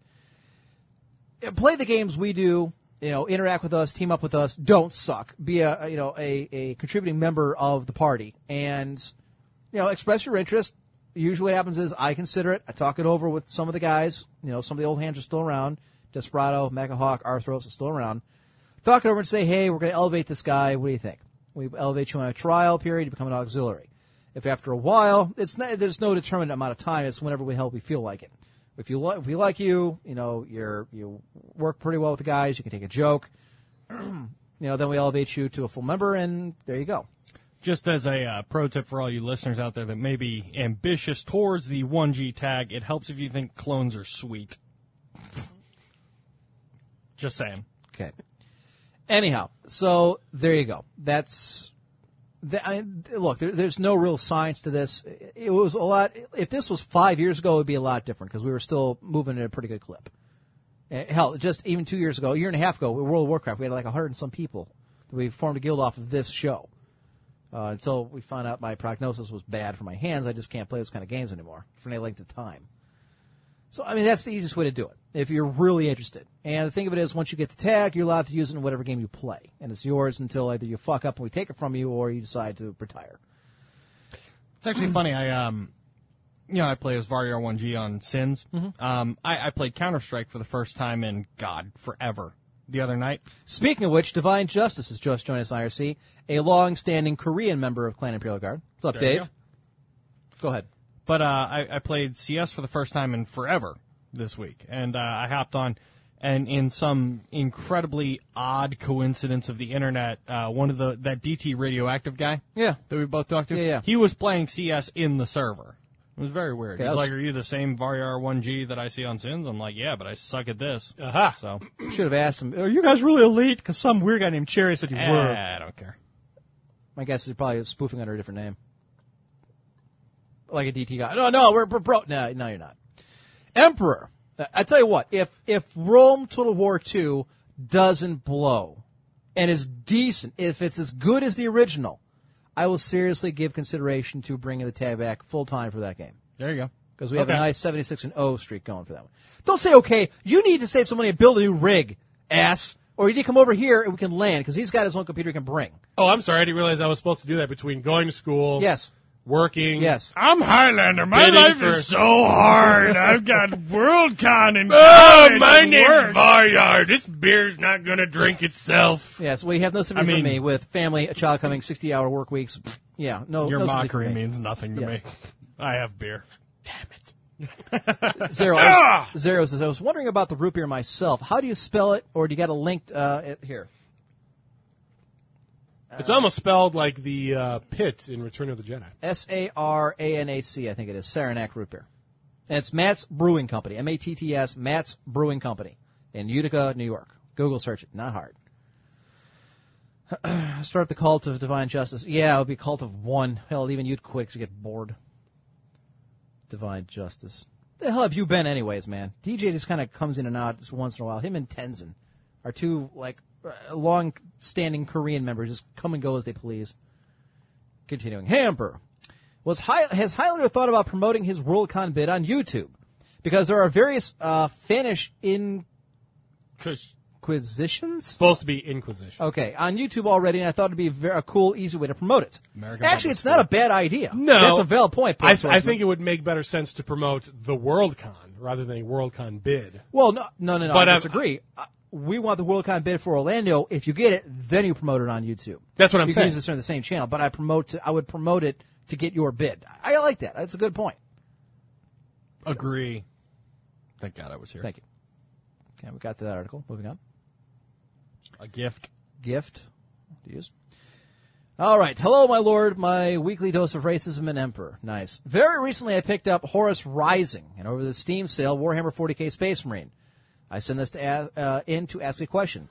Speaker 4: Uh, Play the games we do. You know, interact with us, team up with us. Don't suck. Be a a, you know a, a contributing member of the party, and you know express your interest. Usually, what happens is I consider it. I talk it over with some of the guys. You know, some of the old hands are still around. Desperado, Mecha Hawk, Arthros is still around. Talk it over and say, hey, we're going to elevate this guy. What do you think? We elevate you on a trial period. You become an auxiliary. If after a while, it's not, there's no determined amount of time. It's whenever we help we feel like it. If you li- if we like you, you know you're you work pretty well with the guys. You can take a joke. [clears throat] you know, then we elevate you to a full member, and there you go.
Speaker 6: Just as a uh, pro tip for all you listeners out there that may be ambitious towards the 1G tag, it helps if you think clones are sweet. [laughs] Just saying.
Speaker 4: Okay. Anyhow, so there you go. That's the, I, look. There, there's no real science to this. It, it was a lot. If this was five years ago, it would be a lot different because we were still moving at a pretty good clip. Eh, Hell, just even two years ago, a year and a half ago, with World of Warcraft, we had like a hundred and some people that we formed a guild off of this show. Uh, until we found out my prognosis was bad for my hands, I just can't play those kind of games anymore for any length of time. So, I mean, that's the easiest way to do it if you're really interested. And the thing of it is, once you get the tag, you're allowed to use it in whatever game you play. And it's yours until either you fuck up and we take it from you or you decide to retire.
Speaker 6: It's actually funny. I um, you know, I play as Varyar 1G on Sins.
Speaker 4: Mm-hmm.
Speaker 6: Um, I, I played Counter Strike for the first time in God forever the other night.
Speaker 4: Speaking of which, Divine Justice has just joined us in IRC, a long standing Korean member of Clan Imperial Guard. What's up,
Speaker 6: There you
Speaker 4: Dave? Go ahead.
Speaker 6: But uh, I, I played CS for the first time in forever this week, and uh, I hopped on, and in some incredibly odd coincidence of the internet, uh, one of the that DT radioactive guy,
Speaker 4: yeah,
Speaker 6: that we both talked to,
Speaker 4: Yeah, yeah.
Speaker 6: he was playing CS in the server. It was very weird.
Speaker 4: Okay, that's-
Speaker 6: He's like, "Are you the same Varyar 1G that I see on Sins?" I'm like, "Yeah, but I suck at this."
Speaker 4: Aha.
Speaker 6: So
Speaker 4: Should have asked him, are you guys really elite? Because some weird guy named Cherry said you
Speaker 6: Eh,
Speaker 4: were.
Speaker 6: I don't care.
Speaker 4: My guess is probably spoofing under a different name. Like a DT guy. No, no, we're, we're bro. No, no, you're not. Emperor. I- I tell you what, if, if Rome Total War 2 doesn't blow and is decent, if it's as good as the original, I will seriously give consideration to bringing the tag back full time for that game.
Speaker 6: There you go.
Speaker 4: Because we have a
Speaker 6: Okay.
Speaker 4: nice 76 and 0 streak going for that one. Don't say okay. You need to save some money and build a new rig, ass. Or you need to come over here and we can land because he's got his own computer he can bring.
Speaker 5: Oh, I'm sorry. I didn't realize I was supposed to do that between going to school.
Speaker 4: Yes.
Speaker 5: Working.
Speaker 4: Yes.
Speaker 6: I'm Highlander.
Speaker 5: My Bidding life is for- so hard. I've [laughs]
Speaker 6: got WorldCon and
Speaker 5: Oh, my name's Varyard. This beer's not going to drink itself.
Speaker 4: Yes, well, you have no sympathy
Speaker 5: I mean-
Speaker 4: for me with family, a child coming, sixty-hour work weeks. Pfft, Yeah, no.
Speaker 6: Your
Speaker 4: no sympathy for
Speaker 6: mockery
Speaker 4: me.
Speaker 6: means nothing to
Speaker 4: Yes.
Speaker 5: [laughs]
Speaker 6: me. I have beer.
Speaker 4: Zero. I was- Zero says, "I was wondering about the root beer myself. How do you spell it, or do you got a link uh, it, here?" Uh,
Speaker 5: It's almost spelled like the uh, pit in Return of the Jedi.
Speaker 4: S A R A N A C, I think it is. Saranac root beer, and it's Matt's Brewing Company. M A T T S Matt's Brewing Company in Utica, New York. Google search it. Not hard. [clears throat] Start the cult of divine justice. Yeah, it would be cult of one. Hell, even you'd quit 'cause you get bored. Divine justice. The hell have you been, anyways, man? DJ just kind of comes in and out just once in a while. Him and Tenzin are two like uh, long-standing Korean members, just come and go as they please. Continuing, Hamper was High- has Highlander thought about promoting his Worldcon bid on YouTube? Because there are various uh, Finnish inquisitions.
Speaker 5: Supposed to be Inquisition.
Speaker 4: Okay, on YouTube already, and I thought it'd be a, ver- a cool, easy way to promote it.
Speaker 5: American
Speaker 4: Actually,
Speaker 5: Public
Speaker 4: it's not a bad idea.
Speaker 5: No,
Speaker 4: that's a valid point. Paul
Speaker 5: I, th- I
Speaker 4: Schwarzman.
Speaker 5: think it would make better sense to promote the WorldCon rather than a WorldCon bid.
Speaker 4: Well, no, no, no, no.
Speaker 5: But,
Speaker 4: I
Speaker 5: um,
Speaker 4: disagree. Uh, we want the Worldcon bid for Orlando. If you get it, then you promote it on YouTube.
Speaker 5: That's what I'm
Speaker 4: you
Speaker 5: saying.
Speaker 4: Can use this on the same channel, but I promote. To, I would promote it to get your bid. I, I like that. That's a good point.
Speaker 6: Agree. Thank God I was here.
Speaker 4: Thank you. Okay, we got to that article. Moving on.
Speaker 6: A gift.
Speaker 4: Gift. to Use. All right. Hello, my lord. My weekly dose of racism and emperor. Nice. Very recently, I picked up Horus Rising, and over the Steam sale, Warhammer 40k Space Marine. I send this to ask, uh, in to ask a question.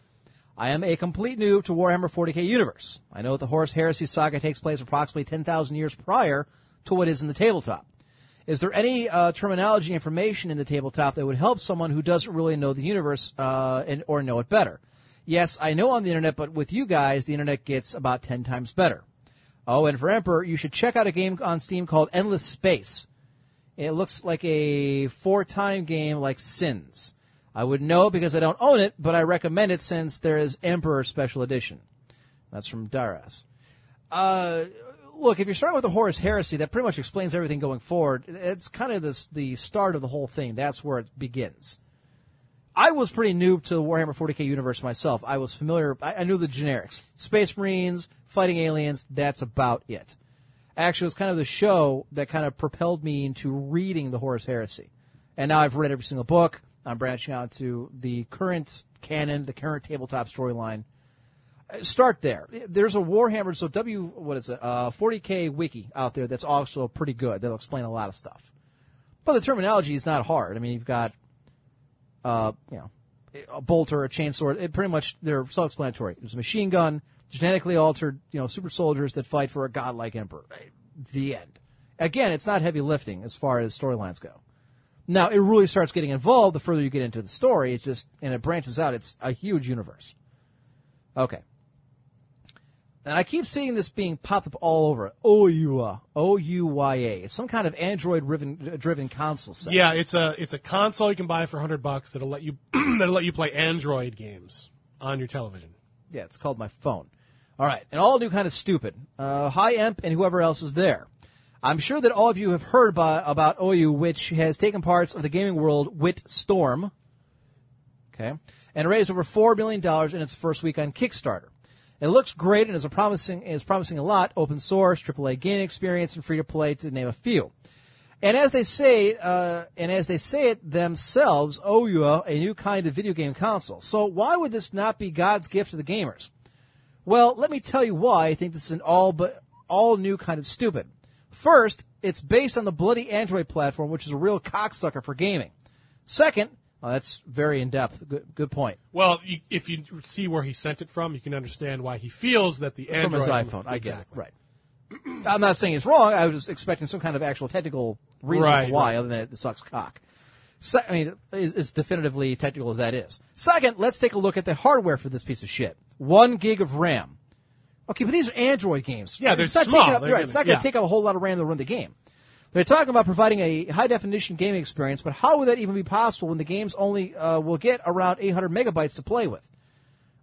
Speaker 4: I am a complete noob to Warhammer 40k universe. I know that the Horus Heresy saga takes place approximately 10,000 years prior to what is in the tabletop. Is there any uh, terminology information in the tabletop that would help someone who doesn't really know the universe uh, and, or know it better? Yes, I know on the internet, but with you guys, the internet gets about 10 times better. Oh, and for Emperor, you should check out a game on Steam called Endless Space. It looks like a four time game like Sins. I would know because I don't own it, but I recommend it since there is Emperor Special Edition. That's from Daras. Uh, look, if you're starting with the Horus Heresy, that pretty much explains everything going forward. It's kind of this, the start of the whole thing. That's where it begins. I was pretty noob to the Warhammer 40k universe myself. I was familiar. I, I knew the generics: Space Marines, fighting aliens. That's about it. Actually, it was kind of the show that kind of propelled me into reading the Horus Heresy, and now I've read every single book. I'm branching out to the current canon, the current tabletop storyline. Uh, Start there. There's a Warhammer, so W, what is it? Uh, 40k wiki out there that's also pretty good. That'll explain a lot of stuff. But the terminology is not hard. I mean, you've got uh, you know, a bolt or a chainsaw. It pretty much they're self-explanatory. There's a machine gun, genetically altered, you know, super soldiers that fight for a godlike emperor. The end. Again, it's not heavy lifting as far as storylines go. Now it really starts getting involved the further you get into the story. It's just and it branches out. It's a huge universe. Okay. And I keep seeing this being popped up all over. OUA. OUYA. It's some kind of Android driven, driven console set.
Speaker 5: Yeah, it's a it's a console you can buy for hundred bucks that'll let you [clears throat] that'll let you play Android games on your television.
Speaker 4: Yeah, it's called my phone. All right, and all new kind of stupid. Uh, hi, Emp, and whoever else is there. I'm sure that all of you have heard by, about OU, which has taken parts of the gaming world with Storm. Okay, and raised over four million dollars in its first week on Kickstarter. It looks great and is a promising is promising a lot: open source, AAA game experience, and free to play, to name a few. And as they say, uh, and as they say it themselves, OUA, a new kind of video game console. So why would this not be God's gift to the gamers? Well, let me tell you why I think this is an all but all new kind of stupid. First, it's based on the bloody Android platform, which is a real cocksucker for gaming. Second, oh, that's very in depth. Good, good point.
Speaker 5: Well, you, if you see where he sent it from, you can understand why he feels that the
Speaker 4: From
Speaker 5: Android
Speaker 4: his iPhone, I get it.
Speaker 5: Exactly.
Speaker 4: Right. I'm not saying it's wrong. I was just expecting some kind of actual technical reason as
Speaker 5: Right,
Speaker 4: to why,
Speaker 5: right.
Speaker 4: other than it sucks cock. Se- I mean, as as definitively technical as that is. Second, let's take a look at the hardware for this piece of shit. One gig of RAM. Okay, but these are Android games.
Speaker 5: Yeah, they're
Speaker 4: it's not
Speaker 5: small.
Speaker 4: Taking up,
Speaker 5: They're
Speaker 4: right, it's
Speaker 5: gonna-
Speaker 4: not going
Speaker 5: yeah.
Speaker 4: to take up a whole lot of RAM to run the game. They're talking about providing a high definition gaming experience, but how would that even be possible when the games only uh, will get around 800 megabytes to play with?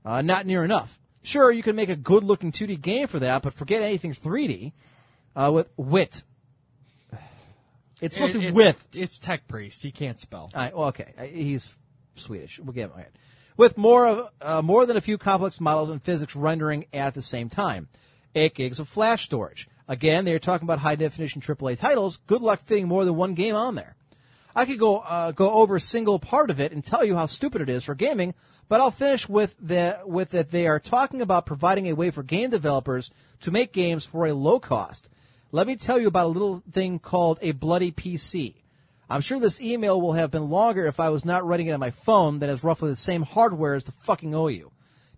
Speaker 4: Uh, not near enough. Sure, you can make a good looking 2D game for that, but forget anything 3D uh, with wit. It's supposed to be with.
Speaker 6: It's Tech Priest. He can't spell.
Speaker 4: All right, well, okay, I- he's Swedish. We'll get him. All right. With more of uh, more than a few complex models and physics rendering at the same time, eight gigs of flash storage. Again, they're talking about high definition AAA titles. Good luck fitting more than one game on there. I could go uh, go over a single part of it and tell you how stupid it is for gaming, but I'll finish with the with that they are talking about providing a way for game developers to make games for a low cost. Let me tell you about a little thing called a bloody PC. I'm sure this email will have been longer if I was not writing it on my phone that has roughly the same hardware as the fucking OU.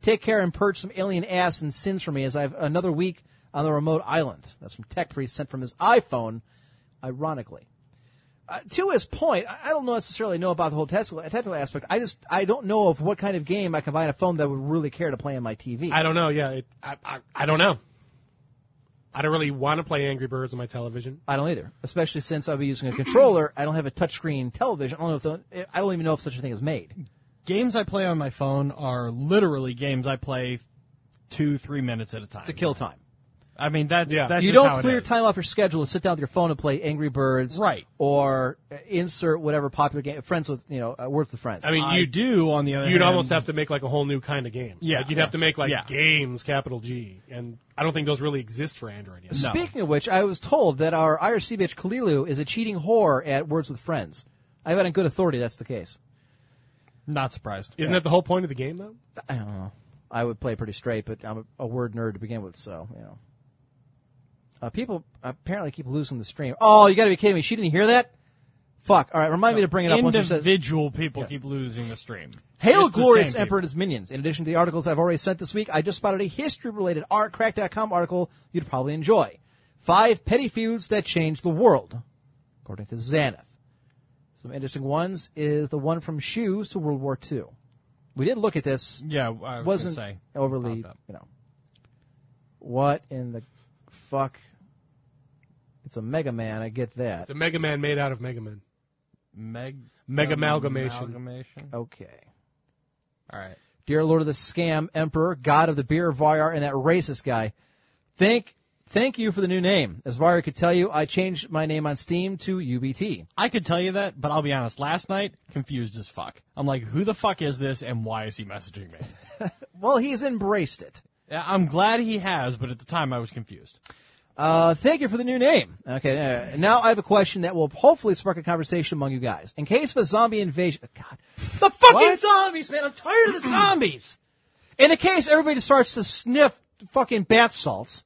Speaker 4: Take care and purge some alien ass and sins for me as I have another week on the remote island. That's from Tech Priest sent from his iPhone, ironically uh, to his point, I I don't necessarily know about the whole technical, technical aspect. I just I don't know of what kind of game I can buy on a phone that would really care to play on my TV.
Speaker 5: I don't know. Yeah, it, I, I I don't know. I don't really want to play Angry Birds on my television.
Speaker 4: I don't either, especially since I'll be using a controller. I don't have a touchscreen television. I don't know if the, I don't even know if such a thing is made.
Speaker 6: Games I play on my phone are literally games I play two, three minutes at a time.
Speaker 4: To kill time.
Speaker 6: I mean, that's
Speaker 5: Yeah.
Speaker 6: that's
Speaker 4: you
Speaker 6: just
Speaker 4: don't
Speaker 6: how it
Speaker 4: clear
Speaker 6: is.
Speaker 4: time off your schedule to sit down with your phone and play Angry Birds,
Speaker 6: Right.
Speaker 4: Or uh, insert whatever popular game, Friends with you know, uh, Words with Friends.
Speaker 5: I mean,
Speaker 6: I
Speaker 5: you
Speaker 6: do, on the other
Speaker 5: You'd
Speaker 6: hand-
Speaker 5: almost have to make like a whole new kind of game.
Speaker 6: Yeah.
Speaker 5: Like, you'd have to make like
Speaker 6: Yeah.
Speaker 5: games, capital G, and I don't think those really exist for Android yet.
Speaker 4: Speaking of which, I was told that our IRC bitch Kalilu is a cheating whore at Words with Friends. I've had on good authority that's the case.
Speaker 6: Not surprised.
Speaker 5: Isn't that the whole point of the game though?
Speaker 4: I don't know. I would play pretty straight, but I'm a, a word nerd to begin with, so you know. Uh, people apparently keep losing the stream. Oh, you got to be kidding me! She didn't hear that. Fuck! All right, remind me to bring it up once it says.
Speaker 6: Individual people keep losing the stream.
Speaker 4: Hail
Speaker 6: It's the
Speaker 4: glorious
Speaker 6: same
Speaker 4: Emperor and his minions! In addition to the articles I've already sent this week, I just spotted a history-related ArtCrack.com article you'd probably enjoy. Five petty feuds that changed the world, according to Xanath. Some interesting ones is the one from shoes to World War II. We didn't look at this.
Speaker 6: people. Yeah, I was gonna
Speaker 4: wasn't
Speaker 6: say,
Speaker 4: overly,
Speaker 6: popped up.
Speaker 4: you know. What in the fuck? It's a Mega Man. I get that.
Speaker 5: It's a Mega Man made out of Mega Man.
Speaker 6: Meg
Speaker 5: Megamalgamation.
Speaker 6: amalgamation.
Speaker 4: Okay.
Speaker 6: All right.
Speaker 4: Dear Lord of the Scam Emperor, God of the Beer Vyar, and that racist guy. Thank, thank you for the new name. As Vyar could tell you, I changed my name on Steam to UBT.
Speaker 6: I could tell you that, but I'll be honest. Last night, confused as fuck. I'm like, who the fuck is this, and why is he messaging me?
Speaker 4: Well, he's embraced it.
Speaker 6: Yeah, Uh, I'm glad he has, but at the time, I was confused.
Speaker 4: Uh, thank you for the new name. Okay, uh, now I have a question that will hopefully spark a conversation among you guys. In case of a zombie invasion, oh, God, the fucking zombies, man! I'm tired of the zombies. In the case everybody starts to sniff fucking bath salts,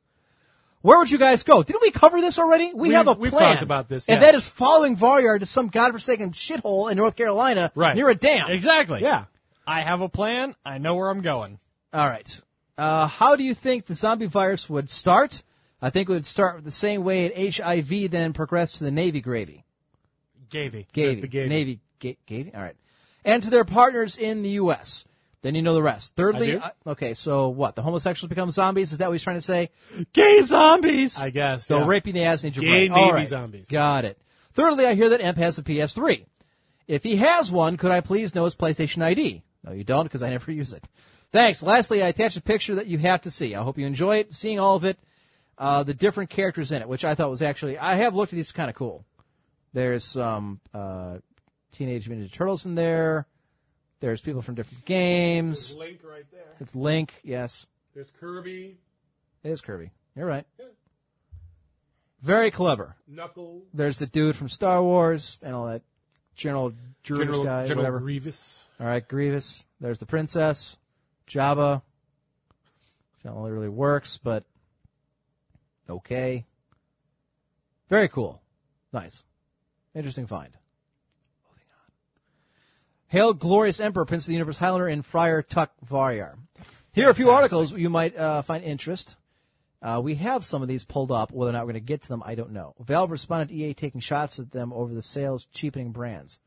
Speaker 4: where would you guys go? Didn't we cover this already? We
Speaker 5: We've-
Speaker 4: have a plan.
Speaker 5: we've talked about this,
Speaker 4: and
Speaker 5: yeah.
Speaker 4: that is following Varyard to some godforsaken shithole in North Carolina,
Speaker 5: Right.
Speaker 4: near a dam.
Speaker 6: Exactly.
Speaker 5: Yeah.
Speaker 6: I have a plan. I know where I'm going.
Speaker 4: All right. Uh, how do you think the zombie virus would start? I think it would start the same way at HIV, then progress to the Navy gravy.
Speaker 6: Gavy.
Speaker 4: Gavy.
Speaker 5: The Gavy.
Speaker 4: Navy. Ga- Gavy? All right. And to their partners in the U.S. Then you know the rest. Thirdly,
Speaker 5: I do.
Speaker 4: uh, okay, so what? The homosexuals become zombies? Is that what he's trying to say? Gay zombies!
Speaker 5: I guess.
Speaker 4: They'll
Speaker 5: yeah.
Speaker 4: rape you in the ass and eat your
Speaker 5: Gay
Speaker 4: brain.
Speaker 5: Navy
Speaker 4: All right.
Speaker 5: zombies.
Speaker 4: Got it. Thirdly, I hear that Imp has a PS3. If he has one, could I please know his PlayStation ID? No, you don't, because I never [laughs] use it. Thanks. Lastly, I attached a picture that you have to see. I hope you enjoy it, seeing all of it, uh, the different characters in it, which I thought was actually, I have looked at these kind of cool. There's some uh, Teenage Mutant Ninja Turtles in there. There's people from different games.
Speaker 5: Link right there.
Speaker 4: It's Link, yes.
Speaker 5: There's Kirby,
Speaker 4: It is Kirby. You're right. Very clever.
Speaker 5: Knuckles,
Speaker 4: There's the dude from Star Wars and all that General Grievous
Speaker 5: General,
Speaker 4: guy,
Speaker 5: General
Speaker 4: whatever.
Speaker 5: Grievous.
Speaker 4: all right, Grievous. There's the princess, Jabba. Which not really works, but okay. Very cool. Nice. Interesting find. Moving on. Hail glorious Emperor, Prince of the Universe, Highlander, and Friar Tuck Varyar. Here are a few articles you might uh, find interest. Uh, we have some of these pulled up. Whether or not we're going to get to them, I don't know. Valve responded to EA taking shots at them over the sales cheapening brands.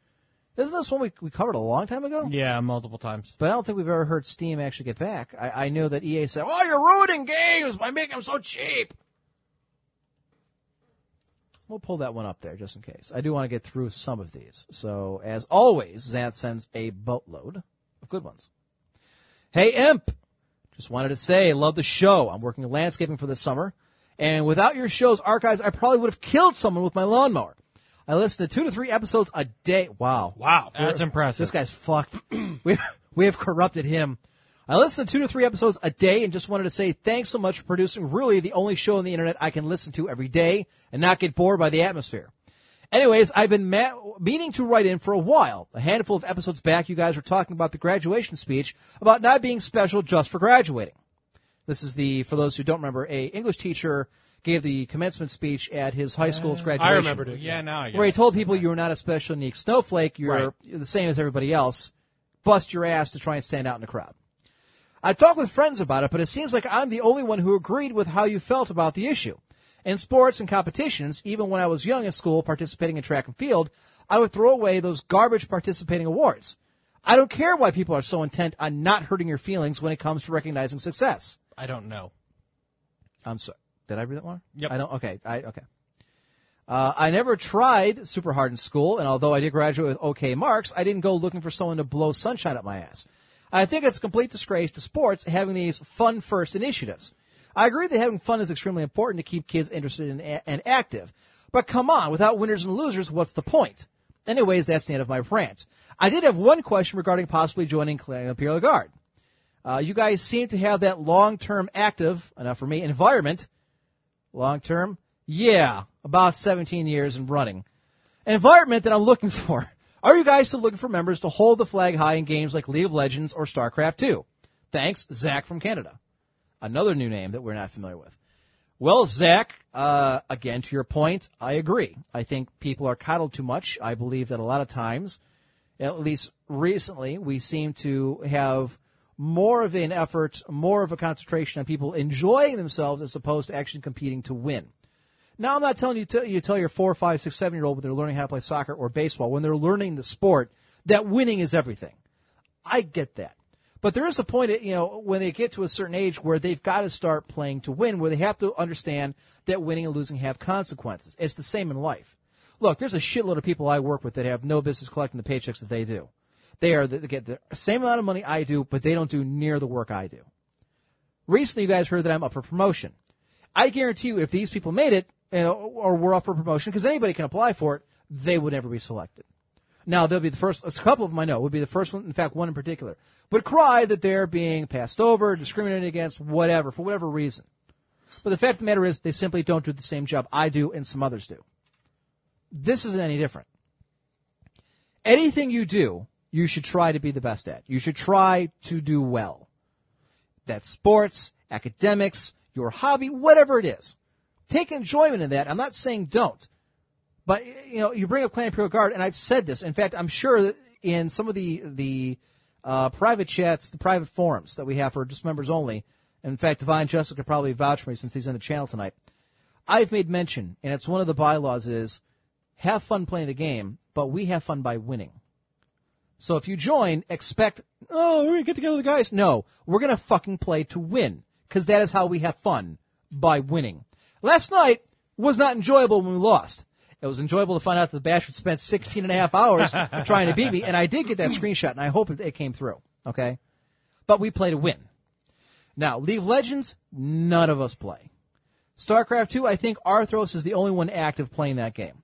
Speaker 4: Isn't this one we, we covered a long time ago?
Speaker 6: Yeah, multiple times.
Speaker 4: But I don't think we've ever heard Steam actually get back. I, I know that EA said, "Oh, you're ruining games by making them so cheap." We'll pull that one up there just in case. I do want to get through some of these. So as always, Zant sends a boatload of good ones. Hey Imp, just wanted to say, love the show. I'm working landscaping for the summer, and without your show's archives, I probably would have killed someone with my lawnmower. I listen to two to three episodes a day. Wow. Uh,
Speaker 6: Wow, that's impressive.
Speaker 4: This guy's fucked. [clears throat] we we have corrupted him. I listen to two to three episodes a day and just wanted to say thanks so much for producing really the only show on the internet I can listen to every day and not get bored by the atmosphere. Anyways, I've been ma- meaning to write in for a while. A handful of episodes back, you guys were talking about the graduation speech about not being special just for graduating. This is the, for those who don't remember, a English teacher gave the commencement speech at his high school's graduation.
Speaker 5: Ah. I remembered it.
Speaker 6: Yeah, now I get
Speaker 4: Where he
Speaker 6: it.
Speaker 4: told people you were not a special unique snowflake. You're
Speaker 6: Right.
Speaker 4: the same as everybody else. Bust your ass to try and stand out in the crowd. I talked with friends about it, but it seems like I'm the only one who agreed with how you felt about the issue. In sports and competitions, even when I was young in school participating in track and field, I would throw away those garbage participating awards. I don't care why people are so intent on not hurting your feelings when it comes to recognizing success.
Speaker 6: I don't know.
Speaker 4: I'm sorry. Did I read that one?
Speaker 6: Yep.
Speaker 4: I don't. Okay. I okay. Uh, I never tried super hard in school, and although I did graduate with okay marks, I didn't go looking for someone to blow sunshine up my ass. I think it's a complete disgrace to sports having these fun first initiatives. I agree that having fun is extremely important to keep kids interested and, and active. But come on, without winners and losers, what's the point? Anyways, that's the end of my rant. I did have one question regarding possibly joining Clan Imperial Guard. Uh, you guys seem to have that long-term active, enough for me, environment. Long-term? Yeah, about 17 years and running. Environment that I'm looking for. [laughs] Are you guys still looking for members to hold the flag high in games like League of Legends or StarCraft 2? Thanks, Zach from Canada. Another new name that we're not familiar with. Well, Zach, uh, again, to your point, I agree. I think people are coddled too much. I believe that a lot of times, at least recently, we seem to have more of an effort, more of a concentration on people enjoying themselves as opposed to actually competing to win. Now, I'm not telling you to, you tell your four, five, six, seven year old when they're learning how to play soccer or baseball, when they're learning the sport, that winning is everything. I get that. But there is a point, at, you know, when they get to a certain age where they've got to start playing to win, where they have to understand that winning and losing have consequences. It's the same in life. Look, there's a shitload of people I work with that have no business collecting the paychecks that they do. They are they get the same amount of money I do, but they don't do near the work I do. Recently, you guys heard that I'm up for promotion. I guarantee you, if these people made it you know, or were up for promotion, because anybody can apply for it, they would never be selected. Now they'll be the first. A couple of them I know would be the first one. In fact, one in particular would cry that they're being passed over, discriminated against, whatever for whatever reason. But the fact of the matter is, they simply don't do the same job I do and some others do. This isn't any different. Anything you do, you should try to be the best at. You should try to do well. That's sports, academics, your hobby, whatever it is. Take enjoyment in that. I'm not saying don't. But you know, you bring up Clan Imperial Guard, and I've said this. In fact, I'm sure that in some of the the uh, private chats, the private forums that we have for just members only. In fact, Divine Justice could probably vouch for me since he's on the channel tonight. I've made mention, and it's one of the bylaws is have fun playing the game, but we have fun by winning. So if you join, expect oh we're gonna get together with the guys. No, we're gonna fucking play to win because that is how we have fun by winning. Last night was not enjoyable when we lost. It was enjoyable to find out that the bastard spent 16 and a half hours trying to beat me, and I did get that screenshot, and I hope it, it came through. Okay? But we play to win. Now, League of Legends, none of us play. StarCraft 2, I think Arthros is the only one active playing that game.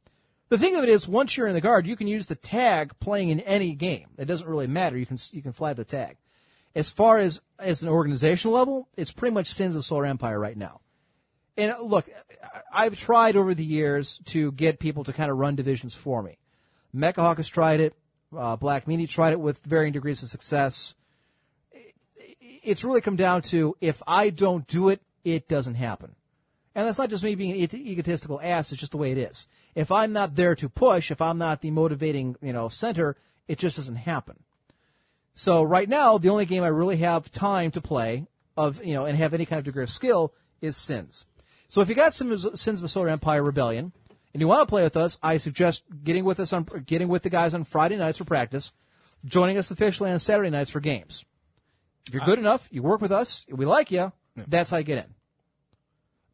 Speaker 4: The thing of it is, once you're in the guard, you can use the tag playing in any game. It doesn't really matter. You can, you can fly the tag. As far as, as an organizational level, it's pretty much Sins of Solar Empire right now and uh, look, I've tried over the years to get people to kind of run divisions for me. Mechahawk has tried it. Uh, Black Meanie tried it with varying degrees of success. It's really come down to if I don't do it, it doesn't happen. And that's not just me being an e- egotistical ass. It's just the way it is. If I'm not there to push, if I'm not the motivating, you know, center, it just doesn't happen. So right now, the only game I really have time to play of, you know, and have any kind of degree of skill is Sins. So if you got some Sins of a Solar Empire Rebellion and you want to play with us, I suggest getting with us on getting with the guys on Friday nights for practice, joining us officially on Saturday nights for games. If you're good enough, you work with us, we like you. That's how you get in.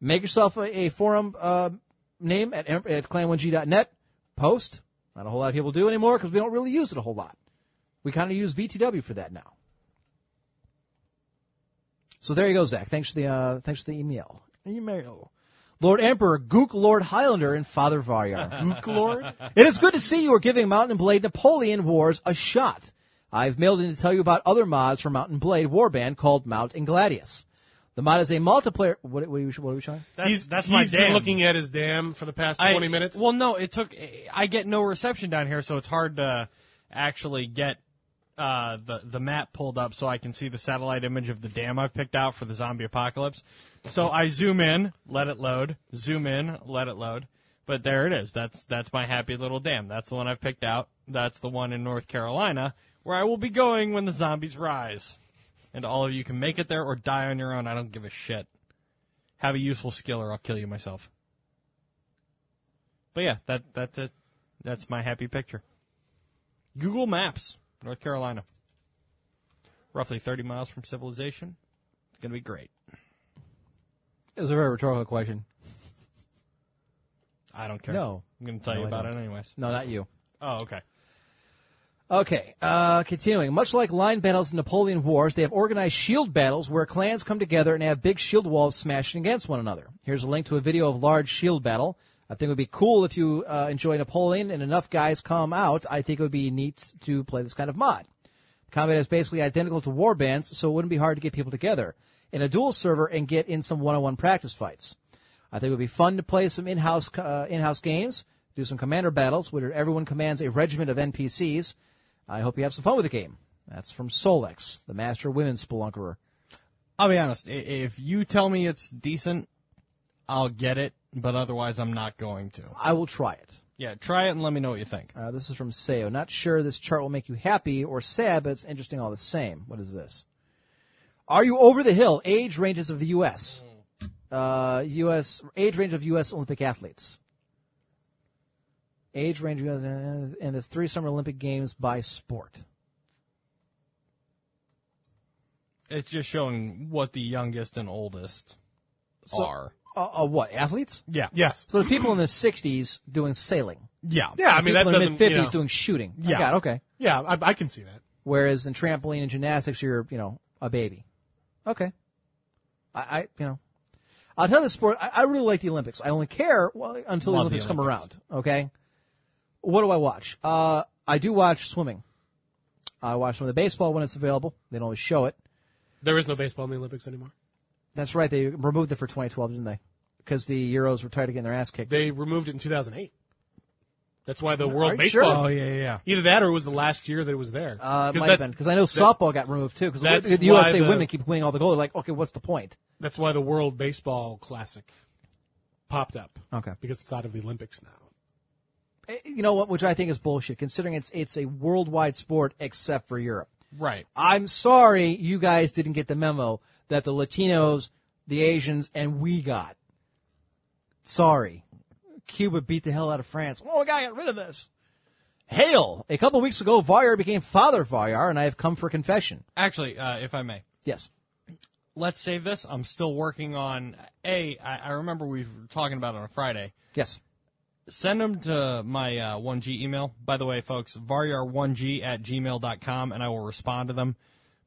Speaker 4: Make yourself a, a forum uh, name at, em- at clan1g.net. Post. Not a whole lot of people do anymore because we don't really use it a whole lot. We kind of use VTW for that now. So there you go, Zach. Thanks for the uh, thanks for the email. Email. Lord Emperor, Gook Lord Highlander, and Father Varyar. [laughs] Gook Lord? It is good to see you are giving Mountain Blade Napoleon Wars a shot. I've mailed in to tell you about other mods for Mountain Blade Warband called Mount and Gladius. The mod is a multiplayer. What, what, are, we, what are we showing?
Speaker 6: That's,
Speaker 5: he's
Speaker 6: that's
Speaker 5: he's
Speaker 6: my
Speaker 5: been
Speaker 6: damn.
Speaker 5: looking at his dam for the past
Speaker 6: I-
Speaker 5: 20 minutes.
Speaker 6: Well, no, it took. I get no reception down here, so it's hard to actually get uh, the the map pulled up so I can see the satellite image of the dam I've picked out for the zombie apocalypse. So I zoom in, let it load. Zoom in, let it load. But there it is. That's that's my happy little dam. That's the one I've picked out. That's the one in North Carolina where I will be going when the zombies rise. And all of you can make it there or die on your own. I don't give a shit. Have a useful skill or I'll kill you myself. But yeah, that that's it. That's my happy picture. Google Maps, North Carolina. Roughly 30 miles from civilization. It's going to be great.
Speaker 4: It was a very rhetorical question.
Speaker 6: I don't care.
Speaker 4: No.
Speaker 6: I'm going to tell
Speaker 4: No,
Speaker 6: you
Speaker 4: I
Speaker 6: about
Speaker 4: don't.
Speaker 6: it anyways.
Speaker 4: No, not you.
Speaker 6: Oh, okay.
Speaker 4: Okay, uh, continuing. Much like line battles in Napoleon Wars, they have organized shield battles where clans come together and have big shield walls smashing against one another. Here's a link to a video of large shield battle. I think it would be cool if you uh, enjoy Napoleon and enough guys come out. I think it would be neat to play this kind of mod. Combat is basically identical to war bands, so it wouldn't be hard to get people together in a dual server and get in some one-on-one practice fights. I think it would be fun to play some in-house uh, in-house games, do some commander battles where everyone commands a regiment of NPCs. I hope you have some fun with the game. That's from Solex, the master women spelunkerer.
Speaker 6: I'll be honest. i- If you tell me it's decent, I'll get it. But otherwise, I'm not going to.
Speaker 4: I will try it.
Speaker 6: Yeah, try it and let me know what you think.
Speaker 4: Uh, this is from Seo. Not sure this chart will make you happy or sad, but it's interesting all the same. What is this? Are you over the hill? Age ranges of the U.S. Uh, U.S. age range of U.S. Olympic athletes. Age range of US, and there's three Summer Olympic Games by sport.
Speaker 6: It's just showing what the youngest and oldest
Speaker 4: So-
Speaker 6: are.
Speaker 4: Uh, uh, what athletes?
Speaker 6: Yeah.
Speaker 5: Yes.
Speaker 4: So there's people in their 60s doing sailing.
Speaker 6: Yeah.
Speaker 5: Yeah, I
Speaker 4: And
Speaker 5: mean
Speaker 4: people
Speaker 5: that
Speaker 4: in
Speaker 5: doesn't.
Speaker 4: mid 50s
Speaker 5: you know,
Speaker 4: doing shooting. Oh,
Speaker 6: Yeah.
Speaker 4: God, okay.
Speaker 5: yeah, I, I can see that.
Speaker 4: Whereas in trampoline and gymnastics, you're, you know, a baby. Okay. I, I you know, I'll tell you this sport, I, I really like the Olympics. I only care well, until the
Speaker 6: Love the
Speaker 4: Olympics, come around.
Speaker 6: Olympics.
Speaker 4: Okay. What do I watch? Uh, I do watch swimming. I watch some of the baseball when it's available. They don't always show it.
Speaker 5: There is no baseball in the Olympics anymore.
Speaker 4: That's right. They removed it for 2012, didn't they? Because the Euros were tired of getting their ass kicked.
Speaker 5: They removed it in 2008. That's why the
Speaker 4: Are
Speaker 5: World
Speaker 4: you sure?
Speaker 5: Baseball.
Speaker 6: Oh yeah, yeah, yeah.
Speaker 5: Either that, or it was the last year that it was there.
Speaker 4: uh, it
Speaker 5: 'Cause
Speaker 4: might
Speaker 5: that-
Speaker 4: have been because I know softball got removed too. Because
Speaker 5: that's
Speaker 4: the, the
Speaker 5: why
Speaker 4: USA
Speaker 5: the-
Speaker 4: women keep winning all the gold. They're like, okay, what's the point?
Speaker 5: That's why the World Baseball Classic popped up.
Speaker 4: Okay.
Speaker 5: Because it's out of the Olympics now.
Speaker 4: Eh, You know what? Which I think is bullshit, considering it's it's a worldwide sport except for Europe.
Speaker 6: Right.
Speaker 4: I'm sorry, you guys didn't get the memo that the Latinos, the Asians, and we got. Sorry, Cuba beat the hell out of France. Oh, we gotta get rid of this. Hail! A couple weeks ago, Voyar became Father Voyar, and I have come for confession.
Speaker 6: Actually, uh, if I may,
Speaker 4: Yes.
Speaker 6: let's save this. I'm still working on a. I, I remember we were talking about it on Friday.
Speaker 4: Yes.
Speaker 6: Send them to my uh, 1G email. By the way, folks, varyar1g at gmail.com, and I will respond to them.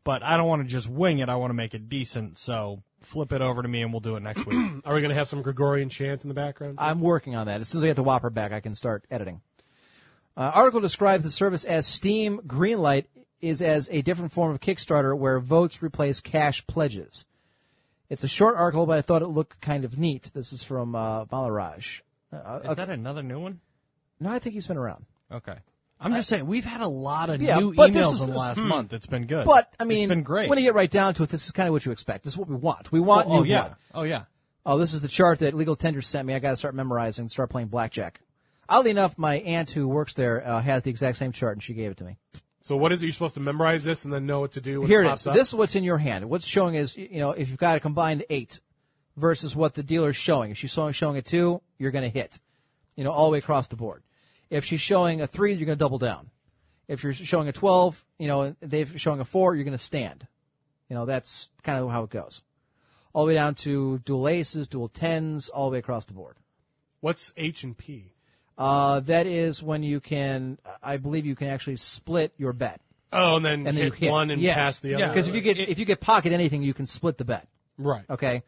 Speaker 6: But I don't want to just wing it. I want to make it decent. So flip it over to me, and we'll do it next week.
Speaker 5: Um,
Speaker 4: [clears throat]
Speaker 5: Are we going to have some Gregorian chant in the background?
Speaker 4: I'm working on that. As soon as I get the Whopper back, I can start editing. Uh, article describes the service as Steam Greenlight is as a different form of Kickstarter where votes replace cash pledges. It's a short article, but I thought it looked kind of neat. This is from uh, Malaraj.
Speaker 6: Is that another new one?
Speaker 4: No, I think he's been around.
Speaker 6: Okay. I'm just saying we've had a lot of
Speaker 4: Yeah,
Speaker 6: new
Speaker 4: but this
Speaker 6: emails
Speaker 4: is
Speaker 6: in the
Speaker 4: the- Hmm.
Speaker 6: last month. It's been good.
Speaker 4: But I mean,
Speaker 6: it's been great.
Speaker 4: when you get right down to it, this is kind of what you expect. This is what we want. We
Speaker 6: oh,
Speaker 4: want
Speaker 6: oh,
Speaker 4: new
Speaker 6: yeah.
Speaker 4: blood.
Speaker 6: Oh yeah.
Speaker 4: Oh, this is the chart that Legal Tender sent me. I got to start memorizing and start playing blackjack. Oddly enough, my aunt who works there uh, has the exact same chart, and she gave it to me.
Speaker 5: so what is it? You're supposed to memorize this and then know what to do when
Speaker 4: Here
Speaker 5: it
Speaker 4: it
Speaker 5: pops
Speaker 4: is.
Speaker 5: up?
Speaker 4: This is what's in your hand. What's showing is, y- you know, if you've got a combined eight versus what the dealer's showing. If she's showing, showing a two, you're going to hit, you know, all the way across the board. If she's showing a three, you're going to double down. If you're showing a 12, you know, they're showing a four, you're going to stand. You know, that's kind of how it goes. All the way down to dual aces, dual tens, all the way across the board.
Speaker 5: What's H and P?
Speaker 4: Uh, that is when you can, I believe you can actually split your bet.
Speaker 5: Oh, and then,
Speaker 4: And then
Speaker 5: hit
Speaker 4: you hit.
Speaker 5: one and
Speaker 4: Yes.
Speaker 5: pass the other.
Speaker 6: Yeah.
Speaker 4: Because if you get, if you get pocket anything, you can split the bet.
Speaker 5: right.
Speaker 4: Okay.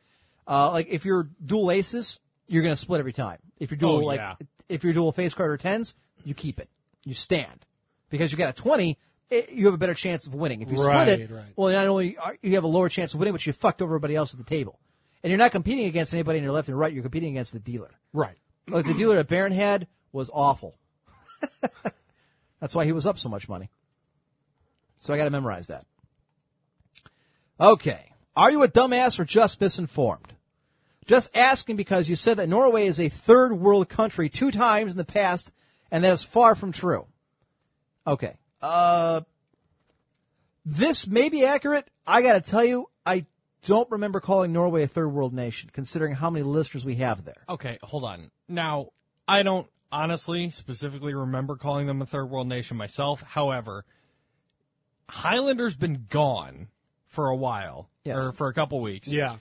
Speaker 4: Uh, like if you're dual aces, you're gonna split every time. If you're dual
Speaker 6: Oh,
Speaker 4: like
Speaker 6: yeah.
Speaker 4: if you're dual face card or tens, you keep it. You stand because you got a twenty. It, you have a better chance of winning. If you
Speaker 5: Right,
Speaker 4: split it,
Speaker 5: right.
Speaker 4: well, not only are, you have a lower chance of winning, but you fucked over everybody else at the table, and you're not competing against anybody in your left and right. You're competing against the dealer.
Speaker 5: Right.
Speaker 4: Like the dealer at Baron had was awful. [laughs] That's why he was up so much money. So I got to memorize that. Okay. Are you a dumbass or just misinformed? Just asking because you said that Norway is a third world country two times in the past, and that is far from true. Okay. Uh, this may be accurate. I got to tell you, I don't remember calling Norway a third world nation, considering how many listeners we have there.
Speaker 6: Okay, hold on. Now, I don't honestly specifically remember calling them a third world nation myself. However, Highlander's been gone for a while
Speaker 4: Yes.
Speaker 6: or for a couple weeks.
Speaker 5: Yeah.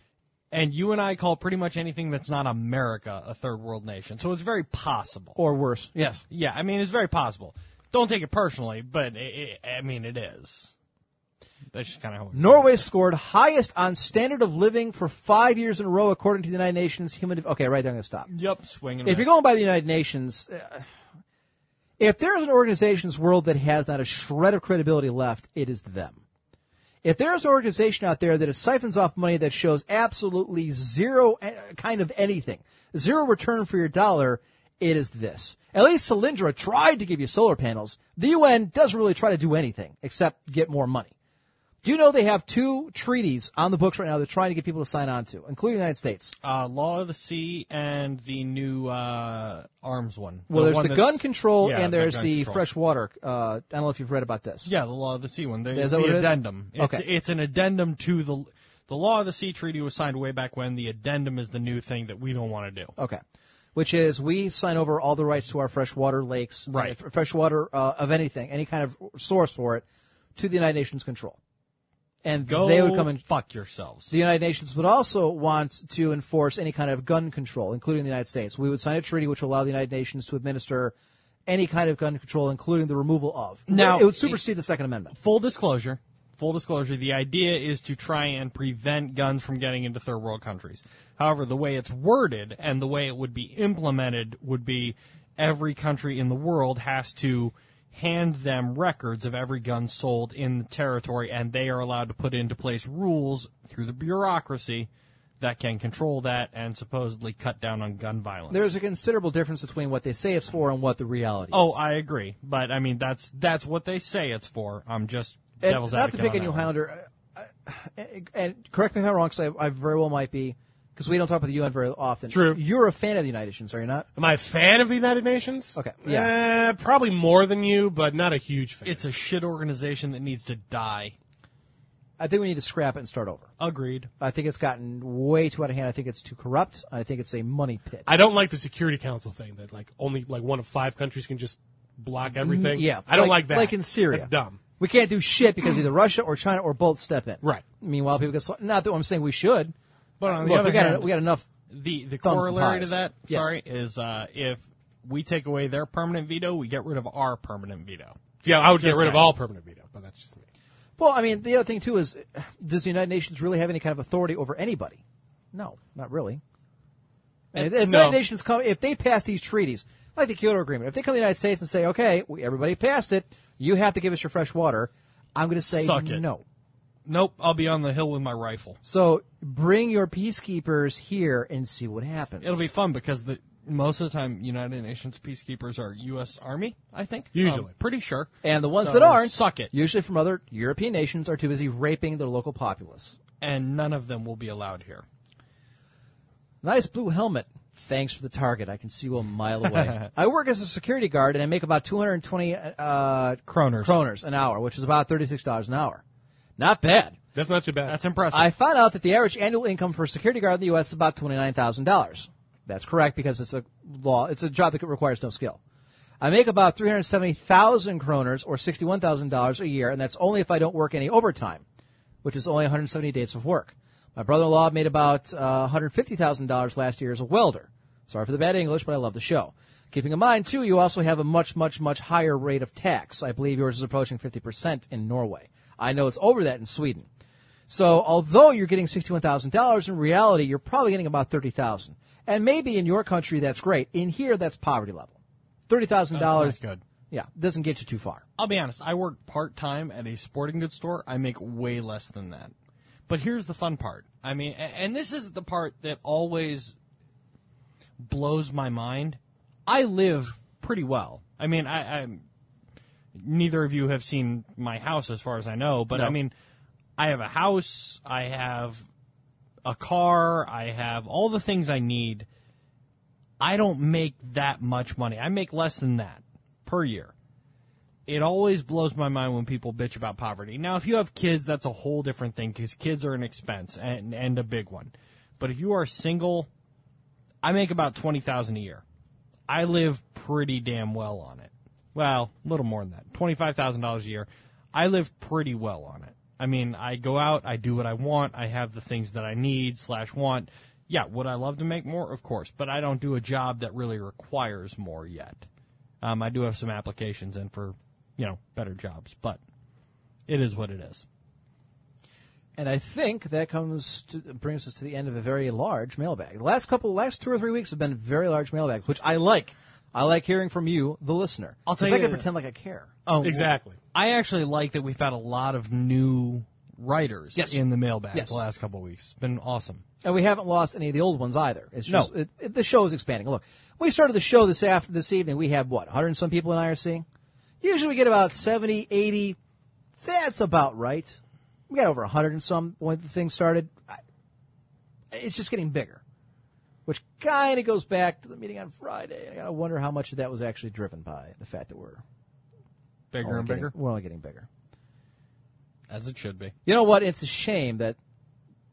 Speaker 6: And you and I call pretty much anything that's not America a third world nation. So it's very possible.
Speaker 4: Or worse. Yes.
Speaker 6: Yeah, I mean, it's very possible. Don't take it personally, but it, it, I mean, it is. That's just kind of how. it-
Speaker 4: Norway scored highest on standard of living for five years in a row, according to the United Nations Human. Okay, right there, I'm going to stop.
Speaker 6: Yep, swing and
Speaker 4: If you're
Speaker 6: miss.
Speaker 4: going by the United Nations, uh, if there's an organization's world that has not a shred of credibility left, it is them. If there's an organization out there that siphons off money that shows absolutely zero uh, kind of anything, zero return for your dollar, it is this. At least Solyndra tried to give you solar panels. The UN doesn't really try to do anything except get more money. Do you know they have two treaties on the books right now they're trying to get people to sign on to, including the United States?
Speaker 6: uh, Law of the Sea and the new uh, arms one.
Speaker 4: Well, there's
Speaker 6: one
Speaker 4: the
Speaker 6: that's-
Speaker 4: gun control
Speaker 6: Yeah,
Speaker 4: and there's
Speaker 6: gun
Speaker 4: the
Speaker 6: control.
Speaker 4: freshwater. Uh, I don't know if you've read about this.
Speaker 6: Yeah, the Law of the Sea one. There's
Speaker 4: Is that
Speaker 6: the
Speaker 4: what it is?
Speaker 6: addendum. It's,
Speaker 4: Okay.
Speaker 6: it's an addendum to the the Law of the Sea treaty was signed way back when. The addendum is the new thing that we don't want to do.
Speaker 4: Okay. Which is we sign over all the rights to our freshwater lakes, and
Speaker 6: Right.
Speaker 4: f- Freshwater uh, of anything, any kind of source for it, to the United Nations control, and
Speaker 6: Go
Speaker 4: they would come and
Speaker 6: fuck yourselves.
Speaker 4: The United Nations would also want to enforce any kind of gun control, including the United States. We would sign a treaty which will allow the United Nations to administer any kind of gun control, including the removal of.
Speaker 6: Now-
Speaker 4: it would supersede the Second Amendment.
Speaker 6: Full disclosure. Full disclosure, the idea is to try and prevent guns from getting into third world countries. However, the way it's worded and the way it would be implemented would be every country in the world has to hand them records of every gun sold in the territory and they are allowed to put into place rules through the bureaucracy that can control that and supposedly cut down on gun violence.
Speaker 4: There's a considerable difference between what they say it's for and what the reality
Speaker 6: Oh,
Speaker 4: is.
Speaker 6: I agree, but I mean that's that's what they say it's for. I'm just
Speaker 4: and
Speaker 6: devil's
Speaker 4: not
Speaker 6: advocate.
Speaker 4: to pick
Speaker 6: on
Speaker 4: on
Speaker 6: that
Speaker 4: you,
Speaker 6: one.
Speaker 4: Highlander. uh, uh, And correct me if I'm wrong, because I, I very well might be, because we don't talk about the UN very often.
Speaker 5: True.
Speaker 4: You're a fan of the United Nations, are you not?
Speaker 5: Am I a fan of the United Nations? Okay.
Speaker 4: yeah.
Speaker 5: Eh, probably more than you, but not a huge fan.
Speaker 6: It's a shit organization that needs to die.
Speaker 4: I think we need to scrap it and start over.
Speaker 6: Agreed.
Speaker 4: I think it's gotten way too out of hand. I think it's too corrupt. I think it's a money pit.
Speaker 5: I don't like the Security Council thing that like only like one of five countries can just block everything.
Speaker 4: Mm, Yeah,
Speaker 5: I don't like, that.
Speaker 4: Like in Syria,
Speaker 5: That's dumb.
Speaker 4: We can't do shit because either Russia or China or both step in.
Speaker 5: Right.
Speaker 4: Meanwhile, people get sl- not that I'm saying we should. Uh,
Speaker 6: But on the
Speaker 4: Look,
Speaker 6: other
Speaker 4: we got
Speaker 6: hand,
Speaker 4: we got enough.
Speaker 6: The the
Speaker 4: thumbs and
Speaker 6: corollary to
Speaker 4: pies.
Speaker 6: that,
Speaker 4: Yes.
Speaker 6: sorry, is uh, if we take away their permanent veto, we get rid of our permanent veto.
Speaker 5: Yeah, I would get
Speaker 6: Just
Speaker 5: rid of
Speaker 6: saying.
Speaker 5: all permanent veto, but that's just me.
Speaker 4: Well, I mean, the other thing too is, does the United Nations really have any kind of authority over anybody? No, not really. And if, if
Speaker 6: No.
Speaker 4: the United Nations come, if they pass these treaties, like the Kyoto Agreement, if they come to the United States and say, "Okay, we, everybody passed it, you have to give us your fresh water," I'm going to say
Speaker 6: Suck it.
Speaker 4: no.
Speaker 6: Nope, I'll be on the hill with my rifle.
Speaker 4: So bring your peacekeepers here and see what happens.
Speaker 6: It'll be fun because the most of the time United Nations peacekeepers are U.S. Army, I think.
Speaker 5: Usually.
Speaker 6: Um, pretty sure.
Speaker 4: And the ones
Speaker 6: So
Speaker 4: that aren't,
Speaker 6: suck it,
Speaker 4: usually from other European nations, are too busy raping their local populace.
Speaker 6: and none of them will be allowed here.
Speaker 4: Nice blue helmet. Thanks for the target. I can see you a mile away. I work as a security guard and I make about 220 uh,
Speaker 6: Kroners.
Speaker 4: kroners an hour, which is about $36 an hour. Not bad.
Speaker 5: That's not too bad.
Speaker 6: That's impressive.
Speaker 4: I found out that the average annual income for a security guard in the U.S. is about $29,000. That's correct because it's a law, it's a job that requires no skill. I make about 370,000 kroners or $61,000 a year, and that's only if I don't work any overtime, which is only 170 days of work. My brother-in-law made about uh, $150,000 last year as a welder. Sorry for the bad English, but I love the show. Keeping in mind, too, you also have a much, much, much higher rate of tax. I believe yours is approaching 50% in Norway. I know it's over that in Sweden. So although you're getting sixty-one thousand dollars, in reality you're probably getting about thirty thousand. And maybe in your country that's great. In here that's poverty level. Thirty thousand dollars.
Speaker 6: That's not good.
Speaker 4: Yeah, doesn't get you too far.
Speaker 6: I'll be honest. I work part time at a sporting goods store. I make way less than that. But here's the fun part. I mean, a- and this is the part that always blows my mind. I live pretty well. I mean, I, I'm. Neither of you have seen my house, as far as I know. But I mean, I have a house. I have a car. I have all the things I need. I don't make that much money. I make less than that per year it always blows my mind when people bitch about poverty. Now, if you have kids, that's a whole different thing because kids are an expense and, and a big one. But if you are single, I make about twenty thousand a year. I live pretty damn well on it. Well, a little more than that, twenty five thousand dollars a year. I live pretty well on it. I mean, I go out, I do what I want, I have the things that I need slash want. Yeah, would I love to make more? Of course, but I don't do a job that really requires more yet. Um, I do have some applications in for, you know, better jobs, but it is what it is.
Speaker 4: And I think that comes to, brings us to the end of a very large mailbag. The last couple, last two or three weeks have been very large mailbags, which I like. I like hearing from you, the listener.
Speaker 6: I'll tell
Speaker 4: 'Cause I
Speaker 6: you-
Speaker 4: can pretend like I care.
Speaker 6: Oh, well, I actually like that we've had a lot of new writers
Speaker 4: Yes.
Speaker 6: in the mailbag
Speaker 4: Yes.
Speaker 6: the last couple of weeks. Been awesome.
Speaker 4: And we haven't lost any of the old ones either. It's
Speaker 6: No.
Speaker 4: just it, it, the show is expanding. Look, we started the show this after this evening. We have what 100 and some people in IRC. Usually we get about 70, 80. That's about right. We got over 100 and some when the thing started. I, it's just getting bigger, which kind of goes back to the meeting on Friday. I gotta wonder how much of that was actually driven by the fact that we're
Speaker 6: Bigger
Speaker 4: only
Speaker 6: and
Speaker 4: getting-
Speaker 6: bigger,
Speaker 4: We're only getting bigger.
Speaker 6: as it should be.
Speaker 4: You know what? It's a shame that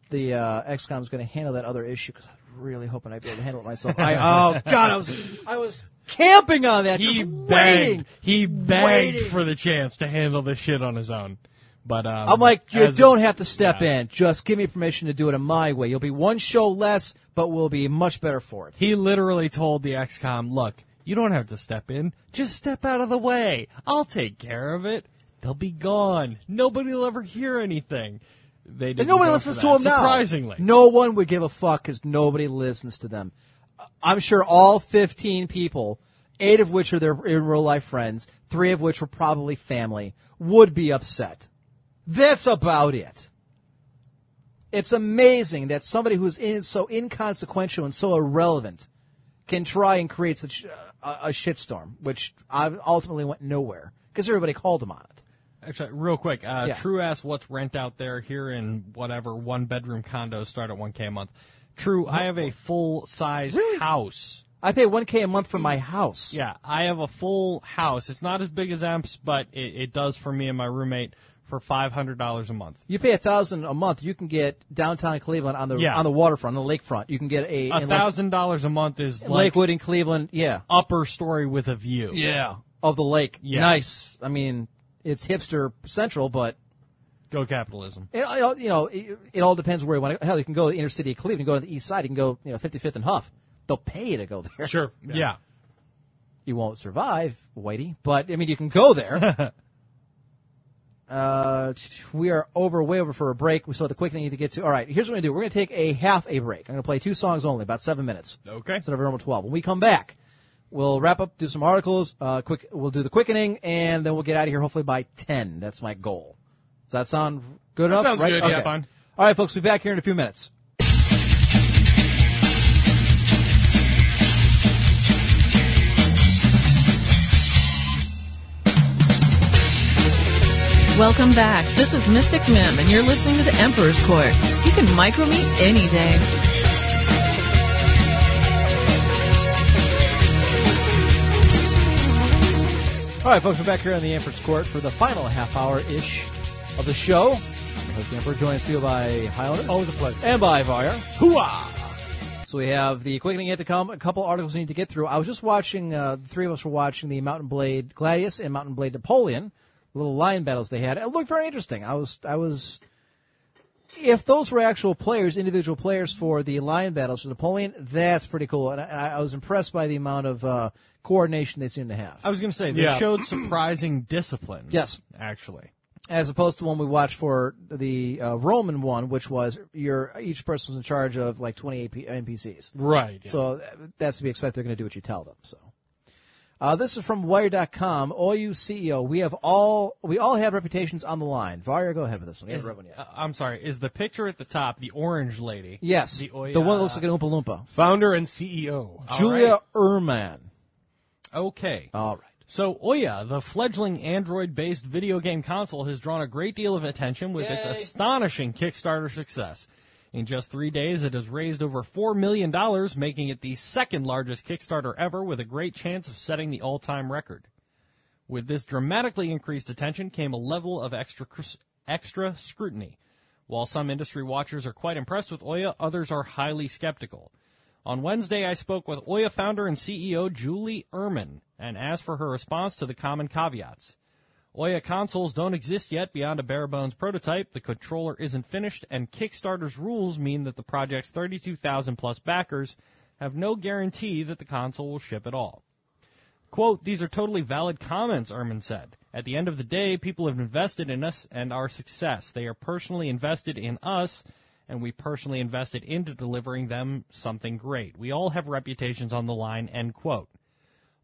Speaker 4: the uh, XCOM is going to handle that other issue because I was really hoping I'd be able to handle it myself.
Speaker 6: [laughs]
Speaker 4: I, oh God, I was I was camping on that.
Speaker 6: He
Speaker 4: just
Speaker 6: begged.
Speaker 4: waiting.
Speaker 6: He begged
Speaker 4: Waiting.
Speaker 6: for the chance to handle this shit on his own. But um,
Speaker 4: I'm like, you
Speaker 6: as-
Speaker 4: don't have to step in. Just give me permission to do it in my way. You'll be one show less, but we'll be much better for it.
Speaker 6: He literally told the XCOM, "Look, you don't have to step in. Just step out of the way. I'll take care of it. They'll be gone. Nobody will ever hear anything." They didn't
Speaker 4: And nobody
Speaker 6: go
Speaker 4: listens
Speaker 6: for
Speaker 4: to
Speaker 6: that,
Speaker 4: him now.
Speaker 6: Surprisingly,
Speaker 4: no one would give a fuck because nobody listens to them. I'm sure all 15 people, eight of which are their in real life friends, three of which were probably family, would be upset. That's about it. It's amazing that somebody who's in so inconsequential and so irrelevant can try and create such a, a shitstorm, which I ultimately went nowhere because everybody called him on it.
Speaker 6: Actually, real quick, uh,
Speaker 4: Yeah.
Speaker 6: True asked what's rent out there here in whatever one bedroom condos start at 1K a month. True, I have a full size house.
Speaker 4: I pay 1K a month for my house.
Speaker 6: Yeah, I have a full house. It's not as big as Amps, but it, it does for me and my roommate for $500 a month.
Speaker 4: You pay a thousand a month, you can get downtown Cleveland on the
Speaker 6: Yeah.
Speaker 4: on the waterfront, on the lakefront. You can get a,
Speaker 6: A
Speaker 4: in
Speaker 6: thousand dollars a month is
Speaker 4: Lake,
Speaker 6: like
Speaker 4: Lakewood in Cleveland, yeah,
Speaker 6: upper story with a view.
Speaker 4: of the lake.
Speaker 6: Yeah.
Speaker 4: Nice. I mean, it's hipster central, but
Speaker 6: Go capitalism.
Speaker 4: it, it all- you know it, it all depends where you want to. go. Hell, you can go to the inner city of Cleveland, you go to the east side, you can go you know 55th and Huff. They'll pay you to go there.
Speaker 5: Sure.
Speaker 6: Yeah.
Speaker 4: you won't survive, Whitey. But I mean, you can go there. uh, we are over, way over for a break. We still have the quick thing to get to. All right, here's what we're gonna do. We're gonna take a half a break. I'm gonna play two songs only, about seven minutes.
Speaker 6: Okay.
Speaker 4: Instead of a normal twelve. When we come back, we'll wrap up, do some articles. Uh, quick, we'll do the quickening, and then we'll get out of here hopefully by ten. That's my goal. Does that sound good enough?
Speaker 6: sounds
Speaker 4: right?
Speaker 6: good, yeah,
Speaker 4: Okay.
Speaker 6: fine.
Speaker 4: All right, folks. We'll be back here in a few minutes.
Speaker 3: Welcome back. This is Mystic Mim, and you're listening to The Emperor's Court. You can micro me any day.
Speaker 4: All right, folks, we're back here on the Emperor's Court for the final half hour ish of the show. I'm your host, the Emperor, joined in studio by Highlander. Always a pleasure. And by Vire. Hooah! So we have the quickening yet to come, a couple articles we need to get through. I was just watching, uh, the three of us were watching the Mountain Blade Gladius and Mountain Blade Napoleon, little lion battles they had. It looked very interesting. I was, I was, if those were actual players, individual players for the lion battles for Napoleon, that's pretty cool. And I, and I was impressed by the amount of, uh, coordination they seem to have.
Speaker 6: I was going to say, they
Speaker 4: Yeah.
Speaker 6: showed surprising discipline.
Speaker 4: Yes.
Speaker 6: Actually.
Speaker 4: as opposed to when we watched for the uh, Roman one, which was your each person was in charge of like 28 P- NPCs.
Speaker 6: Right, yeah.
Speaker 4: So th- that's to be expected. They're going to do what you tell them. So. Uh, this is from Wire.com. OU CEO, E we have all we all have reputations on the line. Varia, go ahead with this one. We haven't read
Speaker 6: Is-
Speaker 4: one yet.
Speaker 6: uh, I'm sorry. Is the picture at the top the orange lady?
Speaker 4: Yes, the,
Speaker 6: The, Oya-
Speaker 4: one that looks like an Oompa Loompa.
Speaker 5: Founder and E CEO.
Speaker 4: Julia Ehrman.
Speaker 6: Okay.
Speaker 4: All right.
Speaker 6: So Oya, the fledgling Android-based video game console, has drawn a great deal of attention with its astonishing Kickstarter success. In just three days, it has raised over $4 million, making it the second largest Kickstarter ever with a great chance of setting the all-time record. With this dramatically increased attention came a level of extra, cr- extra scrutiny. While some industry watchers are quite impressed with Oya, others are highly skeptical. On Wednesday, I spoke with Oya founder and CEO Julie Ehrman and asked for her response to the common caveats. Oya consoles don't exist yet beyond a bare bones prototype, the controller isn't finished, and Kickstarter's rules mean that the project's 32,000 plus backers have no guarantee that the console will ship at all. Quote, these are totally valid comments, Ehrman said. At the end of the day, people have invested in us and our success. They are personally invested in us, and we personally invested into delivering them something great. We all have reputations on the line, end quote.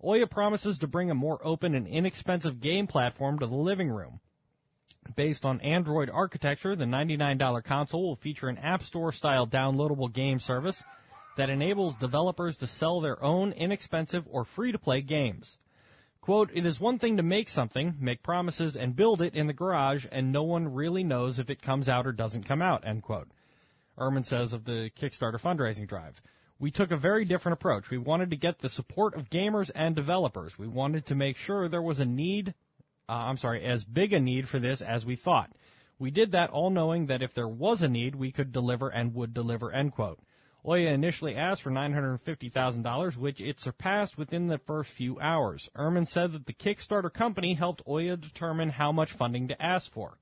Speaker 6: Oya promises to bring a more open and inexpensive game platform to the living room. Based on Android architecture, the $99 console will feature an App Store style downloadable game service that enables developers to sell their own inexpensive or free to play games. Quote, it is one thing to make something, make promises, and build it in the garage, and no one really knows if it comes out or doesn't come out, end quote. Ehrman says of the Kickstarter fundraising drive. We took a very different approach. We wanted to get the support of gamers and developers. We wanted to make sure there was a need, uh, I'm sorry, as big a need for this as we thought. We did that all knowing that if there was a need, we could deliver and would deliver, end quote. Oya initially asked for $950,000, which it surpassed within the first few hours. Ehrman said that the Kickstarter company helped Oya determine how much funding to ask for.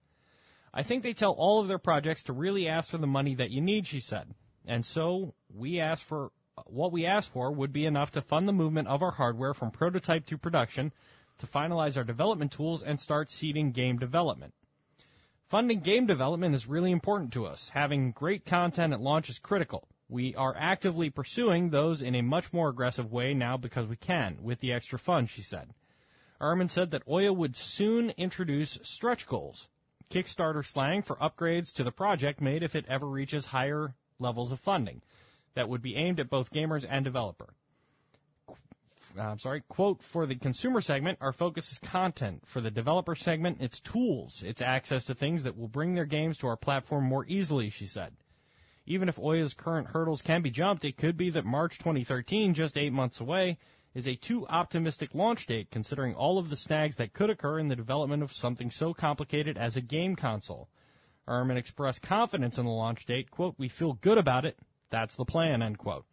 Speaker 6: I think they tell all of their projects to really ask for the money that you need, she said. And so we asked for what we asked for would be enough to fund the movement of our hardware from prototype to production, to finalize our development tools and start seeding game development. Funding game development is really important to us. Having great content at launch is critical. We are actively pursuing those in a much more aggressive way now because we can, with the extra funds, she said. Ehrman said that Oya would soon introduce stretch goals, Kickstarter slang for upgrades to the project made if it ever reaches higher levels of funding that would be aimed at both gamers and developer. Qu- uh, I'm sorry, quote, for the consumer segment, our focus is content. For the developer segment, it's tools. It's access to things that will bring their games to our platform more easily, she said. Even if Oya's current hurdles can be jumped, it could be that March 2013, just eight months away, is a too optimistic launch date considering all of the snags that could occur in the development of something so complicated as a game console. Ehrman expressed confidence in the launch date, quote, we feel good about it. That's the plan, end quote.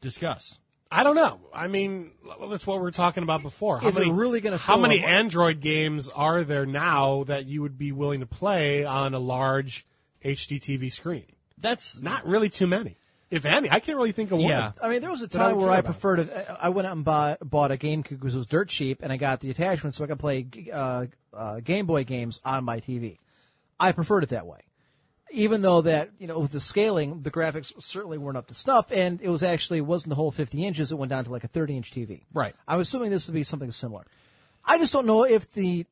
Speaker 6: Discuss.
Speaker 5: I don't know. I mean, well, that's what we were talking about before. How
Speaker 4: Is it
Speaker 5: many
Speaker 4: really gonna
Speaker 5: How
Speaker 4: fill
Speaker 5: many
Speaker 4: up-
Speaker 5: Android games are there now that you would be willing to play on a large HDTV screen?
Speaker 6: That's
Speaker 5: not really too many, if any. I can't really think of one.
Speaker 4: I mean, there was a
Speaker 5: that I
Speaker 4: time
Speaker 5: would
Speaker 4: where
Speaker 5: care
Speaker 4: I
Speaker 5: about.
Speaker 4: preferred to. I I went out and bought, bought a game because it was dirt cheap, and I got the attachment so I could play uh, uh, Game Boy games on my TV. I preferred it that way, even though that you know with the scaling, the graphics certainly weren't up to snuff, and it was actually it wasn't the whole 50 inches; it went down to like a 30 inch TV.
Speaker 6: Right.
Speaker 4: I'm assuming this would be something similar. I just don't know if the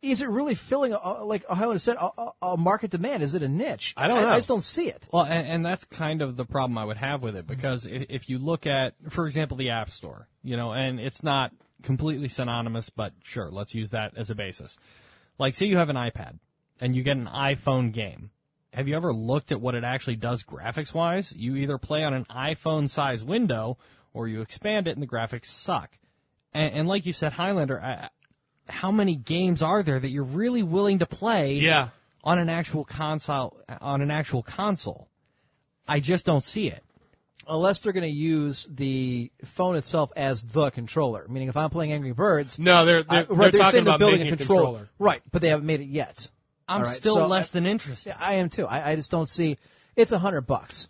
Speaker 4: is it really filling, a, like Ohio said, a, a, a market demand? Is it a niche?
Speaker 6: I don't know.
Speaker 4: I just don't see it.
Speaker 12: Well, and, and that's kind of the problem I would have with it because if, if you look at, for example, the App Store, you know, and it's not completely synonymous, but sure, let's use that as a basis. Like, say you have an iPad and you get an iPhone game. Have you ever looked at what it actually does graphics wise? You either play on an iPhone size window or you expand it and the graphics suck. And, and like you said, Highlander, I, how many games are there that you're really willing to play
Speaker 5: Yeah.
Speaker 12: on an actual console on an actual console i just don't see it
Speaker 4: unless they're going to use the phone itself as the controller. Meaning, if I'm playing Angry Birds,
Speaker 5: No, they're- they're-
Speaker 4: I-
Speaker 5: they're talking
Speaker 4: saying
Speaker 5: about
Speaker 4: building
Speaker 5: making a
Speaker 4: controller.
Speaker 5: controller.
Speaker 4: right? But they haven't made it yet.
Speaker 12: I'm
Speaker 4: All right,
Speaker 12: still
Speaker 4: so
Speaker 12: less
Speaker 4: I-
Speaker 12: than interested.
Speaker 4: Yeah, I am too. I, I just don't see. It's a hundred bucks.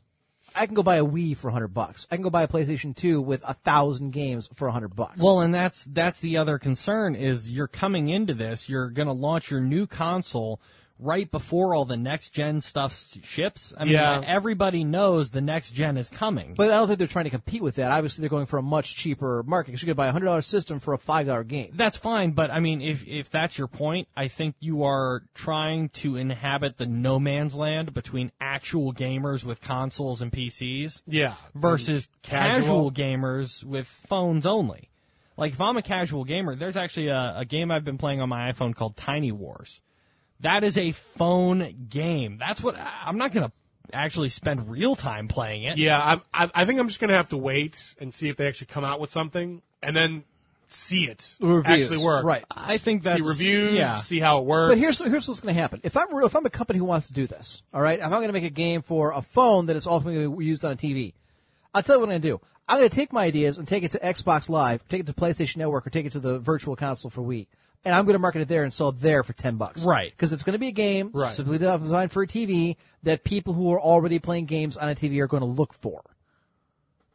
Speaker 4: I can go buy a Wii for a hundred bucks. I can go buy a PlayStation Two with a thousand games for a hundred bucks.
Speaker 12: well and that's that's the other concern is you're coming into this you're going to launch your new console right before all the next gen stuff s- ships i mean
Speaker 4: Yeah.
Speaker 12: everybody knows the next gen is coming
Speaker 4: But I don't think they're trying to compete with that. Obviously, they're going for a much cheaper market. 'cause you could buy a hundred dollar system for a five dollar game.
Speaker 12: that's fine but i mean if if that's your point i think you are trying to inhabit the no man's land between actual gamers with consoles and pcs
Speaker 5: Yeah.
Speaker 12: versus
Speaker 5: Casual.
Speaker 12: casual, gamers with phones only like if i'm a casual gamer there's actually a, a game i've been playing on my iphone called tiny wars that is a phone game that's what I- i'm not gonna actually spend real time playing it
Speaker 5: Yeah, I'm- I, I think I'm just gonna have to wait and see if they actually come out with something, and then see it
Speaker 4: Reviews,
Speaker 5: actually work.
Speaker 4: right.
Speaker 12: I think
Speaker 5: see
Speaker 12: that's-
Speaker 5: reviews,
Speaker 12: yeah.
Speaker 5: see how it works.
Speaker 4: But here's here's what's going to happen. If I'm real- if I'm a company who wants to do this, all right, if I'm going to make a game for a phone that is ultimately gonna be used on a TV, I'll tell you what I'm going to do. I'm going to take my ideas and take it to Xbox Live, take it to PlayStation Network, or take it to the Virtual Console for Wii, and I'm going to market it there and sell it there for ten bucks,
Speaker 12: Right.
Speaker 4: Because it's going to be a game
Speaker 12: Right.
Speaker 4: simply designed for a TV that people who are already playing games on a TV are going to look for.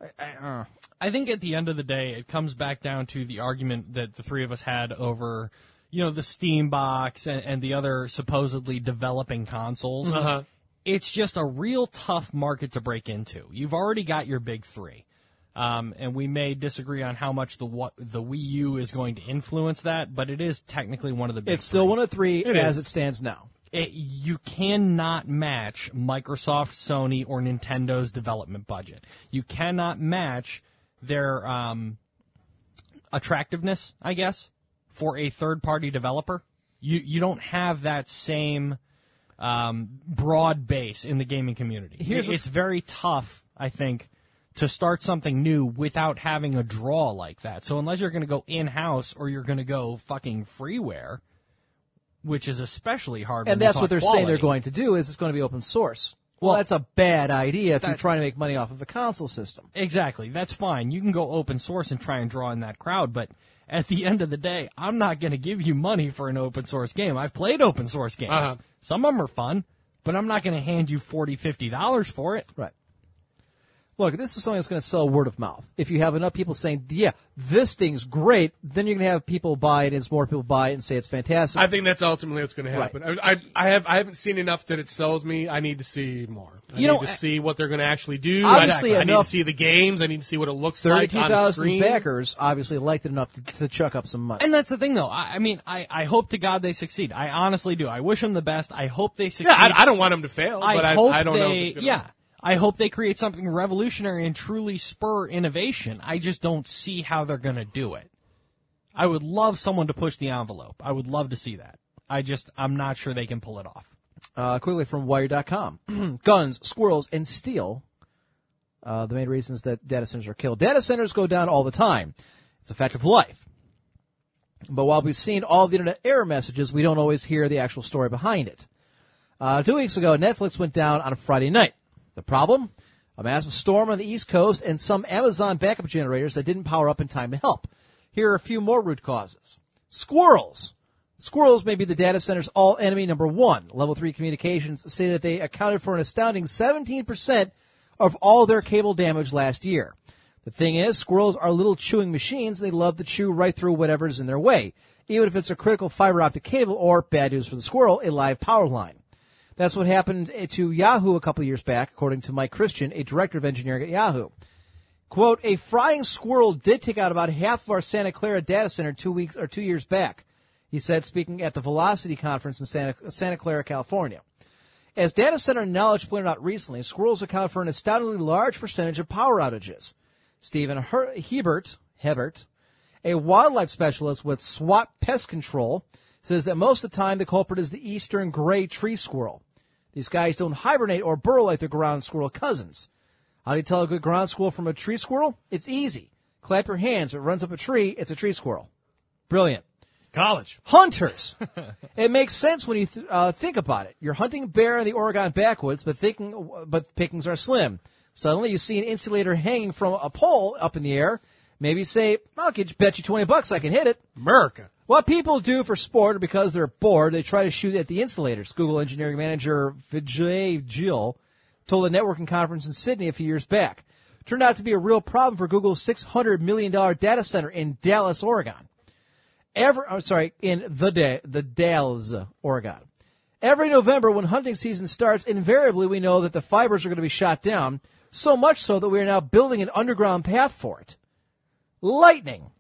Speaker 4: I, I, uh,
Speaker 6: I think at the end of the day, it comes back down to the argument that the three of us had over, you know, the Steam box and, and the other supposedly developing consoles.
Speaker 5: Uh-huh.
Speaker 6: It's just a real tough market to break into. You've already got your big three. Um, and we may disagree on how much the what the Wii U is going to influence that, but it is technically one of the big.
Speaker 4: It's still one of three
Speaker 6: It
Speaker 4: as it
Speaker 6: is.
Speaker 4: stands now.
Speaker 6: It, you cannot match Microsoft, Sony, or Nintendo's development budget. You cannot match their um, attractiveness, I guess, for a third-party developer. You you don't have that same um, broad base in the gaming community.
Speaker 4: Here's
Speaker 6: It-
Speaker 4: what's-
Speaker 6: it's very tough, I think, to start something new without having a draw like that. So unless you're going to go in-house or you're going to go fucking freeware, which is especially hard. when
Speaker 4: And
Speaker 6: you
Speaker 4: that's
Speaker 6: talk
Speaker 4: what they're saying they're going
Speaker 6: quality.
Speaker 4: to do is it's going to be open source. Well, that's a bad idea if you're
Speaker 6: that-
Speaker 4: trying to make money off of a console system.
Speaker 6: Exactly. That's fine. You can go open source and try and draw in that crowd, but at the end of the day, I'm not going to give you money for an open source game. I've played open source games.
Speaker 4: Uh-huh.
Speaker 6: Some of them are fun, but I'm not going to hand you 40 dollars for it.
Speaker 4: Right. Look, this is something that's going to sell word of mouth. If you have enough people saying, "Yeah, this thing's great," then you're going to have people buy it. As more people buy it and say it's fantastic.
Speaker 5: I think that's ultimately what's going to happen. I, I, I have I haven't seen enough that it sells me. I need to see more. I
Speaker 4: You
Speaker 5: need
Speaker 4: know,
Speaker 5: to
Speaker 4: I-
Speaker 5: see what they're going to actually do.
Speaker 4: Obviously
Speaker 5: I, I need
Speaker 4: enough-
Speaker 5: to see the games. I need to see what it looks like
Speaker 4: Thirty-two
Speaker 5: on the screen.
Speaker 4: thousand backers obviously liked it enough to, to chuck up some money.
Speaker 6: And that's the thing, though. I, I mean, I, I hope to God they succeed. I honestly do. I wish them the best. I hope they succeed.
Speaker 5: Yeah, I, I don't want them to fail,
Speaker 6: I
Speaker 5: but I,
Speaker 6: hope
Speaker 5: I don't
Speaker 6: they,
Speaker 5: know. If it's gonna-
Speaker 6: yeah, I hope they create something revolutionary and truly spur innovation. I just don't see how they're going to do it. I would love someone to push the envelope. I would love to see that. I just I'm not sure they can pull it off.
Speaker 4: Uh, quickly from Wire.com. [clears throat] Guns, squirrels, and steel. Uh, the main reasons that data centers are killed. Data centers go down all the time. It's a fact of life. But while we've seen all the internet error messages, we don't always hear the actual story behind it. Uh, two weeks ago, Netflix went down on a Friday night. The problem? A massive storm on the East Coast and some Amazon backup generators that didn't power up in time to help. Here are a few more root causes. Squirrels. Squirrels may be the data center's all enemy number one. Level three communications say that they accounted for an astounding 17% of all their cable damage last year. The thing is, squirrels are little chewing machines. They love to chew right through whatever's in their way, even if it's a critical fiber optic cable or, bad news for the squirrel, a live power line. That's what happened to Yahoo a couple years back, according to Mike Christian, a director of engineering at Yahoo. Quote, a frying squirrel did take out about half of our Santa Clara data center two weeks or two years back, he said, speaking at the Velocity conference in Santa, Santa Clara, California. As data center knowledge pointed out recently, squirrels account for an astoundingly large percentage of power outages. Stephen Her- Hebert, Hebert, a wildlife specialist with SWAT Pest Control, says that most of the time the culprit is the eastern gray tree squirrel. These guys don't hibernate or burrow like their ground squirrel cousins. How do you tell a good ground squirrel from a tree squirrel? It's easy. Clap your hands. If it runs up a tree, it's a tree squirrel. Brilliant.
Speaker 5: College.
Speaker 4: Hunters. it makes sense when you th- uh, think about it. You're hunting bear in the Oregon backwoods, but thinking, but pickings are slim. Suddenly you see an insulator hanging from a pole up in the air. Maybe say, I'll get, bet you 20 bucks I can hit it.
Speaker 5: America.
Speaker 4: What people do for sport because they're bored, they try to shoot at the insulators. Google engineering manager Vijay Gill told a networking conference in Sydney a few years back. Turned out to be a real problem for Google's $600 million data center in Dallas, Oregon. Every, I'm sorry, in the day, the Dalles, Oregon. Every November when hunting season starts, invariably we know that the fibers are going to be shot down, so much so that we are now building an underground path for it. Lightning.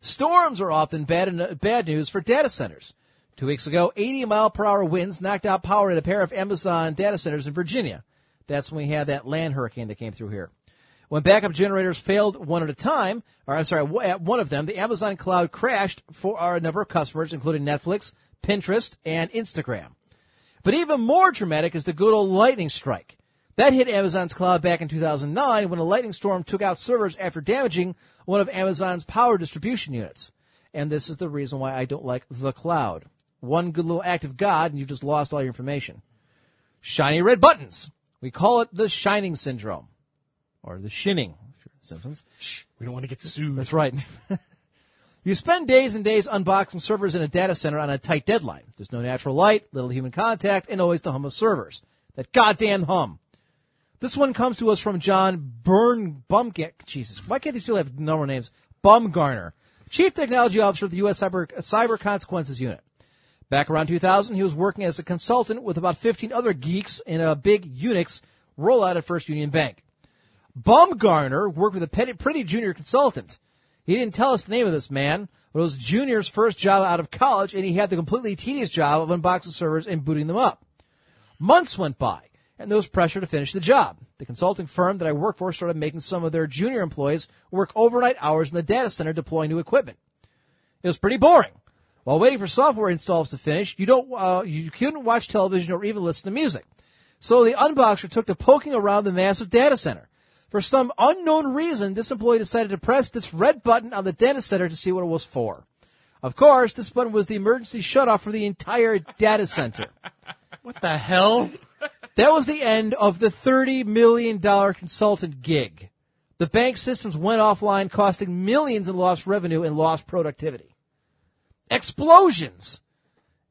Speaker 4: Storms are often bad, bad news for data centers. Two weeks ago, 80 mile per hour winds knocked out power at a pair of Amazon data centers in Virginia. That's when we had that land hurricane that came through here. When backup generators failed one at a time, or I'm sorry, at one of them, the Amazon cloud crashed for our number of customers, including Netflix, Pinterest, and Instagram. But even more dramatic is the good old lightning strike. That hit Amazon's cloud back in 2009 when a lightning storm took out servers after damaging one of Amazon's power distribution units. And this is the reason why I don't like the cloud. One good little act of God and you've just lost all your information. Shiny red buttons. We call it the shining syndrome. Or the shinning. Simpsons.
Speaker 5: Shh, we don't want to get sued.
Speaker 4: That's right. [laughs] you spend days and days unboxing servers in a data center on a tight deadline. There's no natural light, little human contact, and always the hum of servers. That goddamn hum. This one comes to us from John Byrne Bumgarner. Jesus, why can't these people have number names? Bumgarner, Chief Technology Officer of the U.S. Cyber, Cyber Consequences Unit. Back around 2000, he was working as a consultant with about 15 other geeks in a big Unix rollout at First Union Bank. Bumgarner worked with a petty, pretty junior consultant. He didn't tell us the name of this man, but it was Junior's first job out of college, and he had the completely tedious job of unboxing servers and booting them up. Months went by, and there was pressure to finish the job. The consulting firm that I worked for started making some of their junior employees work overnight hours in the data center deploying new equipment. It was pretty boring. While waiting for software installs to finish, you don't uh, you couldn't watch television or even listen to music. So the unboxer took to poking around the massive data center. For some unknown reason, this employee decided to press this red button on the data center to see what it was for. Of course, this button was the emergency shutoff for the entire data center. [laughs] what the hell? That was the end of the $30 million consultant gig. The bank systems went offline, costing millions in lost revenue and lost productivity. Explosions!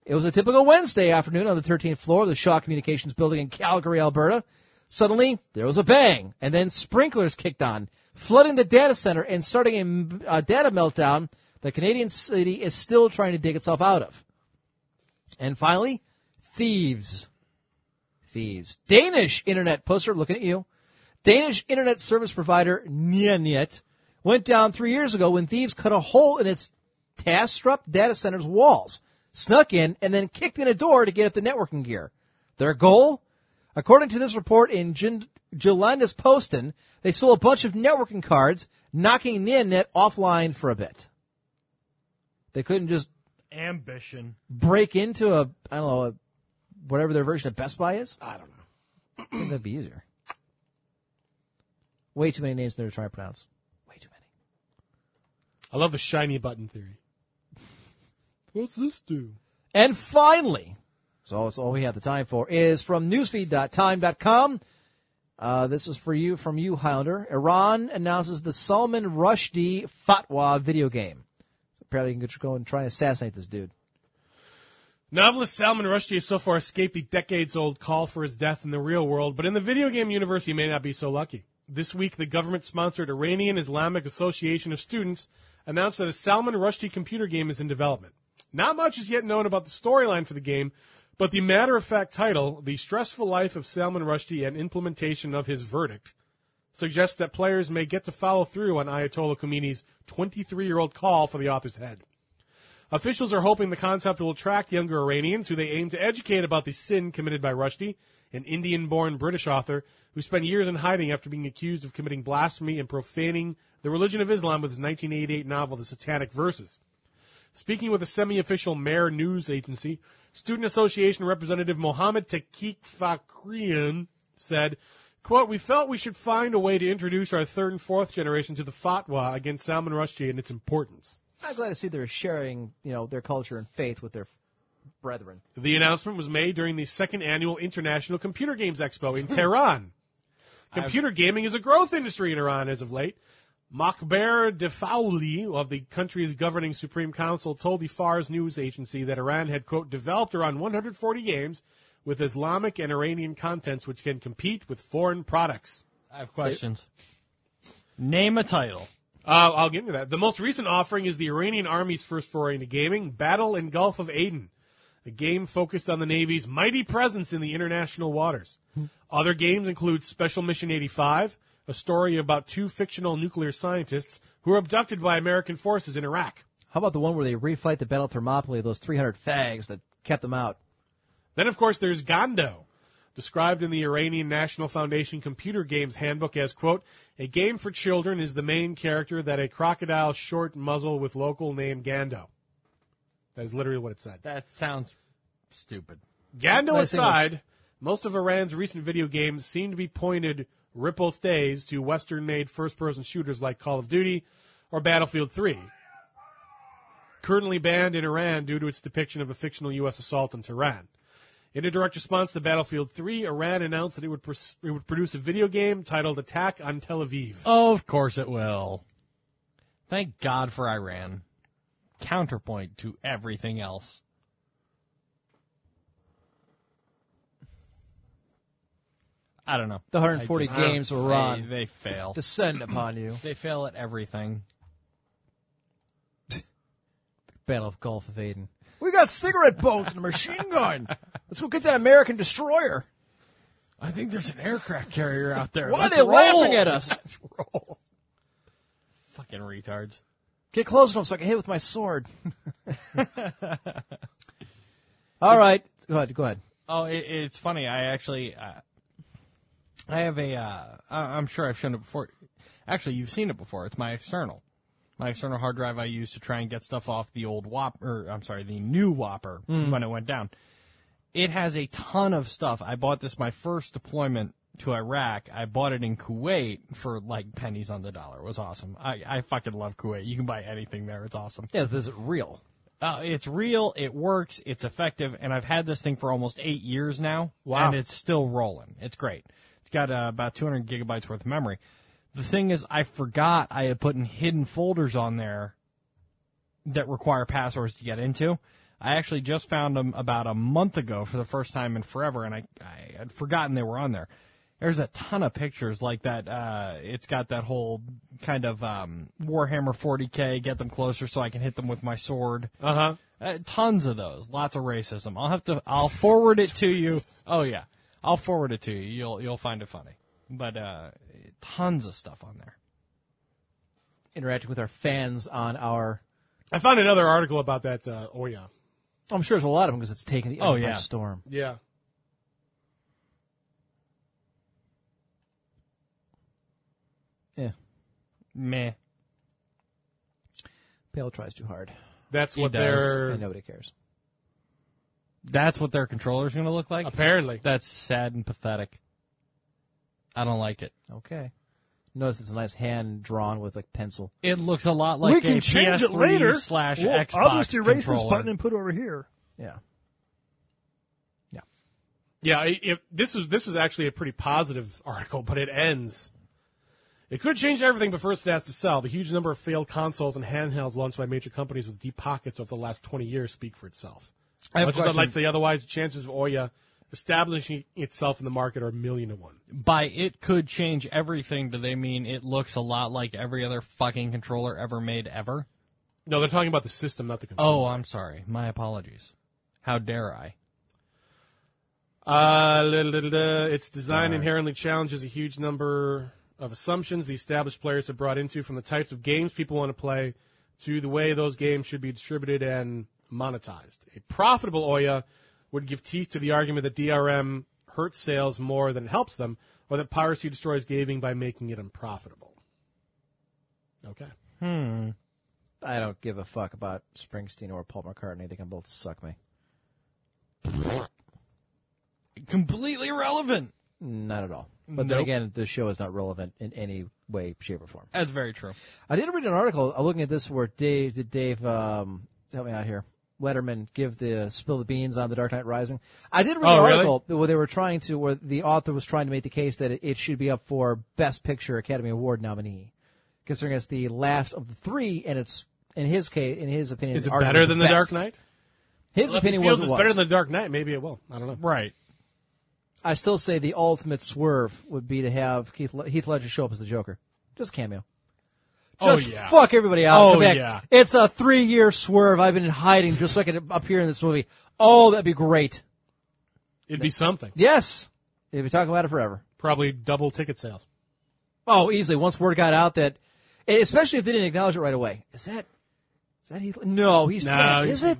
Speaker 4: It was a typical Wednesday afternoon on the 13th floor of the Shaw Communications building in Calgary, Alberta. Suddenly, there was a bang, and then sprinklers kicked on, flooding the data center and starting a m- a data meltdown the Canadian city is still trying to dig itself out of. And finally, thieves. Thieves. Danish internet poster, looking at you. Danish internet service provider Nynet went down three years ago when thieves cut a hole in its Tastrup data center's walls, snuck in, and then kicked in a door to get at the networking gear. Their goal? According to this report in Gin- Jolanda's Poston, they stole a bunch of networking cards, knocking Nynet offline for a bit. They couldn't just
Speaker 6: Ambition.
Speaker 4: break into a I don't know a, whatever their version of Best Buy is. I don't know. That'd be easier. Way too many names there to try and pronounce.
Speaker 5: I love the shiny button theory. What's this do?
Speaker 4: And finally, so that's all we have the time for is from newsfeed.time.com. Uh, this is for you from you Highlander. Iran announces the Salman Rushdie fatwa video game. Apparently, you can just go and try and assassinate this dude.
Speaker 5: Novelist Salman Rushdie has so far escaped the decades old call for his death in the real world, but in the video game universe, he may not be so lucky. This week, the government sponsored Iranian Islamic Association of Students announced that a Salman Rushdie computer game is in development. Not much is yet known about the storyline for the game, but the matter of fact title, The Stressful Life of Salman Rushdie and Implementation of His Verdict, suggests that players may get to follow through on Ayatollah Khomeini's 23 year old call for the author's head. Officials are hoping the concept will attract younger Iranians who they aim to educate about the sin committed by Rushdie, an Indian born British author who spent years in hiding after being accused of committing blasphemy and profaning the religion of Islam with his 1988 novel, The Satanic Verses. Speaking with a semi official Mare news agency, Student Association Representative Mohammed Taqiq Fakrian said, quote, We felt we should find a way to introduce our third and fourth generation to the fatwa against Salman Rushdie and its importance.
Speaker 4: I'm glad to see they're sharing, you know, their culture and faith with their brethren.
Speaker 5: The announcement was made during the second annual International Computer Games Expo in Tehran. Computer gaming is a growth industry in Iran as of late. Makber Defaouli of the country's governing Supreme Council told the Fars news agency that Iran had, quote, developed around 140 games with Islamic and Iranian contents which can compete with foreign products.
Speaker 6: I have questions. Name a title.
Speaker 5: Uh, I'll get into that. The most recent offering is the Iranian Army's first foray into gaming, Battle in Gulf of Aden, a game focused on the Navy's mighty presence in the international waters. Other games include Special Mission 85, a story about two fictional nuclear scientists who were abducted by American forces in Iraq.
Speaker 4: How about the one where they refight the Battle of Thermopylae, those 300 fags that kept them out?
Speaker 5: Then, of course, there's Gondo, described in the Iranian National Foundation Computer Games Handbook as, quote, a game for children is the main character that a crocodile short muzzle with local name Gando. That is literally what it said.
Speaker 6: That sounds stupid.
Speaker 5: Gando
Speaker 6: Nice
Speaker 5: aside, most of Iran's recent video games seem to be pointed ripple stays to Western made first person shooters like Call of Duty or Battlefield 3. Currently banned in Iran due to its depiction of a fictional U.S. assault on Tehran. In a direct response to Battlefield 3, Iran announced that it would, pers- it would produce a video game titled Attack on Tel Aviv.
Speaker 6: Of course it will. Thank God for Iran. Counterpoint to everything else. I don't know.
Speaker 4: The 140
Speaker 6: I just-
Speaker 4: games will
Speaker 6: they-
Speaker 4: run.
Speaker 6: They fail.
Speaker 4: Descend upon you.
Speaker 6: They fail at everything.
Speaker 4: [clears throat] Battle of Gulf of Aden. We got cigarette boats and a machine [laughs] gun. Let's go get that American destroyer.
Speaker 6: I think there's an aircraft carrier out there.
Speaker 4: Why
Speaker 6: Let's
Speaker 4: are they
Speaker 6: roll.
Speaker 4: laughing at us?
Speaker 6: Let's roll. Fucking retards.
Speaker 4: [laughs] Get close to them so I can hit with my sword. [laughs] All right, go ahead. Go ahead.
Speaker 6: Oh, it, it's funny. I actually, uh, I have a. Uh, I- I'm sure I've shown it before. Actually, you've seen it before. It's my external, my external hard drive I use to try and get stuff off the old Whopper. Or, I'm sorry, the new Whopper
Speaker 12: Mm.
Speaker 6: when it went down. It has a ton of stuff. I bought this my first deployment to Iraq. I bought it in Kuwait for like pennies on the dollar. It was awesome. I, I fucking love Kuwait. You can buy anything there. It's awesome.
Speaker 4: Yeah, but is it real?
Speaker 6: Uh, it's real, it works, it's effective, and I've had this thing for almost eight years now. Wow. And it's still rolling. It's great. It's got uh, about 200 gigabytes worth of memory. The thing is, I forgot I had put in hidden folders on there that require passwords to get into. I actually just found them about a month ago for the first time in forever, and I, I had forgotten they were on there. There's a ton of pictures like that. Uh, it's got that whole kind of um, Warhammer 40k, get them closer so I can hit them with my sword.
Speaker 5: Uh-huh.
Speaker 6: Uh Tons of those. Lots of racism. I'll have to. I'll forward it to you. Oh yeah, I'll forward it to you. You'll you'll find it funny. But uh, tons of stuff on there.
Speaker 4: Interacting with our fans on our.
Speaker 5: I found another article about that. Uh, oh yeah.
Speaker 4: I'm sure there's a lot of them because it's taken the
Speaker 5: Oh,
Speaker 4: earth by
Speaker 5: yeah.
Speaker 4: storm.
Speaker 5: Yeah.
Speaker 4: Yeah,
Speaker 6: Meh.
Speaker 4: Pale tries too hard.
Speaker 5: That's
Speaker 6: He
Speaker 5: what
Speaker 6: does.
Speaker 5: they're.
Speaker 4: And nobody cares.
Speaker 6: That's what their controller's going to look like.
Speaker 5: Apparently.
Speaker 6: that's sad and pathetic. I don't like it.
Speaker 4: Okay. Notice it's a nice hand drawn with a pencil.
Speaker 6: It looks a lot like
Speaker 13: we can
Speaker 6: a
Speaker 13: change
Speaker 6: PS3
Speaker 13: it later.
Speaker 6: slash
Speaker 13: We'll-
Speaker 6: Xbox
Speaker 13: I'll just erase
Speaker 6: controller.
Speaker 13: this button and put it over here.
Speaker 4: Yeah.
Speaker 5: Yeah, i- if this is this is actually a pretty positive article, but it ends. It could change everything, but first it has to sell. The huge number of failed consoles and handhelds launched by major companies with deep pockets over the last twenty years speak for itself.
Speaker 6: I have a
Speaker 5: Much as I'd
Speaker 6: question.
Speaker 5: like to say otherwise, the chances of Oya establishing itself in the market are a million to one.
Speaker 6: By it could change everything. Do they mean it looks a lot like every other fucking controller ever made ever?
Speaker 5: No, they're talking about the system, not the
Speaker 6: Oh,
Speaker 5: controller.
Speaker 6: I'm sorry. My apologies. How dare I?
Speaker 5: Uh, la- la- la- its design
Speaker 6: Alright.
Speaker 5: inherently challenges a huge number of assumptions the established players have brought into from the types of games people want to play to the way those games should be distributed and monetized. A profitable Oya would give teeth to the argument that DRM hurts sales more than it helps them, or that piracy destroys gaming by making it unprofitable. Okay.
Speaker 6: Hmm.
Speaker 4: I don't give a fuck about Springsteen or Paul McCartney. They can both suck me.
Speaker 6: Completely irrelevant.
Speaker 4: Not at all. But then
Speaker 6: Nope.
Speaker 4: again, the show is not relevant in any way, shape, or form.
Speaker 6: That's very true.
Speaker 4: I did read an article uh, looking at this where Dave did Dave um, help me out here. Letterman give the spill the beans on the Dark Knight Rising. I did read
Speaker 5: Oh,
Speaker 4: an
Speaker 5: really?
Speaker 4: article where they were trying to where the author was trying to make the case that it, it should be up for Best Picture Academy Award nominee, considering it's the last of the three, and it's in his case, in his opinion,
Speaker 5: Is it
Speaker 4: arguably
Speaker 5: better than The
Speaker 4: best.
Speaker 5: Dark Knight?
Speaker 4: His
Speaker 5: Well, if
Speaker 4: opinion
Speaker 5: it feels
Speaker 4: was it
Speaker 5: it's
Speaker 4: was.
Speaker 5: better than The Dark Knight. Maybe it will. I don't know.
Speaker 6: Right.
Speaker 4: I still say the ultimate swerve would be to have Keith Le- Heath Ledger show up as the Joker, just cameo.
Speaker 6: Oh,
Speaker 4: Just
Speaker 6: yeah.
Speaker 4: fuck everybody out.
Speaker 6: Oh,
Speaker 4: Come back.
Speaker 6: yeah.
Speaker 4: It's a three year swerve. I've been in hiding just so I could appear in this movie. Oh, that'd be great.
Speaker 5: It'd be something.
Speaker 4: Yes. They'd be talking about it forever.
Speaker 5: Probably double ticket sales.
Speaker 4: Oh, easily. Once word got out that, and especially if they didn't acknowledge it right away. Is that, is that Heath? No, he's
Speaker 5: No,
Speaker 4: dead.
Speaker 5: he's-
Speaker 4: Is it?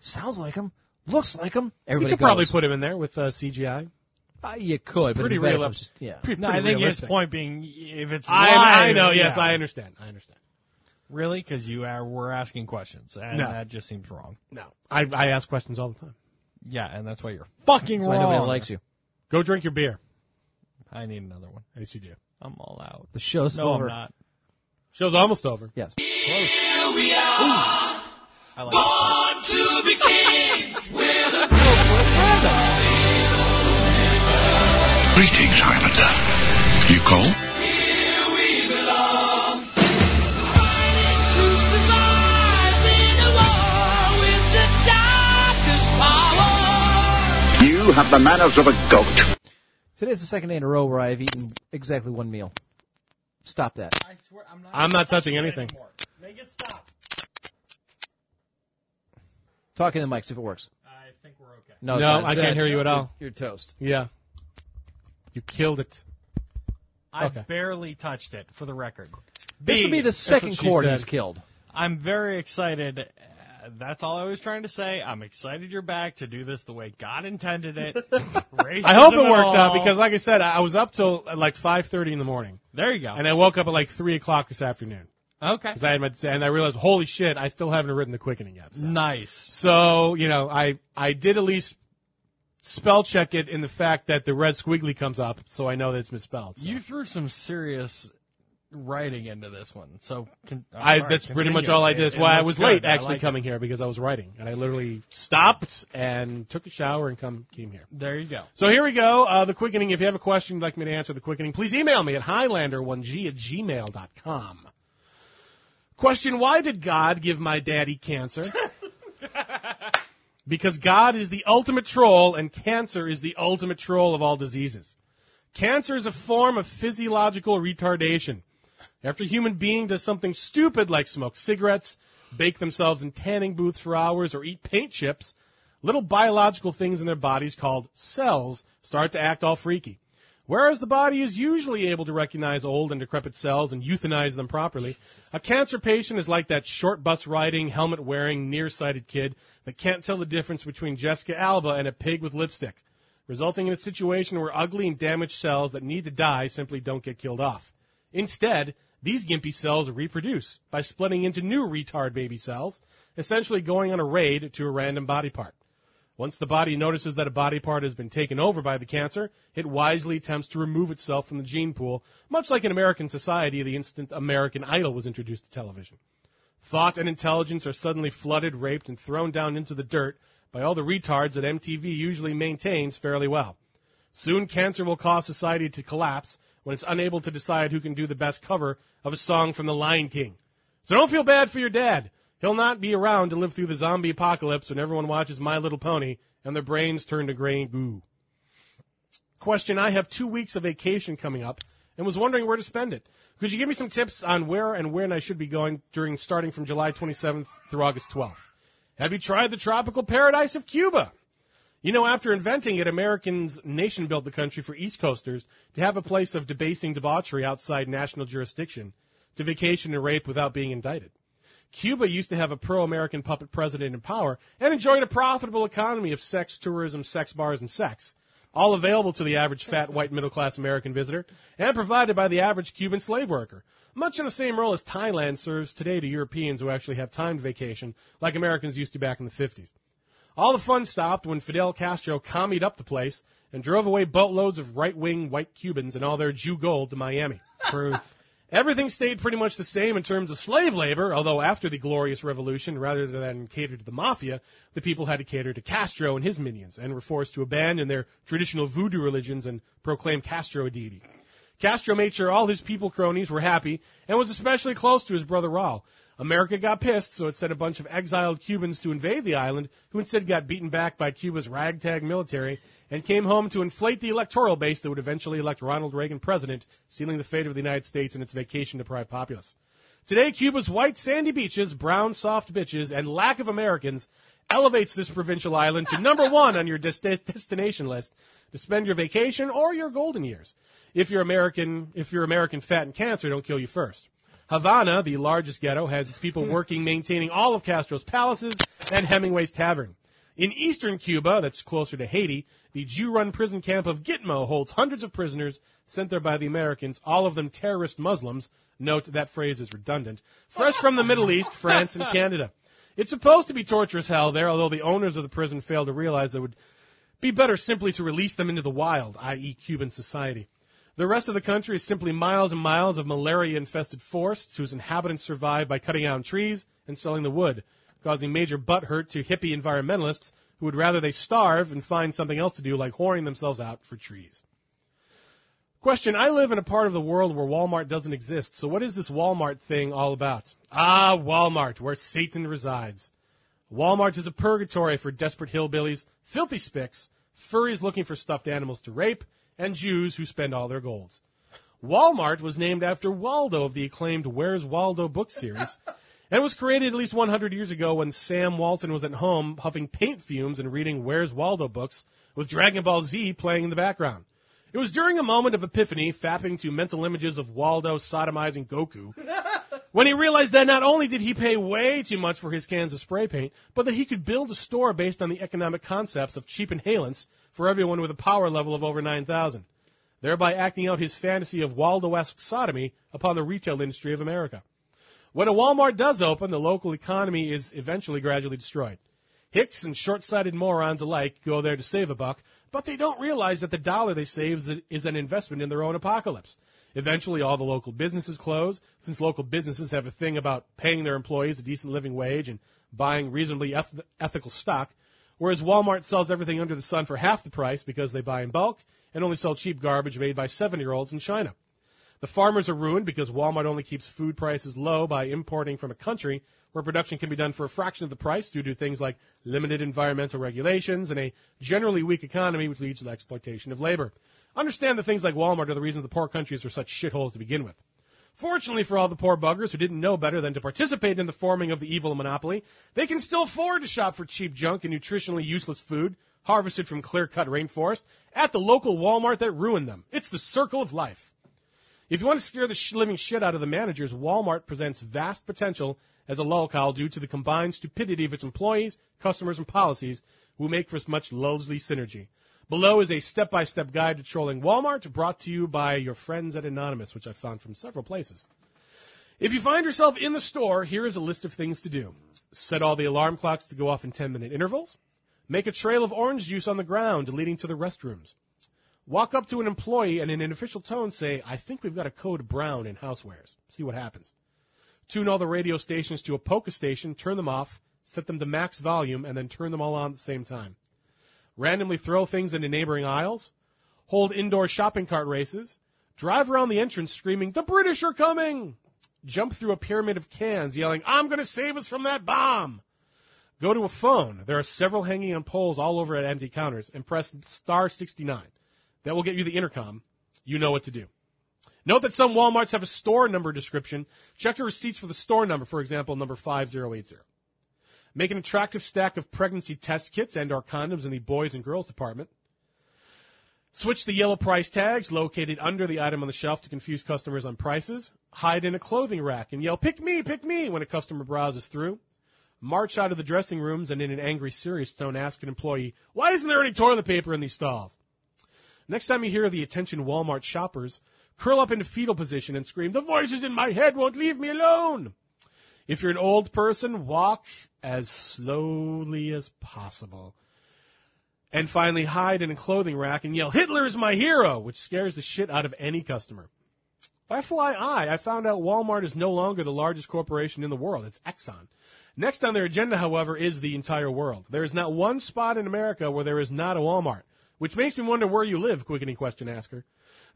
Speaker 4: Sounds like him. Looks like him.
Speaker 5: You
Speaker 4: Everybody
Speaker 5: could probably
Speaker 4: goes.
Speaker 5: put him in there with uh, CGI.
Speaker 4: Uh, you could,
Speaker 5: It's
Speaker 4: but
Speaker 5: pretty
Speaker 4: it'd be better if
Speaker 5: real-
Speaker 4: it was just, yeah.
Speaker 5: pretty-
Speaker 6: No, I
Speaker 5: pretty
Speaker 6: think
Speaker 5: realistic.
Speaker 6: his point being, if it's
Speaker 5: I,
Speaker 6: live,
Speaker 5: I know. Yes,
Speaker 6: yeah.
Speaker 5: I understand. I understand.
Speaker 6: Really? Because you are we're asking questions, and
Speaker 5: No.
Speaker 6: that just seems wrong.
Speaker 5: No, I, I ask questions all the time.
Speaker 6: Yeah, and that's why you're fucking
Speaker 4: That's why
Speaker 6: wrong.
Speaker 4: nobody likes you.
Speaker 5: Go drink your beer.
Speaker 6: I need another one.
Speaker 5: Yes, you do.
Speaker 6: I'm all out.
Speaker 4: The show's
Speaker 6: no,
Speaker 4: over.
Speaker 6: I'm not.
Speaker 5: Show's almost over.
Speaker 4: Yes.
Speaker 2: Here we are,
Speaker 6: I like
Speaker 2: born to be kings. We're the
Speaker 14: Greetings, Highlander. You call?
Speaker 2: Here we belong. To survive in a war with the
Speaker 14: You
Speaker 2: darkest power.
Speaker 14: have the manners of a goat.
Speaker 4: Today's the second day in a row where I've eaten exactly one meal. Stop that.
Speaker 9: I swear, I'm not.
Speaker 5: I'm not touching anything.
Speaker 9: Make it stop.
Speaker 4: Talking to the mics if it works.
Speaker 9: I think we're okay.
Speaker 4: No,
Speaker 5: No,
Speaker 4: it's
Speaker 5: I can't
Speaker 4: dead.
Speaker 5: hear you at all.
Speaker 4: You're, you're toast.
Speaker 5: Yeah. You killed it.
Speaker 6: I
Speaker 5: Okay.
Speaker 6: barely touched it, for the record.
Speaker 4: This will be the
Speaker 6: That's
Speaker 4: second
Speaker 6: what she
Speaker 4: cord
Speaker 6: said.
Speaker 4: he's killed.
Speaker 6: I'm very excited. Uh, That's all I was trying to say. I'm excited you're back to do this the way God
Speaker 5: [laughs]
Speaker 6: intended it.
Speaker 5: I hope it works out because, like I said, I I was up till uh, like five thirty in the morning,
Speaker 6: there you go.
Speaker 5: and I woke up at like three o'clock this afternoon.
Speaker 6: Okay.
Speaker 5: 'Cause I had my, and I realized, holy shit, I still haven't written the quickening yet.
Speaker 6: Nice.
Speaker 5: So you know, I I did at least spell check it in the fact that the red squiggly comes up, so I know that it's misspelled.
Speaker 6: You threw some serious writing into this one, so con-
Speaker 5: I,
Speaker 6: all right,
Speaker 5: that's pretty much
Speaker 6: continue.
Speaker 5: all I
Speaker 6: It-
Speaker 5: did. That's
Speaker 6: it
Speaker 5: why I
Speaker 6: looks
Speaker 5: was
Speaker 6: good.
Speaker 5: late
Speaker 6: I
Speaker 5: actually
Speaker 6: like it.
Speaker 5: coming here because I was writing, and I literally stopped and took a shower and come came here.
Speaker 6: There you go.
Speaker 5: So here we go. Uh, the quickening. If you have a question you'd like me to answer the quickening, please email me at highlander1g at gmail.com. Question Why did God give my daddy cancer? because God is the ultimate troll, and cancer is the ultimate troll of all diseases. Cancer is a form of physiological retardation. After a human being does something stupid like smoke cigarettes, bake themselves in tanning booths for hours, or eat paint chips, little biological things in their bodies called cells start to act all freaky. Whereas the body is usually able to recognize old and decrepit cells and euthanize them properly, a cancer patient is like that short bus riding, helmet wearing, nearsighted kid that can't tell the difference between Jessica Alba and a pig with lipstick, resulting in a situation where ugly and damaged cells that need to die simply don't get killed off. Instead, these gimpy cells reproduce by splitting into new retard baby cells, essentially going on a raid to a random body part. Once the body notices that a body part has been taken over by the cancer, it wisely attempts to remove itself from the gene pool, much like in American society the instant American Idol was introduced to television. Thought and intelligence are suddenly flooded, raped, and thrown down into the dirt by all the retards that MTV usually maintains fairly well. Soon cancer will cause society to collapse when it's unable to decide who can do the best cover of a song from The Lion King. So don't feel bad for your dad. He'll not be around to live through the zombie apocalypse when everyone watches My Little Pony and their brains turn to gray goo. Question I have two weeks of vacation coming up and was wondering where to spend it. Could you give me some tips on where and when I should be going during starting from July 27th through August 12th? Have you tried the tropical paradise of Cuba? You know, after inventing it, Americans nation built the country for East Coasters to have a place of debasing debauchery outside national jurisdiction, to vacation and rape without being indicted. Cuba used to have a pro American puppet president in power and enjoyed a profitable economy of sex, tourism, sex bars, and sex, all available to the average fat, white, middle class American visitor and provided by the average Cuban slave worker. Much in the same role as Thailand serves today to Europeans who actually have timed vacation, like Americans used to back in the 50s. All the fun stopped when Fidel Castro commied up the place and drove away boatloads of right wing white Cubans and all their Jew gold to Miami. Truth. Everything stayed pretty much the same in terms of slave labor, although after the Glorious Revolution, rather than cater to the mafia, the people had to cater to Castro and his minions and were forced to abandon their traditional voodoo religions and proclaim Castro a deity. Castro made sure all his people cronies were happy and was especially close to his brother Raul. America got pissed, so it sent a bunch of exiled Cubans to invade the island, who instead got beaten back by Cuba's ragtag military and came home to inflate the electoral base that would eventually elect Ronald Reagan president, sealing the fate of the United States and its vacation deprived populace. Today, Cuba's white sandy beaches, brown soft bitches, and lack of Americans elevates this provincial island to number one on your des- destination list to spend your vacation or your golden years. If you're American, if you're American fat and cancer don't kill you first. Havana, the largest ghetto, has its people working maintaining all of Castro's palaces and Hemingway's tavern. In eastern Cuba, that's closer to Haiti, the Jew run prison camp of Gitmo holds hundreds of prisoners sent there by the Americans, all of them terrorist Muslims. Note that phrase is redundant. Fresh from the Middle East, France, and Canada. It's supposed to be torturous hell there, although the owners of the prison failed to realize it would be better simply to release them into the wild, i.e., Cuban society. The rest of the country is simply miles and miles of malaria infested forests whose inhabitants survive by cutting down trees and selling the wood, causing major butt hurt to hippie environmentalists who would rather they starve and find something else to do, like whoring themselves out for trees. Question I live in a part of the world where Walmart doesn't exist, so what is this Walmart thing all about? Ah, Walmart, where Satan resides. Walmart is a purgatory for desperate hillbillies, filthy spicks, furries looking for stuffed animals to rape, and Jews who spend all their golds. Walmart was named after Waldo of the acclaimed Where's Waldo book series and was created at least 100 years ago when Sam Walton was at home huffing paint fumes and reading Where's Waldo books with Dragon Ball Z playing in the background. It was during a moment of epiphany, fapping to mental images of Waldo sodomizing Goku, when he realized that not only did he pay way too much for his cans of spray paint, but that he could build a store based on the economic concepts of cheap inhalants for everyone with a power level of over 9,000, thereby acting out his fantasy of Waldo-esque sodomy upon the retail industry of America. When a Walmart does open, the local economy is eventually gradually destroyed. Hicks and short-sighted morons alike go there to save a buck, but they don't realize that the dollar they save is- is an investment in their own apocalypse. Eventually, all the local businesses close, since local businesses have a thing about paying their employees a decent living wage and buying reasonably eth- ethical stock, whereas Walmart sells everything under the sun for half the price because they buy in bulk and only sell cheap garbage made by seven-year-olds in China. The farmers are ruined because Walmart only keeps food prices low by importing from a country where production can be done for a fraction of the price due to things like limited environmental regulations and a generally weak economy, which leads to the exploitation of labor. Understand that things like Walmart are the reason the poor countries are such shitholes to begin with. Fortunately for all the poor buggers who didn't know better than to participate in the forming of the evil monopoly, they can still afford to shop for cheap junk and nutritionally useless food harvested from clear cut rainforest at the local Walmart that ruined them. It's the circle of life. If you want to scare the sh- living shit out of the managers, Walmart presents vast potential as a lolcow due to the combined stupidity of its employees, customers, and policies who make for much lousy synergy. Below is a step-by-step guide to trolling Walmart brought to you by your friends at Anonymous, which I found from several places. If you find yourself in the store, here is a list of things to do. Set all the alarm clocks to go off in 10-minute intervals. Make a trail of orange juice on the ground leading to the restrooms. Walk up to an employee and in an official tone say, I think we've got a code brown in housewares. See what happens. Tune all the radio stations to a polka station, turn them off, set them to max volume, and then turn them all on at the same time. Randomly throw things into neighboring aisles. Hold indoor shopping cart races. Drive around the entrance screaming, The British are coming! Jump through a pyramid of cans yelling, I'm going to save us from that bomb! Go to a phone. There are several hanging on poles all over at empty counters and press star 69. That will get you the intercom. You know what to do. Note that some Walmarts have a store number description. Check your receipts for the store number, for example, number 5080. Make an attractive stack of pregnancy test kits and or condoms in the boys and girls department. Switch the yellow price tags located under the item on the shelf to confuse customers on prices. Hide in a clothing rack and yell, pick me, pick me, when a customer browses through. March out of the dressing rooms and in an angry, serious tone ask an employee, why isn't there any toilet paper in these stalls? Next time you hear the attention Walmart shoppers, curl up into fetal position and scream, The voices in my head won't leave me alone! If you're an old person, walk as slowly as possible. And finally, hide in a clothing rack and yell, Hitler is my hero! which scares the shit out of any customer. FYI, I found out Walmart is no longer the largest corporation in the world. It's Exxon. Next on their agenda, however, is the entire world. There is not one spot in America where there is not a Walmart, which makes me wonder where you live, quickening question asker.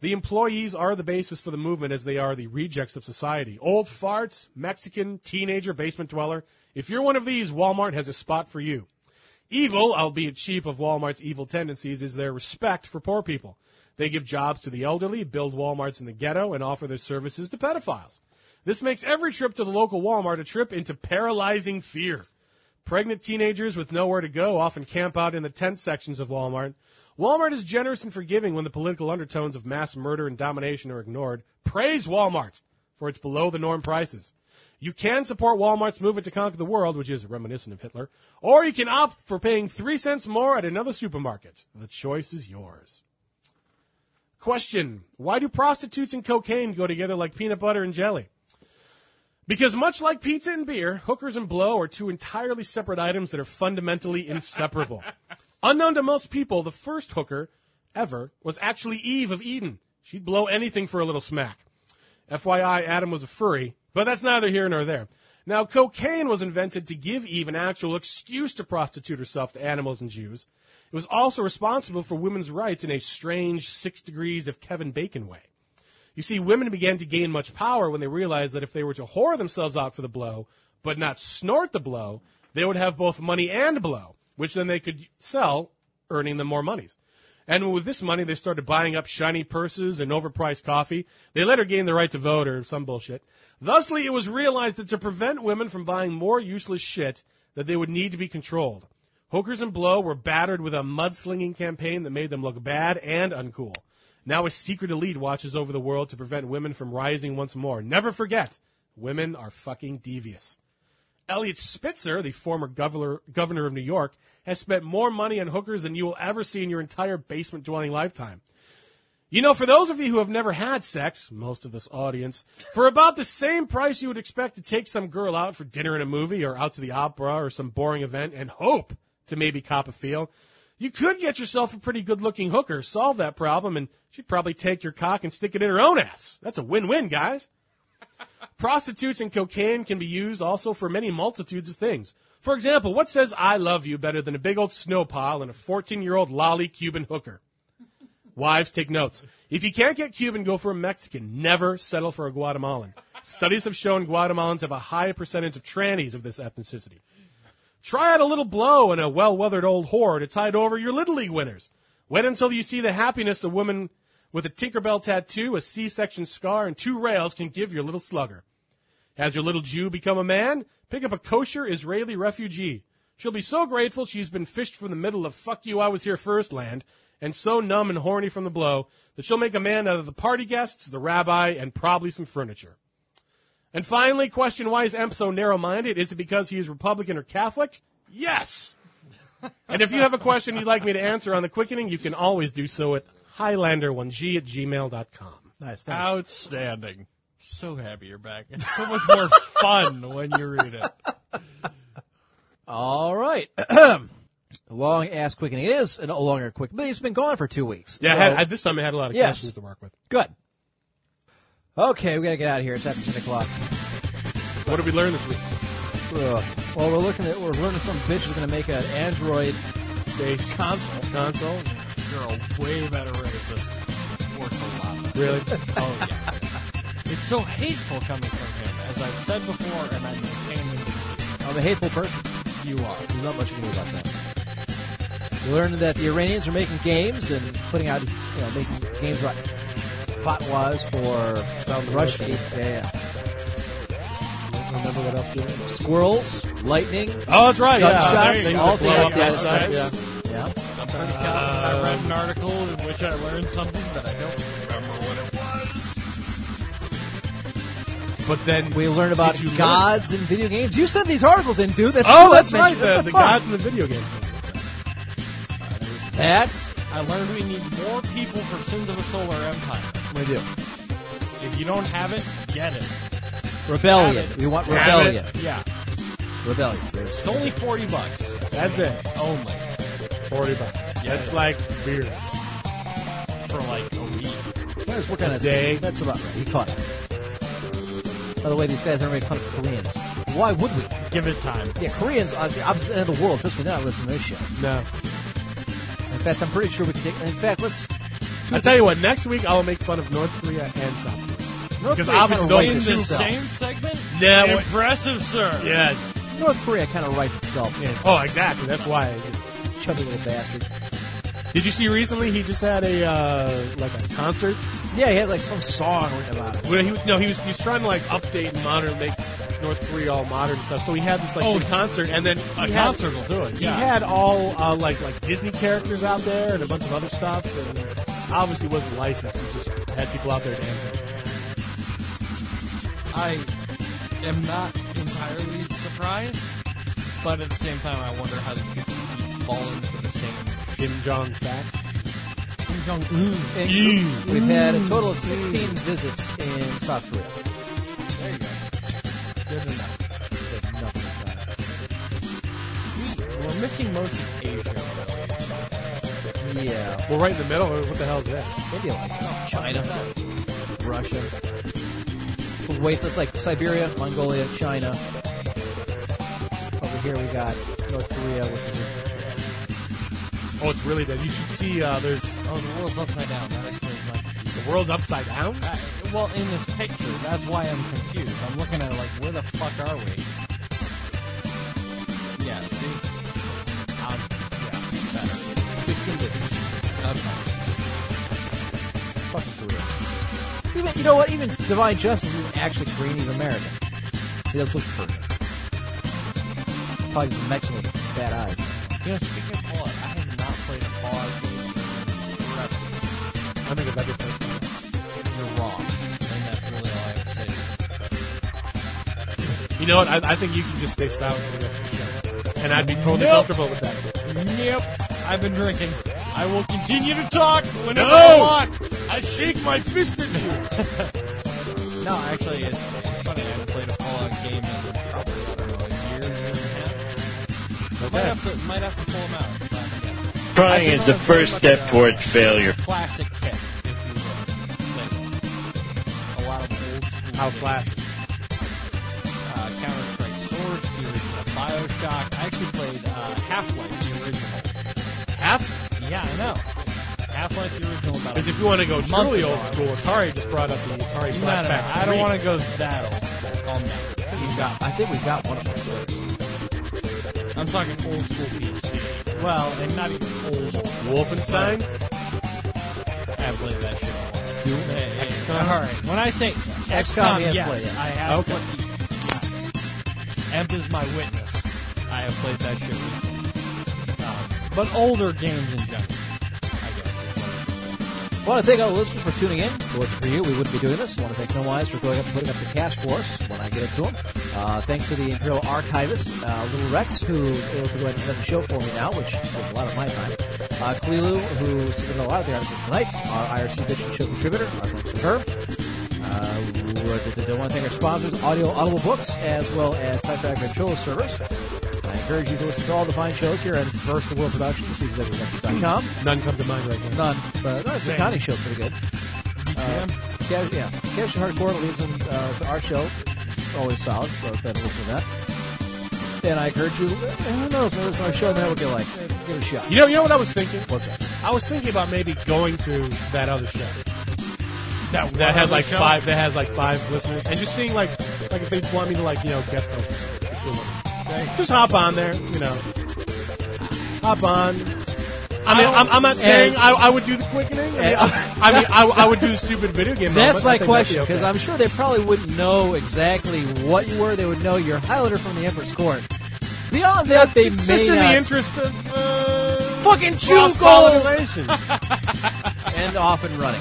Speaker 5: The employees are the basis for the movement as they are the rejects of society. Old farts, Mexican, teenager, basement dweller. If you're one of these, Walmart has a spot for you. Evil, albeit cheap, of Walmart's evil tendencies is their respect for poor people. They give jobs to the elderly, build Walmarts in the ghetto, and offer their services to pedophiles. This makes every trip to the local Walmart a trip into paralyzing fear. Pregnant teenagers with nowhere to go often camp out in the tent sections of Walmart. Walmart is generous and forgiving when the political undertones of mass murder and domination are ignored. Praise Walmart for its below the norm prices. You can support Walmart's movement to conquer the world, which is reminiscent of Hitler, or you can opt for paying three cents more at another supermarket. The choice is yours. Question Why do prostitutes and cocaine go together like peanut butter and jelly? Because much like pizza and beer, hookers and blow are two entirely separate items that are fundamentally inseparable. Unknown to most people, the first hooker ever was actually Eve of Eden. She'd blow anything for a little smack. FYI, Adam was a furry, but that's neither here nor there. Now, cocaine was invented to give Eve an actual excuse to prostitute herself to animals and Jews. It was also responsible for women's rights in a strange six degrees of Kevin Bacon way. You see, women began to gain much power when they realized that if they were to whore themselves out for the blow, but not snort the blow, they would have both money and blow, which then they could sell, earning them more monies. And with this money, they started buying up shiny purses and overpriced coffee. They later gained the right to vote or some bullshit. Thusly, it was realized that to prevent women from buying more useless shit, that they would need to be controlled. Hookers and Blow were battered with a mudslinging campaign that made them look bad and uncool. Now a secret elite watches over the world to prevent women from rising once more. Never forget, women are fucking devious. Elliot Spitzer, the former governor, governor of New York, has spent more money on hookers than you will ever see in your entire basement dwelling lifetime. You know, for those of you who have never had sex, most of this audience, for about the same price you would expect to take some girl out for dinner and a movie or out to the opera or some boring event and hope to maybe cop a feel, you could get yourself a pretty good looking hooker, solve that problem, and she'd probably take your cock and stick it in her own ass. That's a win win, guys. Prostitutes and cocaine can be used also for many multitudes of things. For example, what says I love you better than a big old snow pile and a 14 year old lolly Cuban hooker? Wives, take notes. If you can't get Cuban, go for a Mexican. Never settle for a Guatemalan. Studies have shown Guatemalans have a high percentage of trannies of this ethnicity. Try out a little blow and a well weathered old whore to tide over your Little League winners. Wait until you see the happiness a woman with a Tinkerbell tattoo, a C section scar, and two rails can give your little slugger. Has your little Jew become a man? Pick up a kosher Israeli refugee. She'll be so grateful she's been fished from the middle of fuck you, I was here first land, and so numb and horny from the blow that she'll make a man out of the party guests, the rabbi, and probably some furniture. And finally, question why is Emp so narrow minded? Is it because he is Republican or Catholic?
Speaker 6: [laughs]
Speaker 5: Yes! and if you have a question you'd like me to answer on the quickening, you can always do so at Highlander1g at gmail.com.
Speaker 4: Nice.
Speaker 6: Outstanding. So happy you're back. It's so much more fun when you read it.
Speaker 4: All [clears throat] right. long ass quickening. It is a longer quick, but it's been gone for two weeks.
Speaker 5: Yeah, I
Speaker 4: So-
Speaker 5: had, I, this time I had a lot of
Speaker 4: Yes.
Speaker 5: questions to work with.
Speaker 4: Good. Okay, we gotta get out of here. It's after ten o'clock.
Speaker 5: What did we learn this week?
Speaker 4: Ugh. Well, we're looking at we're learning some bitch is gonna make an Android
Speaker 5: based
Speaker 4: console.
Speaker 5: Console.
Speaker 6: You're a way better racist. Works a lot.
Speaker 5: Really?
Speaker 6: [laughs] oh yeah. It's so hateful coming from him, as I've said before, and I'm ashamed.
Speaker 4: I'm a hateful person.
Speaker 6: You are.
Speaker 4: There's not much you can do about that. We learned that the Iranians are making games and putting out, you know, making games about fatwas for Russia. Yeah.
Speaker 13: Remember what else? we learned?
Speaker 4: Squirrels, lightning.
Speaker 5: Oh, that's right, yeah.
Speaker 4: Gunshots,
Speaker 5: There you go.
Speaker 4: all things
Speaker 5: Blow
Speaker 4: like
Speaker 5: up
Speaker 4: that.
Speaker 5: outside. Uh,
Speaker 4: stuff, Yeah. yeah.
Speaker 6: I read an article in which I learned something that I don't remember what it was.
Speaker 5: But then
Speaker 4: we learn about
Speaker 5: Did you learn?
Speaker 4: gods and video games. You sent these articles in, dude. That's
Speaker 5: oh,
Speaker 4: you
Speaker 5: that's
Speaker 4: that
Speaker 5: right.
Speaker 4: mentioned-
Speaker 5: The,
Speaker 4: what
Speaker 5: the
Speaker 4: fuck?
Speaker 5: gods in the video game.
Speaker 4: That's
Speaker 6: I learned we need more people for Sins of a Solar Empire.
Speaker 4: what we do.
Speaker 6: If you don't have it, get it.
Speaker 4: Rebellion.
Speaker 6: Have it.
Speaker 4: We want
Speaker 6: Have
Speaker 4: rebellion.
Speaker 6: it. Yeah.
Speaker 4: Rebellion.
Speaker 6: It's only 40 bucks.
Speaker 5: That's it.
Speaker 6: Only.
Speaker 5: 40 bucks. That's like beer.
Speaker 6: For like a week.
Speaker 4: Where's what kind of
Speaker 5: Day.
Speaker 4: That's about right. He caught it. By the way, these guys aren't really fun of Koreans. Why would we?
Speaker 6: Give it time.
Speaker 4: Yeah, Koreans are the opposite end of the world. Trust me, they're not listening to this shit.
Speaker 5: No.
Speaker 4: In fact, I'm pretty sure we can take. In fact, let's.
Speaker 5: I tell you what, next week I'll make fun of North Korea and South Korea.
Speaker 4: North
Speaker 5: Because
Speaker 4: Korea
Speaker 5: obviously
Speaker 4: kinda
Speaker 5: those
Speaker 4: raised
Speaker 5: two-
Speaker 4: itself.
Speaker 6: Same segment?
Speaker 5: Yeah, what-
Speaker 6: Impressive, sir.
Speaker 5: Yeah.
Speaker 4: North Korea kind of writes itself.
Speaker 5: Oh, exactly. That's why.
Speaker 4: Chubby little bastard.
Speaker 5: Did you see recently he just had a uh, like a concert?
Speaker 4: Yeah, he had like some song written about it.
Speaker 5: Well, he, was- no, he was he was trying to like update and modern, make North Korea all modern and stuff. So he had this like
Speaker 6: Oh,
Speaker 5: big concert, and then
Speaker 6: a
Speaker 5: he had-
Speaker 6: concert will do it, yeah.
Speaker 5: he had all uh, like like Disney characters out there and a bunch of other stuff, and obviously wasn't licensed. He just had people out there dancing.
Speaker 6: I am not entirely surprised, but at the same time, I wonder how these people keep falling for the same.
Speaker 5: Kim Jong Fat.
Speaker 6: Kim Jong
Speaker 4: And We've had a total of 16 visits in South Korea.
Speaker 6: There you go. Good enough.
Speaker 4: Said nothing about it.
Speaker 6: We, we're missing most of Asia. Really.
Speaker 4: Yeah.
Speaker 5: Well, right in the middle. What the hell is that?
Speaker 4: India likes it. Oh, China. Russia. Some wastelets like Siberia, Mongolia, China. Over here we got North Korea, which is
Speaker 5: Oh, it's really dead. You should see. Uh, there's
Speaker 6: Oh, the world's upside down. That explains my.
Speaker 5: the world's upside down.
Speaker 6: Uh, well, in this picture, that's why I'm confused. I'm looking at it like, where the fuck are we? Yeah, see? Um, yeah, better. 16 digits.
Speaker 4: that's fine. Fucking Korea. Even, you know what? Even Divine Justice isn't actually Korean. He's American. He does look Korean. Probably just Mexican with bad eyes.
Speaker 6: You know, speaking of Fallout, I have not played a Fallout game forever.
Speaker 4: I think I've ever played
Speaker 6: You're wrong. And that's really all I have to say.
Speaker 5: You know what? I, I think you should just stay silent for the rest of the show. And I'd be totally
Speaker 15: Nope.
Speaker 5: comfortable with that.
Speaker 15: Yep. I've been drinking. I will continue to talk whenever
Speaker 5: No!
Speaker 15: I want.
Speaker 5: I shake my fist at
Speaker 15: you.
Speaker 6: no, actually, it's funny. I haven't played a Fallout game in probably I don't know, a year, year and a half.
Speaker 15: Okay.
Speaker 6: Might have to, might have to pull them out. but, yeah.
Speaker 1: Trying
Speaker 6: I think
Speaker 1: is the
Speaker 6: I'm very
Speaker 1: first
Speaker 6: much
Speaker 1: step
Speaker 6: a
Speaker 1: towards failure.
Speaker 6: Classic pick, if you will. Like, a lot of old school
Speaker 5: How
Speaker 6: games.
Speaker 5: classic.
Speaker 6: Uh, Counter Strike Source, the original Bioshock. I actually played uh, Half Life, the original.
Speaker 5: Half?
Speaker 6: Yeah, I know. Half Life, the original. about
Speaker 5: Because
Speaker 6: a
Speaker 5: if you want to go
Speaker 6: month
Speaker 5: truly
Speaker 6: ago.
Speaker 5: old school, Atari just brought up the Atari
Speaker 6: No, no, no,
Speaker 5: Flashback.
Speaker 6: I don't
Speaker 5: Three.
Speaker 6: want to go that old school. Calm down. You got, I think we got one of those. I'm talking old school PC. Well, and not even old.
Speaker 5: Wolfenstein?
Speaker 6: I played that shit.
Speaker 5: Doom?
Speaker 6: Hey, hey,
Speaker 5: XCOM?
Speaker 6: All right. When I say
Speaker 5: XCOM,
Speaker 6: XCOM,
Speaker 5: yeah,
Speaker 6: yes,
Speaker 5: play it.
Speaker 6: I have.
Speaker 5: Okay.
Speaker 6: played- Emp is my witness. I have played that shit. recently. Um, but older games in general, I guess.
Speaker 4: want to thank all the listeners for tuning in. If it wasn't for you, we wouldn't be doing this. I want to thank No Wise for going up and putting up the cash for us when I get it to him. Uh, thanks to the Imperial Archivist, uh, Little Rex, who is able to go ahead and set the show for me now, which is a lot of my time. Uh, Kalilu, who submitted a lot of the articles tonight. Our IRC Vision Show contributor. Our thanks to her. Uh, I want to thank our sponsors, Audio Audible Books, as well as Touch Track Control Servers. I encourage you to listen to all the fine shows here on First of World Productions, www.com.
Speaker 5: None come to mind right now.
Speaker 4: None, but no, it's a
Speaker 5: Same.
Speaker 4: Connie show, pretty good. Uh, Cash, yeah, Cash and Hardcore leads them uh, to our show. Always solid, so it's better listen to that. And I encourage you, eh, who knows, maybe it's our show now would be like, eh, give it a shot.
Speaker 5: You know, you know what I was thinking?
Speaker 4: What's that?
Speaker 5: I was thinking about maybe going to that other show.
Speaker 15: That,
Speaker 5: that has like
Speaker 15: show?
Speaker 5: five. That has like five listeners, and just seeing like like if they want me to like you know guest host, if you want. just hop on there. You know, hop on. I mean, I'm, I'm not saying I, I would do the quickening. [laughs] I mean, I, I mean, I, I would do the stupid video game.
Speaker 4: That's my
Speaker 5: moment. I think that'd be
Speaker 4: question,
Speaker 5: okay.
Speaker 4: because I'm sure they probably wouldn't know exactly what you were. They would know you're Highlander from the Emperor's Court. Beyond that, they
Speaker 5: just
Speaker 4: may
Speaker 5: in
Speaker 4: not-
Speaker 5: the interest of uh,
Speaker 4: Fucking Jew gold!
Speaker 5: cross-pollination.
Speaker 4: [laughs] and off and running.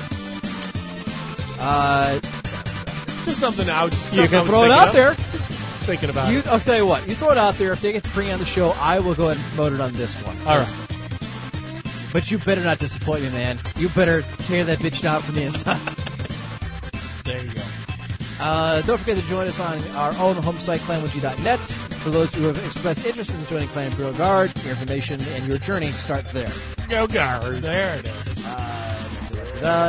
Speaker 4: Uh,
Speaker 5: just something I would.
Speaker 4: You
Speaker 5: something I
Speaker 4: can
Speaker 5: was
Speaker 4: throw it
Speaker 5: thinking
Speaker 4: out
Speaker 5: of.
Speaker 4: there.
Speaker 5: Just thinking about
Speaker 4: You,
Speaker 5: it.
Speaker 4: I'll tell you what. You throw it out there. If they get to bring it on the show, I will go ahead and promote it on this one.
Speaker 5: All right.
Speaker 4: But you better not disappoint me, man. You better tear that bitch down from the inside. [laughs]
Speaker 6: There you go.
Speaker 4: Uh, don't forget to join us on our own home site, clanwidgy.net. For those who have expressed interest in joining Clan Imperial Guard, your information and your journey start there.
Speaker 5: Go guard. There it
Speaker 6: is.
Speaker 4: Uh,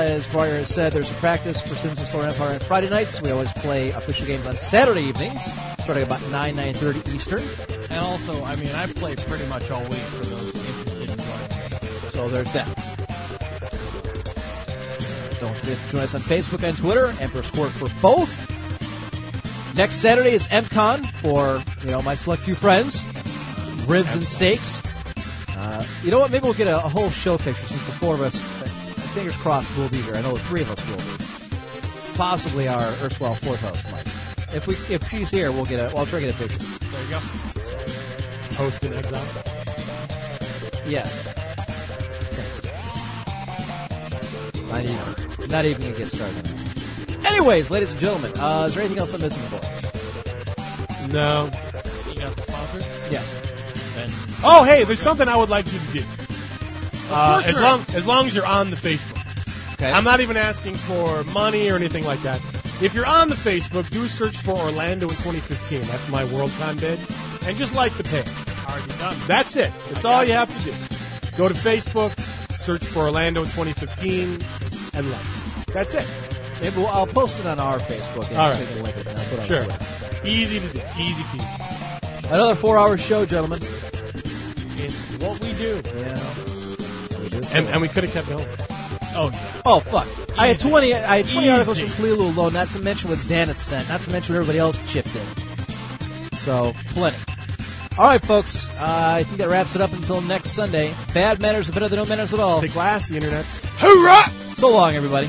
Speaker 4: as Warrior has said, there's a practice for Citizens of Solar Empire on Friday nights. We always play official games on Saturday evenings, starting about 9, 9.30 Eastern.
Speaker 6: And also, I mean, I play pretty much all week for those interested in joining me.
Speaker 4: So there's that. Don't forget to join us on Facebook and Twitter, Emperor's Court for both. Next Saturday is MCon for, you know, my select few friends. Ribs and steaks. Uh, you know what? Maybe we'll get a, a whole show picture since the four of us, uh, fingers crossed, will be there. I know the three of us will be. Possibly our erstwhile fourth host, Mike. If we, if she's here, we'll get a. Well, I'll try to get a picture.
Speaker 6: There you go.
Speaker 5: Host in exile.
Speaker 4: Yes. Not even, not even gonna get started. Anyways, ladies and gentlemen, uh, is there anything else I'm missing, boys?
Speaker 5: No.
Speaker 6: You got the sponsors?
Speaker 4: Yes.
Speaker 6: Then
Speaker 5: Oh, hey, there's something I would like you to do. Uh,
Speaker 6: course
Speaker 5: as
Speaker 6: there
Speaker 5: long
Speaker 6: is.
Speaker 5: as long as you're on the Facebook.
Speaker 4: Okay.
Speaker 5: I'm not even asking for money or anything like that. If you're on the Facebook, do a search for Orlando in 2015. That's my WorldCon bid, and just like the page.
Speaker 6: Already done.
Speaker 5: That's it. That's
Speaker 6: I
Speaker 5: all
Speaker 6: got
Speaker 5: you
Speaker 6: it.
Speaker 5: have to do. Go to Facebook, search for Orlando in 2015, and like. That's it.
Speaker 4: Maybe we'll, I'll post it on our Facebook. And
Speaker 5: All
Speaker 4: so
Speaker 5: right.
Speaker 4: you can like it, and I'll put it on
Speaker 5: Sure.
Speaker 4: the web.
Speaker 5: Easy to do. Easy peasy.
Speaker 4: Another four-hour show, gentlemen.
Speaker 5: It's what we do.
Speaker 4: Yeah.
Speaker 5: And, and we could have kept going.
Speaker 6: Oh,
Speaker 4: Oh fuck! I had twenty. I had twenty
Speaker 5: Easy.
Speaker 4: articles from Kalilu alone, not to mention what Xanax sent, not to mention what everybody else chipped in. So plenty. All right, folks. Uh, I think that wraps it up until next Sunday. Bad manners are better than no manners at all. Take
Speaker 5: glass, the internet.
Speaker 4: Hoorah! So long, everybody.